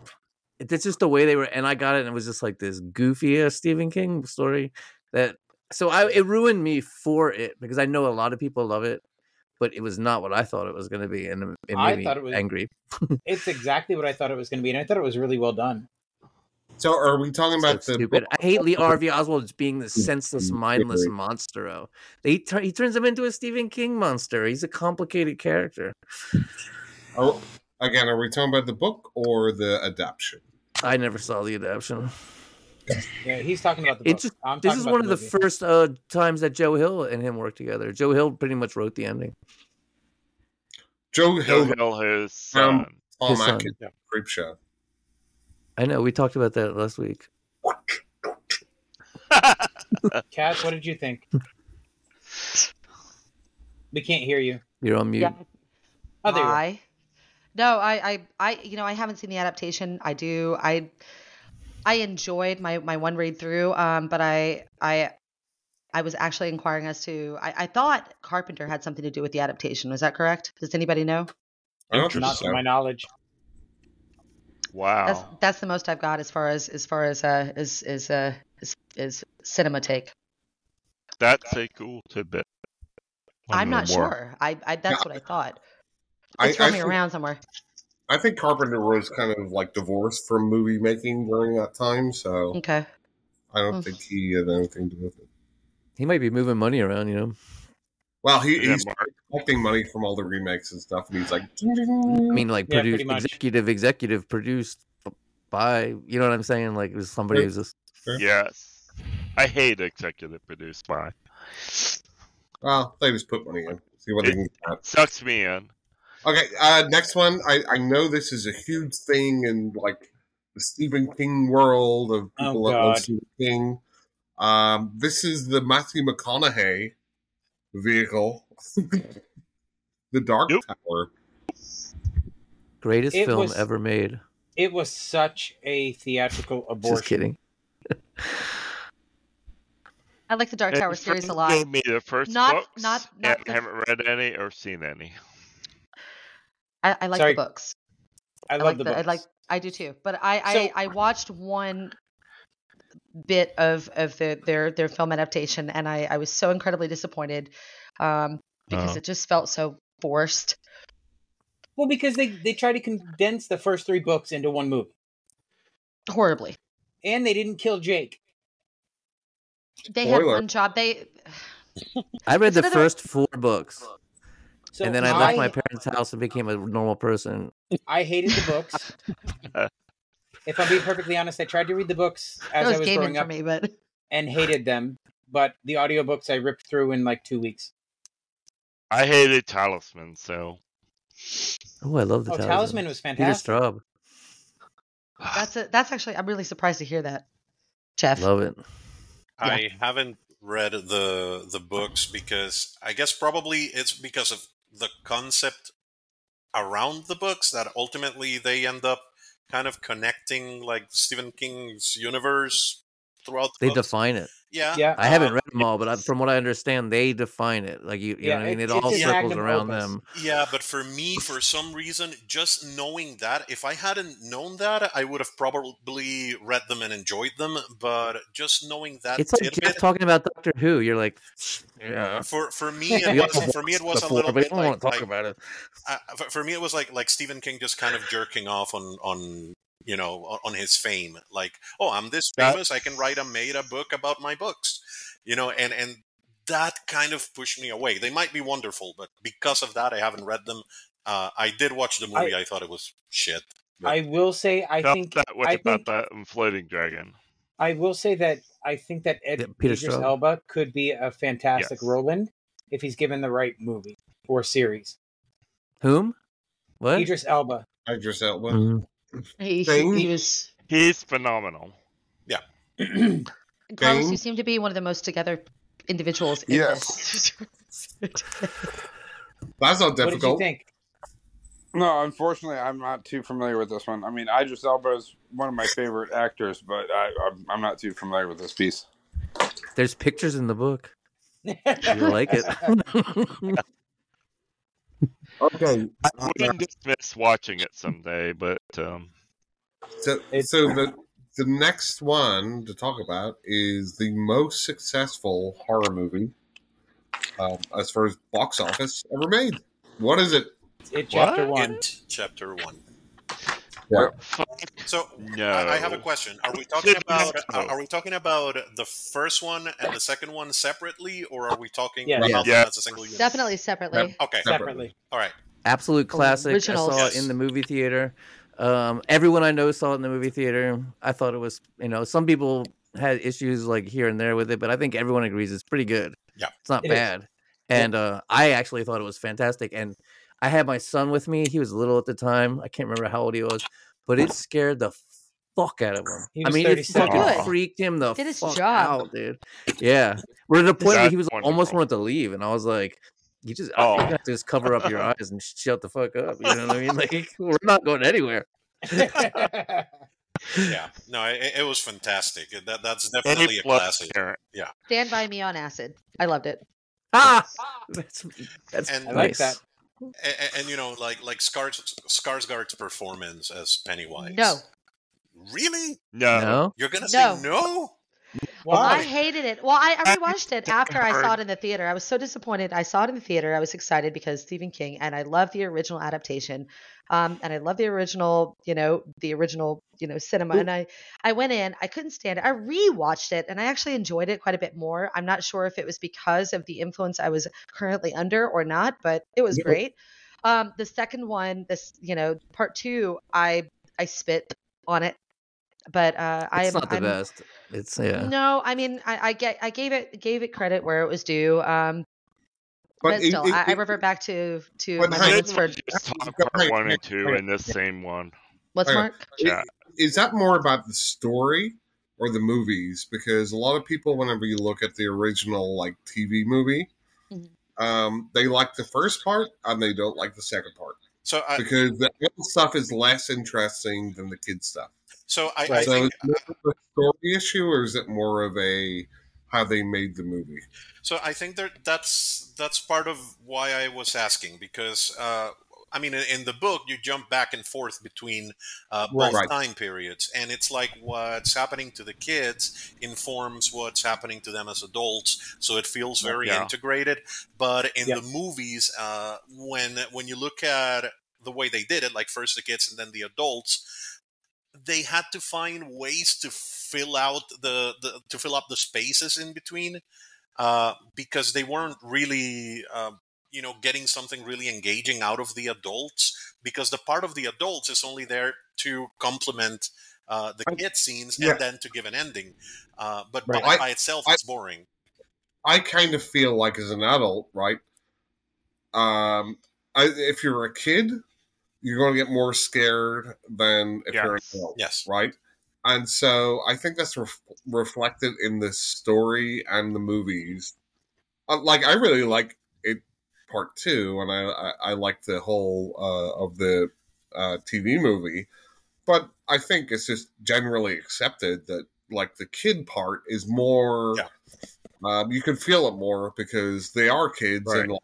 Speaker 3: it- that's just the way they were. And I got it, and it was just like this goofy uh, Stephen King story that. So I it ruined me for it because I know a lot of people love it, but it was not what I thought it was going to be, and it- it
Speaker 1: I
Speaker 3: made me
Speaker 1: thought it was-
Speaker 3: angry.
Speaker 1: It's exactly what I thought it was going to be, and I thought it was really well done.
Speaker 2: So, are we talking
Speaker 3: So
Speaker 2: about the book?
Speaker 3: stupid. I hate Lee Harvey Oswald as being
Speaker 1: Mm,
Speaker 3: this senseless, mindless monstero. They tur- he turns him into a Stephen King monster. He's a complicated character.
Speaker 2: Are, oh, again, are we talking about the book or the adaptation?
Speaker 3: I never saw the adaptation.
Speaker 1: Yeah, he's talking about the book.
Speaker 3: It just
Speaker 1: I'm
Speaker 3: this
Speaker 1: talking
Speaker 3: is
Speaker 1: about
Speaker 3: one
Speaker 1: the
Speaker 3: of the
Speaker 1: movie.
Speaker 3: first uh, times that Joe Hill and him worked together. Joe Hill pretty much wrote the ending.
Speaker 2: Joe Hill,
Speaker 7: Joe Hill, his
Speaker 2: um,
Speaker 7: son.
Speaker 2: Tom
Speaker 3: His son.
Speaker 2: Atkins,
Speaker 1: Yeah.
Speaker 2: Creep Show.
Speaker 3: I know we talked about that last week.
Speaker 1: Kat, what did you think? We can't hear you.
Speaker 3: You're on mute.
Speaker 10: yeah.
Speaker 1: Oh, there you are.
Speaker 10: Why? No, I, I, I, you know, I haven't seen the adaptation. I do. I, I enjoyed my my one read through. Um, but I, I, I was actually inquiring as to. I, I thought Carpenter had something to do with the adaptation. Was that correct? Does anybody know?
Speaker 2: I don't think
Speaker 1: Not to
Speaker 2: so.
Speaker 1: my knowledge.
Speaker 10: That's
Speaker 7: wow.
Speaker 10: that's the most I've got as far as as far as uh is is uh is, is cinema take.
Speaker 7: That's a cool tidbit. Wanna
Speaker 10: I'm
Speaker 7: know
Speaker 10: not
Speaker 7: more.
Speaker 10: sure. I, I that's what I thought.
Speaker 2: I,
Speaker 10: It's
Speaker 2: I,
Speaker 10: roaming
Speaker 2: think,
Speaker 10: around somewhere.
Speaker 2: I think Carpenter was kind of like divorced from movie making during that time, so
Speaker 3: Mm.
Speaker 10: Okay.
Speaker 2: I don't
Speaker 10: Hmm.
Speaker 2: think he had anything to do with it.
Speaker 3: He might be moving money around, you know.
Speaker 2: Well, he,
Speaker 7: And then
Speaker 2: he's
Speaker 7: Mark,
Speaker 2: collecting money from all the remakes and stuff, and he's like,
Speaker 3: I mean, like
Speaker 1: Mm-hmm. Yeah,
Speaker 3: produced,
Speaker 1: pretty much.
Speaker 3: executive, executive produced b- by, you know what I'm saying? Like it was somebody
Speaker 2: Sure.
Speaker 3: who's just,
Speaker 7: yes. I hate executive produced by.
Speaker 2: "Well, they just put money in, see what they can get." out."
Speaker 7: Sucks me in.
Speaker 2: Okay, uh, next one. I, I know this is a huge thing in like the Stephen King world of
Speaker 1: Oh,
Speaker 2: people that love
Speaker 1: God.
Speaker 2: Stephen King. Um, this is the Matthew McConaughey vehicle, The Dark
Speaker 7: Nope.
Speaker 2: Tower.
Speaker 3: greatest
Speaker 1: It
Speaker 3: film
Speaker 1: was-
Speaker 3: ever made.
Speaker 1: It was such a theatrical abortion.
Speaker 3: Just kidding.
Speaker 10: I like the Dark
Speaker 7: And
Speaker 10: Tower
Speaker 7: the
Speaker 10: series
Speaker 7: friend
Speaker 10: a lot.
Speaker 7: Gave me the first
Speaker 10: Not-
Speaker 7: books,
Speaker 10: not-
Speaker 7: and
Speaker 10: not the-
Speaker 7: I haven't read any or seen any.
Speaker 10: I, I like
Speaker 1: Sorry,
Speaker 10: the books.
Speaker 1: I
Speaker 10: I,
Speaker 1: love
Speaker 10: like
Speaker 1: the
Speaker 10: the,
Speaker 1: books.
Speaker 10: I like I do too. But I I,
Speaker 1: So-
Speaker 10: I watched one bit of of the, their their film adaptation and I I was so incredibly disappointed um because
Speaker 7: Oh.
Speaker 1: Uh-huh.
Speaker 10: it just felt so forced.
Speaker 1: Well, because they they tried to condense the first three books into one movie,
Speaker 10: Horribly.
Speaker 1: and they didn't kill Jake.
Speaker 10: They had
Speaker 2: Spoiler.
Speaker 10: one job. They
Speaker 3: I read
Speaker 10: It's
Speaker 3: the
Speaker 10: another-
Speaker 3: first four books
Speaker 1: So
Speaker 3: and then I left
Speaker 1: I,
Speaker 3: my parents' house and became a normal person.
Speaker 1: I hated the books. if I'm being perfectly honest, I tried to read the books as
Speaker 10: that
Speaker 1: I
Speaker 10: was
Speaker 1: was
Speaker 10: gaming
Speaker 1: growing
Speaker 10: for
Speaker 1: up
Speaker 10: me, but
Speaker 1: and hated them. But the audiobooks I ripped through in like two weeks.
Speaker 7: I hated Talisman, so
Speaker 3: Oh, I love the
Speaker 1: oh,
Speaker 3: talisman.
Speaker 1: Talisman was
Speaker 3: Peter
Speaker 1: fantastic.
Speaker 3: Straub.
Speaker 10: that's a, that's actually I'm really surprised to hear that. Jeff.
Speaker 3: Love it.
Speaker 6: I haven't read the the books because I guess probably it's because of the concept around the books that ultimately they end up kind of connecting like Stephen King's universe throughout the
Speaker 3: They
Speaker 6: books.
Speaker 3: define it.
Speaker 6: yeah.
Speaker 1: Yeah.
Speaker 3: I haven't
Speaker 6: uh,
Speaker 3: read them all, but I, from what I understand, they define it. Like you, you
Speaker 1: Yeah,
Speaker 3: know what I mean. It
Speaker 1: it's-
Speaker 3: all
Speaker 1: it's
Speaker 6: his
Speaker 3: circles
Speaker 1: magnum
Speaker 3: around
Speaker 1: opus.
Speaker 3: them.
Speaker 6: Yeah, but for me, for some reason, just knowing that, if I hadn't known that, I would have probably read them and enjoyed them. But just knowing that
Speaker 3: It's like
Speaker 6: tidbit
Speaker 3: Jeff talking about Doctor Who. You're like, yeah,
Speaker 6: for for me,
Speaker 3: we
Speaker 6: it
Speaker 3: all
Speaker 6: was
Speaker 3: watched
Speaker 6: for me it was a
Speaker 3: before,
Speaker 6: little
Speaker 3: but we
Speaker 6: bit
Speaker 3: don't
Speaker 6: like
Speaker 3: want to talk
Speaker 6: like
Speaker 3: about it.
Speaker 6: I- for- for me it was like like Stephen King just kind of jerking off on on you know on- on his fame like oh I'm this
Speaker 7: That-
Speaker 6: famous I can write a made a book about my books you know and and that kind of pushed me away they might be wonderful but because of that I haven't read them uh, I did watch the movie I, thought it was shit
Speaker 1: I will say, I
Speaker 7: felt
Speaker 1: think,
Speaker 7: that way
Speaker 1: I
Speaker 7: about
Speaker 1: think,
Speaker 7: that and Floating Dragon.
Speaker 1: I will say that I think that Ed
Speaker 3: Yeah, Peter
Speaker 1: Idris
Speaker 3: Straub.
Speaker 1: Elba could be a fantastic
Speaker 7: Yes.
Speaker 1: Roland if he's given the right movie or series.
Speaker 3: Whom? What?
Speaker 1: Idris Elba.
Speaker 2: I just Elba.
Speaker 3: Mhm.
Speaker 10: He, he,
Speaker 2: Thing.
Speaker 10: he was
Speaker 7: He's phenomenal.
Speaker 10: Carlos, you
Speaker 2: Thing.
Speaker 10: seem to be one of the most together individuals in
Speaker 5: Yes.
Speaker 10: this.
Speaker 2: That's not
Speaker 1: What did you
Speaker 2: difficult.
Speaker 1: think?
Speaker 5: No, unfortunately, I'm not too familiar with this one. I mean, Idris Elba is one of my favorite actors, but I, I'm, I'm not too familiar with this piece.
Speaker 3: There's pictures in the book. You like it?
Speaker 2: Okay,
Speaker 7: I wouldn't dismiss watching it someday, but um,
Speaker 2: so
Speaker 1: It-
Speaker 2: so the the next one to talk about is the most successful horror movie um, as far as box office ever made. What is it?
Speaker 1: it chapter
Speaker 7: What?
Speaker 1: one.
Speaker 6: it chapter one
Speaker 7: fuck
Speaker 6: so
Speaker 7: no.
Speaker 6: I, I have a question are we talking about are, are we talking about the first one and the second one separately or are we talking
Speaker 1: Yes.
Speaker 6: about
Speaker 7: Yeah.
Speaker 6: them as a single unit
Speaker 10: Definitely separately.
Speaker 6: okay
Speaker 1: Separately.
Speaker 6: all right
Speaker 3: Absolute classic. I
Speaker 10: Originals.
Speaker 3: saw it in the movie theater. Um, everyone I know saw it in the movie theater. I thought it was, you know, some people had issues like here and there with it, but I think everyone agrees it's pretty good.
Speaker 6: Yeah.
Speaker 3: it's not
Speaker 1: It is.
Speaker 3: bad.
Speaker 1: Yeah.
Speaker 3: And uh, I actually thought it was fantastic. And I had my son with me. He was little at the time. I can't remember how old he was, but it scared the fuck out of him.
Speaker 1: He
Speaker 3: I
Speaker 1: was
Speaker 3: mean, it
Speaker 1: 37.
Speaker 3: fucking
Speaker 10: Good.
Speaker 3: freaked him the
Speaker 10: Did his
Speaker 3: fuck
Speaker 10: job.
Speaker 3: out, dude. Yeah, we're at a point where
Speaker 7: That's
Speaker 3: he was almost
Speaker 7: wonderful.
Speaker 3: wanted to leave, and I was like, you just I- you're
Speaker 7: Oh.
Speaker 3: gonna have to just cover up your eyes and shut the fuck up. You know what I mean? Like we're not going anywhere.
Speaker 6: yeah no it, it was fantastic that, that's
Speaker 7: Any
Speaker 6: definitely a
Speaker 7: plus
Speaker 6: classic
Speaker 7: parent.
Speaker 10: Stand by me on acid. I loved it.
Speaker 3: Ah, that's that's
Speaker 6: And-
Speaker 1: I like
Speaker 3: nice.
Speaker 1: that.
Speaker 6: and, and you know like like Skars, Skarsgård's performance as pennywise
Speaker 10: No.
Speaker 6: really
Speaker 7: No.
Speaker 3: No,
Speaker 6: you're gonna
Speaker 10: No.
Speaker 6: say no
Speaker 10: I
Speaker 2: Why?
Speaker 10: hated it. Well, I, I rewatched it after I saw it in the theater. I was so disappointed. I saw it in the theater. I was excited because Stephen King, and I love the original adaptation, um, and I love the original, you know, the original, you know, cinema. And I, I went in. I couldn't stand it. I rewatched it, and I actually enjoyed it quite a bit more. I'm not sure if it was because of the influence I was currently under or not, but it was great. Um, the second one, this, you know, part two, I, I spit on it, but uh, I am
Speaker 3: it's not the
Speaker 10: I'm-
Speaker 3: best. It's yeah.
Speaker 10: no, I mean, I, I get, I gave it, gave it credit where it was due. Um, but,
Speaker 2: it-
Speaker 10: still,
Speaker 2: it-
Speaker 10: I, I
Speaker 2: it-
Speaker 10: revert back to to
Speaker 2: But
Speaker 10: my
Speaker 2: Hank-
Speaker 10: moments for
Speaker 7: Just
Speaker 2: Hang
Speaker 7: talk
Speaker 2: on,
Speaker 7: part
Speaker 2: hang
Speaker 7: one
Speaker 2: on,
Speaker 7: and two
Speaker 2: hang on.
Speaker 7: in this same one.
Speaker 10: what's
Speaker 2: hang on.
Speaker 10: Mark.
Speaker 7: Chat.
Speaker 2: Is that more about the story or the movies? Because a lot of people, whenever you look at the original like TV movie,
Speaker 10: Mhm.
Speaker 2: um, they like the first part and they don't like the second part
Speaker 6: So I,
Speaker 2: because the old stuff is less interesting than the kid stuff.
Speaker 6: so I, I
Speaker 2: so is
Speaker 6: think
Speaker 2: it more of a story issue or is it more of a how they made the movie?
Speaker 6: So I think there, that's that's part of why I was asking because uh, I mean in, in the book you jump back and forth between uh, both
Speaker 2: Right.
Speaker 6: time periods and it's like what's happening to the kids informs what's happening to them as adults so it feels very
Speaker 7: Yeah.
Speaker 6: integrated but in
Speaker 1: Yeah.
Speaker 6: the movies uh, when when you look at the way they did it like first the kids and then the adults they had to find ways to fill out the, the to fill up the spaces in between uh, because they weren't really uh, you know getting something really engaging out of the adults because the part of the adults is only there to complement uh, the
Speaker 2: I-
Speaker 6: kid scenes
Speaker 2: yeah.
Speaker 6: and then to give an ending uh, but
Speaker 1: Right.
Speaker 6: by,
Speaker 2: I-
Speaker 6: by itself
Speaker 2: I-
Speaker 6: it's boring
Speaker 2: I kind of feel like as an adult, right? Um, I, if you're a kid, you're going to get more scared than if you're an
Speaker 7: Yes.
Speaker 2: adult,
Speaker 6: yes
Speaker 2: right? And so I think that's ref- reflected in the story and the movies. Uh, like I really like it, part two, and I I, I like the whole uh, of the uh, TV movie, but I think it's just generally accepted that like the kid part is more.
Speaker 6: Yeah.
Speaker 2: Um, you can feel it more because they are kids
Speaker 7: Right.
Speaker 2: and like,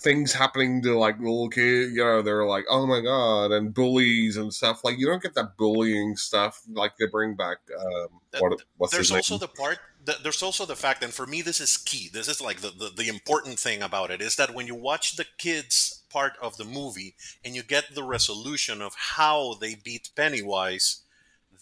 Speaker 2: things happening to like little kids. You know, they're like, oh my god, and bullies and stuff. Like you don't get that bullying stuff. Like they bring back um,
Speaker 6: That-
Speaker 2: what what's his
Speaker 6: there's
Speaker 2: name?
Speaker 6: also the part that there's also the fact and for me this is key this is like the, the, the important thing about it is that when you watch the kids part of the movie and you get the resolution of how they beat pennywise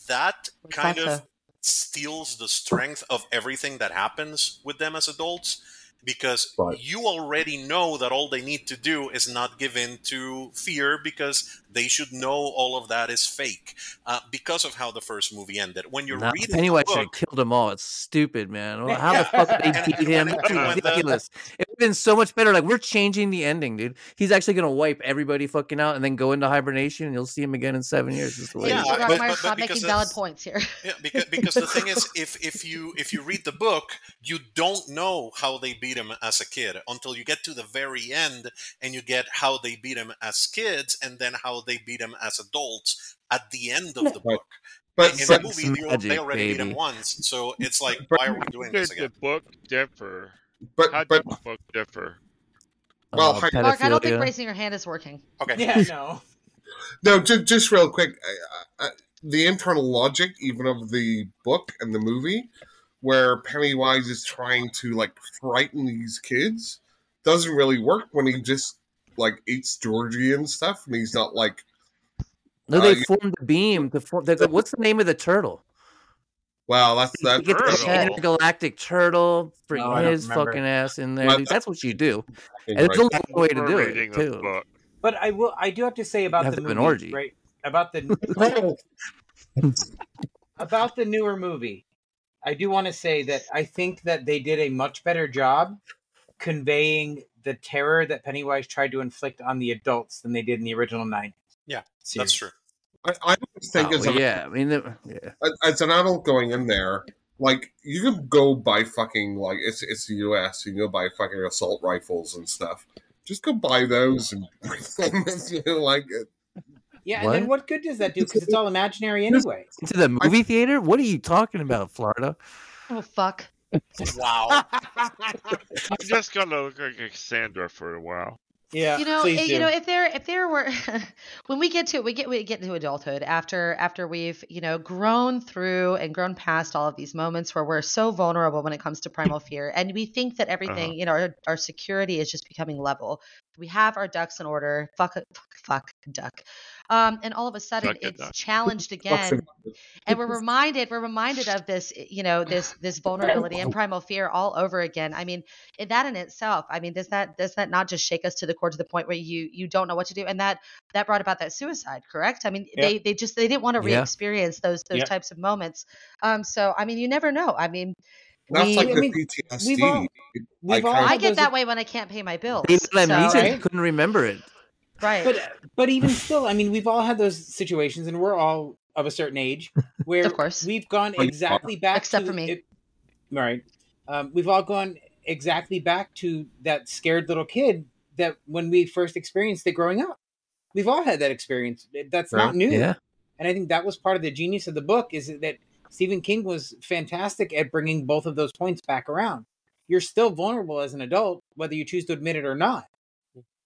Speaker 6: that
Speaker 10: What's
Speaker 6: kind
Speaker 10: that
Speaker 6: of
Speaker 10: for?
Speaker 6: steals the strength of everything that happens with them as adults because
Speaker 2: Right.
Speaker 6: you already know that all they need to do is not give in to fear because they should know all of that is fake uh, because of how the first movie ended when you
Speaker 3: No,
Speaker 6: read the
Speaker 3: Pennywise should
Speaker 6: book
Speaker 3: have killed them all. It's stupid, man. Well, how the fuck did they
Speaker 6: and,
Speaker 3: beat
Speaker 6: and
Speaker 3: him?
Speaker 6: when it,
Speaker 3: That's
Speaker 6: and when the
Speaker 3: ridiculous. It would have been so much better. Like, we're changing the ending, dude. He's actually going to wipe everybody fucking out and then go into hibernation, and you'll see him again in seven years. Is the way
Speaker 10: Hey,
Speaker 6: yeah
Speaker 3: it is.
Speaker 6: I- but, but,
Speaker 10: Rockmeyer's
Speaker 6: but
Speaker 10: not
Speaker 6: because
Speaker 10: making valid
Speaker 6: that's
Speaker 10: points here.
Speaker 6: yeah, because because the thing is, if if you if you read the book, you don't know how they beat him as a kid until you get to the very end, and you get how they beat him as kids, and then how they beat him as adults at the end of the
Speaker 2: Right.
Speaker 6: book.
Speaker 2: But
Speaker 6: In, in the
Speaker 2: but
Speaker 6: movie, they, al- they
Speaker 3: Magic,
Speaker 6: already beat him
Speaker 3: baby.
Speaker 6: once, so it's like,
Speaker 2: but
Speaker 6: why are we
Speaker 7: How
Speaker 6: doing this
Speaker 7: did the
Speaker 6: again?
Speaker 7: book differ? How
Speaker 2: but
Speaker 7: did
Speaker 2: but
Speaker 7: the book differ?
Speaker 2: well,
Speaker 3: Uh,
Speaker 2: hang-
Speaker 10: Mark, I don't think
Speaker 3: pedophilia.
Speaker 10: raising your hand is working.
Speaker 6: Okay,
Speaker 1: Yeah, no.
Speaker 2: no, just just real quick, uh, uh, the internal logic even of the book and the movie, where Pennywise is trying to like frighten these kids, doesn't really work when he just like eats Georgie and stuff, and he's not like
Speaker 3: No,
Speaker 2: uh,
Speaker 3: they
Speaker 2: you-
Speaker 3: formed a beam to form. They go, what's the name of the turtle?
Speaker 2: well, that's
Speaker 3: He
Speaker 2: that.
Speaker 3: gets the
Speaker 2: that's-
Speaker 7: Turtle.
Speaker 3: intergalactic turtle. Bring
Speaker 1: No, I don't
Speaker 3: his
Speaker 1: remember.
Speaker 3: fucking ass in there,
Speaker 2: Well,
Speaker 3: dude. That's what you do, and it's
Speaker 2: Right.
Speaker 3: only
Speaker 7: I'm
Speaker 3: one way to do it
Speaker 7: overrating the
Speaker 3: too.
Speaker 7: book.
Speaker 1: But I will. I do have to say
Speaker 3: You
Speaker 1: about
Speaker 3: have
Speaker 1: the
Speaker 3: to have an
Speaker 1: movie,
Speaker 3: orgy.
Speaker 1: right? About the
Speaker 2: Oh,
Speaker 1: about the newer movie, I do want to say that I think that they did a much better job conveying the terror that Pennywise tried to inflict on the adults than they did in the original nine
Speaker 6: yeah, that's
Speaker 1: series.
Speaker 6: true.
Speaker 2: I, I always think
Speaker 3: Oh
Speaker 2: as
Speaker 3: well,
Speaker 2: an
Speaker 3: yeah. I mean, the, yeah.
Speaker 2: Uh, as an adult going in there, like you can go buy fucking like it's it's the U.S. You can go buy fucking assault rifles and stuff. Just go buy those and bring them with you. Like
Speaker 1: Yeah, and then
Speaker 3: What
Speaker 1: what good does that do? Because it's all imaginary anyway.
Speaker 3: into the
Speaker 2: I,
Speaker 3: movie theater? What are you talking about, Florida?
Speaker 10: Oh fuck.
Speaker 6: Wow.
Speaker 7: I'm just gonna look like Cassandra for a while.
Speaker 1: Yeah.
Speaker 10: you know,
Speaker 1: please
Speaker 10: it-
Speaker 1: do.
Speaker 10: you know, eh, if there if there were when we get to we get we get into adulthood after after we've you know grown through and grown past all of these moments where we're so vulnerable when it comes to primal fear and we think
Speaker 1: Uh-huh.
Speaker 10: that everything you know our, our security is just becoming level. We have our ducks in order. Fuck fuck fuck duck. Um, and all of a sudden
Speaker 7: Duck it,
Speaker 10: it's
Speaker 7: duck.
Speaker 10: challenged again and we're reminded we're reminded of this you know this this vulnerability and primal fear all over again i mean i- that in itself i mean does that does that not just shake us to the core to the point where you you don't know what to do and that that brought about that suicide correct i mean
Speaker 1: Yeah.
Speaker 10: they they just they didn't want to
Speaker 3: Yeah.
Speaker 10: re-experience those those
Speaker 1: Yeah.
Speaker 10: types of moments um so i mean you never know i mean
Speaker 2: That's
Speaker 10: we
Speaker 2: like
Speaker 1: I
Speaker 2: the
Speaker 1: mean,
Speaker 2: PTSD.
Speaker 1: we've all- We've all
Speaker 2: I
Speaker 10: i
Speaker 1: had
Speaker 10: get
Speaker 1: those.
Speaker 10: that way when i can't pay my bills
Speaker 3: They had
Speaker 10: so
Speaker 3: amnesia.
Speaker 1: Right.
Speaker 3: They couldn't remember it.
Speaker 10: right
Speaker 1: But but even still, I mean, we've all had those situations, and we're all of a certain age where
Speaker 10: Of course.
Speaker 1: we've gone
Speaker 2: Well, you
Speaker 1: exactly back.
Speaker 10: Except
Speaker 1: to,
Speaker 10: for me.
Speaker 1: It, right. Um, we've all gone exactly back to that scared little kid that when we first experienced it growing up. We've all had that experience. That's not new.
Speaker 3: Yeah.
Speaker 1: And I think that was part of the genius of the book is that Stephen King was fantastic at bringing both of those points back around. You're still vulnerable as an adult, whether you choose to admit it or not.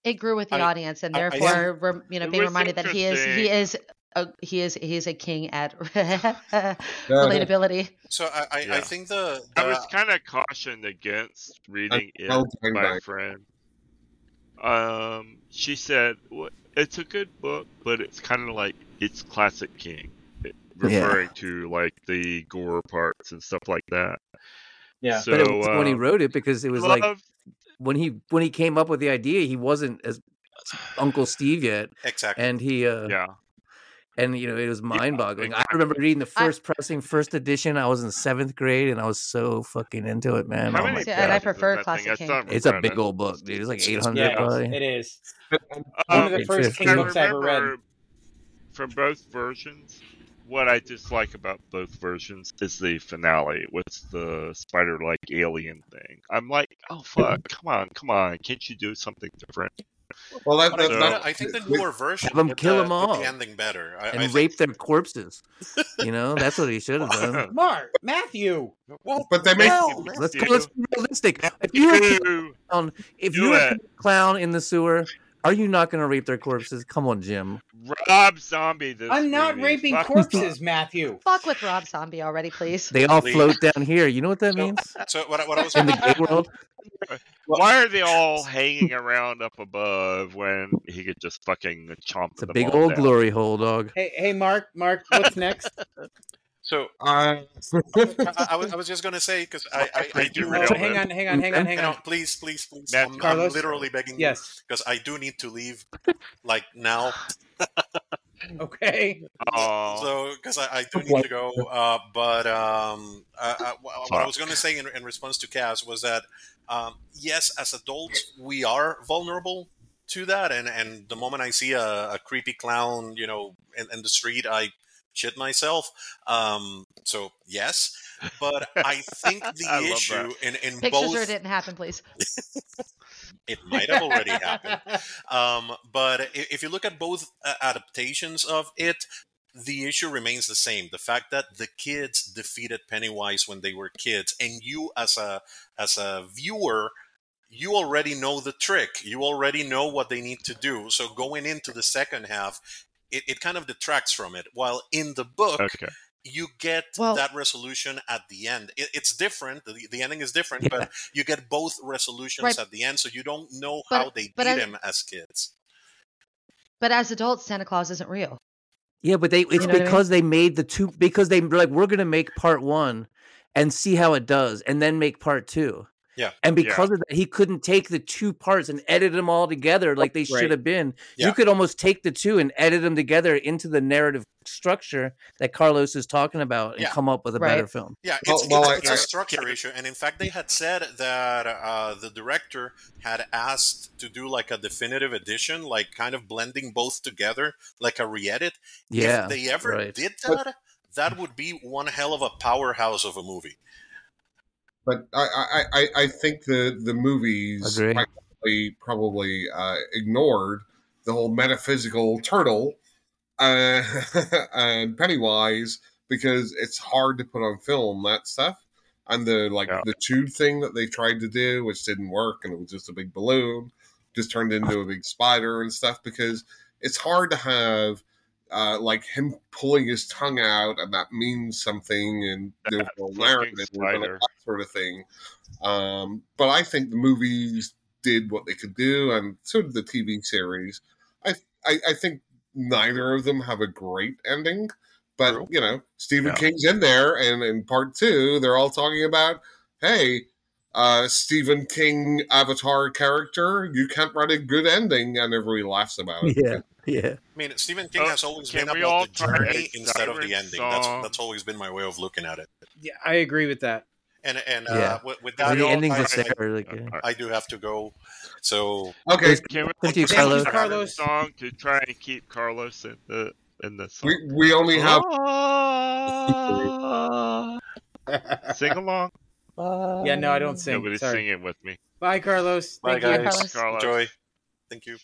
Speaker 10: it grew with the
Speaker 6: I-
Speaker 10: audience and
Speaker 6: I- I
Speaker 10: therefore rem, you know
Speaker 7: It
Speaker 10: being
Speaker 7: was
Speaker 10: reminded that he is he
Speaker 7: interesting.
Speaker 10: is a, he is he is a king at
Speaker 2: Yeah.
Speaker 10: relatability
Speaker 6: So I, I, I
Speaker 7: Yeah.
Speaker 6: think the, the
Speaker 7: I was kind of cautioned against reading
Speaker 2: well
Speaker 7: it
Speaker 2: done,
Speaker 7: by a
Speaker 2: Mike.
Speaker 7: friend. Um, she said, "Wha- "It's a good book, but it's kind of like it's classic King, it- referring to like the gore parts and stuff like that."
Speaker 1: Yeah.
Speaker 7: So,
Speaker 3: But it wasn't when he
Speaker 7: um,
Speaker 3: wrote it because it was
Speaker 7: love,
Speaker 3: like when he when he came up with the idea, he wasn't as Uncle Steve yet,
Speaker 6: exactly.
Speaker 3: and he uh
Speaker 7: yeah,
Speaker 3: and you know it was mind boggling. I
Speaker 7: exactly.
Speaker 3: remember reading the
Speaker 10: I-
Speaker 3: first pressing, first edition. I was in seventh grade, and I was so fucking into it, man.
Speaker 7: How
Speaker 3: oh
Speaker 7: many
Speaker 3: my
Speaker 10: See, and I
Speaker 3: god,
Speaker 7: pages is
Speaker 10: prefer
Speaker 7: that thing?
Speaker 10: classic
Speaker 7: I
Speaker 10: King.
Speaker 7: still haven't
Speaker 3: it's a
Speaker 7: read
Speaker 3: big
Speaker 7: it.
Speaker 3: old book, dude. It's like eight hundred
Speaker 1: Yeah,
Speaker 3: probably.
Speaker 1: it is. One
Speaker 7: Um,
Speaker 1: of the
Speaker 3: It's
Speaker 1: first King
Speaker 7: I
Speaker 3: 15.
Speaker 1: books I ever read.
Speaker 7: remember from both versions, what I dislike about both versions is the finale with the spider like alien thing. I'm like, oh fuck, come on, come on, can't you do something different?
Speaker 2: Well, that,
Speaker 6: But I
Speaker 2: that,
Speaker 6: think
Speaker 7: So
Speaker 6: the, I think the
Speaker 2: that,
Speaker 6: newer version
Speaker 3: Have 'em
Speaker 6: did
Speaker 3: kill
Speaker 6: the
Speaker 3: 'em
Speaker 6: did the
Speaker 3: all.
Speaker 6: ending better. I, I
Speaker 3: and
Speaker 6: think.
Speaker 3: rape their corpses. You know, that's what he should have done.
Speaker 1: Mark, Matthew.
Speaker 6: Well,
Speaker 2: but they make
Speaker 6: no,
Speaker 3: Let's
Speaker 7: do,
Speaker 3: go. Let's be realistic. If you were a killer
Speaker 7: do,
Speaker 3: clown, if you
Speaker 7: do
Speaker 3: were a
Speaker 7: it.
Speaker 3: killer clown in the sewer, are you not going to rape their corpses? Come on, Jim.
Speaker 7: Rob Zombie this
Speaker 1: I'm not
Speaker 7: movie.
Speaker 1: raping
Speaker 7: Fuck
Speaker 1: corpses, Matthew.
Speaker 10: Fuck with Rob Zombie already, please.
Speaker 3: They all
Speaker 6: Please.
Speaker 3: float down here. You know what that
Speaker 6: so
Speaker 3: means
Speaker 6: so what, I- what I was
Speaker 3: in the gay world?
Speaker 7: Why are they all hanging around up above when he could just fucking chomp
Speaker 3: It's a
Speaker 7: them
Speaker 3: big
Speaker 7: all
Speaker 3: old
Speaker 7: down?
Speaker 3: glory hole, dog.
Speaker 1: Hey, hey, Mark, Mark, what's next?
Speaker 6: so
Speaker 2: uh,
Speaker 6: I, I, was- I was just gonna say because I,
Speaker 7: I
Speaker 6: I, I
Speaker 7: think you
Speaker 6: do
Speaker 1: Oh,
Speaker 7: nailed it.
Speaker 1: hang on, hang on, hang on, hang
Speaker 6: you know
Speaker 1: on.
Speaker 6: please please please I'm,
Speaker 7: Matthew.
Speaker 6: I'm
Speaker 1: Carlos?
Speaker 6: literally begging you
Speaker 1: Yes.
Speaker 6: because I do need to leave like now
Speaker 1: Okay.
Speaker 7: Oh,
Speaker 6: so because I, I do need to go uh, but um, I, I, wh- what i was going to say in, in response to Kaz was that um, yes as adults we are vulnerable to that and, and the moment i see a, a creepy clown you know in, in the street i shit myself um, so yes but i think the
Speaker 7: I love that.
Speaker 6: issue in, in
Speaker 10: Pictures or it
Speaker 6: both
Speaker 10: didn't happen, please.
Speaker 6: it might have already happened um, but i- if you look at both uh, adaptations of it, the issue remains the same: the fact that the kids defeated Pennywise when they were kids, and you, as a as a viewer, you already know the trick. You already know what they need to do. So going into the second half, it, it kind of detracts from it. While in the book,
Speaker 7: Okay.
Speaker 6: you get
Speaker 10: Well,
Speaker 6: that resolution at the end. It, it's different. The, the ending is different,
Speaker 3: Yeah.
Speaker 6: but you get both resolutions
Speaker 10: Right.
Speaker 6: at the end, so you don't know
Speaker 10: But-
Speaker 6: how they
Speaker 10: but
Speaker 6: beat
Speaker 10: I-
Speaker 6: him as kids.
Speaker 10: but as adults, Santa Claus isn't real.
Speaker 3: Yeah, but they it's
Speaker 10: You know what I mean?
Speaker 3: because they made the two because they were like we're gonna make part one and see how it does, and then make part two.
Speaker 6: Yeah.
Speaker 3: And
Speaker 7: Yeah.
Speaker 3: because of that, he couldn't take the two parts and edit them all together like they
Speaker 1: Right.
Speaker 3: should have been.
Speaker 6: Yeah.
Speaker 3: You could almost take the two and edit them together into the narrative structure that Carlos is talking about and
Speaker 6: Yeah.
Speaker 3: come up with a
Speaker 10: Right.
Speaker 3: better film.
Speaker 6: Yeah,
Speaker 2: Well,
Speaker 6: it's
Speaker 2: well,
Speaker 6: it's,
Speaker 2: I-
Speaker 6: it's a
Speaker 2: I-
Speaker 6: structure issue, and in fact, they had said that uh, the director had asked to do like a definitive edition, like kind of blending both together, like a re-edit. If
Speaker 3: Yeah,
Speaker 6: they ever
Speaker 3: right.
Speaker 6: did that, that would be one hell of a powerhouse of a movie.
Speaker 2: but I, I, I, I think the the movies
Speaker 3: Agree.
Speaker 2: practically probably uh, ignored the whole metaphysical turtle uh, and Pennywise because it's hard to put on film that stuff. And the like
Speaker 7: Yeah.
Speaker 2: the tube thing that they tried to do, which didn't work, and it was just a big balloon. just turned into a big spider and stuff because it's hard to have uh, like him pulling his tongue out and that means something and there's
Speaker 7: That
Speaker 2: no
Speaker 7: fucking
Speaker 2: narrative and all
Speaker 7: spider.
Speaker 2: that sort of thing. Um, but I think the movies did what they could do, and so did the TV series. I I, I think neither of them have a great ending, but
Speaker 6: True.
Speaker 2: you know Stephen
Speaker 7: Yeah.
Speaker 2: King's in there, and in part two they're all talking about hey. Uh, Stephen King Avatar character, you can't write a good ending, and everybody laughs about it.
Speaker 3: Yeah, yeah.
Speaker 6: I mean, Stephen King
Speaker 7: Oh,
Speaker 6: has always
Speaker 7: can
Speaker 6: been
Speaker 7: we
Speaker 6: about
Speaker 7: all
Speaker 6: the
Speaker 7: try a
Speaker 6: journey instead of the
Speaker 7: siren
Speaker 6: ending. That's
Speaker 7: song?
Speaker 6: that's always been my way of looking at it.
Speaker 1: Yeah, I agree with that.
Speaker 6: And and uh,
Speaker 3: Yeah.
Speaker 6: with, with
Speaker 3: Well,
Speaker 6: that,
Speaker 7: we
Speaker 3: the
Speaker 7: all
Speaker 3: endings
Speaker 6: I,
Speaker 3: are
Speaker 7: tried
Speaker 6: I,
Speaker 7: it.
Speaker 3: there. Like, yeah.
Speaker 6: I do have to go. So
Speaker 2: Okay,
Speaker 3: There's-
Speaker 7: Can we
Speaker 3: Welcome to you,
Speaker 1: Thank you,
Speaker 3: Carlos.
Speaker 7: all try a
Speaker 1: Carlos.
Speaker 7: song to try and keep Carlos in the in the song?
Speaker 2: we, we
Speaker 7: Oh.
Speaker 2: only have
Speaker 1: Oh.
Speaker 7: Ah, sing along.
Speaker 1: Yeah, no, I don't sing.
Speaker 7: Nobody's
Speaker 1: Sorry.
Speaker 7: singing with me.
Speaker 1: Bye, Carlos.
Speaker 6: bye
Speaker 1: Thank you.
Speaker 10: Bye,
Speaker 6: guys,
Speaker 10: Carlos.
Speaker 7: Carlos.
Speaker 6: enjoy. Thank you.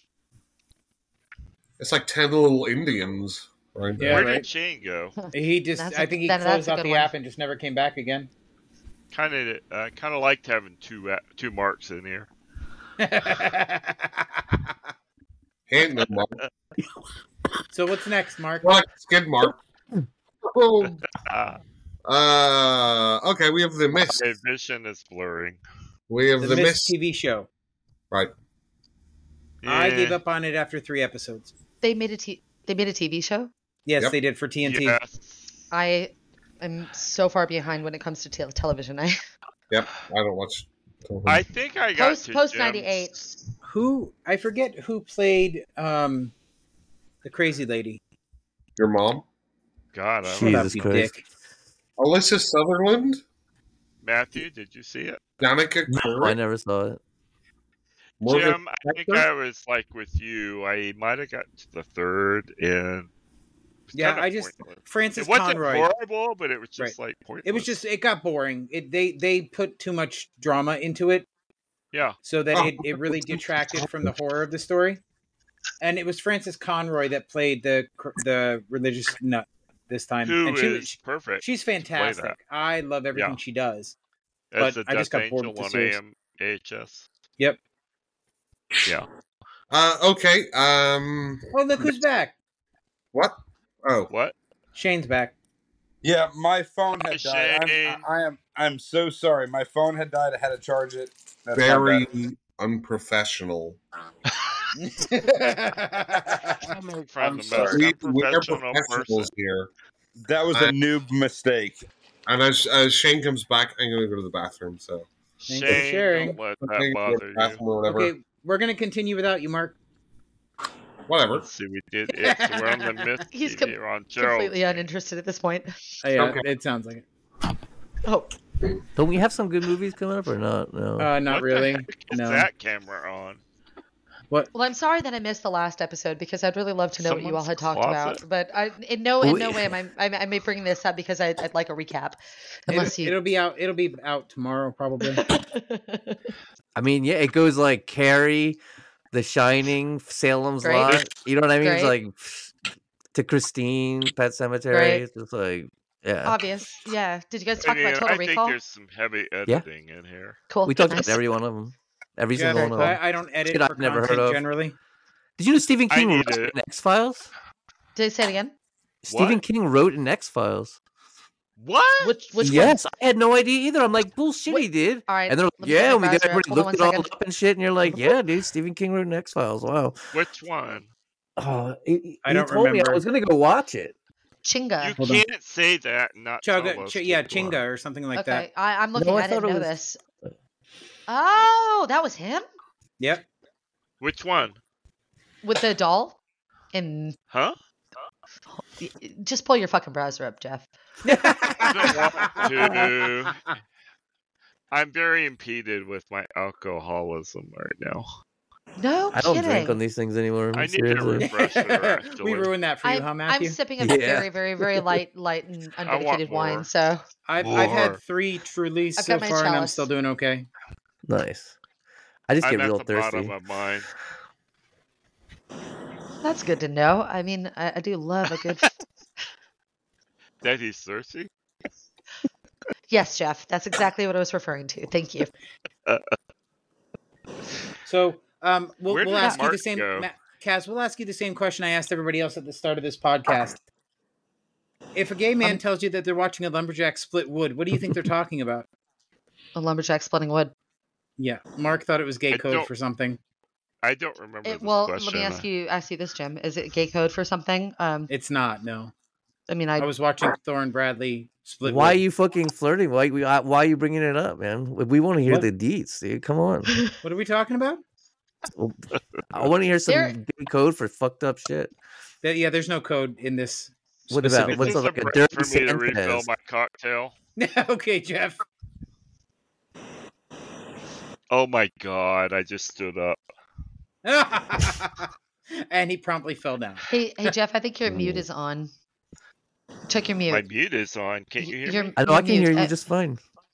Speaker 2: it's like ten little Indians right
Speaker 1: Yeah,
Speaker 2: there.
Speaker 7: Where
Speaker 1: right.
Speaker 7: did Shane go?
Speaker 1: He just,
Speaker 10: That's
Speaker 1: I
Speaker 10: a-
Speaker 1: think he
Speaker 10: then that's
Speaker 1: closed
Speaker 10: a
Speaker 1: out
Speaker 10: good
Speaker 1: the
Speaker 10: one.
Speaker 1: app and just never came back again.
Speaker 7: Kind of, uh, kind of liked having two uh, two marks in here.
Speaker 2: Hand them mark,
Speaker 1: so what's next, Mark?
Speaker 2: Mark, skid mark. Oh.
Speaker 7: Ah,
Speaker 2: Uh, okay, we have the mist.
Speaker 7: my vision is blurring.
Speaker 2: We have
Speaker 1: The,
Speaker 2: the,
Speaker 1: Mist
Speaker 2: mist.
Speaker 1: TV show.
Speaker 2: Right.
Speaker 1: I
Speaker 7: Eh,
Speaker 1: gave up on it after three episodes.
Speaker 10: They made a t- they made a TV show.
Speaker 1: Yes,
Speaker 2: Yep.
Speaker 1: they did for TNT.
Speaker 7: Yes.
Speaker 10: I am so far behind when it comes to tel television. I
Speaker 2: Yep. I don't watch.
Speaker 7: I think I got
Speaker 10: post
Speaker 7: to
Speaker 10: post
Speaker 7: Jim's-
Speaker 10: ninety eight.
Speaker 1: Who I forget who played um the crazy lady.
Speaker 2: Your mom,
Speaker 7: God, I
Speaker 1: Shut
Speaker 7: don't
Speaker 1: up,
Speaker 3: Jesus
Speaker 1: you
Speaker 3: Christ.
Speaker 1: dick.
Speaker 2: Alyssa Sutherland,
Speaker 7: Matthew, did you see it?
Speaker 2: Danica
Speaker 3: No, I
Speaker 2: Curry,
Speaker 3: never saw it.
Speaker 2: Morgan
Speaker 7: Jim, I think
Speaker 2: Spector?
Speaker 7: I was like with you. I might have got to the third, and it was
Speaker 1: Yeah,
Speaker 7: kinda
Speaker 1: I just-
Speaker 7: pointless.
Speaker 1: Francis
Speaker 7: it wasn't
Speaker 1: Conroy.
Speaker 7: horrible, but it was just like pointless.
Speaker 1: It was just it got boring. It they they put too much drama into it
Speaker 7: yeah.
Speaker 1: so that
Speaker 2: Oh.
Speaker 1: it, it really detracted from the horror of the story. And it was Francis Conroy that played the cr- the religious nut this time.
Speaker 7: Who
Speaker 1: and she was
Speaker 7: is perfect?
Speaker 1: she's fantastic. I love everything she does.
Speaker 7: That's
Speaker 1: but
Speaker 7: a
Speaker 1: I just
Speaker 7: Death
Speaker 1: got bored
Speaker 7: Angel
Speaker 1: with
Speaker 7: on
Speaker 1: the series.
Speaker 7: AM AHS.
Speaker 1: Yep.
Speaker 7: Yeah.
Speaker 2: Uh, okay. Um,
Speaker 1: Oh, look who's back.
Speaker 2: what? Oh,
Speaker 7: What?
Speaker 1: Shane's back.
Speaker 5: Yeah, my phone
Speaker 7: Hi,
Speaker 5: had died. I'm,
Speaker 7: Shane.
Speaker 5: I, I am. I'm so sorry. My phone had died. I had to charge it. That's my
Speaker 2: very
Speaker 5: bad.
Speaker 2: unprofessional.
Speaker 1: yeah,
Speaker 7: I'm making
Speaker 5: I'm
Speaker 7: fun of
Speaker 5: sorry.
Speaker 7: an
Speaker 2: We, we are
Speaker 7: unprofessional person.
Speaker 2: professionals here.
Speaker 5: That was a noob mistake.
Speaker 2: And as, as Shane comes back, I'm going to go to the bathroom. So
Speaker 1: Thanks for
Speaker 7: Shane,
Speaker 1: sharing.
Speaker 7: don't let that
Speaker 2: Okay, go to
Speaker 7: bother
Speaker 2: the
Speaker 7: you.
Speaker 2: bathroom or whatever.
Speaker 1: Okay, we're gonna continue without you, Mark.
Speaker 2: Whatever.
Speaker 7: Let's see, we did it. So we're on the Mist
Speaker 10: He's
Speaker 7: TV.
Speaker 10: com-
Speaker 7: we're on Gerald's.
Speaker 10: completely uninterested at this point.
Speaker 1: Oh, yeah,
Speaker 2: Okay.
Speaker 1: it sounds like it.
Speaker 10: Oh,
Speaker 3: Don't we have some good movies coming up or not? No.
Speaker 1: Uh, not
Speaker 7: What the
Speaker 1: really.
Speaker 7: heck is
Speaker 1: no.
Speaker 7: that camera on?
Speaker 1: What?
Speaker 10: well, I'm sorry that I missed the last episode because I'd really love to know what you all
Speaker 7: Someone's
Speaker 10: had talked
Speaker 7: closet?
Speaker 10: about. But I, in no, in
Speaker 3: We-
Speaker 10: no way am I, I, I may bring this up because I, I'd like a recap, unless
Speaker 1: It'll,
Speaker 10: you.
Speaker 1: it'll be out. It'll be out tomorrow, probably.
Speaker 3: I mean, yeah, it goes like Carrie, The Shining, Salem's
Speaker 10: Great.
Speaker 3: Lot. You know what I mean? It's
Speaker 10: Great.
Speaker 3: like to Christine, Pet Cemetery. It's just like, yeah.
Speaker 10: Obvious. Yeah. Did you guys
Speaker 7: I
Speaker 10: talk
Speaker 7: mean,
Speaker 10: about Total
Speaker 7: I think
Speaker 10: Recall?
Speaker 7: there's some heavy editing in here.
Speaker 10: Cool.
Speaker 3: We talked
Speaker 10: nice.
Speaker 3: about every one of them. Every
Speaker 1: Jeff,
Speaker 3: single
Speaker 10: Very
Speaker 3: one of
Speaker 10: cool.
Speaker 3: them.
Speaker 1: I, I don't edit
Speaker 3: Shit I've
Speaker 1: for
Speaker 3: never heard
Speaker 1: content
Speaker 3: of.
Speaker 1: generally.
Speaker 3: Did you know Stephen
Speaker 7: I
Speaker 3: King wrote
Speaker 7: need to.
Speaker 3: in X Files?
Speaker 10: Did I say it again?
Speaker 3: Stephen
Speaker 7: What?
Speaker 3: King wrote in X Files.
Speaker 7: What?
Speaker 10: Which which one?
Speaker 3: Yes, I had no idea either. I'm like, bullshit,
Speaker 10: Wait,
Speaker 3: he did.
Speaker 10: All right.
Speaker 3: And they're like,
Speaker 10: Let me, let
Speaker 3: yeah,
Speaker 10: me
Speaker 3: we did.
Speaker 10: browse here.
Speaker 3: Everybody
Speaker 10: Hold
Speaker 3: looked
Speaker 10: on one
Speaker 3: it all
Speaker 10: second.
Speaker 3: up and shit. And you're like, yeah, dude, Stephen King wrote in X Files. Wow.
Speaker 7: Which one?
Speaker 3: Oh, he,
Speaker 1: I
Speaker 3: he
Speaker 1: don't
Speaker 3: told me
Speaker 1: remember.
Speaker 3: I was gonna go watch it.
Speaker 7: You
Speaker 10: Chinga.
Speaker 1: Hold on.
Speaker 7: can't say that and not tell
Speaker 1: Chaga,
Speaker 7: us.
Speaker 1: ch- yeah,
Speaker 7: which one.
Speaker 1: Chinga or something like that.
Speaker 10: okay. I, I'm looking.
Speaker 3: No, I
Speaker 10: I didn't
Speaker 3: thought it
Speaker 10: know
Speaker 3: was-
Speaker 10: this. Oh, that was him
Speaker 1: Yep.
Speaker 7: Which one?
Speaker 10: with the doll. And
Speaker 7: Huh?
Speaker 10: just pull your fucking browser up, Jeff.
Speaker 7: don't want to. I'm very impeded with my alcoholism right now.
Speaker 10: No
Speaker 3: I don't
Speaker 10: kidding.
Speaker 3: drink on these things anymore.
Speaker 7: I need a
Speaker 3: seriously.
Speaker 7: refresher,
Speaker 1: we
Speaker 7: actually.
Speaker 1: ruined that for you,
Speaker 10: I'm,
Speaker 1: huh, Matthew?
Speaker 10: I'm sipping a
Speaker 3: Yeah.
Speaker 10: very, very, very light, light and
Speaker 7: I want
Speaker 10: undedicated wine.
Speaker 7: more.
Speaker 10: So
Speaker 1: I've, I've had
Speaker 7: More.
Speaker 1: three Trulies
Speaker 10: I've
Speaker 1: so
Speaker 10: got my
Speaker 1: far, and I'm
Speaker 10: chalice.
Speaker 1: still doing okay.
Speaker 3: Nice. I just
Speaker 7: I'm
Speaker 3: get
Speaker 7: at
Speaker 3: real
Speaker 7: the bottom
Speaker 3: thirsty.
Speaker 7: of mine.
Speaker 10: that's good to know. I mean, I, I do love a good.
Speaker 7: That is thirsty.
Speaker 10: yes, Jeff. That's exactly what I was referring to. Thank you.
Speaker 1: So Um, we'll,
Speaker 7: Where
Speaker 1: we'll
Speaker 7: did
Speaker 1: ask you
Speaker 7: Mark
Speaker 1: the same,
Speaker 7: go?
Speaker 1: Ma- Kaz. We'll ask you the same question I asked everybody else at the start of this podcast. If a gay
Speaker 10: Um,
Speaker 1: man tells you that they're watching a lumberjack split wood, what do you think they're talking about?
Speaker 10: A lumberjack splitting wood.
Speaker 1: Yeah, Mark thought it was gay
Speaker 7: I
Speaker 1: code
Speaker 7: don't-
Speaker 1: for something.
Speaker 7: I don't remember.
Speaker 10: It,
Speaker 7: this
Speaker 10: well,
Speaker 7: question. uh,
Speaker 10: let me ask you. Ask you this, Jim. Is it gay code for something? Um,
Speaker 1: It's not. No,
Speaker 10: I mean,
Speaker 1: I
Speaker 10: I
Speaker 1: was watching Thorne Bradley split.
Speaker 3: why
Speaker 1: wood.
Speaker 3: you fucking flirting? Why we? uh, Why you bringing it up, man? We- We want to hear
Speaker 1: What?
Speaker 3: the deets, dude. Come on,
Speaker 1: What are we talking about?
Speaker 3: I want to hear some
Speaker 10: There-
Speaker 3: good code for fucked up shit.
Speaker 1: That, yeah, there's no code in this.
Speaker 3: What
Speaker 1: specific-
Speaker 3: about what's
Speaker 7: Is this
Speaker 3: like
Speaker 7: a
Speaker 3: a
Speaker 7: break
Speaker 3: dirty
Speaker 7: for me to refill
Speaker 3: Sanchez?
Speaker 7: my cocktail?
Speaker 1: okay, Jeff.
Speaker 7: Oh my god! I just stood up.
Speaker 1: and he promptly fell down.
Speaker 10: hey, hey, Jeff. I think your mute is on. Check your mute.
Speaker 7: My mute is on. Can't you hear
Speaker 10: Your-
Speaker 7: me?
Speaker 3: I know I
Speaker 10: your
Speaker 3: can
Speaker 10: mute.
Speaker 3: hear you
Speaker 10: Uh,
Speaker 3: just fine. Are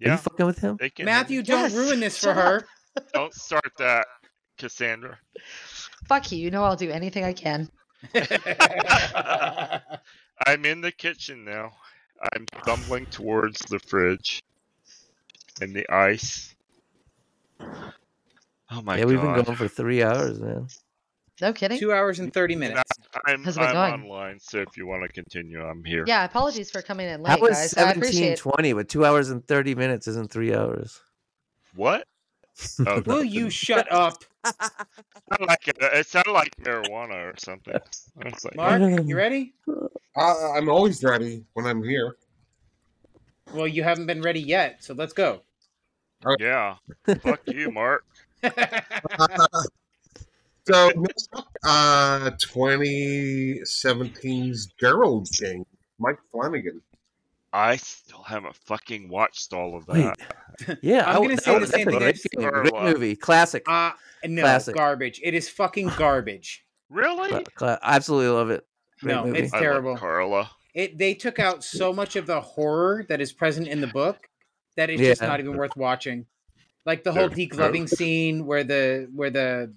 Speaker 3: you
Speaker 7: Yeah, Oh
Speaker 3: fucking with him?
Speaker 7: they can. hear
Speaker 1: Matthew,
Speaker 7: me.
Speaker 1: don't
Speaker 10: Yes,
Speaker 1: ruin this for
Speaker 10: shut up.
Speaker 1: her.
Speaker 7: don't start that, Cassandra.
Speaker 10: Fuck you. You know I'll do anything I can.
Speaker 7: I'm in the kitchen now. I'm stumbling towards the fridge and the ice. Oh my
Speaker 3: yeah, we've been
Speaker 7: god!
Speaker 3: going for three hours, man.
Speaker 10: No kidding.
Speaker 1: Two hours and thirty minutes.
Speaker 7: I'm,
Speaker 10: How's it been
Speaker 7: I'm
Speaker 10: going?
Speaker 7: online, so if you want to continue, I'm here.
Speaker 10: Yeah. Apologies for coming in late,
Speaker 3: That was
Speaker 10: guys. I
Speaker 3: seventeen
Speaker 10: appreciate.
Speaker 3: twenty, but two hours and thirty minutes isn't three hours.
Speaker 7: What? Oh, no.
Speaker 1: Will you shut up,
Speaker 7: I like it. It sounded like marijuana or something. I was like,
Speaker 1: Mark?
Speaker 3: Mm.
Speaker 1: You ready?
Speaker 2: I, Uh, I'm always ready when I'm here.
Speaker 1: Well, you haven't been ready yet, so let's go.
Speaker 7: yeah, fuck you, Mark.
Speaker 1: Uh,
Speaker 2: So next up, uh, 2017's Gerald Gang, Mike Flanagan.
Speaker 7: I still haven't fucking watched all of that.
Speaker 3: Wait, yeah,
Speaker 1: I'm
Speaker 3: I-
Speaker 1: gonna
Speaker 3: that
Speaker 1: say the
Speaker 3: was-
Speaker 1: same
Speaker 3: that's a
Speaker 1: thing I've
Speaker 3: great
Speaker 1: seen.
Speaker 3: game,
Speaker 7: Or
Speaker 3: great
Speaker 7: love.
Speaker 3: movie, classic.
Speaker 1: uh no,
Speaker 3: Classic.
Speaker 1: garbage. It is fucking garbage.
Speaker 3: Cla-
Speaker 7: Really?
Speaker 3: cla- absolutely love it. Great
Speaker 1: no,
Speaker 3: movie.
Speaker 1: it's
Speaker 7: I
Speaker 1: terrible.
Speaker 7: love Carla.
Speaker 1: It they took out so much of the horror that is present in the book that it's just
Speaker 3: Yeah.
Speaker 1: not even worth watching. Like the whole
Speaker 7: They're
Speaker 1: degloving scene where the where the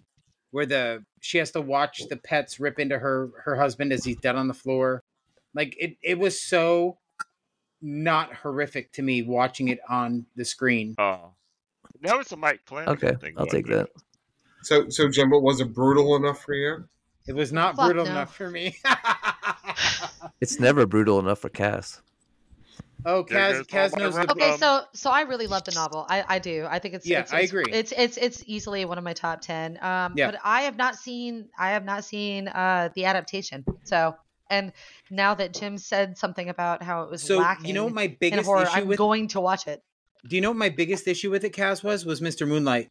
Speaker 1: where the she has to watch the pets rip into her her husband as he's dead on the floor. Like it it was so not horrific to me watching it on the screen.
Speaker 7: Oh, that was a Mike Flanagan
Speaker 3: Okay,
Speaker 7: thing.
Speaker 3: I'll
Speaker 7: wasn't
Speaker 3: take
Speaker 7: it?
Speaker 3: that.
Speaker 2: So, so Jimbo, was it brutal enough for you?
Speaker 1: It was not
Speaker 10: Fuck
Speaker 1: brutal
Speaker 10: no.
Speaker 1: enough for me.
Speaker 3: It's never brutal enough for Cass.
Speaker 1: oh,
Speaker 7: There
Speaker 1: Kaz,
Speaker 7: goes
Speaker 1: Kaz
Speaker 7: all my
Speaker 1: knows the
Speaker 7: rub-
Speaker 1: book.
Speaker 10: Okay,
Speaker 7: Um,
Speaker 10: so so I really love the novel. I, I do. I think it's
Speaker 1: Yeah,
Speaker 10: it's,
Speaker 1: I
Speaker 10: it's-
Speaker 1: agree.
Speaker 10: It's it's it's easily one of my top ten. Um,
Speaker 1: Yeah.
Speaker 10: but I have not seen I have not seen uh the adaptation. So and now that Jim said something about how it was
Speaker 1: So
Speaker 10: lacking
Speaker 1: you know what my
Speaker 10: in
Speaker 1: biggest
Speaker 10: horror,
Speaker 1: issue
Speaker 10: I'm
Speaker 1: with
Speaker 10: going to watch it.
Speaker 1: do you know what my biggest issue with it, Kaz, was was Mr. Moonlight.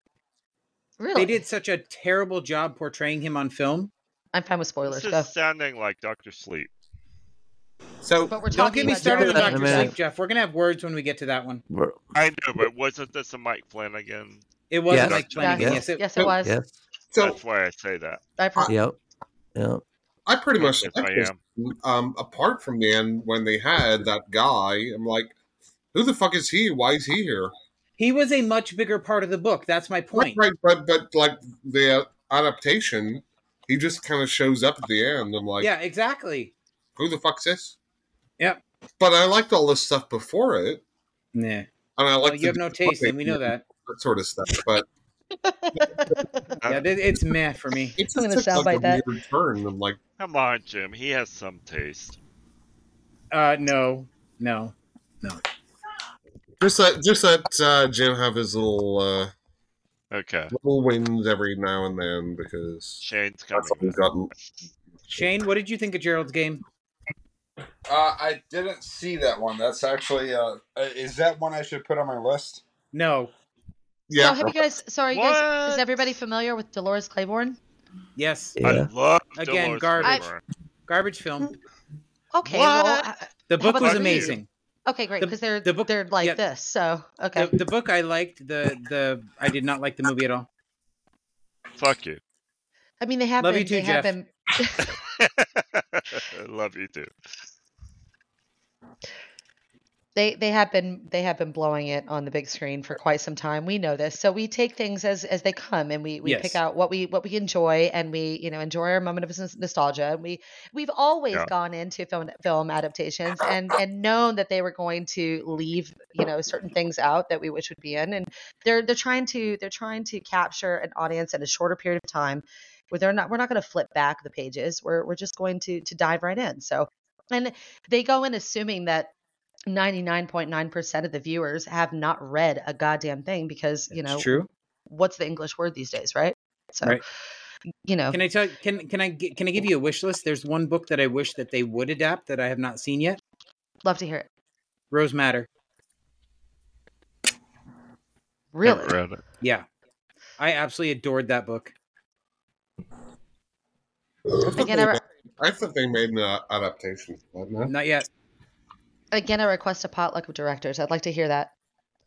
Speaker 10: Really,
Speaker 1: They did such a terrible job portraying him on film.
Speaker 10: I'm fine with spoilers.
Speaker 7: This
Speaker 10: Go.
Speaker 7: is sounding like Doctor Sleep.
Speaker 2: So,
Speaker 10: But we're
Speaker 1: Don't
Speaker 10: talking
Speaker 1: get me
Speaker 10: about
Speaker 1: started on
Speaker 3: Gerald
Speaker 1: Doctor
Speaker 3: Gang.
Speaker 1: Sleep, Jeff. We're gonna have words when we get to that one.
Speaker 3: Bro-
Speaker 7: I know, but wasn't this a Mike Flanagan?
Speaker 1: It was
Speaker 3: Yes.
Speaker 1: Mike Flanagan. Yes,
Speaker 10: Yes.
Speaker 1: it,
Speaker 10: Yes, it
Speaker 2: So-
Speaker 10: was.
Speaker 3: Yes.
Speaker 2: so
Speaker 7: That's why I say that.
Speaker 10: I pro-
Speaker 3: Yep. Yep.
Speaker 2: I pretty much
Speaker 7: Yes,
Speaker 2: like
Speaker 7: I
Speaker 2: this.
Speaker 7: am.
Speaker 2: Um, apart from the end when they had that guy, I'm like, who the fuck is he? Why is he here?
Speaker 1: he was a much bigger part of the book. That's my
Speaker 2: Right,
Speaker 1: point.
Speaker 2: right, but but like the adaptation, he just kind of shows up at the end. I'm like,
Speaker 1: yeah, exactly.
Speaker 2: who the fuck's this?
Speaker 1: Yep.
Speaker 2: But I liked all this stuff before it,
Speaker 1: Yeah.
Speaker 2: and I
Speaker 1: Well,
Speaker 2: like
Speaker 1: you have no taste, and we know that.
Speaker 2: that sort of stuff. But
Speaker 7: Uh,
Speaker 1: Yeah, th- it's meh for me.
Speaker 2: it just
Speaker 10: I'm gonna
Speaker 2: took like a
Speaker 10: soundbite that.
Speaker 2: weird turn. I'm like,
Speaker 7: Come on, Jim. He has some taste.
Speaker 1: Uh, no, no.
Speaker 2: just let just let uh, Jim have his little uh,
Speaker 7: Okay,
Speaker 2: little wins every now and then because
Speaker 7: Shane's
Speaker 2: that's
Speaker 7: coming.
Speaker 2: all we've
Speaker 7: back.
Speaker 2: gotten.
Speaker 1: Shane, what did you think of Gerald's game?
Speaker 5: Uh, I didn't see that one. That's actually uh, is that one I should put on my list?
Speaker 1: No.
Speaker 2: Yeah,
Speaker 10: So have you guys? So are you guys? Is
Speaker 7: What?
Speaker 10: everybody familiar with Dolores Claiborne?
Speaker 1: Yes.
Speaker 7: I
Speaker 3: Yeah.
Speaker 7: love
Speaker 1: Again,
Speaker 7: Dolores
Speaker 1: garbage.
Speaker 7: Claiborne.
Speaker 1: Garbage film.
Speaker 10: Okay. Well,
Speaker 7: What?
Speaker 10: I-
Speaker 1: The book
Speaker 10: about
Speaker 1: was
Speaker 7: the review?
Speaker 1: amazing.
Speaker 10: okay, great.
Speaker 1: The-
Speaker 10: Because they're
Speaker 1: the book-
Speaker 10: they're like
Speaker 1: yeah.
Speaker 10: this. So okay.
Speaker 1: The, the book I liked. The the I did not like the movie at all.
Speaker 7: Fuck you.
Speaker 10: I mean, they have
Speaker 1: Love
Speaker 10: been.
Speaker 1: you too,
Speaker 10: they have
Speaker 1: Jeff.
Speaker 10: been.
Speaker 7: love you too.
Speaker 10: they they have been they have been blowing it on the big screen for quite some time. We know this, so we take things as as they come, and we we
Speaker 1: Yes.
Speaker 10: pick out what we what we enjoy, and we you know enjoy our moment of nos- nostalgia. And we we've always
Speaker 7: Yeah.
Speaker 10: gone into film film adaptations and and known that they were going to leave you know certain things out that we wish would be in, and they're they're trying to they're trying to capture an audience in a shorter period of time. Where they're not we're not going to flip back the pages. We're we're just going to to dive right in. So and they go in assuming that 99.9% of the viewers have not read a goddamn thing because, you know,
Speaker 1: it's true.
Speaker 10: what's the English word these days, right? So,
Speaker 1: Right.
Speaker 10: you know,
Speaker 1: Can I tell? Can can I gi- can I give you a wish list? There's one book that I wish that they would adapt that I have not seen yet.
Speaker 10: love to hear it.
Speaker 1: Rose Matter.
Speaker 10: Really?
Speaker 7: Never read it.
Speaker 1: Yeah, I absolutely adored that book.
Speaker 2: I thought,
Speaker 10: Again,
Speaker 2: they,
Speaker 10: I re-
Speaker 2: I thought they made an uh, adaptation, didn't they?
Speaker 1: Not yet.
Speaker 10: again, I request a potluck of directors. I'd like to hear that.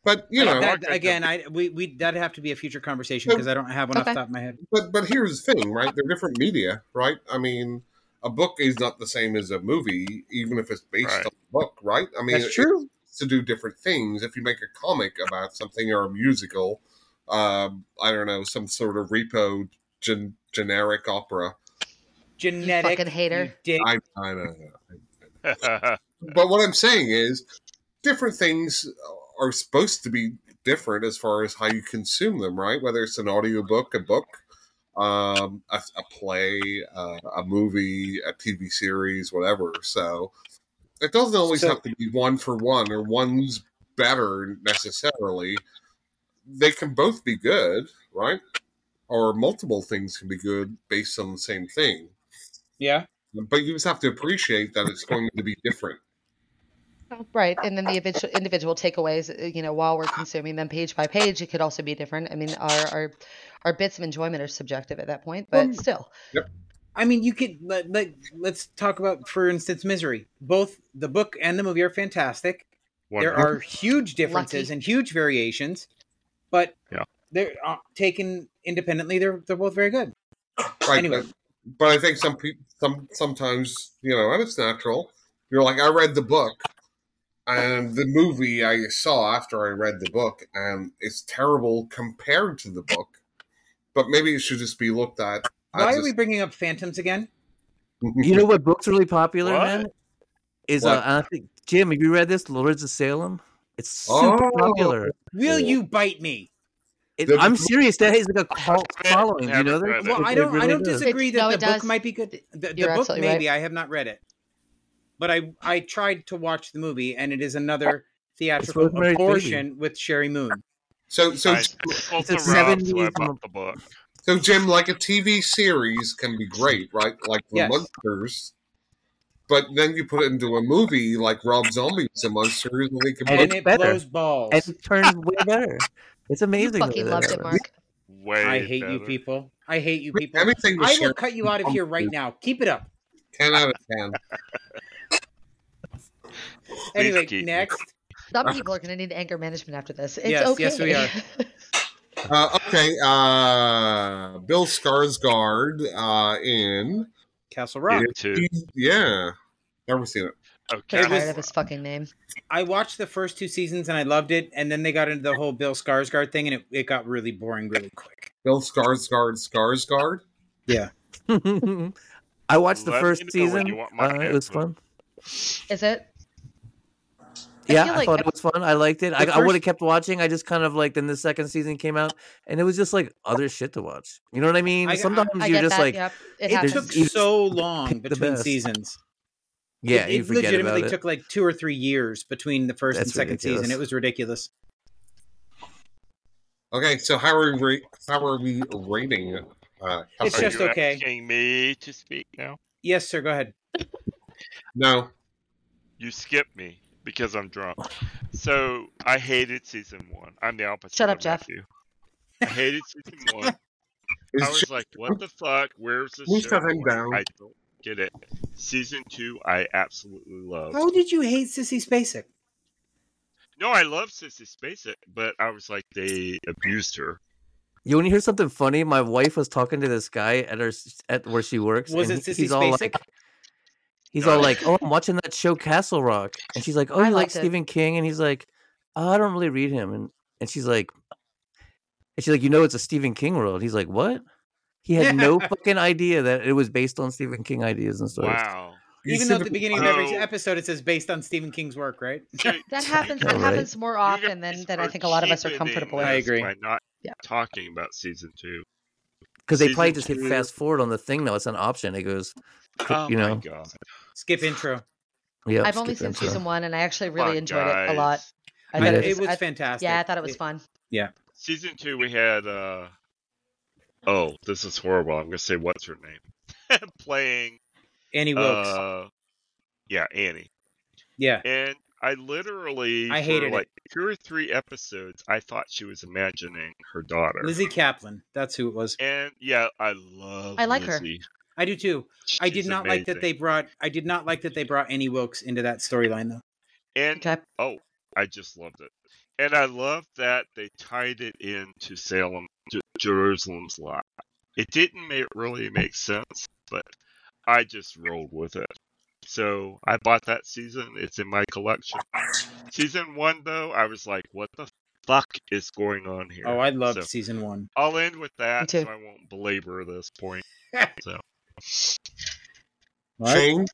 Speaker 2: but you
Speaker 1: I-
Speaker 2: know,
Speaker 1: that, again, I we we that'd have to be a future conversation because I don't have one off
Speaker 10: Okay.
Speaker 1: the top of my head.
Speaker 2: but but here's the thing, right? They're different media, right? I mean, a book is not the same as a movie, even if it's based
Speaker 7: Right.
Speaker 2: on a book, right? I mean,
Speaker 1: That's true.
Speaker 2: it's to do different things. If you make a comic about something or a musical, um, I don't know, some sort of repo gen- generic opera.
Speaker 1: Genetic.
Speaker 10: fucking hater.
Speaker 1: You dick.
Speaker 2: I, I don't know.
Speaker 7: yeah,
Speaker 2: But what I'm saying is, different things are supposed to be different as far as how you consume them, right? Whether it's an audiobook, a book, um, a, a play, uh, a movie, a TV series, whatever. So it doesn't always
Speaker 1: So-
Speaker 2: have to be one for one or one's better necessarily. They can both be good, right? Or multiple things can be good based on the same thing.
Speaker 1: Yeah.
Speaker 2: But you just have to appreciate that it's going to be different.
Speaker 10: Right. And then the individual, individual takeaways, uh, you know, while we're consuming them page by page, it could also be different. I mean, our, our, our bits of enjoyment are subjective at that point, but
Speaker 2: Um,
Speaker 10: still.
Speaker 1: I mean, you could let, let let's talk about, for instance, Misery. Both the book and the movie are fantastic. there
Speaker 7: wonderful.
Speaker 1: are huge differences
Speaker 10: Lucky.
Speaker 1: and huge variations, but
Speaker 7: Yeah.
Speaker 1: they're uh, taken independently. They're they're both very good.
Speaker 2: Right.
Speaker 1: Anyway.
Speaker 2: But, but I think some people, some sometimes, you know, and it's natural. You're like, I read the book, and the movie I saw after I read the book, and it's terrible compared to the book. But maybe it should just be looked at.
Speaker 1: Why
Speaker 2: as
Speaker 1: are we bringing up Phantoms again?
Speaker 2: a-
Speaker 3: You know what book's really popular, man? Is
Speaker 2: What?
Speaker 3: uh, I think Jim, have you read this? Lords of Salem. It's super
Speaker 2: Oh,
Speaker 3: popular.
Speaker 1: Will
Speaker 2: Yeah.
Speaker 1: you bite me?
Speaker 3: It,
Speaker 2: The-
Speaker 3: I'm serious. That has like a cult
Speaker 7: haven't-
Speaker 3: following. Do you
Speaker 7: haven't
Speaker 3: know that?
Speaker 7: read it.
Speaker 1: Well,
Speaker 3: It-
Speaker 1: I
Speaker 3: it
Speaker 1: don't. I
Speaker 3: really
Speaker 1: don't
Speaker 3: does.
Speaker 1: disagree
Speaker 10: It's-
Speaker 1: that
Speaker 10: no,
Speaker 1: the
Speaker 10: it
Speaker 1: book
Speaker 10: does.
Speaker 1: might be good. The, the
Speaker 10: You're
Speaker 1: book
Speaker 10: absolutely right.
Speaker 1: maybe. I have not read it, but I I tried to watch the movie, and it is another theatrical
Speaker 3: Rosemary's Baby.
Speaker 1: abortion with Sherry Moon.
Speaker 2: So, so,
Speaker 7: I sold
Speaker 3: It's a
Speaker 7: to Rob, so I
Speaker 3: 70s mo-
Speaker 7: bought the book.
Speaker 2: so, Jim, like a TV series can be great, right? Like the
Speaker 1: Yes.
Speaker 2: Monsters, but then you put it into a movie like Rob Zombie's The Monsters, and they can
Speaker 3: And
Speaker 1: and
Speaker 3: it's
Speaker 1: it
Speaker 3: better.
Speaker 1: blows
Speaker 3: and
Speaker 1: balls.
Speaker 3: it turns way better. It's
Speaker 10: You
Speaker 3: amazing. the way
Speaker 10: fucking
Speaker 3: that
Speaker 10: loved it,
Speaker 3: happens.
Speaker 10: Mark.
Speaker 1: I
Speaker 7: Way
Speaker 1: hate you
Speaker 7: better.
Speaker 1: people. I hate you people.
Speaker 2: anything with
Speaker 1: I will
Speaker 2: Sharon
Speaker 1: cut you out of here right now. Keep it up.
Speaker 2: Ten out of ten.
Speaker 7: Please
Speaker 1: Anyway,
Speaker 7: keep me.
Speaker 1: next.
Speaker 10: Some people are going to need anger management after this. It's
Speaker 1: Yes,
Speaker 10: okay.
Speaker 1: yes, we
Speaker 2: Uh, okay, uh, Bill Skarsgård uh, in
Speaker 1: Castle Rock.
Speaker 7: It too.
Speaker 2: yeah, never seen it.
Speaker 7: Okay.
Speaker 10: I'm
Speaker 1: It
Speaker 10: tired
Speaker 1: was-
Speaker 10: of his fucking name.
Speaker 1: I watched the first two seasons and I loved it, and then they got into the whole Bill Skarsgård thing, and it, it got really boring really quick.
Speaker 2: Bill Skarsgård, Skarsgård.
Speaker 3: I watched the
Speaker 7: Let me
Speaker 3: first
Speaker 7: know when
Speaker 3: season.
Speaker 7: you want my
Speaker 3: Uh, it was
Speaker 7: input.
Speaker 3: fun.
Speaker 10: Is it? I
Speaker 3: Yeah,
Speaker 10: feel
Speaker 3: I
Speaker 10: like
Speaker 3: thought it was fun. I liked it. I,
Speaker 1: The
Speaker 3: I would have
Speaker 1: first-
Speaker 3: kept watching. I just kind of like then the second season came out, and it was just like other shit to watch. You know what I mean?
Speaker 1: I- I-
Speaker 3: Sometimes
Speaker 10: I
Speaker 3: you're
Speaker 10: get
Speaker 3: just
Speaker 10: that.
Speaker 3: like,
Speaker 10: yep, it
Speaker 1: It
Speaker 3: there's-
Speaker 1: took
Speaker 10: happens.
Speaker 3: you just
Speaker 1: so long
Speaker 3: pick the
Speaker 1: between
Speaker 3: best.
Speaker 1: seasons.
Speaker 3: yeah,
Speaker 1: it,
Speaker 3: you
Speaker 1: it
Speaker 3: forget about
Speaker 1: legitimately
Speaker 3: it.
Speaker 1: took like two or three years between the first and
Speaker 3: That's
Speaker 1: second season.
Speaker 3: ridiculous.
Speaker 1: It was ridiculous.
Speaker 2: Okay, so how are we? Ra- how are we rating? Uh,
Speaker 1: It's
Speaker 2: Castle-
Speaker 7: Are
Speaker 1: just
Speaker 7: you
Speaker 1: okay.
Speaker 7: asking me to speak now?
Speaker 1: Yes, sir. Go ahead.
Speaker 2: no.
Speaker 7: You skipped me because I'm drunk. So I hated season one. I'm the opposite
Speaker 10: Shut up,
Speaker 7: of
Speaker 10: Jeff.
Speaker 7: Matthew. I hated season one. I
Speaker 2: Is
Speaker 7: was like, what the fuck? Where's this
Speaker 2: Jimmy
Speaker 7: show
Speaker 2: shutting
Speaker 7: going?
Speaker 2: down?
Speaker 7: I don't get it. Season two, I absolutely
Speaker 3: Oh,
Speaker 7: loved.
Speaker 1: How did you hate Sissy Spacek?
Speaker 7: No, I love Sissy Spacek, but I was like, they abused her.
Speaker 3: You want to hear something funny? My wife was talking to this guy at her s- at where she works.
Speaker 1: Was
Speaker 3: and
Speaker 1: it
Speaker 3: he-
Speaker 1: Sissy
Speaker 3: he's all
Speaker 1: Spacek?
Speaker 3: like, He's
Speaker 6: No.
Speaker 3: all like, "Oh, I'm watching that show Castle Rock," and she's like, "Oh,
Speaker 10: I
Speaker 3: you like
Speaker 10: liked it.
Speaker 3: Stephen King?" And he's like, oh, "I don't really read him," and and she's like, and she's like, "You know, it's a Stephen King world." He's like, "What?" He had no fucking idea that it was based on Stephen King ideas and stories.
Speaker 7: Wow.
Speaker 2: You
Speaker 1: Even
Speaker 2: see
Speaker 1: though at the beginning of
Speaker 7: No.
Speaker 1: every episode it says based on Stephen King's work, right?
Speaker 10: That happens. That
Speaker 3: Alright.
Speaker 10: happens more
Speaker 7: You
Speaker 10: often
Speaker 7: guys
Speaker 10: than, than I
Speaker 7: are
Speaker 10: think a lot of us are
Speaker 7: cheapening
Speaker 10: comfortable
Speaker 1: I
Speaker 7: this
Speaker 10: with.
Speaker 1: agree.
Speaker 7: By not
Speaker 10: Yeah.
Speaker 7: talking about season two.
Speaker 3: Because they
Speaker 7: Season
Speaker 3: probably just hit
Speaker 7: two.
Speaker 3: fast forward on the thing though. It's an option. It goes, cr-
Speaker 7: Oh
Speaker 3: you
Speaker 7: my
Speaker 3: know,
Speaker 7: god!
Speaker 1: Skip intro.
Speaker 3: yeah.
Speaker 10: I've only seen season one, and I actually
Speaker 7: Come
Speaker 10: really
Speaker 7: on,
Speaker 10: enjoyed it
Speaker 7: guys.
Speaker 10: a lot. I
Speaker 1: I,
Speaker 3: Yeah,
Speaker 10: thought
Speaker 1: thought
Speaker 10: it
Speaker 1: it
Speaker 10: was,
Speaker 1: was
Speaker 10: I-
Speaker 1: fantastic.
Speaker 10: yeah, I thought it was fun.
Speaker 7: Season two, we had. uh Oh, this is horrible. I'm gonna say what's her name playing.
Speaker 1: Annie Wilkes.
Speaker 7: Uh, yeah, Annie.
Speaker 1: yeah.
Speaker 7: And I literally,
Speaker 1: I
Speaker 7: for
Speaker 1: hated
Speaker 7: like two or three episodes, I thought she was imagining her daughter.
Speaker 1: Lizzie Kaplan. That's who it was.
Speaker 7: And yeah, I love.
Speaker 10: I like her.
Speaker 7: Lizzie.
Speaker 1: I do too. I did
Speaker 7: She's
Speaker 1: not like that
Speaker 7: amazing.
Speaker 1: they brought I did not like that they brought Annie Wilkes into that storyline though.
Speaker 7: And
Speaker 10: Okay.
Speaker 7: oh, I just loved it. And I love that they tied it into Salem, J- Jerusalem's lot. It didn't make, really make sense, but I just rolled with it. So I bought that season. It's in my collection. Season one, though, I was like, what the fuck is going on here?
Speaker 1: Oh, I loved
Speaker 7: So
Speaker 1: season one.
Speaker 7: I'll end with that
Speaker 10: too.
Speaker 7: so I won't belabor this point. So
Speaker 2: Shane?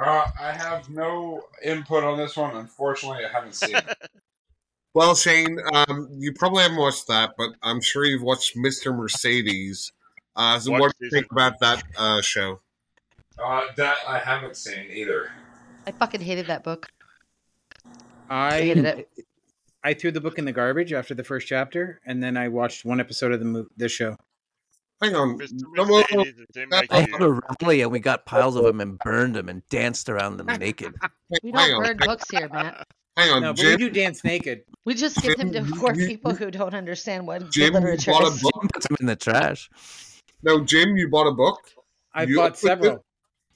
Speaker 5: Uh, I have no input on this one. Unfortunately, I haven't seen it.
Speaker 2: Well, Shane, um, you probably haven't watched that, but I'm sure you've watched Mr. Mercedes. Uh, so
Speaker 7: Watch
Speaker 2: what do you
Speaker 7: season
Speaker 2: think about that uh, show?
Speaker 5: Uh, that I haven't seen either.
Speaker 10: I fucking hated that book. I hated
Speaker 1: I
Speaker 10: it.
Speaker 1: I threw the book in the garbage after the first chapter, and then I watched one episode of the mo- the show.
Speaker 2: Hang
Speaker 1: Um,
Speaker 2: on.
Speaker 7: Mr.
Speaker 2: No, well, well,
Speaker 7: Mercedes is in my
Speaker 3: I
Speaker 7: queue.
Speaker 3: held a rally and we got piles of them and burned them and danced around them naked.
Speaker 10: We
Speaker 2: hang
Speaker 10: don't
Speaker 2: on.
Speaker 10: burn books here, Matt.
Speaker 2: Hang on.
Speaker 1: No, but we
Speaker 2: Um, Jim,
Speaker 1: do dance naked.
Speaker 10: We just give them to
Speaker 2: Jim,
Speaker 10: poor
Speaker 2: you-
Speaker 10: people who don't understand what good
Speaker 2: Jim, you
Speaker 10: literature
Speaker 2: bought a
Speaker 10: is.
Speaker 2: book?
Speaker 3: Put them in the trash.
Speaker 2: No, Jim, you bought a book.
Speaker 1: I
Speaker 2: You
Speaker 1: bought
Speaker 2: opened it?
Speaker 1: several.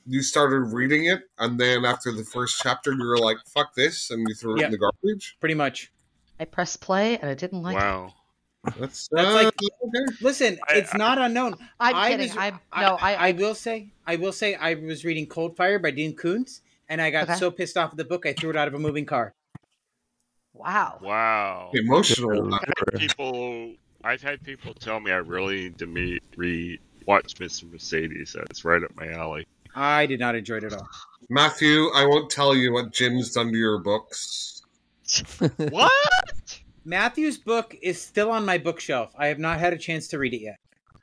Speaker 2: You started reading it, and then after the first chapter, you were like, fuck this, and you threw it in the garbage.
Speaker 1: Pretty much.
Speaker 10: I pressed play and I didn't like it.
Speaker 7: Wow.
Speaker 2: That's,
Speaker 1: That's
Speaker 2: uh,
Speaker 1: like-
Speaker 2: okay.
Speaker 1: Listen,
Speaker 7: I-
Speaker 1: it's not unknown.
Speaker 10: I'm
Speaker 1: I
Speaker 10: kidding.
Speaker 1: was-
Speaker 10: I'm no. I,
Speaker 1: I will say, I will say, I was reading Cold Fire by Dean Koontz, and I got
Speaker 10: Okay.
Speaker 1: so pissed off at the book, I threw it out of a moving car.
Speaker 10: wow.
Speaker 7: Wow.
Speaker 2: Emotional.
Speaker 3: Good lord.
Speaker 7: people I've had people tell me I really need to meet re watch Mr. Mercedes. That's right up my alley.
Speaker 1: I did not enjoy it at all.
Speaker 2: Matthew, I won't tell you what Jim's done to your books.
Speaker 7: What?
Speaker 1: Matthew's book is still on my bookshelf. I have not had a chance to read it yet.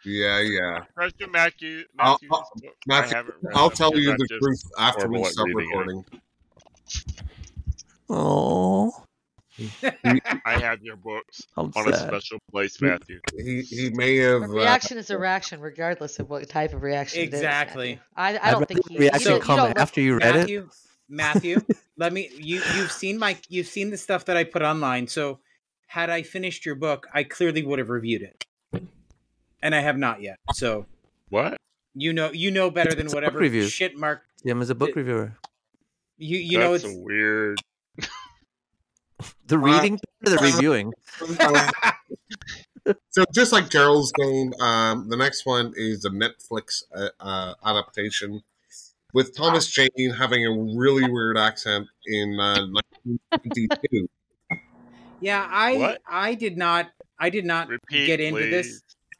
Speaker 2: Yeah, yeah.
Speaker 7: Professor Matthew
Speaker 2: I'll-
Speaker 7: Matthew's
Speaker 2: I'll-
Speaker 7: book.
Speaker 2: Uh, Matthew,
Speaker 7: I haven't read
Speaker 2: I'll
Speaker 7: them
Speaker 2: tell
Speaker 7: 'cause
Speaker 2: you
Speaker 7: I'm
Speaker 2: the
Speaker 7: just
Speaker 2: truth after we
Speaker 7: horrible at
Speaker 2: stop
Speaker 7: reading it.
Speaker 2: recording.
Speaker 3: Oh,
Speaker 7: I have your books
Speaker 3: I'm
Speaker 7: on a
Speaker 3: sad.
Speaker 7: special place, Matthew.
Speaker 2: He, he may have.
Speaker 10: A
Speaker 2: Uh,
Speaker 10: reaction is a reaction, regardless of what type of reaction
Speaker 1: Exactly.
Speaker 10: it is. Matthew. I, I
Speaker 3: I'd
Speaker 10: don't
Speaker 3: rather
Speaker 10: think
Speaker 3: the
Speaker 10: he.
Speaker 3: reaction
Speaker 10: you,
Speaker 1: So-
Speaker 10: don't- you
Speaker 3: come
Speaker 10: don't look.
Speaker 3: after you read it.
Speaker 1: Matthew, Matthew, let me. You you've seen my you've seen the stuff that I put online. So had I finished your book, I clearly would have reviewed it, and I have not yet. So
Speaker 7: What?
Speaker 1: you know you know better than
Speaker 3: It's book
Speaker 1: whatever
Speaker 3: reviews.
Speaker 1: shit mark
Speaker 3: Jim is a book
Speaker 1: Th-
Speaker 3: reviewer.
Speaker 1: you you know
Speaker 7: That's
Speaker 1: it's
Speaker 7: a weird
Speaker 3: The reading, part or the reviewing.
Speaker 2: so just like Gerald's game, um, the next one is a Netflix uh, uh, adaptation with Thomas Jane having a really weird accent in uh, 1952.
Speaker 1: yeah I
Speaker 7: What?
Speaker 1: I did not I did not
Speaker 7: repeat
Speaker 1: get into this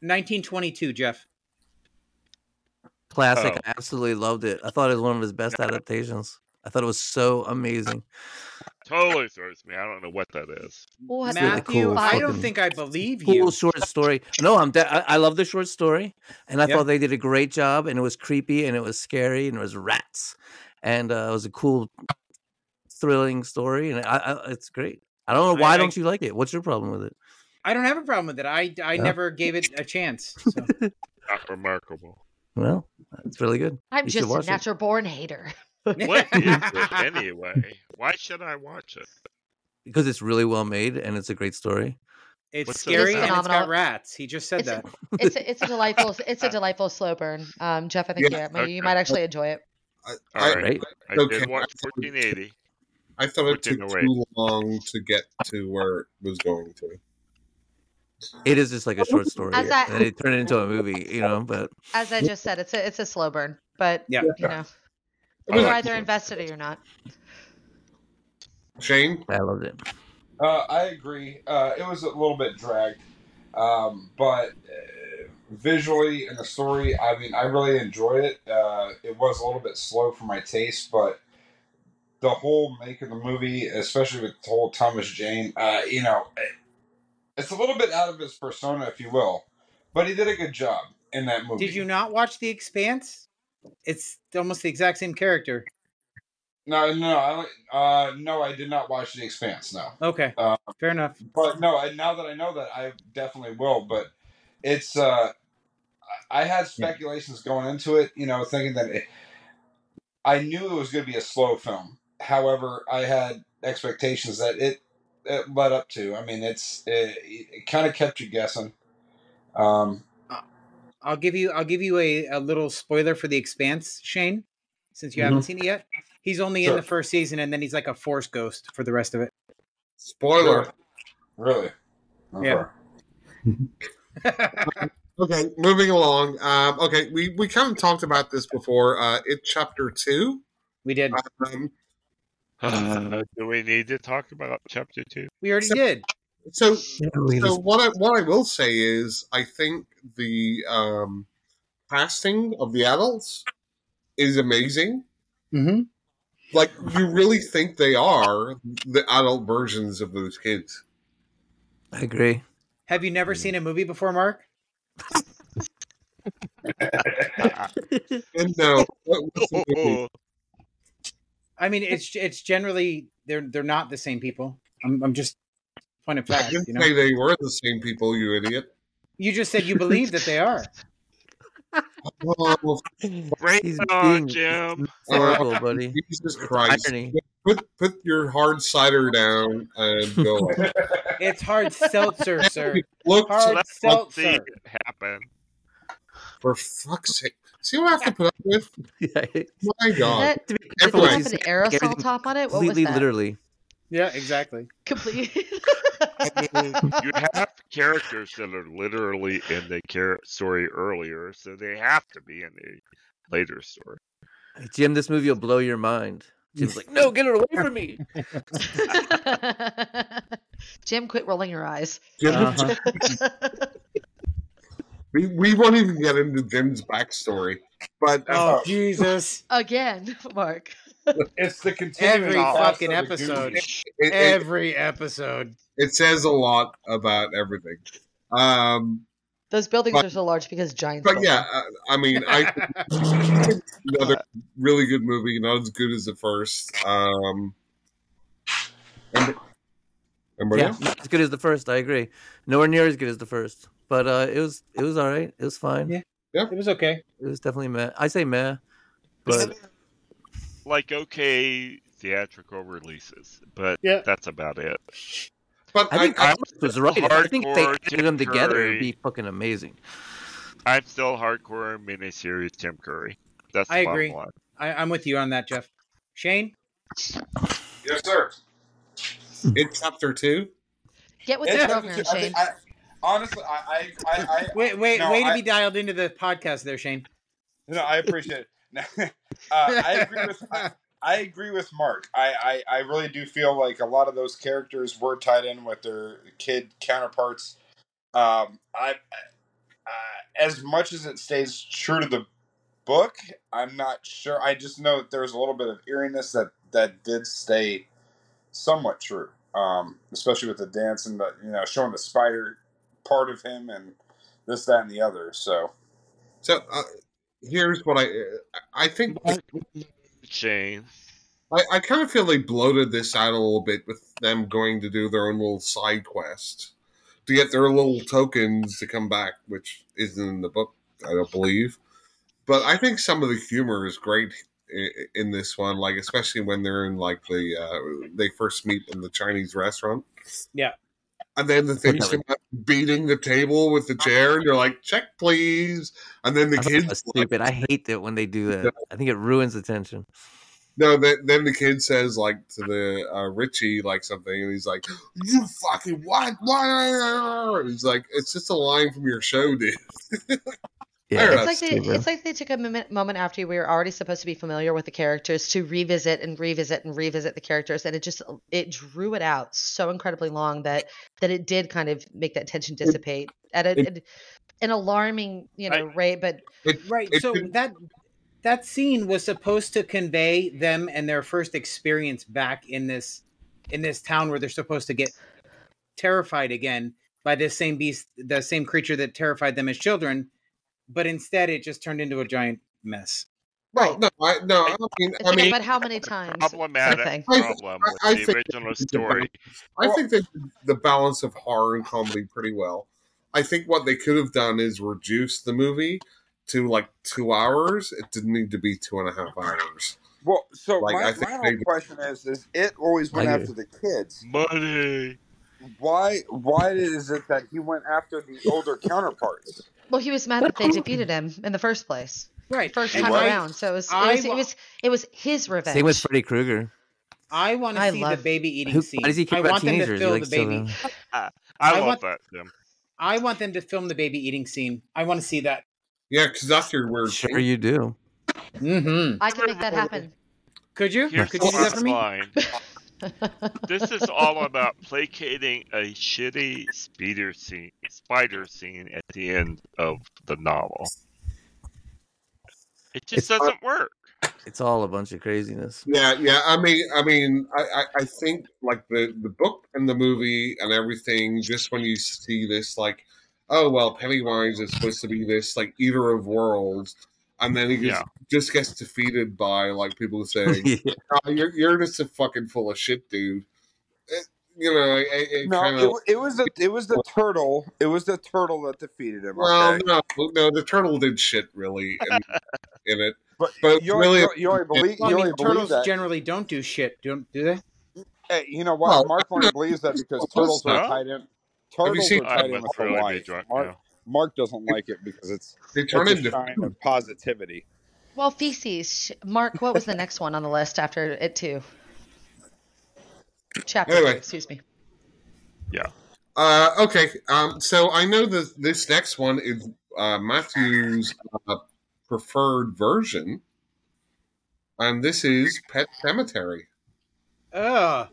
Speaker 7: please.
Speaker 1: 1922 Jeff
Speaker 3: Classic.
Speaker 7: Oh.
Speaker 3: I absolutely loved it. I thought it was one of his best adaptations. I thought it was so amazing.
Speaker 7: Totally throws me. I don't know what that is.
Speaker 10: What
Speaker 3: It's
Speaker 10: the
Speaker 3: really
Speaker 1: Matthew
Speaker 3: cool
Speaker 1: I
Speaker 10: fuck?
Speaker 1: don't
Speaker 3: fucking-
Speaker 1: think I believe
Speaker 3: Cool
Speaker 1: you
Speaker 3: short story. No, I'm. De- I, I love the short story, and I
Speaker 1: Yeah.
Speaker 3: thought they did a great job. And it was creepy, and it was scary, and it was rats, and uh, it was a cool, thrilling story. And I, I it's great. I don't know
Speaker 1: I-
Speaker 3: why
Speaker 1: I-
Speaker 3: don't you like it. What's your problem with it?
Speaker 1: I don't have a problem with it I I
Speaker 3: Yeah.
Speaker 1: never gave it a chance so
Speaker 7: Not remarkable.
Speaker 3: Well, it's really good.
Speaker 10: I'm
Speaker 3: You should
Speaker 10: just a
Speaker 3: watch it.
Speaker 10: natural born hater.
Speaker 7: What is it anyway? Why should I watch it?
Speaker 3: because it's really well made and it's a great story.
Speaker 1: it's
Speaker 7: What's the
Speaker 1: scary
Speaker 7: It's
Speaker 1: and it's got
Speaker 10: phenomenal.
Speaker 1: rats he just said
Speaker 10: It's a-
Speaker 1: that
Speaker 10: It's a, it's a delightful it's a delightful slow burn. Um, Jeff, I think
Speaker 2: Yeah,
Speaker 10: you maybe you
Speaker 7: okay.
Speaker 10: might actually enjoy it.
Speaker 2: I,
Speaker 7: All
Speaker 2: I,
Speaker 7: right.
Speaker 3: Right?
Speaker 7: I
Speaker 2: Okay.
Speaker 7: did watch 1480.
Speaker 2: I thought it took
Speaker 7: Within the way.
Speaker 2: too long to get to where it was going to.
Speaker 3: It is just like a short story,
Speaker 10: As
Speaker 3: and
Speaker 10: I
Speaker 3: then they turn it into a movie, you know. But
Speaker 10: as I just said, it's a it's a slow burn, but
Speaker 1: Yeah.
Speaker 10: you know We're
Speaker 7: like
Speaker 10: either
Speaker 7: it.
Speaker 10: invested or you're not.
Speaker 2: Shane,
Speaker 3: I loved it.
Speaker 5: Uh, I agree. Uh, it was a little bit dragged, um, but uh, visually and the story, I mean, I really enjoyed it. Uh, it was a little bit slow for my taste, but the whole make of the movie, especially with the whole Thomas Jane, uh, you know, it, it's a little bit out of his persona, if you will, but he did a good job in that movie.
Speaker 1: Did you not watch The Expanse? It's almost the exact same character.
Speaker 5: No, no, I, uh, no, I did not watch The Expanse. No.
Speaker 1: Okay,
Speaker 5: Uh,
Speaker 1: fair enough.
Speaker 5: but no, and now that I know that, I definitely will. But it's uh, I I had speculations going into it, you know, thinking that it, I knew it was going to be a slow film. However, I had expectations that it it led up to. I mean, it's it, it kind of kept you guessing. Um,
Speaker 1: I'll give you I'll give you a, a little spoiler for The Expanse, Shane, since you haven't seen it yet. He's only in
Speaker 5: Sure.
Speaker 1: the first season, and then he's like a force ghost for the rest of it.
Speaker 2: spoiler.
Speaker 5: really.
Speaker 1: Yeah.
Speaker 2: Okay, moving along. Um, okay, we, we kind of talked about this before. Uh, it chapter two.
Speaker 1: we did.
Speaker 2: Um,
Speaker 7: Uh, do we need to talk about chapter two?
Speaker 1: We already
Speaker 2: so-
Speaker 1: did.
Speaker 2: so
Speaker 3: we
Speaker 2: so what I, what I will say is I think the um, casting of the adults is amazing.
Speaker 1: Mm-hmm.
Speaker 2: Like you really think they are the adult versions of those kids.
Speaker 3: I agree.
Speaker 1: Have you never seen a movie before, Mark?
Speaker 2: And no, what- what's
Speaker 1: Oh,
Speaker 2: the movie?
Speaker 1: I mean, it's it's generally they're they're not the same people. I'm I'm just point of
Speaker 2: I
Speaker 1: fact.
Speaker 2: didn't
Speaker 1: You know,
Speaker 2: say they were the same people, you idiot.
Speaker 1: you just said you believe that they are.
Speaker 2: Oh,
Speaker 7: Right
Speaker 3: He's
Speaker 7: on,
Speaker 3: being
Speaker 7: Jim.
Speaker 3: cynical, buddy.
Speaker 2: Jesus
Speaker 3: It's
Speaker 2: Christ!
Speaker 3: irony.
Speaker 2: Put put your hard cider down and go.
Speaker 1: It's hard seltzer, sir.
Speaker 2: Look,
Speaker 1: Hard
Speaker 7: Let's
Speaker 1: seltzer.
Speaker 7: see it happen.
Speaker 2: for fuck's sake! See what I have to put up with?
Speaker 3: Yeah.
Speaker 2: My God!
Speaker 10: That
Speaker 3: To be
Speaker 10: did
Speaker 3: careful,
Speaker 10: that
Speaker 2: Anyway.
Speaker 10: have
Speaker 3: she's gonna
Speaker 10: an
Speaker 3: take
Speaker 10: aerosol
Speaker 3: everything
Speaker 10: top on it? What was
Speaker 3: completely
Speaker 10: that?
Speaker 3: literally.
Speaker 1: Yeah, exactly.
Speaker 10: Completely.
Speaker 7: I mean, you have characters that are literally in the char- story earlier, so they have to be in the later story.
Speaker 3: Jim, this movie will blow your mind. Jim's like, no, get it away from me.
Speaker 10: Jim, quit rolling your eyes.
Speaker 2: Jim,
Speaker 3: Uh-huh.
Speaker 2: we, we won't even get into Jim's backstory, but uh,
Speaker 1: Oh
Speaker 5: Oh.
Speaker 1: Jesus!
Speaker 10: Again, Mark.
Speaker 5: It's the continuing
Speaker 1: Every
Speaker 5: cast
Speaker 1: fucking
Speaker 5: of the
Speaker 1: episode.
Speaker 5: Goonies.
Speaker 2: it, it,
Speaker 1: Every episode.
Speaker 2: it says a lot about everything. Um,
Speaker 10: Those buildings
Speaker 2: But-
Speaker 10: are so large because giants.
Speaker 2: but
Speaker 10: built
Speaker 2: yeah,
Speaker 10: them.
Speaker 2: uh, I mean, I think another really good movie, not as good as the first. Um, and- anybody
Speaker 3: Yeah,
Speaker 2: else?
Speaker 3: not as good as the first. I agree. Nowhere near as good as the first, but uh, it was it was all right. It was fine.
Speaker 1: Yeah. It was okay.
Speaker 3: It was definitely meh. I say meh, but
Speaker 7: Like, okay, theatrical releases, but
Speaker 1: Yeah.
Speaker 7: that's about it.
Speaker 2: But
Speaker 3: I think
Speaker 2: I, I,
Speaker 3: Carlos was right. If- I think if they
Speaker 7: Hardcore
Speaker 3: added them together, it would be
Speaker 7: Terry.
Speaker 3: fucking amazing.
Speaker 7: I'm still hardcore miniseries Tim Curry. That's the
Speaker 1: I
Speaker 7: bottom
Speaker 1: agree.
Speaker 7: line.
Speaker 1: I, I'm with you on that, Jeff. Shane,
Speaker 5: Yes, sir.
Speaker 2: it's chapter two.
Speaker 10: Get with
Speaker 5: It's
Speaker 10: the
Speaker 5: up to
Speaker 10: program,
Speaker 5: two- I
Speaker 10: Shane.
Speaker 5: think, I, honestly, I, I, I, I
Speaker 1: wait, wait,
Speaker 5: no,
Speaker 1: way to
Speaker 5: I-
Speaker 1: be dialed into the podcast there, Shane.
Speaker 5: No, I appreciate it. Now, uh, I agree with I, I agree with Mark. I, I I really do feel like a lot of those characters were tied in with their kid counterparts. Um, I, I as much as it stays true to the book, I'm not sure. I just know that there's a little bit of eeriness that that did stay somewhat true. Um, especially with the dance and the you know showing the spider part of him and this that and the other. So
Speaker 2: So uh, here's what I I think
Speaker 7: Mark, Shane.
Speaker 2: I, I kind of feel they bloated this out a little bit with them going to do their own little side quest to get their little tokens to come back, which isn't in the book, I don't believe. But I think some of the humor is great in, in this one, like especially when they're in like the uh, they first meet in the Chinese restaurant.
Speaker 1: Yeah.
Speaker 2: And then the
Speaker 3: thought
Speaker 2: things
Speaker 3: that
Speaker 2: come
Speaker 3: was-
Speaker 2: out beating the table with the chair, and you're like, "Check, please." And then the
Speaker 3: I thought that
Speaker 2: kids
Speaker 3: was stupid. I hate that when they do that. I think it ruins the tension.
Speaker 2: No, th- then the kid says like to the uh, Richie like something, and he's like, "You fucking what? Why?" He's like, "It's just a line from your show, dude."
Speaker 3: Yeah.
Speaker 2: Fair
Speaker 10: It's like
Speaker 2: that's
Speaker 10: they, it's like they took a moment, moment after we were already supposed to be familiar with the characters to revisit and revisit and revisit the characters, and it just it drew it out so incredibly long that that it did kind of make that tension dissipate at a,
Speaker 2: it-
Speaker 10: an alarming you know rate. But
Speaker 1: Right.
Speaker 2: It
Speaker 1: so
Speaker 2: didn't-
Speaker 1: that that scene was supposed to convey them and their first experience back in this in this town where they're supposed to get terrified again by this same beast, the same creature that terrified them as children. But instead, it just turned into a giant mess.
Speaker 2: Well, no, I, no. I mean,
Speaker 10: it's
Speaker 2: I mean,
Speaker 10: but how many times?
Speaker 7: Problematic
Speaker 10: Something.
Speaker 2: I,
Speaker 7: problem with
Speaker 2: I
Speaker 7: the
Speaker 2: think-
Speaker 7: original story.
Speaker 2: I think they did the balance of horror and comedy pretty well. I think what they could have done is reduce the movie to like two hours. It didn't need to be two and a half hours.
Speaker 5: Well, so
Speaker 2: Like,
Speaker 5: my,
Speaker 2: I think
Speaker 5: my whole
Speaker 2: maybe-
Speaker 5: question is: is it always went
Speaker 3: I
Speaker 5: after
Speaker 3: agree.
Speaker 5: the kids?
Speaker 7: Money.
Speaker 5: Why? Why is it that he went after the older counterparts?
Speaker 10: Well, he was mad that they defeated him in the first place,
Speaker 1: Right.
Speaker 10: first
Speaker 1: And
Speaker 10: time
Speaker 1: I-
Speaker 10: around. So it was it
Speaker 1: I
Speaker 10: was,
Speaker 1: wa-
Speaker 10: it was it was his revenge.
Speaker 3: Same with Freddy Krueger.
Speaker 1: I want
Speaker 10: I
Speaker 1: to see the
Speaker 10: love-
Speaker 1: baby eating
Speaker 3: Who?
Speaker 1: scene.
Speaker 3: Why does he care
Speaker 1: I
Speaker 3: about
Speaker 1: want them
Speaker 3: teenagers?
Speaker 1: to
Speaker 3: He
Speaker 1: fill
Speaker 3: likes
Speaker 1: the baby.
Speaker 3: children.
Speaker 1: I
Speaker 7: I love
Speaker 1: want-
Speaker 7: that, Jim.
Speaker 1: I want them to film the baby eating scene. I want to see that.
Speaker 2: yeah, because that's your weird
Speaker 3: Sure,
Speaker 2: thing.
Speaker 3: you do.
Speaker 1: Mm-hmm.
Speaker 10: I can make that happen.
Speaker 1: Could you?
Speaker 7: Here's
Speaker 1: Could you do that
Speaker 7: what's
Speaker 1: for me?
Speaker 7: mine. This is all about placating a shitty spider scene, spider scene at the end of the novel. It just
Speaker 3: It's-
Speaker 7: doesn't work.
Speaker 3: It's all a bunch of craziness.
Speaker 2: Yeah, yeah. I mean, I mean, I, I, I think like the the book and the movie and everything. Just when you see this, like, oh well, Pennywise is supposed to be this like eater of worlds, and then he just
Speaker 7: Yeah.
Speaker 2: just gets defeated by like people saying, oh, "You're you're just a fucking full of shit, dude." It, you know, it, it
Speaker 5: No,
Speaker 2: kind
Speaker 5: it,
Speaker 2: of.
Speaker 5: wa- it was the it was the turtle. It was the turtle that defeated him.
Speaker 2: Well,
Speaker 5: Okay,
Speaker 2: no, no. The turtle did shit really in, in it,
Speaker 5: but
Speaker 2: but
Speaker 5: you only,
Speaker 2: really,
Speaker 5: you, only- you only believe
Speaker 1: Well, I mean,
Speaker 5: you only believe
Speaker 1: turtles
Speaker 5: that.
Speaker 1: generally don't do shit, don't do they?
Speaker 5: Hey, you know what?
Speaker 2: well,
Speaker 5: Mark only believes that because turtles are
Speaker 7: Huh?
Speaker 5: tied in.
Speaker 2: Have you
Speaker 5: Turtles
Speaker 2: seen?
Speaker 5: are
Speaker 7: I
Speaker 5: tied in
Speaker 7: must
Speaker 5: with the
Speaker 7: really be
Speaker 5: life.
Speaker 7: drunk
Speaker 5: Mark
Speaker 7: now.
Speaker 5: Mark doesn't like it because it's
Speaker 2: They
Speaker 5: it's
Speaker 2: turn
Speaker 5: a
Speaker 2: into
Speaker 5: sign of positivity.
Speaker 10: well, feces. Mark, what was the next one on the list after it two? Chapter
Speaker 2: Anyway.
Speaker 10: two, excuse me.
Speaker 7: Yeah.
Speaker 2: Uh, okay, um, so I know that this next one is uh, Matthew's uh, preferred version, and this is Pet Cemetery.
Speaker 1: Ugh.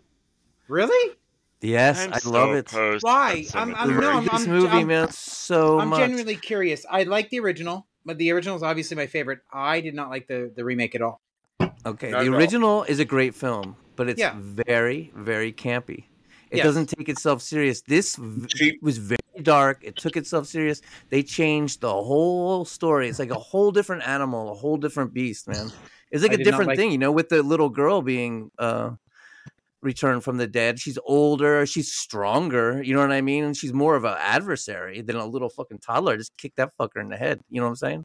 Speaker 1: Really?
Speaker 3: Yes,
Speaker 7: I'm
Speaker 3: I
Speaker 7: so
Speaker 3: love it.
Speaker 7: post
Speaker 1: Why?
Speaker 7: Pet
Speaker 1: I'm- I'm-
Speaker 7: Sematary.
Speaker 1: Um, no, I'm-
Speaker 3: this movie
Speaker 1: I'm-
Speaker 3: meant so
Speaker 1: I'm
Speaker 3: much.
Speaker 1: genuinely curious. I like the original, but the original is obviously my favorite. I did not like the the remake at all.
Speaker 3: Okay,
Speaker 5: Not
Speaker 3: the
Speaker 5: at all.
Speaker 3: original is a great film, but it's
Speaker 1: Yeah.
Speaker 3: very, very campy. It
Speaker 1: Yes.
Speaker 3: doesn't take itself serious. This v-
Speaker 2: Cheap.
Speaker 3: was very dark. It took itself serious. They changed the whole story. It's like a whole different animal, a whole different beast, man. It's like
Speaker 1: I
Speaker 3: a
Speaker 1: did not
Speaker 3: different
Speaker 1: like-
Speaker 3: thing, you know, with the little girl being uh returned from the dead. She's older, she's stronger, you know what I mean? And she's more of an adversary than a little fucking toddler. Just kick that fucker in the head, you know what I'm saying?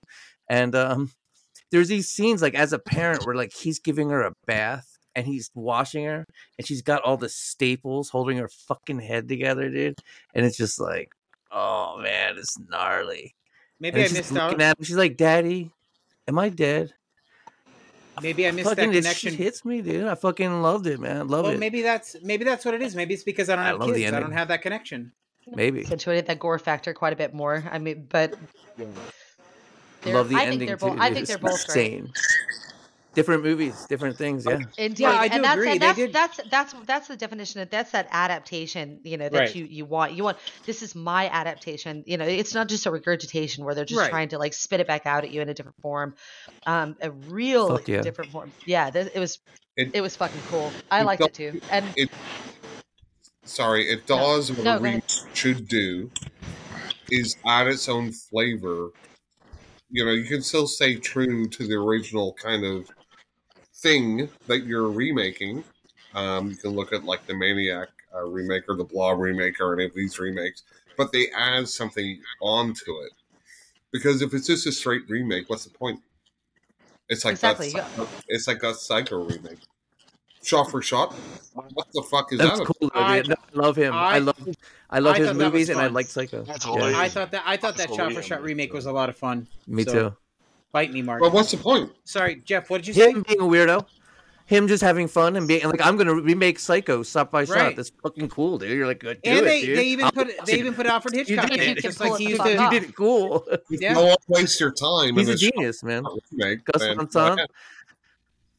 Speaker 3: And um there's these scenes like as a parent where like he's giving her a bath and he's washing her and she's got all the staples holding her fucking head together, dude. And it's just like, oh man, it's gnarly.
Speaker 1: Maybe
Speaker 3: And
Speaker 1: I
Speaker 3: then she's
Speaker 1: missed out.
Speaker 3: looking at him. She's like, Daddy, am I dead?
Speaker 1: Maybe I missed that
Speaker 3: fucking it shit
Speaker 1: connection.
Speaker 3: hits me, dude. I fucking loved it, man. I Love
Speaker 1: well,
Speaker 3: it.
Speaker 1: maybe that's maybe that's what it is. Maybe it's because I don't
Speaker 3: I
Speaker 1: have
Speaker 3: love the
Speaker 1: kids. I
Speaker 3: ending.
Speaker 1: don't have that connection.
Speaker 3: Maybe.
Speaker 10: Accentuated that gore factor quite a bit more. I mean, but they're,
Speaker 3: Love the
Speaker 10: I think they're
Speaker 3: ending
Speaker 10: both.
Speaker 3: too.
Speaker 10: I
Speaker 3: dude.
Speaker 10: think
Speaker 3: It's
Speaker 10: they're both great.
Speaker 3: insane. Different movies, different things. Yeah.
Speaker 10: Indeed,
Speaker 1: Yeah, I do
Speaker 10: and that's
Speaker 1: agree.
Speaker 10: and
Speaker 1: They
Speaker 10: that's
Speaker 1: did-
Speaker 10: that's that's that's the definition. Of, that's that adaptation. You know that
Speaker 1: Right.
Speaker 10: you you want. You want this is my adaptation. You know, it's not just a regurgitation where they're just
Speaker 1: Right.
Speaker 10: trying to like spit it back out at you in a different form, um, a real
Speaker 3: Fuck yeah.
Speaker 10: different form. Yeah, th- it was
Speaker 2: It-
Speaker 10: it was fucking cool. I
Speaker 2: it
Speaker 10: liked
Speaker 2: don't-
Speaker 10: it too. And
Speaker 2: Sorry, it
Speaker 10: No.
Speaker 2: does what
Speaker 10: No,
Speaker 2: a
Speaker 10: go ahead.
Speaker 2: remake should do is add its own flavor. You know, you can still stay true to the original kind of thing that you're remaking. Um, you can look at like the Maniac uh, remake or the Blah remake or any of these remakes, but they add something onto it. Because if it's just a straight remake, what's the point? It's like
Speaker 10: exactly.
Speaker 2: that. It's like that Psycho remake, shot for shot. What the fuck is
Speaker 3: That's
Speaker 2: that?
Speaker 3: cool. Though,
Speaker 1: I
Speaker 3: dude. No, I love him. I,
Speaker 1: I-
Speaker 3: love him. I love
Speaker 1: I
Speaker 3: his
Speaker 1: thought that was
Speaker 3: movies, and I
Speaker 1: fun.
Speaker 3: like Psycho.
Speaker 7: That's
Speaker 3: Yeah,
Speaker 1: I
Speaker 7: hilarious.
Speaker 1: thought that I thought that
Speaker 7: That's
Speaker 1: shot for
Speaker 7: hilarious.
Speaker 1: shot remake was a lot of fun.
Speaker 3: me
Speaker 1: so,
Speaker 3: too.
Speaker 1: Bite me, Mark.
Speaker 2: Well, what's the point?
Speaker 1: Sorry, Jeff. What did you say?
Speaker 3: Him being a weirdo. him just having fun and being and, like, I'm gonna remake Psycho shot by shot.
Speaker 1: Right.
Speaker 3: That's fucking cool, dude. You're like, "Good, do
Speaker 1: and
Speaker 3: it,
Speaker 1: they,
Speaker 3: dude.
Speaker 1: they even
Speaker 3: I'll
Speaker 1: put
Speaker 3: watch
Speaker 1: they
Speaker 3: it."
Speaker 1: even put Alfred
Speaker 3: You
Speaker 1: Hitchcock
Speaker 3: did
Speaker 1: in
Speaker 3: it.
Speaker 1: it.
Speaker 10: You
Speaker 1: Just like
Speaker 10: can pull
Speaker 1: he
Speaker 10: it
Speaker 1: used
Speaker 10: the
Speaker 1: to.
Speaker 10: fuck
Speaker 3: You did it cool.
Speaker 1: Yeah.
Speaker 2: No one waste your time.
Speaker 3: He's
Speaker 2: in
Speaker 3: a
Speaker 2: this
Speaker 3: genius, man.
Speaker 2: shot remake
Speaker 3: Gus
Speaker 2: than-
Speaker 3: Van Sant.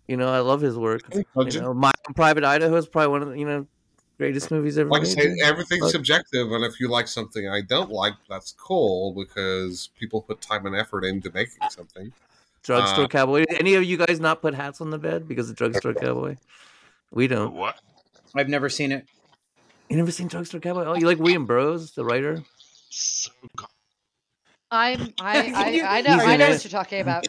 Speaker 3: You know, I love his work. You
Speaker 2: Budget.
Speaker 3: know, My Private Idaho is probably one of the you know greatest movies ever
Speaker 2: like I uh,
Speaker 3: made.
Speaker 2: say,
Speaker 3: dude.
Speaker 2: everything's
Speaker 3: Fuck.
Speaker 2: subjective, and if you like something I don't like, that's cool because people put time and effort into making something.
Speaker 3: Drugstore
Speaker 2: Uh,
Speaker 3: Cowboy. Did Any of you guys not put hats on the bed because of Drugstore Cowboy? We
Speaker 2: Oh.
Speaker 3: don't.
Speaker 7: What?
Speaker 1: I've never seen it.
Speaker 3: You never seen Drugstore Cowboy? Oh, you like William Burroughs, the writer?
Speaker 7: So good.
Speaker 10: I'm I I,
Speaker 1: You-
Speaker 10: I know
Speaker 3: he's
Speaker 10: I
Speaker 3: in
Speaker 10: know
Speaker 3: it.
Speaker 10: what you're talking about.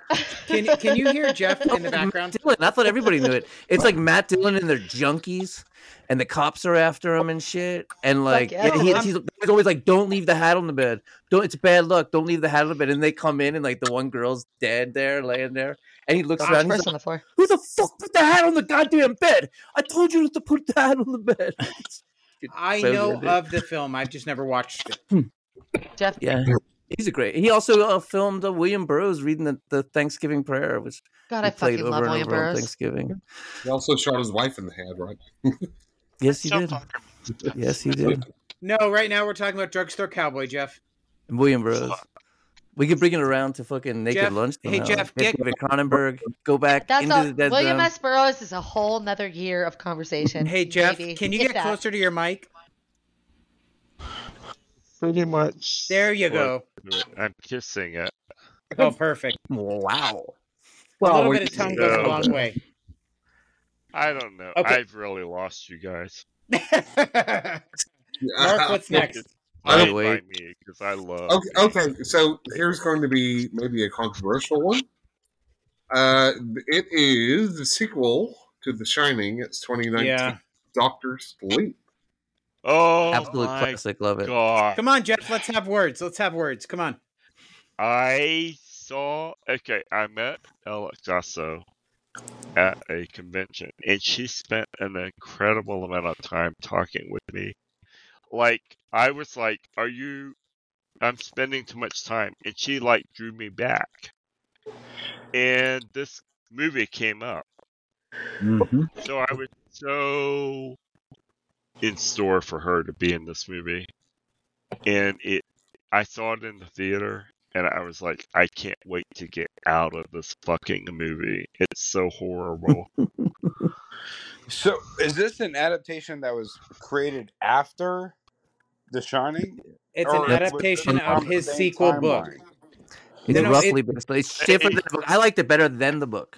Speaker 1: Can can you hear Jeff in the background?
Speaker 3: Dylan. I thought everybody knew it. It's like Matt Dillon and they're junkies, and the cops are after him and shit. And like,
Speaker 10: yeah.
Speaker 3: yeah, he-
Speaker 1: I'm-
Speaker 3: he's, he's always like, "Don't leave the hat on the bed. Don't. It's bad luck. Don't leave the hat on the bed." And they come in, and like the one girl's dead there, laying there, and he looks
Speaker 10: Last
Speaker 3: around. He's
Speaker 10: person
Speaker 3: like,
Speaker 10: on the floor.
Speaker 3: "Who the fuck put the hat on the goddamn bed? I told you not to put the hat on the bed."
Speaker 1: I
Speaker 3: So
Speaker 1: know
Speaker 3: good, dude.
Speaker 1: of the film. I've just never watched it.
Speaker 10: Jeff,
Speaker 3: Yeah. He's a great. He also uh, filmed uh, William Burroughs reading the, the Thanksgiving prayer, which
Speaker 10: God,
Speaker 3: he
Speaker 10: I
Speaker 3: played
Speaker 10: fucking
Speaker 3: over
Speaker 10: love
Speaker 3: and
Speaker 10: William
Speaker 3: over on
Speaker 10: Burroughs.
Speaker 3: Thanksgiving.
Speaker 2: He also shot his wife in the head, right?
Speaker 3: Yes, he
Speaker 7: Stop
Speaker 3: did.
Speaker 7: talking about that.
Speaker 3: Yes, he did.
Speaker 1: No, right now we're talking about Drugstore Cowboy, Jeff.
Speaker 3: And William Burroughs. We could bring it around to fucking Naked
Speaker 1: Jeff,
Speaker 3: Lunch.
Speaker 1: hey,
Speaker 3: somehow.
Speaker 1: Jeff,
Speaker 3: Get
Speaker 1: get-
Speaker 3: David Cronenberg. Go back
Speaker 10: That's
Speaker 3: into
Speaker 10: a
Speaker 3: the dead
Speaker 10: William
Speaker 3: zone.
Speaker 10: S. Burroughs is a whole nother year of conversation.
Speaker 1: Hey Jeff,
Speaker 10: maybe,
Speaker 1: can you
Speaker 10: if
Speaker 1: get
Speaker 10: that.
Speaker 1: closer to your mic?
Speaker 7: Pretty much.
Speaker 1: There you
Speaker 7: close
Speaker 1: go.
Speaker 7: to it. I'm kissing it.
Speaker 1: Oh, perfect.
Speaker 3: Wow.
Speaker 1: A little
Speaker 3: we-
Speaker 1: bit of tongue goes a
Speaker 7: Yeah.
Speaker 1: long way.
Speaker 7: I don't know.
Speaker 1: Okay.
Speaker 7: I've really lost you guys.
Speaker 1: Mark, what's next?
Speaker 2: I
Speaker 7: Played
Speaker 2: don't-
Speaker 7: by
Speaker 3: Wait.
Speaker 7: me because I love.
Speaker 2: Okay,
Speaker 7: me.
Speaker 2: okay, so here's going to be maybe a controversial one. Uh, it is the sequel to The Shining. It's 2019.
Speaker 1: Yeah.
Speaker 2: Doctor Sleep.
Speaker 7: Oh
Speaker 3: Absolute
Speaker 7: my
Speaker 3: classic. Love it.
Speaker 7: god!
Speaker 1: Come on, Jeff, let's have words. Let's have words. Come on.
Speaker 7: I saw. Okay, I met Alex Grasso at a convention, and she spent an incredible amount of time talking with me. Like I was like, "Are you?" I'm spending too much time, and she like drew me back. And this movie came up, so I was so in store for her to be in this movie. and it i saw it in the theater and i was like i can't wait to get out of this fucking movie it's so horrible
Speaker 5: So, is this an adaptation that was created after The Shining?
Speaker 1: It's an
Speaker 5: Or was
Speaker 1: adaptation
Speaker 5: this
Speaker 1: of
Speaker 5: on the
Speaker 1: his
Speaker 5: same
Speaker 1: sequel book.
Speaker 5: timeline?
Speaker 3: It's
Speaker 1: No, no,
Speaker 3: roughly based. It's shit for
Speaker 7: Hey.
Speaker 3: the book. I liked it better than the book.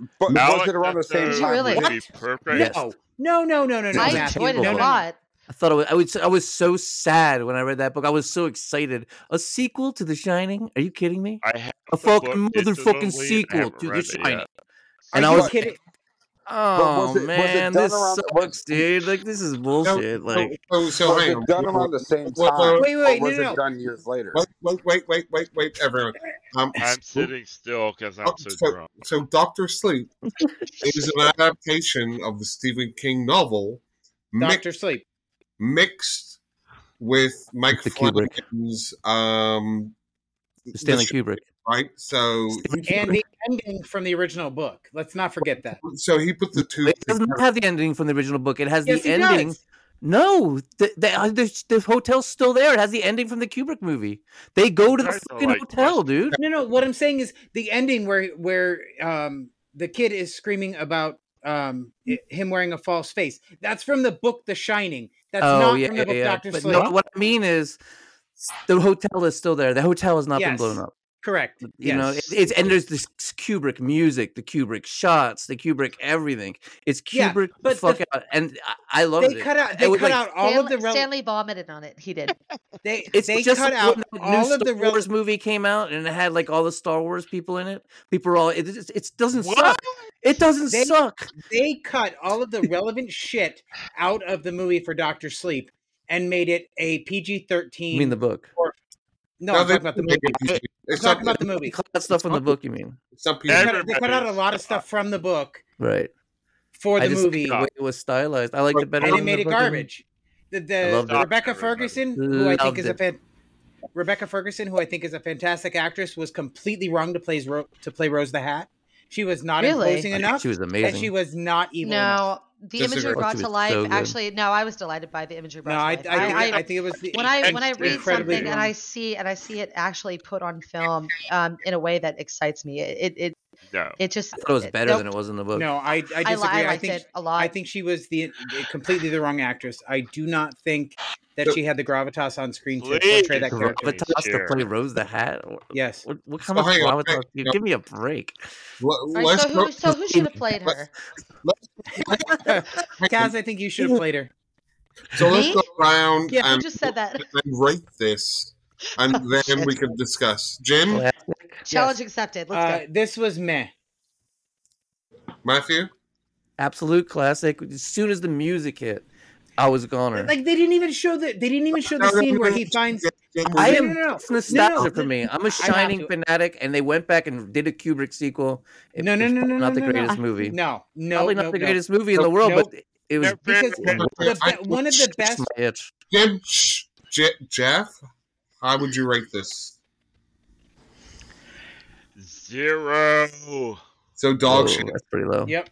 Speaker 5: But was
Speaker 7: alex
Speaker 5: it around the same
Speaker 10: Did
Speaker 7: Esso
Speaker 10: you
Speaker 5: time?
Speaker 10: really?
Speaker 7: would
Speaker 5: period?
Speaker 7: be
Speaker 1: What?
Speaker 7: perfect
Speaker 3: Yes.
Speaker 1: No. No, no, no, no, no,
Speaker 10: I
Speaker 3: It's a
Speaker 1: Matthew.
Speaker 10: enjoyed it
Speaker 1: no,
Speaker 10: a
Speaker 1: no,
Speaker 3: sequel.
Speaker 1: no.
Speaker 10: lot.
Speaker 3: I thought I was, I was I was so sad when I read that book. I was so excited. A sequel to The Shining? Are you kidding me?
Speaker 7: i have
Speaker 3: A
Speaker 7: the book
Speaker 3: fucking motherfucking
Speaker 7: digitally and i
Speaker 3: sequel
Speaker 7: haven't
Speaker 3: to The
Speaker 7: read it
Speaker 3: Shining.
Speaker 7: yet
Speaker 1: Are
Speaker 3: And I
Speaker 1: you
Speaker 3: was
Speaker 5: But,
Speaker 1: kidding?
Speaker 5: but
Speaker 3: Oh
Speaker 5: was it was it
Speaker 3: man,
Speaker 5: done
Speaker 3: this
Speaker 5: around
Speaker 3: sucks, dude. Like this is
Speaker 2: So,
Speaker 3: bullshit.
Speaker 2: so,
Speaker 3: Like
Speaker 2: so, so
Speaker 5: was
Speaker 2: hang
Speaker 5: it
Speaker 2: on.
Speaker 5: done around the same
Speaker 2: Wait, wait,
Speaker 5: time
Speaker 1: Wait,
Speaker 5: or
Speaker 1: wait, no,
Speaker 5: was
Speaker 1: no,
Speaker 5: it
Speaker 1: no.
Speaker 5: done years later?
Speaker 2: wait, wait, wait, wait, wait, wait, everyone. Um,
Speaker 7: i'm sitting still because i'm
Speaker 2: Oh,
Speaker 7: so
Speaker 2: so,
Speaker 7: drunk
Speaker 2: so Doctor Sleep is an adaptation of the Stephen King novel mix,
Speaker 1: Doctor Sleep.
Speaker 2: mixed with Mike
Speaker 3: the Kubrick,
Speaker 2: Flanagan's um, The
Speaker 3: Stanley
Speaker 2: Shining,
Speaker 3: Kubrick.
Speaker 2: right? So
Speaker 3: Stanley
Speaker 1: And
Speaker 3: Kubrick.
Speaker 1: the ending from the original book. Let's not forget that.
Speaker 2: so he put the two
Speaker 3: It doesn't
Speaker 2: together.
Speaker 3: have the ending from the original book. It has
Speaker 1: Yes,
Speaker 3: the
Speaker 1: he
Speaker 3: ending.
Speaker 1: does.
Speaker 3: No, the the, uh, the the hotel's still there. It has the ending from the Kubrick movie. They go
Speaker 7: you
Speaker 3: to the
Speaker 7: guys are
Speaker 3: fucking
Speaker 7: like
Speaker 3: hotel, dude.
Speaker 1: No, no. What I'm saying is the ending where where um the kid is screaming about um i- him wearing a false face. That's from the book The Shining. That's
Speaker 3: Oh
Speaker 1: not
Speaker 3: yeah,
Speaker 1: from
Speaker 3: yeah,
Speaker 1: the book
Speaker 3: yeah.
Speaker 1: Doctor
Speaker 3: But no,
Speaker 1: Sleep.
Speaker 3: what I mean is the hotel is still there. The hotel has not been blown
Speaker 1: Yes.
Speaker 3: up.
Speaker 1: Correct.
Speaker 3: You know, it,
Speaker 1: Yes.
Speaker 3: it's and there's this Kubrick music, the Kubrick shots, the Kubrick everything. It's
Speaker 1: Yeah,
Speaker 3: Kubrick the
Speaker 1: but the-
Speaker 3: fuck out, and I, I loved
Speaker 1: They
Speaker 3: it.
Speaker 1: cut
Speaker 3: I-
Speaker 1: out
Speaker 3: it
Speaker 1: they
Speaker 3: was
Speaker 1: cut
Speaker 3: like,
Speaker 1: out all of
Speaker 10: Stanley,
Speaker 1: the rel-
Speaker 10: Stanley vomited on it. He did.
Speaker 1: they
Speaker 3: It's
Speaker 1: they
Speaker 3: just
Speaker 1: cut
Speaker 3: like
Speaker 1: out
Speaker 3: when that new
Speaker 1: all of
Speaker 3: Star
Speaker 1: the rel-
Speaker 3: Wars movie came out and it had like all the Star Wars people in it. People are all it, it, it doesn't
Speaker 7: what
Speaker 3: suck. It doesn't
Speaker 1: They-
Speaker 3: suck.
Speaker 1: they cut all of the relevant shit out of the movie for Doctor Sleep and made it a PG-13
Speaker 3: You mean the book?
Speaker 1: No,
Speaker 2: No,
Speaker 1: I'm
Speaker 2: they
Speaker 1: talking about the movie.
Speaker 2: didn't make it PG.
Speaker 1: I'm
Speaker 2: It's not,
Speaker 1: talking about the
Speaker 3: You
Speaker 1: movie.
Speaker 3: cut that stuff from the book. You mean
Speaker 2: it's not PG.
Speaker 1: They cut, they cut
Speaker 7: everybody
Speaker 1: out a lot of stuff from the book
Speaker 3: right?
Speaker 1: for
Speaker 3: I
Speaker 1: the
Speaker 3: just like
Speaker 1: movie,
Speaker 3: the way it was stylized. I liked it better
Speaker 1: and it
Speaker 3: than the
Speaker 1: made it
Speaker 3: book. I mean.
Speaker 1: garbage. The, the
Speaker 3: loved it.
Speaker 1: Rebecca
Speaker 7: Stop, everybody.
Speaker 1: Ferguson, who I think
Speaker 3: Loved
Speaker 1: is a
Speaker 3: it.
Speaker 1: fan, Rebecca Ferguson, who I think is a fantastic actress, was completely wrong to play Ro- to play Rose the Hat. She was not
Speaker 10: Really?
Speaker 1: imposing enough,
Speaker 3: She was amazing.
Speaker 1: and she was not evil. enough.
Speaker 10: No, the
Speaker 2: Disagree.
Speaker 10: imagery brought
Speaker 3: She
Speaker 10: to
Speaker 3: was
Speaker 10: life.
Speaker 3: so good.
Speaker 10: actually, no, I was delighted by the imagery brought
Speaker 1: no,
Speaker 10: to
Speaker 1: I, I,
Speaker 10: life.
Speaker 1: think, I, think it was the,
Speaker 10: when I when I
Speaker 1: it's
Speaker 10: read
Speaker 1: incredibly
Speaker 10: something and
Speaker 1: wrong.
Speaker 10: I see and I see it actually put on film um, in a way that excites me, it it
Speaker 7: No.
Speaker 10: it just eh,
Speaker 3: I thought it was better than it was in the book.
Speaker 1: no, I, I disagree.
Speaker 10: I, li- I
Speaker 1: I,
Speaker 10: liked
Speaker 1: think
Speaker 10: it a lot.
Speaker 1: I think she was the completely the wrong actress. I do not think that
Speaker 2: So-
Speaker 1: she had the gravitas on screen to
Speaker 7: Please.
Speaker 1: portray that character.
Speaker 7: Gravi-
Speaker 3: Gravitas to
Speaker 7: Share.
Speaker 3: play Rose the Hat. What,
Speaker 1: Yes.
Speaker 3: what, what kind of
Speaker 2: Oh, hang on,
Speaker 3: gravitas?
Speaker 2: hang on.
Speaker 3: Give me a break.
Speaker 2: Let,
Speaker 10: All right,
Speaker 2: let's
Speaker 10: so
Speaker 2: go.
Speaker 10: who so who should have played
Speaker 2: let's-
Speaker 10: her?
Speaker 1: Kaz, I think you should have played her.
Speaker 2: So let's
Speaker 10: Me?
Speaker 2: go around
Speaker 1: Yeah.
Speaker 10: Who
Speaker 2: and,
Speaker 10: just said that?
Speaker 2: and rate this, and
Speaker 10: Oh,
Speaker 2: then
Speaker 10: shit.
Speaker 2: we can discuss. Jim,
Speaker 3: Classic.
Speaker 10: Challenge accepted. Let's
Speaker 1: Uh,
Speaker 10: go.
Speaker 1: this was meh.
Speaker 2: Matthew,
Speaker 3: Absolute classic. As soon as the music hit, I was a goner.
Speaker 1: Like they didn't even show the they didn't even show the
Speaker 2: No, no,
Speaker 1: scene
Speaker 2: no,
Speaker 1: where
Speaker 2: no,
Speaker 1: he finds.
Speaker 2: Jim, we're
Speaker 3: I
Speaker 1: No, no,
Speaker 3: am
Speaker 1: no, no.
Speaker 3: it's nostalgia
Speaker 1: No, no,
Speaker 3: for me. I'm a
Speaker 1: I have
Speaker 3: shining
Speaker 1: to-
Speaker 3: fanatic, and they went back and did a Kubrick sequel. It
Speaker 1: No, no,
Speaker 3: was
Speaker 1: no,
Speaker 3: probably
Speaker 1: no,
Speaker 3: not
Speaker 1: no,
Speaker 3: the
Speaker 1: no, no.
Speaker 3: greatest
Speaker 1: I-
Speaker 3: movie.
Speaker 1: No, no,
Speaker 3: Probably not
Speaker 1: no,
Speaker 3: the
Speaker 1: no.
Speaker 3: greatest movie in the
Speaker 2: Nope.
Speaker 3: world, but
Speaker 1: Nope.
Speaker 3: it- it was
Speaker 7: Nope.
Speaker 1: Because
Speaker 2: Nope.
Speaker 1: the
Speaker 2: I-
Speaker 1: be- one of the
Speaker 3: it's
Speaker 1: best
Speaker 3: my itch.
Speaker 2: Jim, shh, Je- Jeff, how would you rate this?
Speaker 7: Zero.
Speaker 2: So dog
Speaker 3: Whoa,
Speaker 2: shit.
Speaker 3: that's pretty low.
Speaker 1: Yep.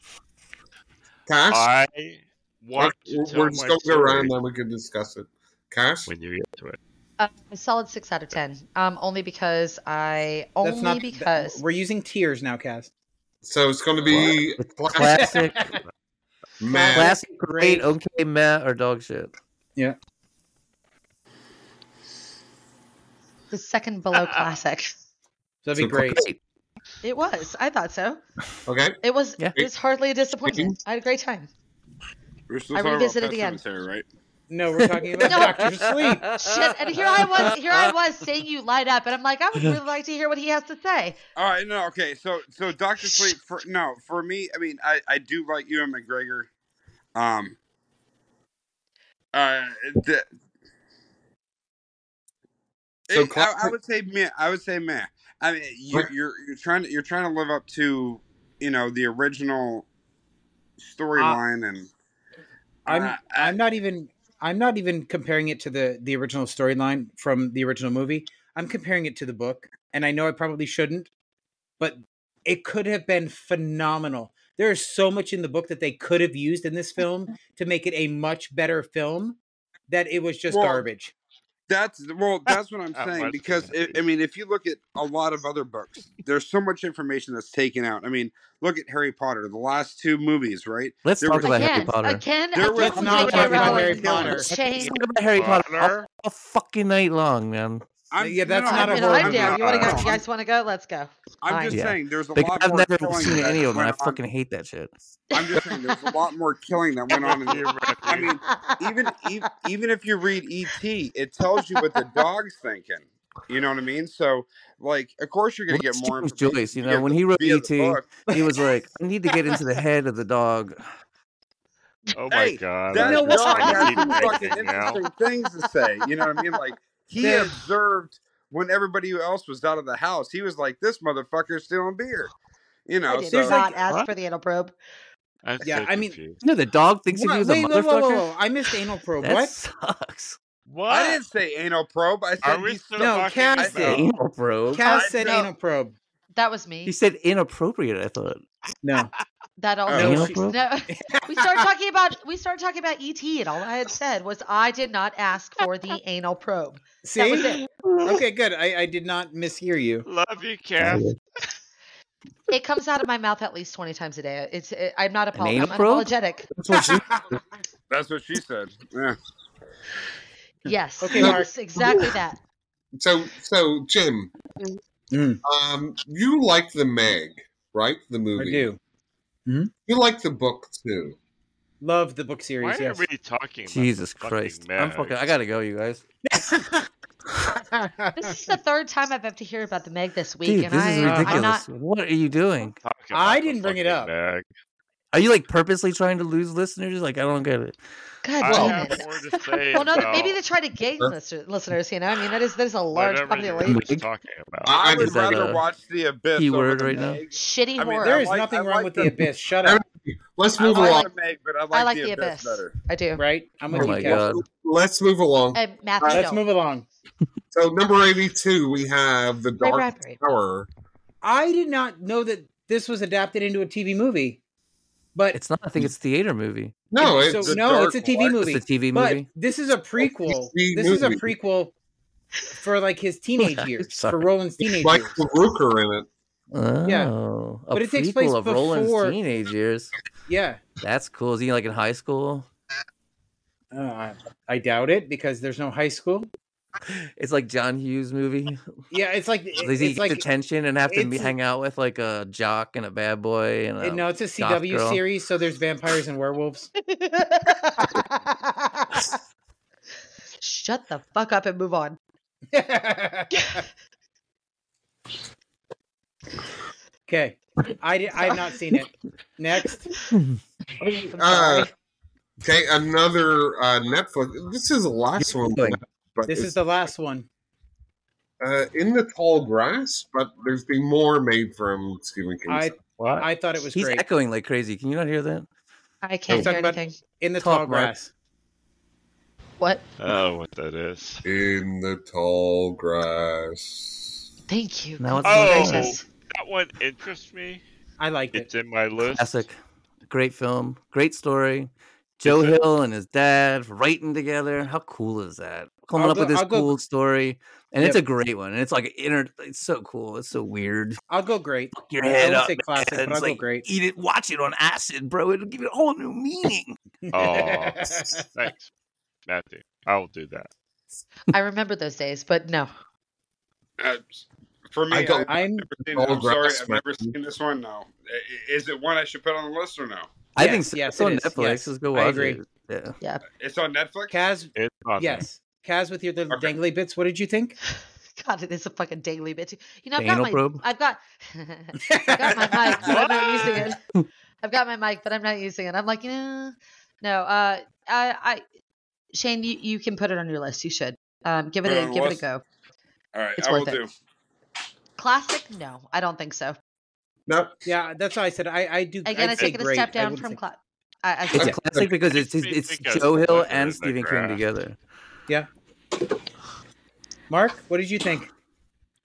Speaker 2: Cass,
Speaker 7: I
Speaker 2: Okay,
Speaker 7: want to
Speaker 2: we're
Speaker 7: tell
Speaker 2: we're just
Speaker 7: my
Speaker 2: going to go around,
Speaker 7: story
Speaker 2: then we can discuss it. Cass,
Speaker 7: when you get to it.
Speaker 10: Uh, a solid six out of ten. Um, only because I
Speaker 1: That's
Speaker 10: only
Speaker 1: not. th-
Speaker 10: because
Speaker 1: we're using tears now, Kaz.
Speaker 2: so it's going to
Speaker 3: Wow.
Speaker 2: be
Speaker 3: It's
Speaker 2: class
Speaker 3: classic,
Speaker 2: mad.
Speaker 3: classic,
Speaker 1: great.
Speaker 3: great, okay, meh, or dog shit.
Speaker 1: Yeah.
Speaker 10: the second
Speaker 1: Uh,
Speaker 10: below classic.
Speaker 1: That'd be
Speaker 2: So
Speaker 1: great.
Speaker 3: Great.
Speaker 10: It was. I thought so.
Speaker 2: Okay.
Speaker 10: It was.
Speaker 3: Yeah.
Speaker 10: It was hardly a disappointment. I had a great time.
Speaker 5: We're still
Speaker 10: I
Speaker 5: talking about
Speaker 10: revisited
Speaker 5: Pet
Speaker 10: the end.
Speaker 5: Cemetery, right?
Speaker 1: No, we're talking about
Speaker 10: No.
Speaker 1: Doctor Sleep.
Speaker 10: Shit, and here I was, here I was saying you light up, and I'm like, I would really like to hear what he has to say.
Speaker 5: All right, no, okay. So, so Doctor Sleep for no for me. I mean, I I do like Ewan McGregor. Um, uh, the,
Speaker 2: So
Speaker 5: it,
Speaker 2: class,
Speaker 5: I, I would say meh. I would say meh. I mean, you,
Speaker 2: Right.
Speaker 5: you're you're trying to you're trying to live up to you know the original storyline, and
Speaker 1: I'm.
Speaker 5: uh, I,
Speaker 1: I'm not even. I'm not even comparing it to the the original storyline from the original movie. I'm comparing it to the book, and I know I probably shouldn't, but it could have been phenomenal. There is so much in the book that they could have used in this film to make it a much better film. That it was just
Speaker 5: Well,
Speaker 1: garbage.
Speaker 5: That's well, that's what I'm
Speaker 7: Not
Speaker 5: saying
Speaker 7: much
Speaker 5: because
Speaker 7: better.
Speaker 5: i I mean, if you look at a lot of other books, there's so much information that's taken out. I mean, look at Harry Potter, the last two movies, right?
Speaker 3: Let's
Speaker 5: There
Speaker 3: talk
Speaker 5: was
Speaker 3: about Harry
Speaker 10: Again,
Speaker 3: Potter.
Speaker 10: again,
Speaker 5: There was
Speaker 10: again
Speaker 1: Let's not
Speaker 10: with J.K.
Speaker 1: talk about
Speaker 5: literal
Speaker 1: Harry
Speaker 10: Rowling.
Speaker 1: Potter.
Speaker 5: killers.
Speaker 3: Let's
Speaker 10: Shane,
Speaker 3: talk about Harry Potter all,
Speaker 7: Potter?
Speaker 3: all fucking night long, man.
Speaker 5: I'm
Speaker 1: Yeah,
Speaker 5: no, no,
Speaker 1: that's
Speaker 10: I
Speaker 1: not
Speaker 5: I'm,
Speaker 1: a
Speaker 10: mean,
Speaker 1: horror
Speaker 10: I'm
Speaker 1: movie.
Speaker 10: down.
Speaker 5: I'm
Speaker 10: You want to
Speaker 5: no,
Speaker 10: go?
Speaker 7: Uh,
Speaker 10: You
Speaker 5: I'm
Speaker 10: guys want to go? Let's go.
Speaker 5: I'm
Speaker 10: Fine.
Speaker 5: just
Speaker 3: Yeah.
Speaker 5: saying there's a
Speaker 3: Because
Speaker 5: lot
Speaker 3: I've
Speaker 5: more
Speaker 3: never
Speaker 5: killing
Speaker 3: seen
Speaker 5: that
Speaker 3: any of them.
Speaker 5: went
Speaker 3: I
Speaker 5: on.
Speaker 3: fucking hate that shit.
Speaker 5: I'm just saying there's a lot more killing that went
Speaker 7: with
Speaker 5: on in the.
Speaker 7: you,
Speaker 5: I
Speaker 7: Matthew.
Speaker 5: mean, even e- even if you read E.T., it tells you what the dog's thinking. You know what I mean? So, like, of course, you're
Speaker 3: Well,
Speaker 5: going to get
Speaker 3: that's
Speaker 5: more
Speaker 3: James
Speaker 5: information
Speaker 3: Joyce. You know,
Speaker 5: via
Speaker 3: when
Speaker 5: the
Speaker 3: he wrote
Speaker 5: via the
Speaker 3: E.T.,
Speaker 5: book.
Speaker 3: he was like, I need to get into the head of the dog.
Speaker 7: Oh my
Speaker 5: hey,
Speaker 7: god,
Speaker 5: that
Speaker 7: I
Speaker 1: No,
Speaker 7: just
Speaker 5: dog
Speaker 7: want to
Speaker 5: had
Speaker 7: keep
Speaker 5: some fucking
Speaker 7: drinking now.
Speaker 5: interesting things to say. You know what I mean? Like he
Speaker 1: The
Speaker 5: observed when everybody else was out of the house, he was like, "This motherfucker's stealing beer." You
Speaker 10: I
Speaker 5: know,
Speaker 10: did
Speaker 1: There's
Speaker 5: so
Speaker 10: not
Speaker 1: like-
Speaker 10: ask
Speaker 7: What?
Speaker 10: for the anal probe.
Speaker 7: I'm
Speaker 1: yeah.
Speaker 7: so
Speaker 1: I mean,
Speaker 7: confused.
Speaker 3: You know, the dog thinks that he
Speaker 1: what?
Speaker 3: was a
Speaker 1: Wait, whoa, whoa, whoa,
Speaker 3: motherfucker?
Speaker 1: whoa! I missed anal probe.
Speaker 3: That
Speaker 1: What?
Speaker 3: sucks.
Speaker 5: I
Speaker 7: What?
Speaker 5: didn't say anal probe. I
Speaker 7: Are
Speaker 5: said
Speaker 7: we
Speaker 5: he
Speaker 7: still
Speaker 5: stuck.
Speaker 1: No,
Speaker 7: talking
Speaker 1: Kaz
Speaker 5: I
Speaker 1: did.
Speaker 7: about?
Speaker 3: Anal probe.
Speaker 1: Kaz
Speaker 5: I
Speaker 1: said
Speaker 10: No,
Speaker 1: anal probe.
Speaker 10: that was
Speaker 3: He
Speaker 10: me.
Speaker 3: said inappropriate, I thought.
Speaker 1: No,
Speaker 10: That
Speaker 5: Oh,
Speaker 10: also
Speaker 1: no,
Speaker 3: Anal
Speaker 1: she.
Speaker 10: works.
Speaker 3: probe?
Speaker 10: No, we started talking about we started talking about ET, and all I had said was I did not ask for the anal probe. That was
Speaker 1: See?
Speaker 10: it.
Speaker 1: Okay, good. I, I did not mishear you.
Speaker 7: Love you,
Speaker 3: Outta
Speaker 7: Cass.
Speaker 3: here.
Speaker 10: It comes out of my mouth at least twenty times a day. It's it, I'm not
Speaker 3: An
Speaker 10: apo-
Speaker 3: anal
Speaker 10: I'm
Speaker 3: probe?
Speaker 10: unapologetic.
Speaker 3: That's what she
Speaker 5: that's what she said. Yeah.
Speaker 10: Yes,
Speaker 1: Okay,
Speaker 2: So-
Speaker 10: yes, exactly that.
Speaker 2: so so Jim,
Speaker 1: Mm,
Speaker 2: um, you like the Meg, right? The
Speaker 1: I
Speaker 2: movie.
Speaker 1: do
Speaker 2: You like the book too.
Speaker 1: love the book
Speaker 7: Why
Speaker 1: series.
Speaker 7: are
Speaker 1: Yes.
Speaker 7: we talking about the
Speaker 3: Jesus
Speaker 7: fucking
Speaker 3: Christ. I'm
Speaker 7: Meg?
Speaker 3: fucking, I gotta go, you guys.
Speaker 10: This is the third time I've had to hear about the Meg this week,
Speaker 3: Dude,
Speaker 10: and
Speaker 3: this is
Speaker 10: I uh, I'm not.
Speaker 3: ridiculous. What are you doing?
Speaker 7: Talking
Speaker 1: I
Speaker 7: about the
Speaker 1: didn't bring it
Speaker 7: fucking
Speaker 1: up.
Speaker 7: Meg.
Speaker 3: Are you like purposely trying to lose listeners? Like, I don't get it.
Speaker 10: God
Speaker 7: I
Speaker 1: Well,
Speaker 10: damn
Speaker 7: have
Speaker 10: it.
Speaker 7: more to say
Speaker 10: Well, no, maybe
Speaker 7: about
Speaker 10: they try to gate
Speaker 2: Sure.
Speaker 10: lister- listeners. You know, I mean, that is there's a large
Speaker 7: whatever
Speaker 10: population.
Speaker 7: you
Speaker 3: Meg?
Speaker 7: were just talking about.
Speaker 2: I,
Speaker 5: I
Speaker 2: I
Speaker 5: would
Speaker 3: Is that
Speaker 5: rather
Speaker 3: a
Speaker 5: watch The Abyss over
Speaker 3: keyword
Speaker 5: the
Speaker 3: right now?
Speaker 5: Meg.
Speaker 10: Shitty
Speaker 5: I mean,
Speaker 10: horror.
Speaker 5: I
Speaker 1: there is
Speaker 5: like I
Speaker 1: nothing wrong
Speaker 5: like
Speaker 1: with the
Speaker 5: the
Speaker 1: abyss. Shut up.
Speaker 2: everybody, let's
Speaker 5: I
Speaker 2: move
Speaker 10: I
Speaker 5: like
Speaker 2: along.
Speaker 10: like
Speaker 5: the Meg, but I
Speaker 10: I
Speaker 5: like
Speaker 10: like
Speaker 5: The
Speaker 10: the
Speaker 5: Abyss
Speaker 10: abyss.
Speaker 5: better.
Speaker 10: I do.
Speaker 1: Right? I'm
Speaker 3: Oh
Speaker 1: with you,
Speaker 3: my
Speaker 1: Kaz.
Speaker 3: god.
Speaker 2: Let's move along.
Speaker 10: And Matthew,
Speaker 2: Uh,
Speaker 1: Let's
Speaker 10: don't.
Speaker 1: move along.
Speaker 2: so number eighty two, we have the
Speaker 10: Ray
Speaker 2: Dark
Speaker 10: Bradbury.
Speaker 2: Tower.
Speaker 1: I did not know that this was adapted into a TV movie. But
Speaker 3: It's not. I think it's a theater movie.
Speaker 2: No,
Speaker 1: so,
Speaker 2: it's a
Speaker 1: no, it's
Speaker 2: dark
Speaker 1: a TV
Speaker 2: one.
Speaker 1: movie.
Speaker 3: It's a TV
Speaker 1: But
Speaker 3: movie.
Speaker 1: this is a prequel.
Speaker 2: TV
Speaker 1: This is a
Speaker 2: movie.
Speaker 1: prequel for like his teenage years, for
Speaker 3: Sorry.
Speaker 1: Roland's teenage
Speaker 2: Like
Speaker 1: years.
Speaker 2: the Rooker in it.
Speaker 3: Oh,
Speaker 1: Yeah.
Speaker 3: a
Speaker 1: But it takes
Speaker 3: prequel
Speaker 1: place
Speaker 3: of Roland's
Speaker 1: before-
Speaker 3: teenage years.
Speaker 1: Yeah,
Speaker 3: That's cool. Is he like in high school?
Speaker 1: Uh, I, I doubt it because there's no high school.
Speaker 3: It's like John Hughes movie.
Speaker 1: Yeah, it's like
Speaker 3: Does he
Speaker 1: it's
Speaker 3: get
Speaker 1: like
Speaker 3: detention and have to be,
Speaker 1: it's- uh,
Speaker 3: hang out with like a jock and a bad boy and
Speaker 1: it-
Speaker 3: a,
Speaker 1: no, it's a
Speaker 3: goth
Speaker 1: CW
Speaker 3: girl.
Speaker 1: series, so there's vampires and werewolves.
Speaker 10: Shut the fuck up and move on.
Speaker 1: okay, I di- I have not seen it. Next,
Speaker 10: I'm
Speaker 2: Uh,
Speaker 10: sorry.
Speaker 2: okay, another uh, Netflix. This is the last one,
Speaker 3: going.
Speaker 2: but
Speaker 1: this
Speaker 2: it's,
Speaker 1: is the last one.
Speaker 2: uh, in the tall grass. But there's been more made from Stephen King.
Speaker 1: I
Speaker 7: What?
Speaker 1: I thought it was
Speaker 3: He's
Speaker 1: great.
Speaker 3: echoing like crazy. Can you not hear that?
Speaker 10: I can't hear
Speaker 1: talking about-
Speaker 10: anything.
Speaker 1: In the
Speaker 3: Talk,
Speaker 1: tall
Speaker 3: Mark.
Speaker 1: grass.
Speaker 10: What?
Speaker 7: Oh, what that is.
Speaker 2: in the tall grass.
Speaker 10: Thank you.
Speaker 3: Now it's
Speaker 10: No,
Speaker 7: Oh.
Speaker 10: gracious.
Speaker 7: That one interests me.
Speaker 1: I liked it.
Speaker 7: It's in my list.
Speaker 3: Classic. Great film. Great story. Joe
Speaker 7: it-
Speaker 3: Hill and his dad writing together. How cool is that? Coming
Speaker 1: I'll
Speaker 3: up with
Speaker 1: go-
Speaker 3: this
Speaker 1: I'll go-
Speaker 3: cool story. And it's
Speaker 1: Yep.
Speaker 3: a great one. And it's like inner it's so cool. It's so weird.
Speaker 1: I'll go great.
Speaker 3: Fuck your
Speaker 1: I- I
Speaker 3: head
Speaker 1: won't
Speaker 3: up.
Speaker 1: say classic,
Speaker 3: man.
Speaker 1: but
Speaker 3: It's
Speaker 1: I'll go
Speaker 3: like,
Speaker 1: great.
Speaker 3: Eat it, watch it on acid, bro. It'll give it a whole new meaning.
Speaker 7: Aw. Oh, Thanks, Matthew. I'll do that.
Speaker 10: I remember those days, but no.
Speaker 8: Uh, for me,
Speaker 2: I
Speaker 8: I
Speaker 2: don't-
Speaker 1: I'm
Speaker 8: have never seen it.
Speaker 2: All
Speaker 8: I'm sorry,
Speaker 2: grass,
Speaker 8: I've never
Speaker 2: man.
Speaker 8: seen this one. No, I- is it one I should put on the list or no?
Speaker 3: I think
Speaker 1: Yes,
Speaker 3: so.
Speaker 1: yes,
Speaker 3: it's
Speaker 1: it
Speaker 3: on
Speaker 1: is.
Speaker 3: Netflix.
Speaker 1: Yes,
Speaker 3: Let's go
Speaker 1: I
Speaker 3: watch
Speaker 1: agree.
Speaker 3: it. Yeah.
Speaker 8: It's on Netflix.
Speaker 1: Kaz,
Speaker 7: It's on there.
Speaker 1: yes, Kaz with your little
Speaker 8: Okay.
Speaker 1: dangly bits. What did you think?
Speaker 10: God, it is a fucking daily bit. You know, I've got
Speaker 3: Anal
Speaker 10: my,
Speaker 3: probe?
Speaker 10: I've got, I've got my mic, but I'm not using it. I've got my mic, but I'm not using it. I'm like, yeah, no. Uh, I, I, Shane, you, you can put it on your list. You should. Um, give it
Speaker 8: Put it
Speaker 10: a,
Speaker 8: on the
Speaker 10: give it a
Speaker 8: list?
Speaker 10: go.
Speaker 8: All right,
Speaker 10: It's
Speaker 8: I will
Speaker 10: worth it.
Speaker 8: do.
Speaker 10: Classic? No, I don't think so.
Speaker 2: No,
Speaker 1: Yeah, that's why I said I, I do. I'd
Speaker 10: Again, I
Speaker 1: say
Speaker 10: take it a
Speaker 1: great.
Speaker 10: step
Speaker 1: I
Speaker 10: down
Speaker 1: wouldn't
Speaker 10: from
Speaker 1: say-
Speaker 10: class. I, I
Speaker 3: It's
Speaker 10: think
Speaker 3: classic because it's
Speaker 7: It's
Speaker 3: his,
Speaker 7: made
Speaker 3: it's
Speaker 7: because
Speaker 3: Joe
Speaker 7: the
Speaker 3: Hill
Speaker 7: weather
Speaker 3: and
Speaker 7: is a
Speaker 3: Stephen King
Speaker 7: grass.
Speaker 3: together.
Speaker 1: Mark, what did you think?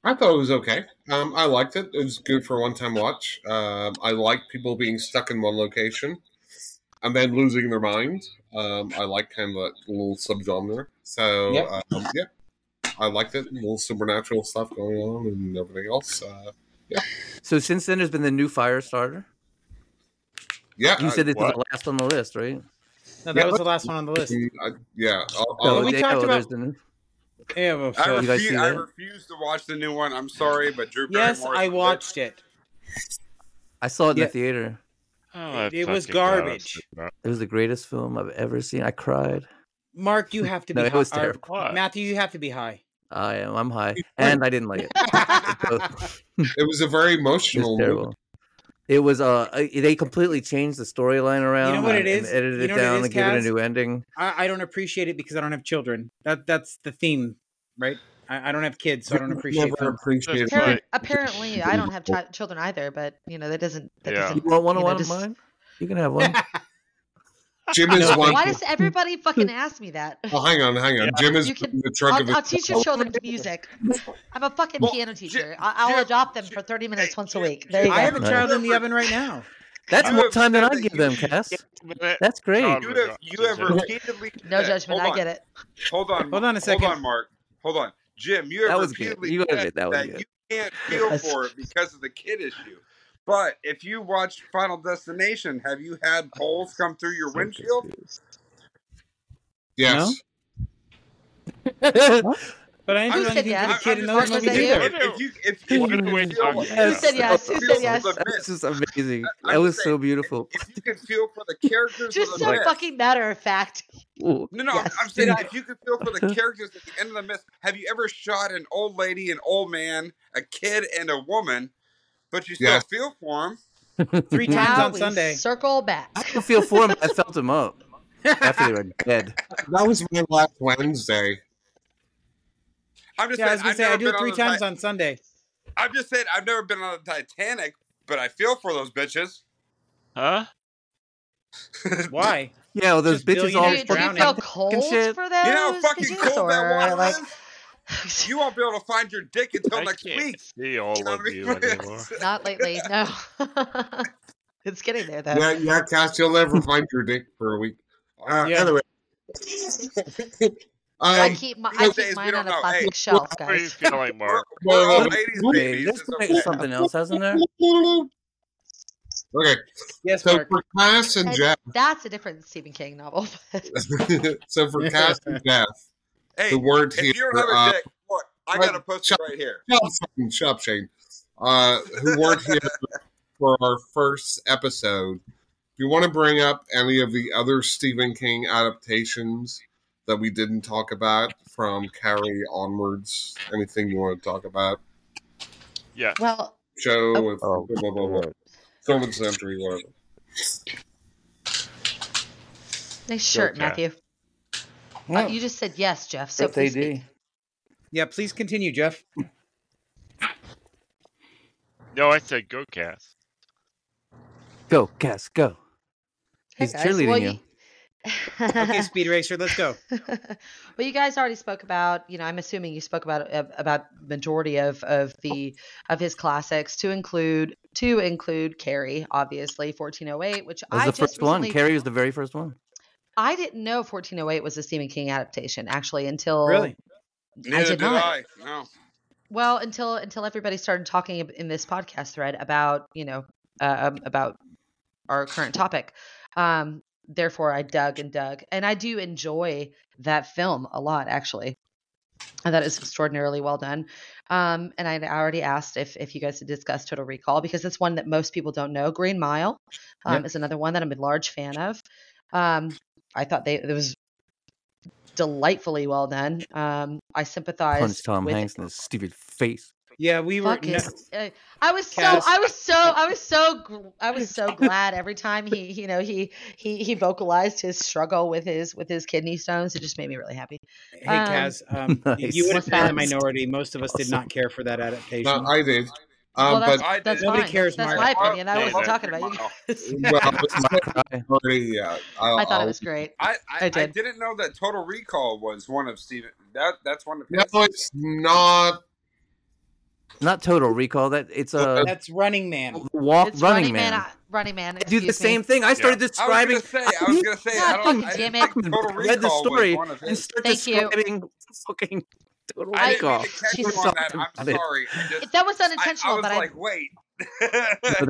Speaker 2: I thought it was okay. Um, I liked it. It was good for a one-time watch. Um, I like people being stuck in one location and then losing their mind. Um, I like kind of that little subgenre. So
Speaker 1: Yep.
Speaker 2: um, yeah, I liked it. little supernatural stuff going on and everything else. Uh,
Speaker 3: So since then, there's been the new Firestarter.
Speaker 2: yeah,
Speaker 3: You said this is
Speaker 7: what?
Speaker 3: the last on the list, right?
Speaker 1: No, that
Speaker 2: Yeah,
Speaker 1: was
Speaker 2: but-
Speaker 1: the last one on the
Speaker 2: I,
Speaker 1: list.
Speaker 2: Mm, I, yeah. I'll,
Speaker 3: No,
Speaker 1: Well,
Speaker 2: I'll,
Speaker 1: we
Speaker 3: they-
Speaker 1: talked
Speaker 3: oh, there's
Speaker 1: about-
Speaker 3: the new-
Speaker 1: Yeah, well,
Speaker 8: I,
Speaker 1: so-
Speaker 3: You guys
Speaker 8: refu-
Speaker 3: see
Speaker 8: I
Speaker 3: that?
Speaker 8: refuse to watch the new one. I'm sorry, but Drew Barrymore.
Speaker 1: yes, I watched it.
Speaker 3: I saw it in
Speaker 1: Yeah.
Speaker 3: the theater.
Speaker 7: Oh,
Speaker 1: It-
Speaker 7: I
Speaker 1: it was
Speaker 7: fucking know it's
Speaker 1: garbage.
Speaker 7: not-
Speaker 3: It was the greatest film I've ever seen. I cried.
Speaker 1: Mark, you have to
Speaker 3: No,
Speaker 1: be
Speaker 3: it was
Speaker 1: high. or-
Speaker 3: terrible.
Speaker 7: What?
Speaker 1: Matthew, you have to be high.
Speaker 3: I am. I'm high,
Speaker 2: It's like-
Speaker 3: and I didn't like it.
Speaker 1: yeah,
Speaker 2: it was a very
Speaker 3: It was
Speaker 2: emotional movie.
Speaker 3: terrible. It was. Uh, I- they completely changed the storyline around.
Speaker 1: what
Speaker 3: and,
Speaker 1: it
Speaker 3: and
Speaker 1: is?
Speaker 3: edited
Speaker 1: You know what
Speaker 3: it
Speaker 1: it
Speaker 3: down
Speaker 1: is,
Speaker 3: and gave it a
Speaker 1: Kaz?
Speaker 3: new ending.
Speaker 1: I, I don't appreciate it because I don't have children. That that's the theme, right? I, I don't have kids, so I don't appreciate
Speaker 2: Never
Speaker 1: films.
Speaker 2: appreciated
Speaker 7: That's
Speaker 10: Appar-
Speaker 7: right.
Speaker 10: apparently I don't have chi- children either, but you know that doesn't that
Speaker 7: Yeah.
Speaker 3: You
Speaker 10: doesn't.
Speaker 3: want one
Speaker 10: you
Speaker 3: of
Speaker 10: know,
Speaker 3: one of
Speaker 10: just-
Speaker 3: mine? You can have one.
Speaker 2: Jim is
Speaker 1: No,
Speaker 2: one.
Speaker 1: thank
Speaker 10: Why
Speaker 1: you.
Speaker 10: does everybody fucking ask me that?
Speaker 2: Oh, hang on, hang on. Jim is
Speaker 10: You can-
Speaker 2: in the trunk
Speaker 10: I'll,
Speaker 2: of his.
Speaker 10: I'll teach your children music. I'm a fucking
Speaker 8: Well,
Speaker 10: piano
Speaker 8: Ji-
Speaker 10: teacher. I, I'll
Speaker 8: Jim-
Speaker 10: adopt them
Speaker 8: Ji-
Speaker 10: for 30 minutes
Speaker 8: hey,
Speaker 10: once
Speaker 8: Jim-
Speaker 10: a week.
Speaker 8: Jim-
Speaker 10: There you
Speaker 1: I
Speaker 10: go.
Speaker 1: have a
Speaker 3: Right.
Speaker 1: child in the oven right now.
Speaker 3: That's
Speaker 8: You
Speaker 3: more
Speaker 8: have
Speaker 3: time than
Speaker 8: said
Speaker 3: I
Speaker 8: that
Speaker 3: give
Speaker 8: you-
Speaker 3: them, Cass.
Speaker 7: Minute.
Speaker 3: That's great.
Speaker 7: God,
Speaker 8: You have you have
Speaker 7: Jim.
Speaker 8: repeatedly.
Speaker 10: No
Speaker 8: said-
Speaker 10: judgment.
Speaker 8: Hold
Speaker 10: I
Speaker 8: on.
Speaker 10: get it.
Speaker 8: Hold on.
Speaker 1: Hold on a
Speaker 8: Hold
Speaker 1: second.
Speaker 8: on, Mark. Hold on. Jim, you
Speaker 3: That
Speaker 8: have
Speaker 3: was good.
Speaker 8: repeatedly
Speaker 3: You gotta
Speaker 8: said
Speaker 3: admit that was
Speaker 8: that
Speaker 3: good.
Speaker 8: you can't feel
Speaker 3: That's-
Speaker 8: for it because of the kid issue. But if you watch Final Destination, have you had poles come through your
Speaker 7: So
Speaker 8: windshield?
Speaker 7: confused.
Speaker 2: Yes.
Speaker 1: But I didn't
Speaker 10: Who
Speaker 1: do anything for
Speaker 10: said
Speaker 1: the
Speaker 10: yes?
Speaker 1: kid in
Speaker 10: Mark,
Speaker 1: those
Speaker 10: was that
Speaker 1: movies
Speaker 10: you?
Speaker 1: either.
Speaker 8: If, if you if, if
Speaker 3: What
Speaker 8: you
Speaker 7: are we
Speaker 8: can feel
Speaker 7: talking
Speaker 10: Who
Speaker 8: if
Speaker 10: said
Speaker 8: you
Speaker 10: yes?
Speaker 8: can
Speaker 10: Who
Speaker 8: feel
Speaker 10: said
Speaker 8: for
Speaker 10: yes?
Speaker 8: the
Speaker 3: That was
Speaker 8: myth,
Speaker 3: just amazing.
Speaker 8: I'm
Speaker 3: That was
Speaker 8: just saying,
Speaker 3: so beautiful.
Speaker 8: if you can feel for the characters of
Speaker 10: Just
Speaker 8: the
Speaker 10: so
Speaker 3: Like-
Speaker 8: myth,
Speaker 10: fucking matter of fact.
Speaker 3: Ooh.
Speaker 8: No, no,
Speaker 10: Yes.
Speaker 8: I'm, I'm saying if you could feel for the characters at the end of the myth, have you ever shot an old lady, an old man, a kid, and a woman, but you still
Speaker 2: Yes.
Speaker 8: feel for them?
Speaker 1: Three times
Speaker 10: Now
Speaker 1: on
Speaker 10: we
Speaker 1: Sunday.
Speaker 10: circle
Speaker 3: I
Speaker 10: back.
Speaker 3: didn't feel for him. I felt him up after they
Speaker 1: yeah,
Speaker 3: were dead.
Speaker 2: That was my last Wednesday.
Speaker 8: I'm just
Speaker 1: I
Speaker 8: saying
Speaker 1: was gonna
Speaker 8: I've
Speaker 1: say I
Speaker 8: never
Speaker 1: do
Speaker 8: been
Speaker 1: it
Speaker 8: on
Speaker 1: three
Speaker 8: the
Speaker 1: times
Speaker 8: Ti-
Speaker 1: on Sunday.
Speaker 8: I'm just saying I've never been on the Titanic, but I feel for those bitches.
Speaker 7: Huh?
Speaker 1: Why?
Speaker 3: Yeah, well, those
Speaker 1: Just
Speaker 3: bitches all
Speaker 1: billionaires
Speaker 10: Dude, do you
Speaker 3: fucking
Speaker 1: drowning.
Speaker 10: feel
Speaker 3: and
Speaker 10: cold
Speaker 3: shit.
Speaker 10: for
Speaker 8: You know how
Speaker 10: those
Speaker 8: fucking
Speaker 10: bitches
Speaker 8: cold that
Speaker 10: or
Speaker 8: water
Speaker 10: like?
Speaker 8: is? You won't be able to find your dick until
Speaker 7: I
Speaker 8: next
Speaker 7: can't
Speaker 8: week.
Speaker 7: see all
Speaker 8: You know
Speaker 7: of
Speaker 8: what I
Speaker 7: you
Speaker 8: mean?
Speaker 7: anymore.
Speaker 10: Not lately. No. it's getting there though.
Speaker 2: Yeah, yeah, Cass, you'll never find your dick for a week. Uh,
Speaker 3: Yeah.
Speaker 2: Anyway.
Speaker 10: I
Speaker 2: um,
Speaker 10: keep my I
Speaker 8: those days
Speaker 10: keep
Speaker 8: we
Speaker 10: mine
Speaker 8: don't
Speaker 10: on a
Speaker 8: know. Hey,
Speaker 10: plastic shelf,
Speaker 7: How are you
Speaker 10: guys.
Speaker 7: feeling,
Speaker 8: We're,
Speaker 7: Mark?
Speaker 8: we're all
Speaker 2: Well,
Speaker 8: ladies'
Speaker 2: wait,
Speaker 8: babies.
Speaker 3: There's
Speaker 8: It's
Speaker 3: been
Speaker 8: okay.
Speaker 3: something else, hasn't there?
Speaker 2: okay,
Speaker 1: Yes,
Speaker 2: so
Speaker 1: Mark.
Speaker 2: for Cass and
Speaker 10: And
Speaker 2: Jeff,
Speaker 10: that's a different Stephen King novel. but-
Speaker 2: so for Cass and Jeff,
Speaker 8: Hey,
Speaker 2: the word
Speaker 8: if
Speaker 2: here.
Speaker 8: you don't have
Speaker 2: uh,
Speaker 8: a dick, look, I got a poster
Speaker 2: shut-
Speaker 8: right here.
Speaker 2: Shut up, fucking shut up, Shane. Uh, who weren't here for our first episode. If you want to bring up any of the other Stephen King adaptations that we didn't talk about from Carrie onwards, anything you want to talk about,
Speaker 7: Yes.
Speaker 10: well,
Speaker 2: show
Speaker 10: Oh.
Speaker 2: with
Speaker 11: Oh,
Speaker 2: blah, blah, blah, blah,
Speaker 11: good.
Speaker 2: film of the century, whatever.
Speaker 10: nice shirt,
Speaker 7: Cat.
Speaker 10: Matthew.
Speaker 3: Oh.
Speaker 10: Uh, you just said yes, Jeff. So
Speaker 4: Rip
Speaker 10: please
Speaker 4: AD.
Speaker 10: speak.
Speaker 1: Yeah, please continue, Jeff.
Speaker 7: No, I said go cast.
Speaker 3: Go, Cass, go.
Speaker 10: Hey
Speaker 3: He's
Speaker 10: guys.
Speaker 3: cheerleading
Speaker 10: Well,
Speaker 3: you.
Speaker 1: Okay, Speed Racer, let's go.
Speaker 10: well, you guys already spoke about, you know, I'm assuming you spoke about ab- about majority of of the of his classics to include to include Carrie, obviously 1408, which
Speaker 3: That was
Speaker 10: I
Speaker 3: the
Speaker 10: just
Speaker 3: first one.
Speaker 10: recently
Speaker 3: Carrie was the very first one.
Speaker 10: I didn't know 1408 was a Stephen King adaptation actually until
Speaker 1: Really?
Speaker 10: I
Speaker 8: Neither
Speaker 10: did
Speaker 8: did
Speaker 10: not.
Speaker 8: I. No.
Speaker 10: Well, until until everybody started talking ab- in this podcast thread about you know um, about our current topic, um, therefore I dug and dug, and I do enjoy that film a lot actually. And that is extraordinarily well done. Um, and I I already asked if if you guys had discussed Total Recall because it's one that most people don't know. Green Mile um,
Speaker 1: Yep.
Speaker 10: is another one that I'm a large fan of. Um, I thought they it was delightfully well done. Um, I
Speaker 3: Punch
Speaker 10: sympathized
Speaker 3: Tom
Speaker 10: with
Speaker 3: Hanks in his stupid face.
Speaker 1: Yeah, we were.
Speaker 10: Fuck
Speaker 1: No,
Speaker 10: his. Uh, I was so.
Speaker 1: Cass.
Speaker 10: I was so. I was so. gr- I was so glad every time he. You know he he he vocalized his struggle with his with his kidney stones. It just made me really happy.
Speaker 1: hey,
Speaker 10: Um,
Speaker 1: Kaz, um, y-
Speaker 3: Nice.
Speaker 1: you would have
Speaker 10: What's
Speaker 1: been in the
Speaker 10: that?
Speaker 1: minority. Most of us did
Speaker 3: Awesome.
Speaker 1: not care for that
Speaker 2: No,
Speaker 1: adaptation.
Speaker 2: I did.
Speaker 10: Well,
Speaker 2: Um,
Speaker 10: that's
Speaker 2: but
Speaker 8: I
Speaker 10: that's
Speaker 8: did.
Speaker 1: Nobody
Speaker 10: fine.
Speaker 1: cares,
Speaker 10: That's
Speaker 1: Mark.
Speaker 10: my
Speaker 8: I love-
Speaker 10: opinion. I
Speaker 8: I
Speaker 7: Hey,
Speaker 10: wasn't
Speaker 8: love
Speaker 7: that-
Speaker 10: talking
Speaker 8: Green
Speaker 10: about you
Speaker 8: Mile.
Speaker 10: guys.
Speaker 2: well, it's
Speaker 3: My cry.
Speaker 2: already, uh, I'll,
Speaker 10: I thought it
Speaker 2: I'll,
Speaker 10: was great.
Speaker 8: I, I,
Speaker 10: I
Speaker 8: I
Speaker 10: did.
Speaker 8: didn't know that Total Recall was one of Steven. That that's one of
Speaker 2: no,
Speaker 8: his.
Speaker 2: it's not.
Speaker 3: Not Total Recall. That it's a
Speaker 1: That's Running Man.
Speaker 3: walk.
Speaker 10: It's
Speaker 3: Running,
Speaker 10: Running Man.
Speaker 3: Man.
Speaker 10: I- Running Man.
Speaker 3: I do the
Speaker 10: Excuse me.
Speaker 3: same thing. I started
Speaker 8: I was
Speaker 3: describing.
Speaker 8: gonna say.
Speaker 3: I
Speaker 8: I was gonna say. I
Speaker 10: God
Speaker 8: don't.
Speaker 3: read
Speaker 8: I
Speaker 10: damn
Speaker 8: didn't
Speaker 10: it.
Speaker 8: think
Speaker 3: Huckman
Speaker 8: Total
Speaker 3: book, read the
Speaker 8: Recall was
Speaker 3: story,
Speaker 8: one of
Speaker 3: and
Speaker 8: his.
Speaker 3: start
Speaker 10: Thank you.
Speaker 3: describing fucking Total
Speaker 8: I
Speaker 10: I
Speaker 8: didn't mean
Speaker 3: Recall.
Speaker 8: to catch
Speaker 3: We
Speaker 8: you
Speaker 10: Jesus.
Speaker 8: on
Speaker 3: talked
Speaker 8: that. I'm
Speaker 3: about it.
Speaker 8: sorry. I just.
Speaker 10: It, that was
Speaker 8: I, I
Speaker 10: unintentional,
Speaker 8: was
Speaker 10: but I
Speaker 8: like, wait.
Speaker 3: No,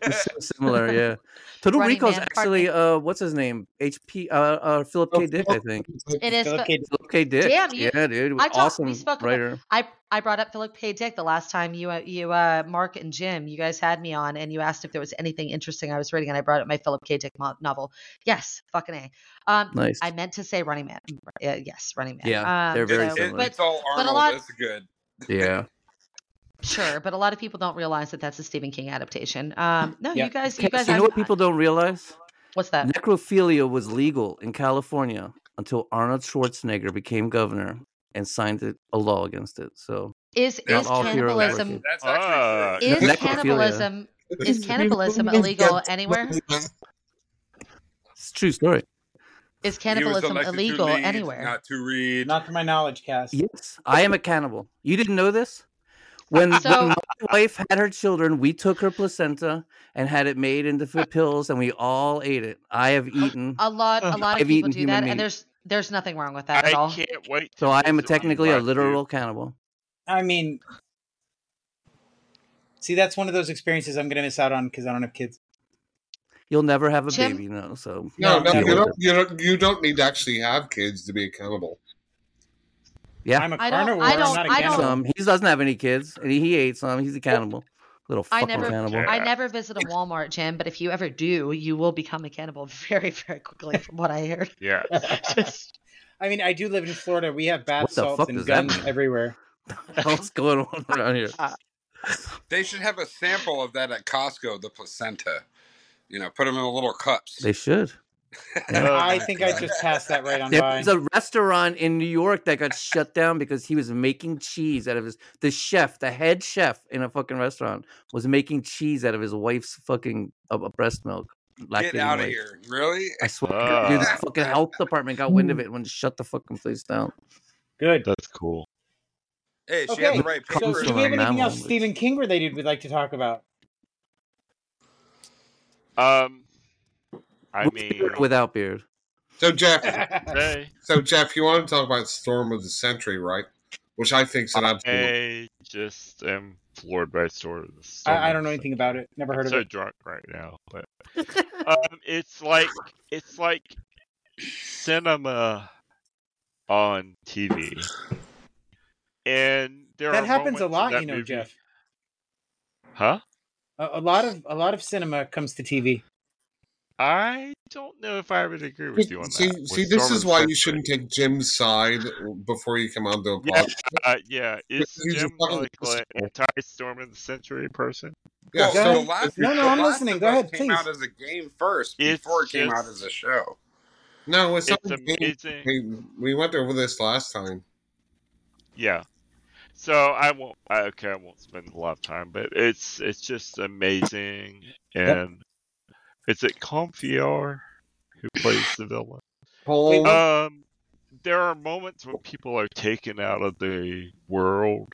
Speaker 3: they're so similar. Yeah, Total
Speaker 10: Running
Speaker 3: Recall is
Speaker 10: Man. Pardon
Speaker 3: actually
Speaker 10: me.
Speaker 3: uh, what's his name? HP uh, uh Philip K. Dick, I think.
Speaker 10: It is.
Speaker 1: Philip
Speaker 10: But
Speaker 1: K.
Speaker 3: Philip K. Dick.
Speaker 10: damn you.
Speaker 3: Yeah, dude,
Speaker 10: I talked. We
Speaker 3: awesome
Speaker 10: spoke about.
Speaker 3: writer.
Speaker 10: I I brought up Philip K. Dick the last time you uh, you uh, Mark and Jim you guys had me on and you asked if there was anything interesting I was reading and I brought up my Philip K. Dick mo- novel. Yes, fucking a. Um,
Speaker 3: Nice.
Speaker 10: I meant to say Running Man. Uh, yes, Running Man.
Speaker 3: Yeah, they're
Speaker 10: Um,
Speaker 3: very
Speaker 8: It's
Speaker 10: so
Speaker 8: it,
Speaker 3: similar.
Speaker 10: but
Speaker 8: it's all
Speaker 10: but a
Speaker 8: Arnold.
Speaker 10: lot
Speaker 8: It's good.
Speaker 3: Yeah.
Speaker 10: sure, but a lot of people don't realize that that's a Stephen King adaptation. Um, no,
Speaker 1: Yeah.
Speaker 10: you guys, you
Speaker 3: Okay,
Speaker 10: guys,
Speaker 3: so you know
Speaker 10: I'm
Speaker 3: what
Speaker 10: I,
Speaker 3: people don't realize?
Speaker 10: what's that?
Speaker 3: Necrophilia was legal in California until Arnold Schwarzenegger became governor and signed it, a law against it. So
Speaker 10: Is
Speaker 3: not
Speaker 10: is
Speaker 3: all heroes work
Speaker 8: That's
Speaker 10: cannibalism
Speaker 3: it.
Speaker 8: that's actually true.
Speaker 7: Ah,
Speaker 10: is
Speaker 3: Ne- necrophilia.
Speaker 10: cannibalism is cannibalism illegal anywhere?
Speaker 3: It's a true story.
Speaker 10: Is
Speaker 8: He was
Speaker 10: cannibalism
Speaker 8: elected to
Speaker 10: illegal
Speaker 8: lead,
Speaker 10: anywhere?
Speaker 8: not to read.
Speaker 1: Not to my knowledge, Cass.
Speaker 3: Yes, I am a cannibal. You didn't know this? When when
Speaker 10: Uh, So
Speaker 3: my wife had her children, we took her placenta and had it made into f- pills, and we all ate it. I have
Speaker 10: Oh,
Speaker 3: eaten.
Speaker 10: a lot a lot of
Speaker 3: I've
Speaker 10: people
Speaker 3: eaten
Speaker 10: do
Speaker 3: human
Speaker 10: that, and
Speaker 3: meat,
Speaker 10: there's there's nothing wrong with that at
Speaker 7: I
Speaker 10: all.
Speaker 7: can't wait to
Speaker 3: so I am a,
Speaker 7: visit you,
Speaker 3: technically a
Speaker 7: Matthew.
Speaker 3: literal cannibal.
Speaker 1: I mean, see, that's one of those experiences I'm going to miss out on because I don't have kids.
Speaker 3: You'll never have a
Speaker 10: Jim,
Speaker 3: baby, no. So
Speaker 2: No,
Speaker 1: No,
Speaker 2: no,
Speaker 3: deal
Speaker 2: you
Speaker 1: never.
Speaker 3: with
Speaker 2: don't.
Speaker 3: it.
Speaker 2: You don't. You don't need to actually have kids to be accountable.
Speaker 3: Yeah.
Speaker 1: I'm a
Speaker 10: I don't I
Speaker 1: carnivore. I'm
Speaker 10: don't
Speaker 1: not a
Speaker 10: I don't
Speaker 1: cannibal.
Speaker 3: some. He doesn't have any kids, and he, he ate some. He's a cannibal, little
Speaker 10: I
Speaker 3: fucking
Speaker 10: never
Speaker 3: cannibal.
Speaker 10: I
Speaker 7: Yeah.
Speaker 10: never visit a Walmart, Jim, but if you ever do, you will become a cannibal very, very quickly from what I heard.
Speaker 7: Yes.
Speaker 10: Just
Speaker 1: I mean, I do live in Florida. We have bath
Speaker 3: What the
Speaker 1: salts
Speaker 3: fuck
Speaker 1: and
Speaker 3: does that
Speaker 1: guns
Speaker 3: mean?
Speaker 1: everywhere.
Speaker 3: What's going on around here?
Speaker 8: They should have a sample of that at Costco. The placenta. You know, put them in little cups.
Speaker 3: They should. Yeah.
Speaker 7: Oh
Speaker 1: I
Speaker 7: my
Speaker 1: think I
Speaker 7: god.
Speaker 1: just passed that right on
Speaker 3: There
Speaker 1: by.
Speaker 3: was a restaurant in New York that got shut down because he was making cheese out of his the chef, the head chef in a fucking restaurant was making cheese out of his wife's fucking uh, uh, breast milk,
Speaker 8: Get
Speaker 3: lactating
Speaker 8: out of
Speaker 3: wife.
Speaker 8: here! Really?
Speaker 3: I swear, to God, dude, the
Speaker 7: Ah,
Speaker 3: fucking health department got wind of it and shut the fucking place down.
Speaker 1: Good.
Speaker 7: that's cool.
Speaker 8: Hey, she
Speaker 1: Okay,
Speaker 8: had the right
Speaker 1: So,
Speaker 8: paper.
Speaker 3: Comes
Speaker 1: do
Speaker 3: from
Speaker 1: we
Speaker 3: a
Speaker 1: have anything
Speaker 3: mammal,
Speaker 1: else
Speaker 3: which-
Speaker 1: Stephen King related we'd like to talk about?
Speaker 7: Um, I
Speaker 3: With
Speaker 7: mean,
Speaker 3: beard or without beard.
Speaker 2: So Jeff,
Speaker 7: they,
Speaker 2: so Jeff, you want to talk about Storm of the Century, right? Which I think is an absolute.
Speaker 7: I just am floored by Storm. of the Storm
Speaker 1: I, I
Speaker 7: of
Speaker 1: don't know
Speaker 7: the
Speaker 1: anything
Speaker 7: Century.
Speaker 1: about it. Never heard
Speaker 7: I'm
Speaker 1: of
Speaker 7: so
Speaker 1: it.
Speaker 7: drunk right now, but um, it's like it's like cinema on TV, and there
Speaker 1: That
Speaker 7: are
Speaker 1: happens a
Speaker 7: moments in
Speaker 1: lot,
Speaker 7: that
Speaker 1: you know,
Speaker 7: movie-
Speaker 1: Jeff.
Speaker 7: Huh?
Speaker 1: A, a lot of a lot of cinema comes to TV.
Speaker 7: I don't know if I would agree with you on that.
Speaker 2: See,
Speaker 7: with
Speaker 2: see,
Speaker 7: Storm
Speaker 2: this
Speaker 7: of
Speaker 2: is
Speaker 7: the
Speaker 2: why you
Speaker 7: Century.
Speaker 2: shouldn't take Jim's side before you come on to a
Speaker 7: Yeah,
Speaker 2: podcast.
Speaker 7: uh, yeah. Is
Speaker 2: He's a
Speaker 7: Jim
Speaker 2: fucking
Speaker 7: like an
Speaker 2: asshole.
Speaker 7: anti-Storm of the Century person?
Speaker 2: Yeah,
Speaker 8: well,
Speaker 1: Go
Speaker 2: so
Speaker 8: the
Speaker 1: ahead.
Speaker 8: last,
Speaker 1: No, no,
Speaker 8: the
Speaker 1: I'm
Speaker 8: last
Speaker 1: listening.
Speaker 8: of
Speaker 1: Go
Speaker 8: Us
Speaker 1: ahead,
Speaker 8: came
Speaker 1: please.
Speaker 8: out as a game first
Speaker 7: It's
Speaker 8: before it came
Speaker 7: just-
Speaker 8: out as a show.
Speaker 2: no, it's not.
Speaker 7: It's
Speaker 2: Game.
Speaker 7: amazing.
Speaker 2: We, we went over this last time.
Speaker 7: Yeah. So I won't. I, okay, I won't spend a lot of time, but it's it's just amazing. And is it Confiar who plays the villain?
Speaker 1: Wait,
Speaker 2: Paul,
Speaker 1: what?
Speaker 7: Um, there are moments when people are taken out of the world,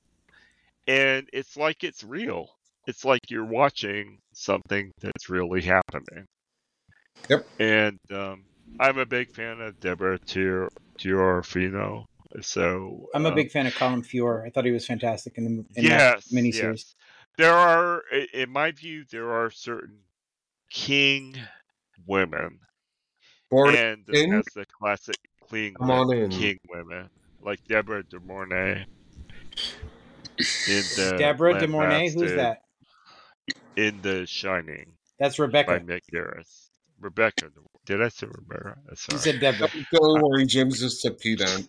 Speaker 7: and it's like it's real. It's like you're watching something that's really happening.
Speaker 2: Yep.
Speaker 7: And um, I'm a big fan of Deborah Tier Tiorfino. So
Speaker 1: I'm a
Speaker 7: um,
Speaker 1: big fan of Colin Fuhr. I thought he was fantastic in the in
Speaker 7: yes,
Speaker 1: that miniseries.
Speaker 7: yes. There are, i- in my view, there are certain king women,
Speaker 2: born
Speaker 7: and this
Speaker 2: in.
Speaker 7: has the classic clean
Speaker 2: Come
Speaker 7: wo-
Speaker 2: on in.
Speaker 7: king women like Deborah De Mornay in the
Speaker 1: Deborah De Mornay, who's
Speaker 7: lambasted
Speaker 1: that?
Speaker 7: in the Shining
Speaker 1: That's
Speaker 7: by
Speaker 1: Rebecca.
Speaker 7: Mick Garris. Rebecca, De- did I say Rebecca? Uh,
Speaker 1: You
Speaker 7: Sorry,
Speaker 1: said Deborah.
Speaker 2: Don't, don't worry, Jim's just a pedant.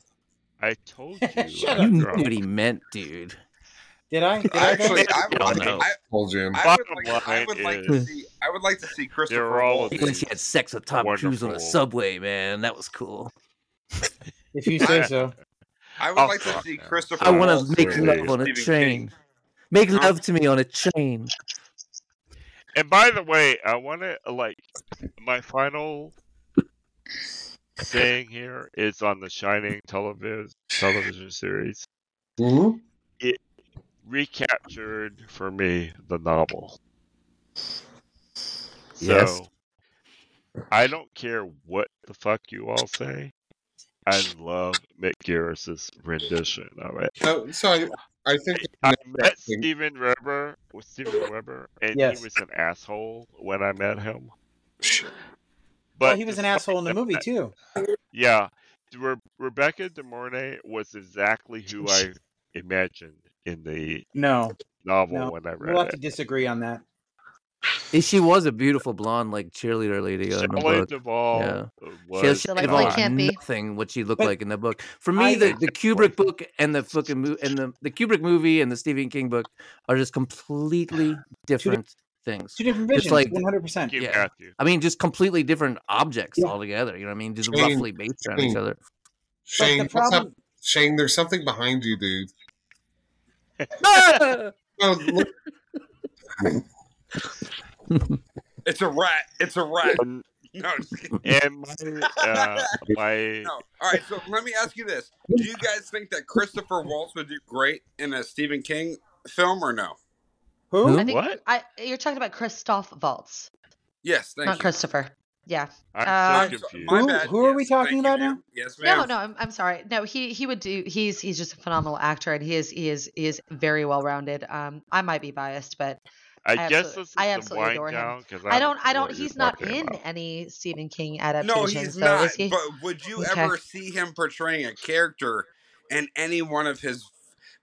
Speaker 7: I told you
Speaker 1: Shut
Speaker 7: I'm
Speaker 1: up.
Speaker 3: You knew
Speaker 7: drunk.
Speaker 3: what he meant, dude.
Speaker 1: Did I? Did I though?
Speaker 8: Actually,
Speaker 7: But
Speaker 3: We all
Speaker 8: I would like,
Speaker 7: anyway,
Speaker 3: know.
Speaker 8: I,
Speaker 2: Told Jim.
Speaker 8: I
Speaker 7: bottom
Speaker 8: would like, I
Speaker 7: line
Speaker 8: would like to
Speaker 7: is
Speaker 8: see, I would like to see Christopher
Speaker 7: they're all
Speaker 8: Walken.
Speaker 7: of
Speaker 3: Once he had
Speaker 7: these
Speaker 3: sex with top Jews on a
Speaker 7: wonderful.
Speaker 3: subway, man, that was cool.
Speaker 1: If you
Speaker 8: I,
Speaker 1: say so.
Speaker 8: I would
Speaker 7: I'll
Speaker 8: like to
Speaker 7: stop
Speaker 8: see
Speaker 7: now.
Speaker 3: I
Speaker 8: Christopher
Speaker 3: want
Speaker 8: Walken
Speaker 3: to make
Speaker 8: in
Speaker 3: love
Speaker 7: Please.
Speaker 8: uh,
Speaker 3: on a
Speaker 8: Stephen King.
Speaker 3: train. Make
Speaker 8: Huh?
Speaker 3: love to me on a train.
Speaker 7: And by the way, I want to like my final saying here is on the Shining television television series.
Speaker 2: hmm
Speaker 7: It recaptured for me the novel.
Speaker 3: Yes.
Speaker 7: So I don't care what the fuck you all say. I love Mick Garris's rendition of it.
Speaker 2: So, so I, I think
Speaker 7: I
Speaker 2: the next
Speaker 7: met
Speaker 2: thing,
Speaker 7: Steven Weber with Steven Weber, and he
Speaker 1: Yes.
Speaker 7: was an asshole when I met him.
Speaker 1: Well,
Speaker 7: But
Speaker 1: Oh, he was an
Speaker 7: despite
Speaker 1: asshole in the movie
Speaker 7: that,
Speaker 1: too.
Speaker 7: Yeah, Re- Rebecca De Mornay was exactly who I imagined in the
Speaker 1: No,
Speaker 7: novel
Speaker 1: no.
Speaker 7: when I
Speaker 1: We'll
Speaker 7: read
Speaker 1: have to
Speaker 7: it.
Speaker 1: disagree on that.
Speaker 3: Eh, She was a beautiful blonde, like cheerleader lady in the
Speaker 7: Shelley
Speaker 3: book.
Speaker 7: Duvall
Speaker 3: Yeah. She
Speaker 7: was
Speaker 3: Shelley
Speaker 10: Delightfully
Speaker 3: Duvall
Speaker 7: not.
Speaker 3: is
Speaker 10: can't be.
Speaker 3: nothing what she looked
Speaker 1: But
Speaker 3: like in the book. For me,
Speaker 1: I
Speaker 3: the, the Kubrick book and the fucking mo- and the, the Kubrick movie and the Stephen King book are just completely
Speaker 1: two di-
Speaker 3: different things.
Speaker 1: two different
Speaker 3: Just
Speaker 1: visions.
Speaker 3: like
Speaker 1: One hundred percent.
Speaker 7: Thank you,
Speaker 3: yeah,
Speaker 7: Matthew.
Speaker 3: I mean, just completely different objects
Speaker 1: Yeah.
Speaker 3: altogether. You know what I mean? Just
Speaker 2: Shane,
Speaker 3: roughly based around each
Speaker 2: Shane,
Speaker 3: other.
Speaker 1: But the
Speaker 2: Shane, what's up?
Speaker 1: problem.
Speaker 2: Shane, there's something behind you, dude.
Speaker 3: Ah!
Speaker 2: Oh, look,
Speaker 8: It's a rat. It's a rat.
Speaker 7: and
Speaker 8: Um, No, just kidding.
Speaker 7: and my uh, my
Speaker 8: no. All right. So let me ask you this: Do you guys think that Christopher Waltz would do great in a Stephen King film or no?
Speaker 1: Who?
Speaker 10: I
Speaker 3: Who?
Speaker 10: think
Speaker 7: what?
Speaker 10: I you're talking about Christoph Waltz,
Speaker 8: Yes. Thank
Speaker 10: not
Speaker 8: you.
Speaker 10: Christopher. Yeah.
Speaker 7: I'm so
Speaker 10: Um,
Speaker 8: I'm so,
Speaker 7: confused.
Speaker 8: my
Speaker 1: Who?
Speaker 8: bad.
Speaker 1: Who are we
Speaker 8: Yes.
Speaker 1: talking
Speaker 8: Thank you,
Speaker 1: about now?
Speaker 8: ma'am. Yes,
Speaker 10: No,
Speaker 8: ma'am.
Speaker 10: no, I'm, I'm sorry. No, he he would do. He's he's just a phenomenal actor, and he is he is he is very well rounded. Um, I might be biased, but
Speaker 7: I
Speaker 10: I
Speaker 7: guess
Speaker 10: absolutely
Speaker 7: this is
Speaker 10: I
Speaker 7: the
Speaker 10: absolutely
Speaker 7: wind
Speaker 10: adore him.
Speaker 7: down because I
Speaker 10: I
Speaker 7: don't
Speaker 10: don't
Speaker 7: know
Speaker 10: I don't.
Speaker 7: what you're
Speaker 10: He's not
Speaker 7: talking
Speaker 10: in
Speaker 7: about.
Speaker 10: any Stephen King
Speaker 8: No,
Speaker 10: adaptation,
Speaker 8: he's
Speaker 10: so
Speaker 8: not.
Speaker 10: is he?
Speaker 8: But would you
Speaker 10: Okay.
Speaker 8: ever see him portraying a character in any one of his?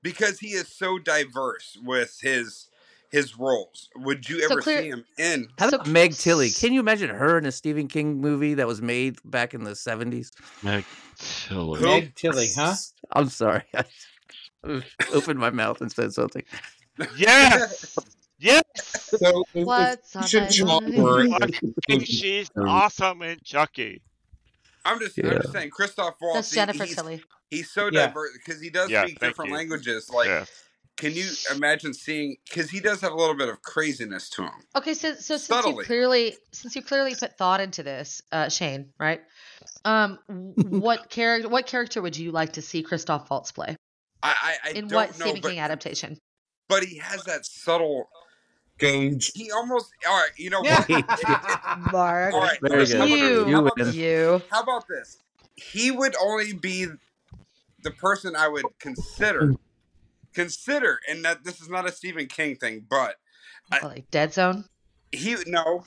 Speaker 8: Because he is so diverse with his his roles. Would you
Speaker 10: So
Speaker 8: ever
Speaker 10: clear.
Speaker 8: see him in?
Speaker 3: How
Speaker 10: So
Speaker 3: about Meg Tilly? Can you imagine her in a Stephen King movie that was made back in the 70s?
Speaker 7: Meg Tilly.
Speaker 8: Who?
Speaker 1: Meg Tilly, huh?
Speaker 3: I'm sorry. I opened my mouth and said something.
Speaker 7: Yes, yes.
Speaker 2: so if, if
Speaker 10: what's
Speaker 2: you
Speaker 10: on
Speaker 2: should
Speaker 10: my
Speaker 2: genre
Speaker 10: mind?
Speaker 7: Like,
Speaker 2: is
Speaker 7: and she's
Speaker 2: um,
Speaker 7: awesome in Chucky.
Speaker 8: I'm just I'm
Speaker 3: Yeah.
Speaker 8: just saying Christoph
Speaker 10: That's
Speaker 8: Waltz. He,
Speaker 10: Jennifer
Speaker 8: he's
Speaker 10: Tilly.
Speaker 8: he's so
Speaker 1: Yeah.
Speaker 8: diverse because he does
Speaker 7: Yeah,
Speaker 8: speak
Speaker 7: thank
Speaker 8: different
Speaker 7: you.
Speaker 8: languges. Like,
Speaker 7: Yes.
Speaker 8: can you imagine seeing? Because he does have a little bit of craziness to him,
Speaker 10: Okay, so so since you've
Speaker 8: subtly.
Speaker 10: clearly since you clearly put thought into this, uh, Shane, right? Um, w- what character what character would you like to see Christoph Waltz play?
Speaker 5: I, I, I
Speaker 10: in
Speaker 5: don't
Speaker 10: what
Speaker 5: know,
Speaker 10: Stephen
Speaker 5: but,
Speaker 10: King adaptation?
Speaker 5: but he has that subtle.
Speaker 2: Gage.
Speaker 5: He almost. All right, you know what?
Speaker 10: Mark,
Speaker 5: All right,
Speaker 3: Very
Speaker 5: how about,
Speaker 10: good. You-
Speaker 5: how about
Speaker 3: You
Speaker 5: this?
Speaker 10: you.
Speaker 5: How about this? He would only be the person I would consider.
Speaker 10: Mm.
Speaker 5: Consider, and that this is not a Stephen King thing, but I-
Speaker 10: Like Dead Zone.
Speaker 5: he no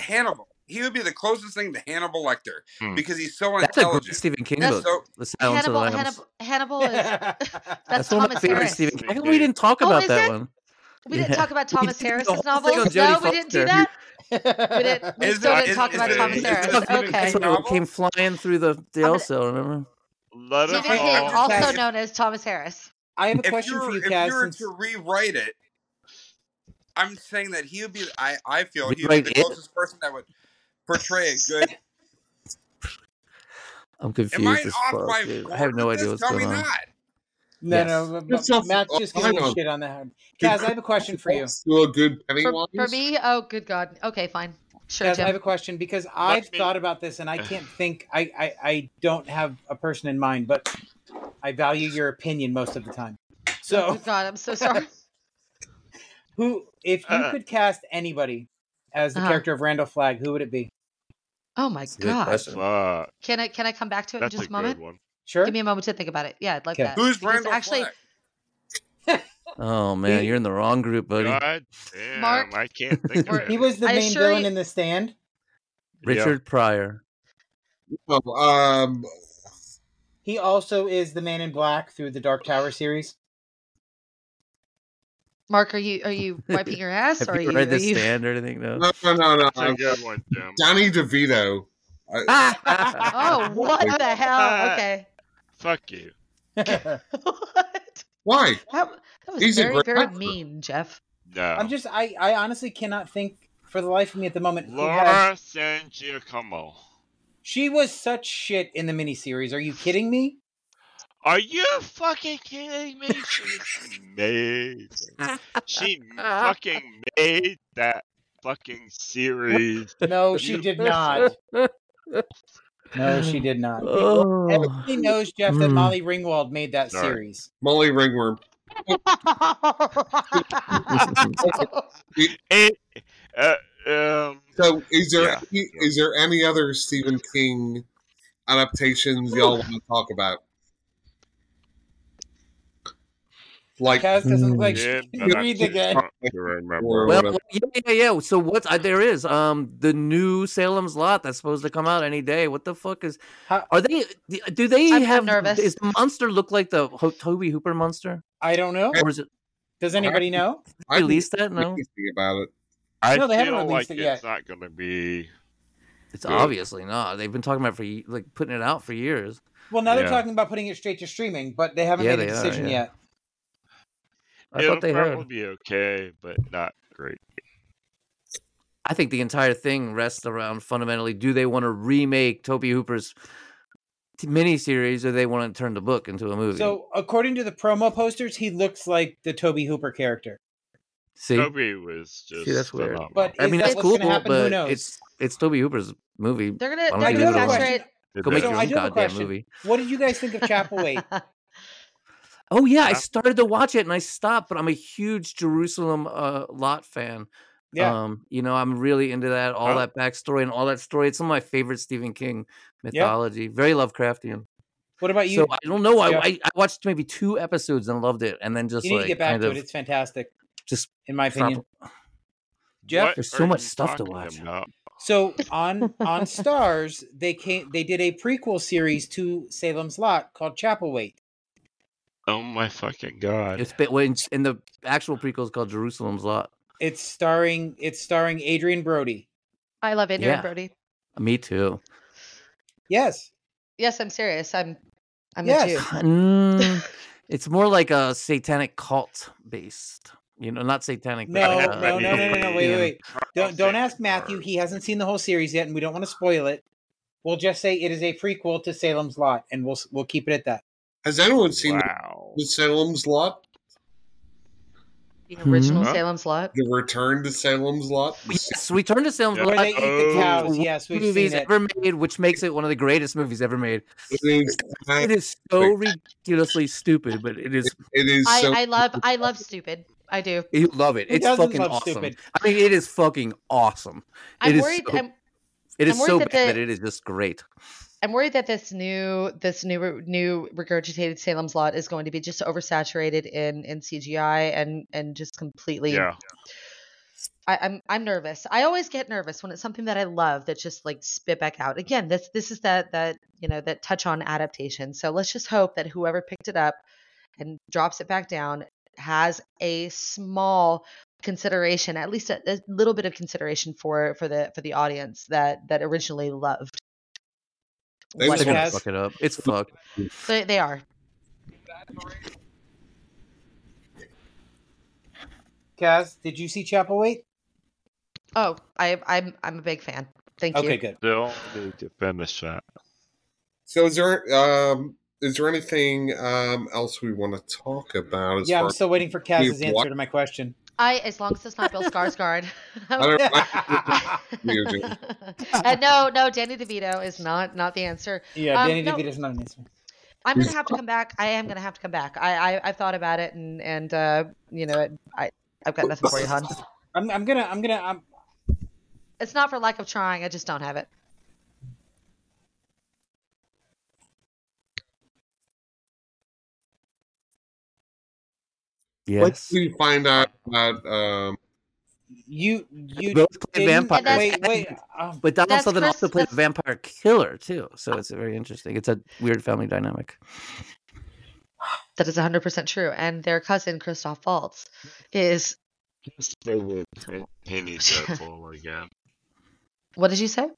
Speaker 5: Hannibal. He would be the closest thing to Hannibal Lecter
Speaker 7: Hmm.
Speaker 5: because he's so
Speaker 3: That's a great
Speaker 5: intelligent.
Speaker 3: Stephen King
Speaker 5: That's
Speaker 3: book.
Speaker 5: so-
Speaker 3: the Silence
Speaker 10: Hannibal,
Speaker 3: of the Lambs.
Speaker 10: Hannibal. Hannibal is that's
Speaker 3: That's one of my
Speaker 10: Thomas
Speaker 3: favorite
Speaker 10: Harris.
Speaker 3: Stephen King. How come we
Speaker 7: Indeed.
Speaker 3: didn't talk
Speaker 10: Oh,
Speaker 3: about
Speaker 10: is
Speaker 3: that
Speaker 10: it?
Speaker 3: one?
Speaker 10: We didn't
Speaker 3: Yeah.
Speaker 10: talk about
Speaker 3: We
Speaker 10: Thomas
Speaker 3: did the
Speaker 10: Harris's
Speaker 3: whole thing
Speaker 10: novels.
Speaker 3: on
Speaker 10: No,
Speaker 3: Jodie
Speaker 10: we didn't do
Speaker 3: Foster.
Speaker 10: that. We didn't. We
Speaker 5: Is
Speaker 10: still
Speaker 5: it-
Speaker 10: didn't
Speaker 5: is-
Speaker 10: talk
Speaker 5: is
Speaker 10: about
Speaker 5: it-
Speaker 10: Thomas
Speaker 5: is it
Speaker 10: Harris.
Speaker 5: a Stephen King
Speaker 10: Okay.
Speaker 3: That's what
Speaker 5: novel?
Speaker 3: came flying through the
Speaker 10: I'm
Speaker 3: jail
Speaker 10: gonna-
Speaker 3: cell. Remember?
Speaker 7: Let us
Speaker 10: Stephen
Speaker 1: Frank,
Speaker 10: King,
Speaker 1: I'm
Speaker 7: all.
Speaker 1: just
Speaker 10: also
Speaker 1: asking-
Speaker 10: known as Thomas Harris.
Speaker 1: I have a
Speaker 5: If
Speaker 1: question for
Speaker 5: you're
Speaker 1: you,
Speaker 5: if you
Speaker 1: Kaz.
Speaker 5: were
Speaker 1: Since
Speaker 5: to rewrite it, I'm saying that he would be. I I feel he would be
Speaker 3: Rewrite
Speaker 5: the
Speaker 3: it.
Speaker 5: closest person that would portray a good.
Speaker 3: I'm
Speaker 5: Am I
Speaker 3: confused as
Speaker 5: off
Speaker 3: fuck,
Speaker 5: my
Speaker 3: dude. I
Speaker 5: course
Speaker 3: have no
Speaker 5: with
Speaker 3: idea
Speaker 5: this?
Speaker 3: what's
Speaker 5: Tell
Speaker 3: going
Speaker 5: me
Speaker 3: on.
Speaker 5: not.
Speaker 1: no,
Speaker 3: Yes.
Speaker 1: no,
Speaker 2: Give yourself
Speaker 1: Matt's just
Speaker 2: a
Speaker 1: giving
Speaker 2: line
Speaker 1: you
Speaker 2: on-
Speaker 1: shit on that.
Speaker 2: Did
Speaker 1: Kaz, I have a question for you.
Speaker 2: Chris do a good
Speaker 10: For
Speaker 2: Pennywise?
Speaker 10: for me, oh good God. Okay, fine. Sure,
Speaker 1: Kaz, I have
Speaker 10: Jim.
Speaker 1: a question because
Speaker 7: Let
Speaker 1: I've
Speaker 7: me.
Speaker 1: thought about this and I can't think. I, I I don't have a person in mind, but I value your opinion most of the time.
Speaker 10: Oh,
Speaker 1: So,
Speaker 10: good God, I'm so sorry.
Speaker 1: who, if you
Speaker 7: Uh,
Speaker 1: could cast anybody as the
Speaker 10: Uh-huh.
Speaker 1: character of Randall Flagg, who would it be?
Speaker 10: Oh my
Speaker 3: That's a good
Speaker 10: God.
Speaker 3: question.
Speaker 7: fuck.
Speaker 10: Can I can I come back to it in
Speaker 7: That's
Speaker 10: just
Speaker 7: a
Speaker 10: a
Speaker 7: good
Speaker 10: moment?
Speaker 7: one.
Speaker 1: Sure.
Speaker 10: Give me a moment to think about it. Yeah, I'd like
Speaker 1: Okay.
Speaker 10: that
Speaker 5: Who's
Speaker 10: because
Speaker 5: Randall
Speaker 10: actually,
Speaker 5: Flagg?
Speaker 3: Oh man,
Speaker 1: He
Speaker 3: you're in the wrong group, buddy.
Speaker 7: God damn,
Speaker 10: Mark,
Speaker 7: I can't think of
Speaker 10: we're-
Speaker 1: he
Speaker 7: any.
Speaker 1: was the
Speaker 10: I
Speaker 1: main
Speaker 10: assure
Speaker 1: villain
Speaker 10: you,
Speaker 1: in The Stand.
Speaker 7: Yeah.
Speaker 3: Richard Pryor.
Speaker 2: No, um,
Speaker 1: He also is the Man in Black through the Dark Tower series.
Speaker 10: Mark, are you are you wiping your ass
Speaker 3: Have
Speaker 10: or are
Speaker 3: you
Speaker 10: you
Speaker 3: read
Speaker 10: are
Speaker 3: the
Speaker 10: you?
Speaker 3: stand or anything? No.
Speaker 2: no, no, no, no.
Speaker 7: That's a good one, Jim.
Speaker 2: Danny DeVito. I,
Speaker 10: Oh, what
Speaker 2: Wait.
Speaker 10: the hell? Okay.
Speaker 7: Fuck you.
Speaker 1: I'm
Speaker 10: what?
Speaker 2: why?
Speaker 10: That, that was
Speaker 2: He's a
Speaker 10: very
Speaker 2: great
Speaker 10: very
Speaker 2: actor.
Speaker 10: mean, Jeff.
Speaker 7: No.
Speaker 1: just I I honestly cannot think for the life of me at the moment who has
Speaker 7: Laura San Giacomo.
Speaker 1: she was such shit in the miniseries. Are you kidding me?
Speaker 7: Are you fucking kidding me? She was amazing. She fucking made that fucking series
Speaker 1: No, she did not.
Speaker 7: beautiful.
Speaker 1: No, she did not. People
Speaker 3: oh.
Speaker 1: everybody knows Jeff that
Speaker 3: Mm.
Speaker 1: Molly Ringwald made that
Speaker 7: Sorry.
Speaker 1: series.
Speaker 2: Molly Ringworm.
Speaker 7: It, uh, um,
Speaker 2: So, is there
Speaker 7: yeah.
Speaker 2: any,
Speaker 7: yeah.
Speaker 2: is there any other Stephen King adaptations y'all want to talk about? Like,
Speaker 1: Kaz doesn't look like she
Speaker 7: Jim,
Speaker 1: can
Speaker 7: and I
Speaker 1: breathe
Speaker 7: just
Speaker 1: again.
Speaker 7: want to remember.
Speaker 2: or
Speaker 3: Well,
Speaker 2: whatever.
Speaker 3: yeah, yeah, yeah. So what's uh, there is um the new Salem's Lot that's supposed to come out any day. What the fuck is?
Speaker 1: How,
Speaker 3: Are they? d- Do they
Speaker 10: I'm I'm
Speaker 3: have?
Speaker 10: nervous.
Speaker 3: Is the monster look like the Ho- Toby Hooper monster,
Speaker 1: I don't know.
Speaker 3: or is it
Speaker 1: Does
Speaker 2: I
Speaker 1: anybody know?
Speaker 2: I didn't
Speaker 3: released that?
Speaker 2: know
Speaker 3: No,
Speaker 2: anything about it.
Speaker 7: I
Speaker 1: No, they haven't
Speaker 7: feel
Speaker 1: released
Speaker 7: like
Speaker 1: it
Speaker 7: it's
Speaker 1: yet.
Speaker 7: not going to be
Speaker 3: it's
Speaker 7: good.
Speaker 3: obviously not. They've been talking about it for ye- like putting it out for years.
Speaker 1: Well, now they're
Speaker 7: Yeah.
Speaker 1: talking about putting it straight to streaming, but they haven't
Speaker 3: Yeah,
Speaker 1: made a
Speaker 3: they are.
Speaker 1: decision
Speaker 3: Yeah,
Speaker 1: yet.
Speaker 3: I thought
Speaker 7: It'll
Speaker 3: they
Speaker 7: probably
Speaker 3: had.
Speaker 7: be okay, but not great.
Speaker 3: I think the entire thing rests around fundamentally: do they want to remake Toby Hooper's t- miniseries, or they want to turn the book into a movie?
Speaker 1: So, according to the promo posters, he looks like the Toby Hooper character.
Speaker 3: See,
Speaker 7: Toby was
Speaker 3: See, that's
Speaker 7: just
Speaker 3: weird.
Speaker 7: phenomenal.
Speaker 1: But
Speaker 3: I
Speaker 1: is
Speaker 3: mean, that's
Speaker 1: that what's going to
Speaker 3: cool,
Speaker 1: happen? Who
Speaker 3: but
Speaker 1: knows?
Speaker 3: it's it's Toby Hooper's movie.
Speaker 10: They're
Speaker 3: I
Speaker 10: gonna
Speaker 3: don't
Speaker 10: they're
Speaker 1: I
Speaker 3: think
Speaker 1: do
Speaker 3: it's
Speaker 10: gonna
Speaker 1: have a
Speaker 3: ever wrong.
Speaker 1: question.
Speaker 10: saturate.
Speaker 7: It
Speaker 3: Go make
Speaker 1: So,
Speaker 3: your
Speaker 1: I
Speaker 3: own
Speaker 7: is.
Speaker 1: do have a
Speaker 3: goddamn
Speaker 1: question.
Speaker 3: movie.
Speaker 1: What did you guys think of Chapel Eight?
Speaker 3: Oh yeah, I
Speaker 1: Uh-huh.
Speaker 7: Huh?
Speaker 3: started to watch it and I stopped, but I'm a huge Jerusalem uh, Lot fan.
Speaker 1: Yeah, Uh-huh.
Speaker 3: Um, you know, I'm really into that, all
Speaker 7: Huh?
Speaker 3: that backstory and all that story. It's some of my favorite Stephen King
Speaker 1: yeah.
Speaker 3: mythology, very Lovecraftian.
Speaker 1: What about
Speaker 3: So
Speaker 1: you,
Speaker 3: I don't know. I,
Speaker 1: Jeff?
Speaker 3: I I watched maybe two episodes and loved it, and then just
Speaker 1: You need to
Speaker 3: like
Speaker 1: get back
Speaker 3: kind
Speaker 1: to it.
Speaker 3: of
Speaker 1: It's fantastic,
Speaker 3: just
Speaker 1: in my
Speaker 3: stopped.
Speaker 1: opinion. Jeff,
Speaker 7: What
Speaker 3: There's so
Speaker 7: are
Speaker 3: much
Speaker 7: you
Speaker 3: stuff to
Speaker 7: talking
Speaker 3: watch.
Speaker 7: about?
Speaker 1: So on on Stars, they came they did a prequel series to Salem's Lot called Chapel Wait.
Speaker 7: Oh my fucking god.
Speaker 3: It's been when in the actual prequel is called Jerusalem's Lot.
Speaker 1: It's starring it's starring Adrian Brody.
Speaker 10: I love Adrian
Speaker 3: Yeah.
Speaker 10: Brody.
Speaker 3: Me too.
Speaker 1: Yes.
Speaker 10: Yes, I'm serious. I'm I'm
Speaker 1: Yes.
Speaker 10: a Jew.
Speaker 3: Mm, it's more like a satanic cult based. You know, not satanic, but like
Speaker 1: No,
Speaker 3: uh,
Speaker 1: no, no, no, no, no. Wait, wait,
Speaker 3: Lovecraftian.
Speaker 1: wait. Don't don't ask Matthew. He hasn't seen the whole series yet, and we don't want to spoil it. We'll just say it is a prequel to Salem's Lot, and we'll we'll keep it at that.
Speaker 2: Has anyone seen
Speaker 7: Wow.
Speaker 2: the Salem's Lot?
Speaker 10: The original
Speaker 3: Hmm?
Speaker 7: Huh?
Speaker 10: Salem's Lot.
Speaker 2: The Return to Salem's Lot.
Speaker 3: Yes, we turned to Salem's
Speaker 7: Yeah.
Speaker 1: Where
Speaker 3: Lot.
Speaker 1: they eat the cows. Yes, we've
Speaker 3: movies
Speaker 1: seen it.
Speaker 3: ever made, which makes it one of the greatest movies ever made.
Speaker 2: It is.
Speaker 3: It is so ridiculously stupid, but it is.
Speaker 2: It is
Speaker 10: I,
Speaker 2: so.
Speaker 10: I love I love stupid. I do.
Speaker 3: You love it.
Speaker 1: Who
Speaker 3: It's
Speaker 1: doesn't
Speaker 3: fucking
Speaker 1: love
Speaker 3: awesome.
Speaker 1: stupid?
Speaker 3: I mean, it is fucking awesome.
Speaker 10: I'm
Speaker 3: is
Speaker 10: worried.
Speaker 3: so-
Speaker 10: I'm,
Speaker 3: It
Speaker 10: I'm
Speaker 3: is
Speaker 10: worried
Speaker 3: so
Speaker 10: that
Speaker 3: bad
Speaker 10: the-
Speaker 3: that it is just great.
Speaker 10: I'm worried that this new this new new regurgitated Salem's Lot is going to be just oversaturated in in CGI and and just completely.
Speaker 7: Yeah.
Speaker 10: I, I'm I'm nervous. I always get nervous when it's something that I love that just like spit back out. Again, this this is that that you know that touch on adaptation. So let's just hope that whoever picked it up and drops it back down has a small consideration, at least a, a little bit of consideration for for the for the audience that that originally loved.
Speaker 2: They
Speaker 10: what
Speaker 3: They're
Speaker 2: just
Speaker 10: it
Speaker 3: gonna
Speaker 1: has-
Speaker 10: is.
Speaker 3: fuck it up. It's fucked.
Speaker 10: They, they are.
Speaker 1: Kaz, did you see Chapel Wait?
Speaker 10: Oh, I, I'm I'm a big fan. Thank you.
Speaker 1: Okay, good.
Speaker 7: Still need to finish that.
Speaker 2: So is there um is there anything um else we want to talk about? As
Speaker 1: Yeah,
Speaker 2: far
Speaker 1: I'm still waiting for
Speaker 2: We've
Speaker 1: Kaz's
Speaker 2: watched-
Speaker 1: answer to my question.
Speaker 10: I as long as it's not Bill Skarsgård.
Speaker 2: I don't
Speaker 1: yeah,
Speaker 2: Amazing.
Speaker 10: Uh, no, no, Danny DeVito is not not the answer. Um,
Speaker 1: Danny
Speaker 10: no.
Speaker 1: DeVito's not an answer.
Speaker 10: I'm gonna have to come back. I am gonna have to come back. I, I I've thought about it and and uh, you know I I've got nothing for you, hon.
Speaker 1: I'm, I'm gonna, I'm gonna, I'm,
Speaker 10: It's not for lack of trying. I just don't have it.
Speaker 2: When
Speaker 3: Yes.
Speaker 2: did we find out about um
Speaker 1: you, you
Speaker 3: Both play
Speaker 1: didn't-
Speaker 3: vampires.
Speaker 10: And
Speaker 1: Wait, wait, um,
Speaker 3: But Donald
Speaker 10: That's
Speaker 3: Sutherland
Speaker 10: Chris-
Speaker 3: also played the
Speaker 10: that's-
Speaker 3: vampire killer too, so it's very interesting. It's a weird family dynamic.
Speaker 10: That is 100 percent true. And their cousin Christoph Waltz is.
Speaker 7: Just over it. He needs that fall again.
Speaker 10: What did you say?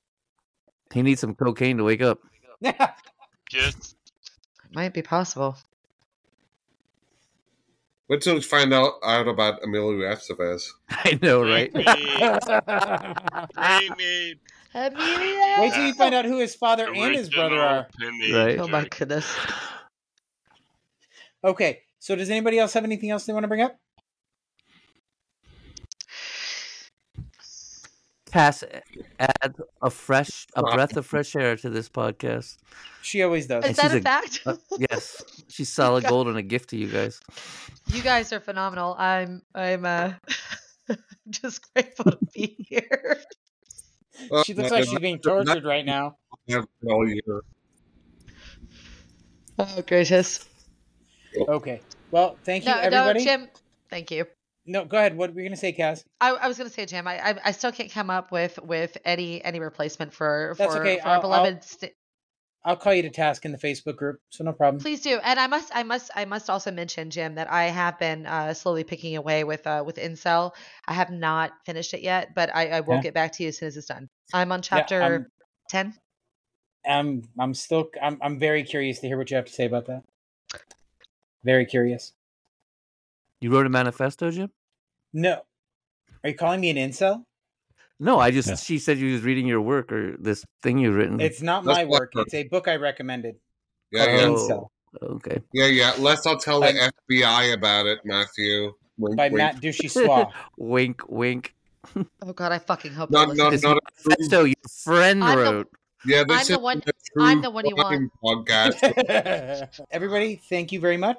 Speaker 3: He needs some cocaine to wake up.
Speaker 1: um,
Speaker 7: Just
Speaker 10: Might be possible.
Speaker 2: when did we find out, out about Emilio Estevez?
Speaker 3: I know, Oh, right?
Speaker 7: Right. bring me
Speaker 10: Amelia.
Speaker 1: wait till you find out who his father
Speaker 7: the
Speaker 1: and his brother
Speaker 7: original
Speaker 1: are.
Speaker 7: Penny
Speaker 3: Right.
Speaker 10: Oh my goodness.
Speaker 1: Okay, so does anybody else have anything else they want to bring up?
Speaker 3: Cass add a fresh, a breath of fresh air to this podcast.
Speaker 1: She always does.
Speaker 10: Is
Speaker 3: And
Speaker 10: that
Speaker 3: she's
Speaker 10: a,
Speaker 3: a-
Speaker 10: fact?
Speaker 3: uh, yes, she's solid gold and a gift to you guys.
Speaker 10: You guys are phenomenal. I'm I'm uh just grateful to be here.
Speaker 2: Oh,
Speaker 1: She looks like she's being tortured right now.
Speaker 2: have all year.
Speaker 10: Oh gracious.
Speaker 1: Okay, well, thank you,
Speaker 10: No, no,
Speaker 1: everybody.
Speaker 10: Jim. Thank you.
Speaker 1: No, go ahead. What were you gonna say, Kaz?
Speaker 10: I, I was gonna say, Jim. I, I I still can't come up with with any any replacement for
Speaker 1: That's
Speaker 10: for,
Speaker 1: okay.
Speaker 10: for our
Speaker 1: I'll- I'll-
Speaker 10: beloved. st-
Speaker 1: I'll call you to task in the Facebook group, so no problem.
Speaker 10: Please do, and I must I must I must also mention, Jim, that I have been uh, slowly picking away with uh, with Incel. I have not finished it yet, but I, I will
Speaker 1: Yeah.
Speaker 10: get back to you as soon as it's done. I'm on
Speaker 1: Yeah,
Speaker 10: chapter ten.
Speaker 1: I'm, I'm, I'm still, I'm, I'm very curious to hear what you have to say about that. Very curious.
Speaker 3: You wrote a manifesto, Jim?
Speaker 1: No, are you calling me an incel?
Speaker 3: No, I just
Speaker 1: Yeah.
Speaker 3: she said you was reading your work or this thing you've written.
Speaker 1: It's not
Speaker 2: Mm. That's
Speaker 1: my
Speaker 2: what I
Speaker 1: work.
Speaker 2: heard.
Speaker 1: It's a book I recommended.
Speaker 2: Yeah,
Speaker 1: called
Speaker 2: yeah,
Speaker 3: Oh.
Speaker 1: Incel
Speaker 3: okay.
Speaker 2: yeah, yeah. Let's all tell the
Speaker 1: By-
Speaker 2: FBI about it, Matthew. Wink,
Speaker 1: by
Speaker 2: wink.
Speaker 1: Matt Duchissois.
Speaker 3: wink, wink.
Speaker 10: Oh God, I fucking hope
Speaker 2: No,
Speaker 10: they're
Speaker 2: no,
Speaker 3: It's
Speaker 10: listening.
Speaker 2: no.
Speaker 3: manifesto your friend
Speaker 10: I'm the-
Speaker 3: wrote.
Speaker 2: Yeah, this
Speaker 10: I'm
Speaker 2: is
Speaker 10: the one-
Speaker 2: a true
Speaker 10: I'm the one you
Speaker 2: crime podcast.
Speaker 1: Everybody, thank you very much.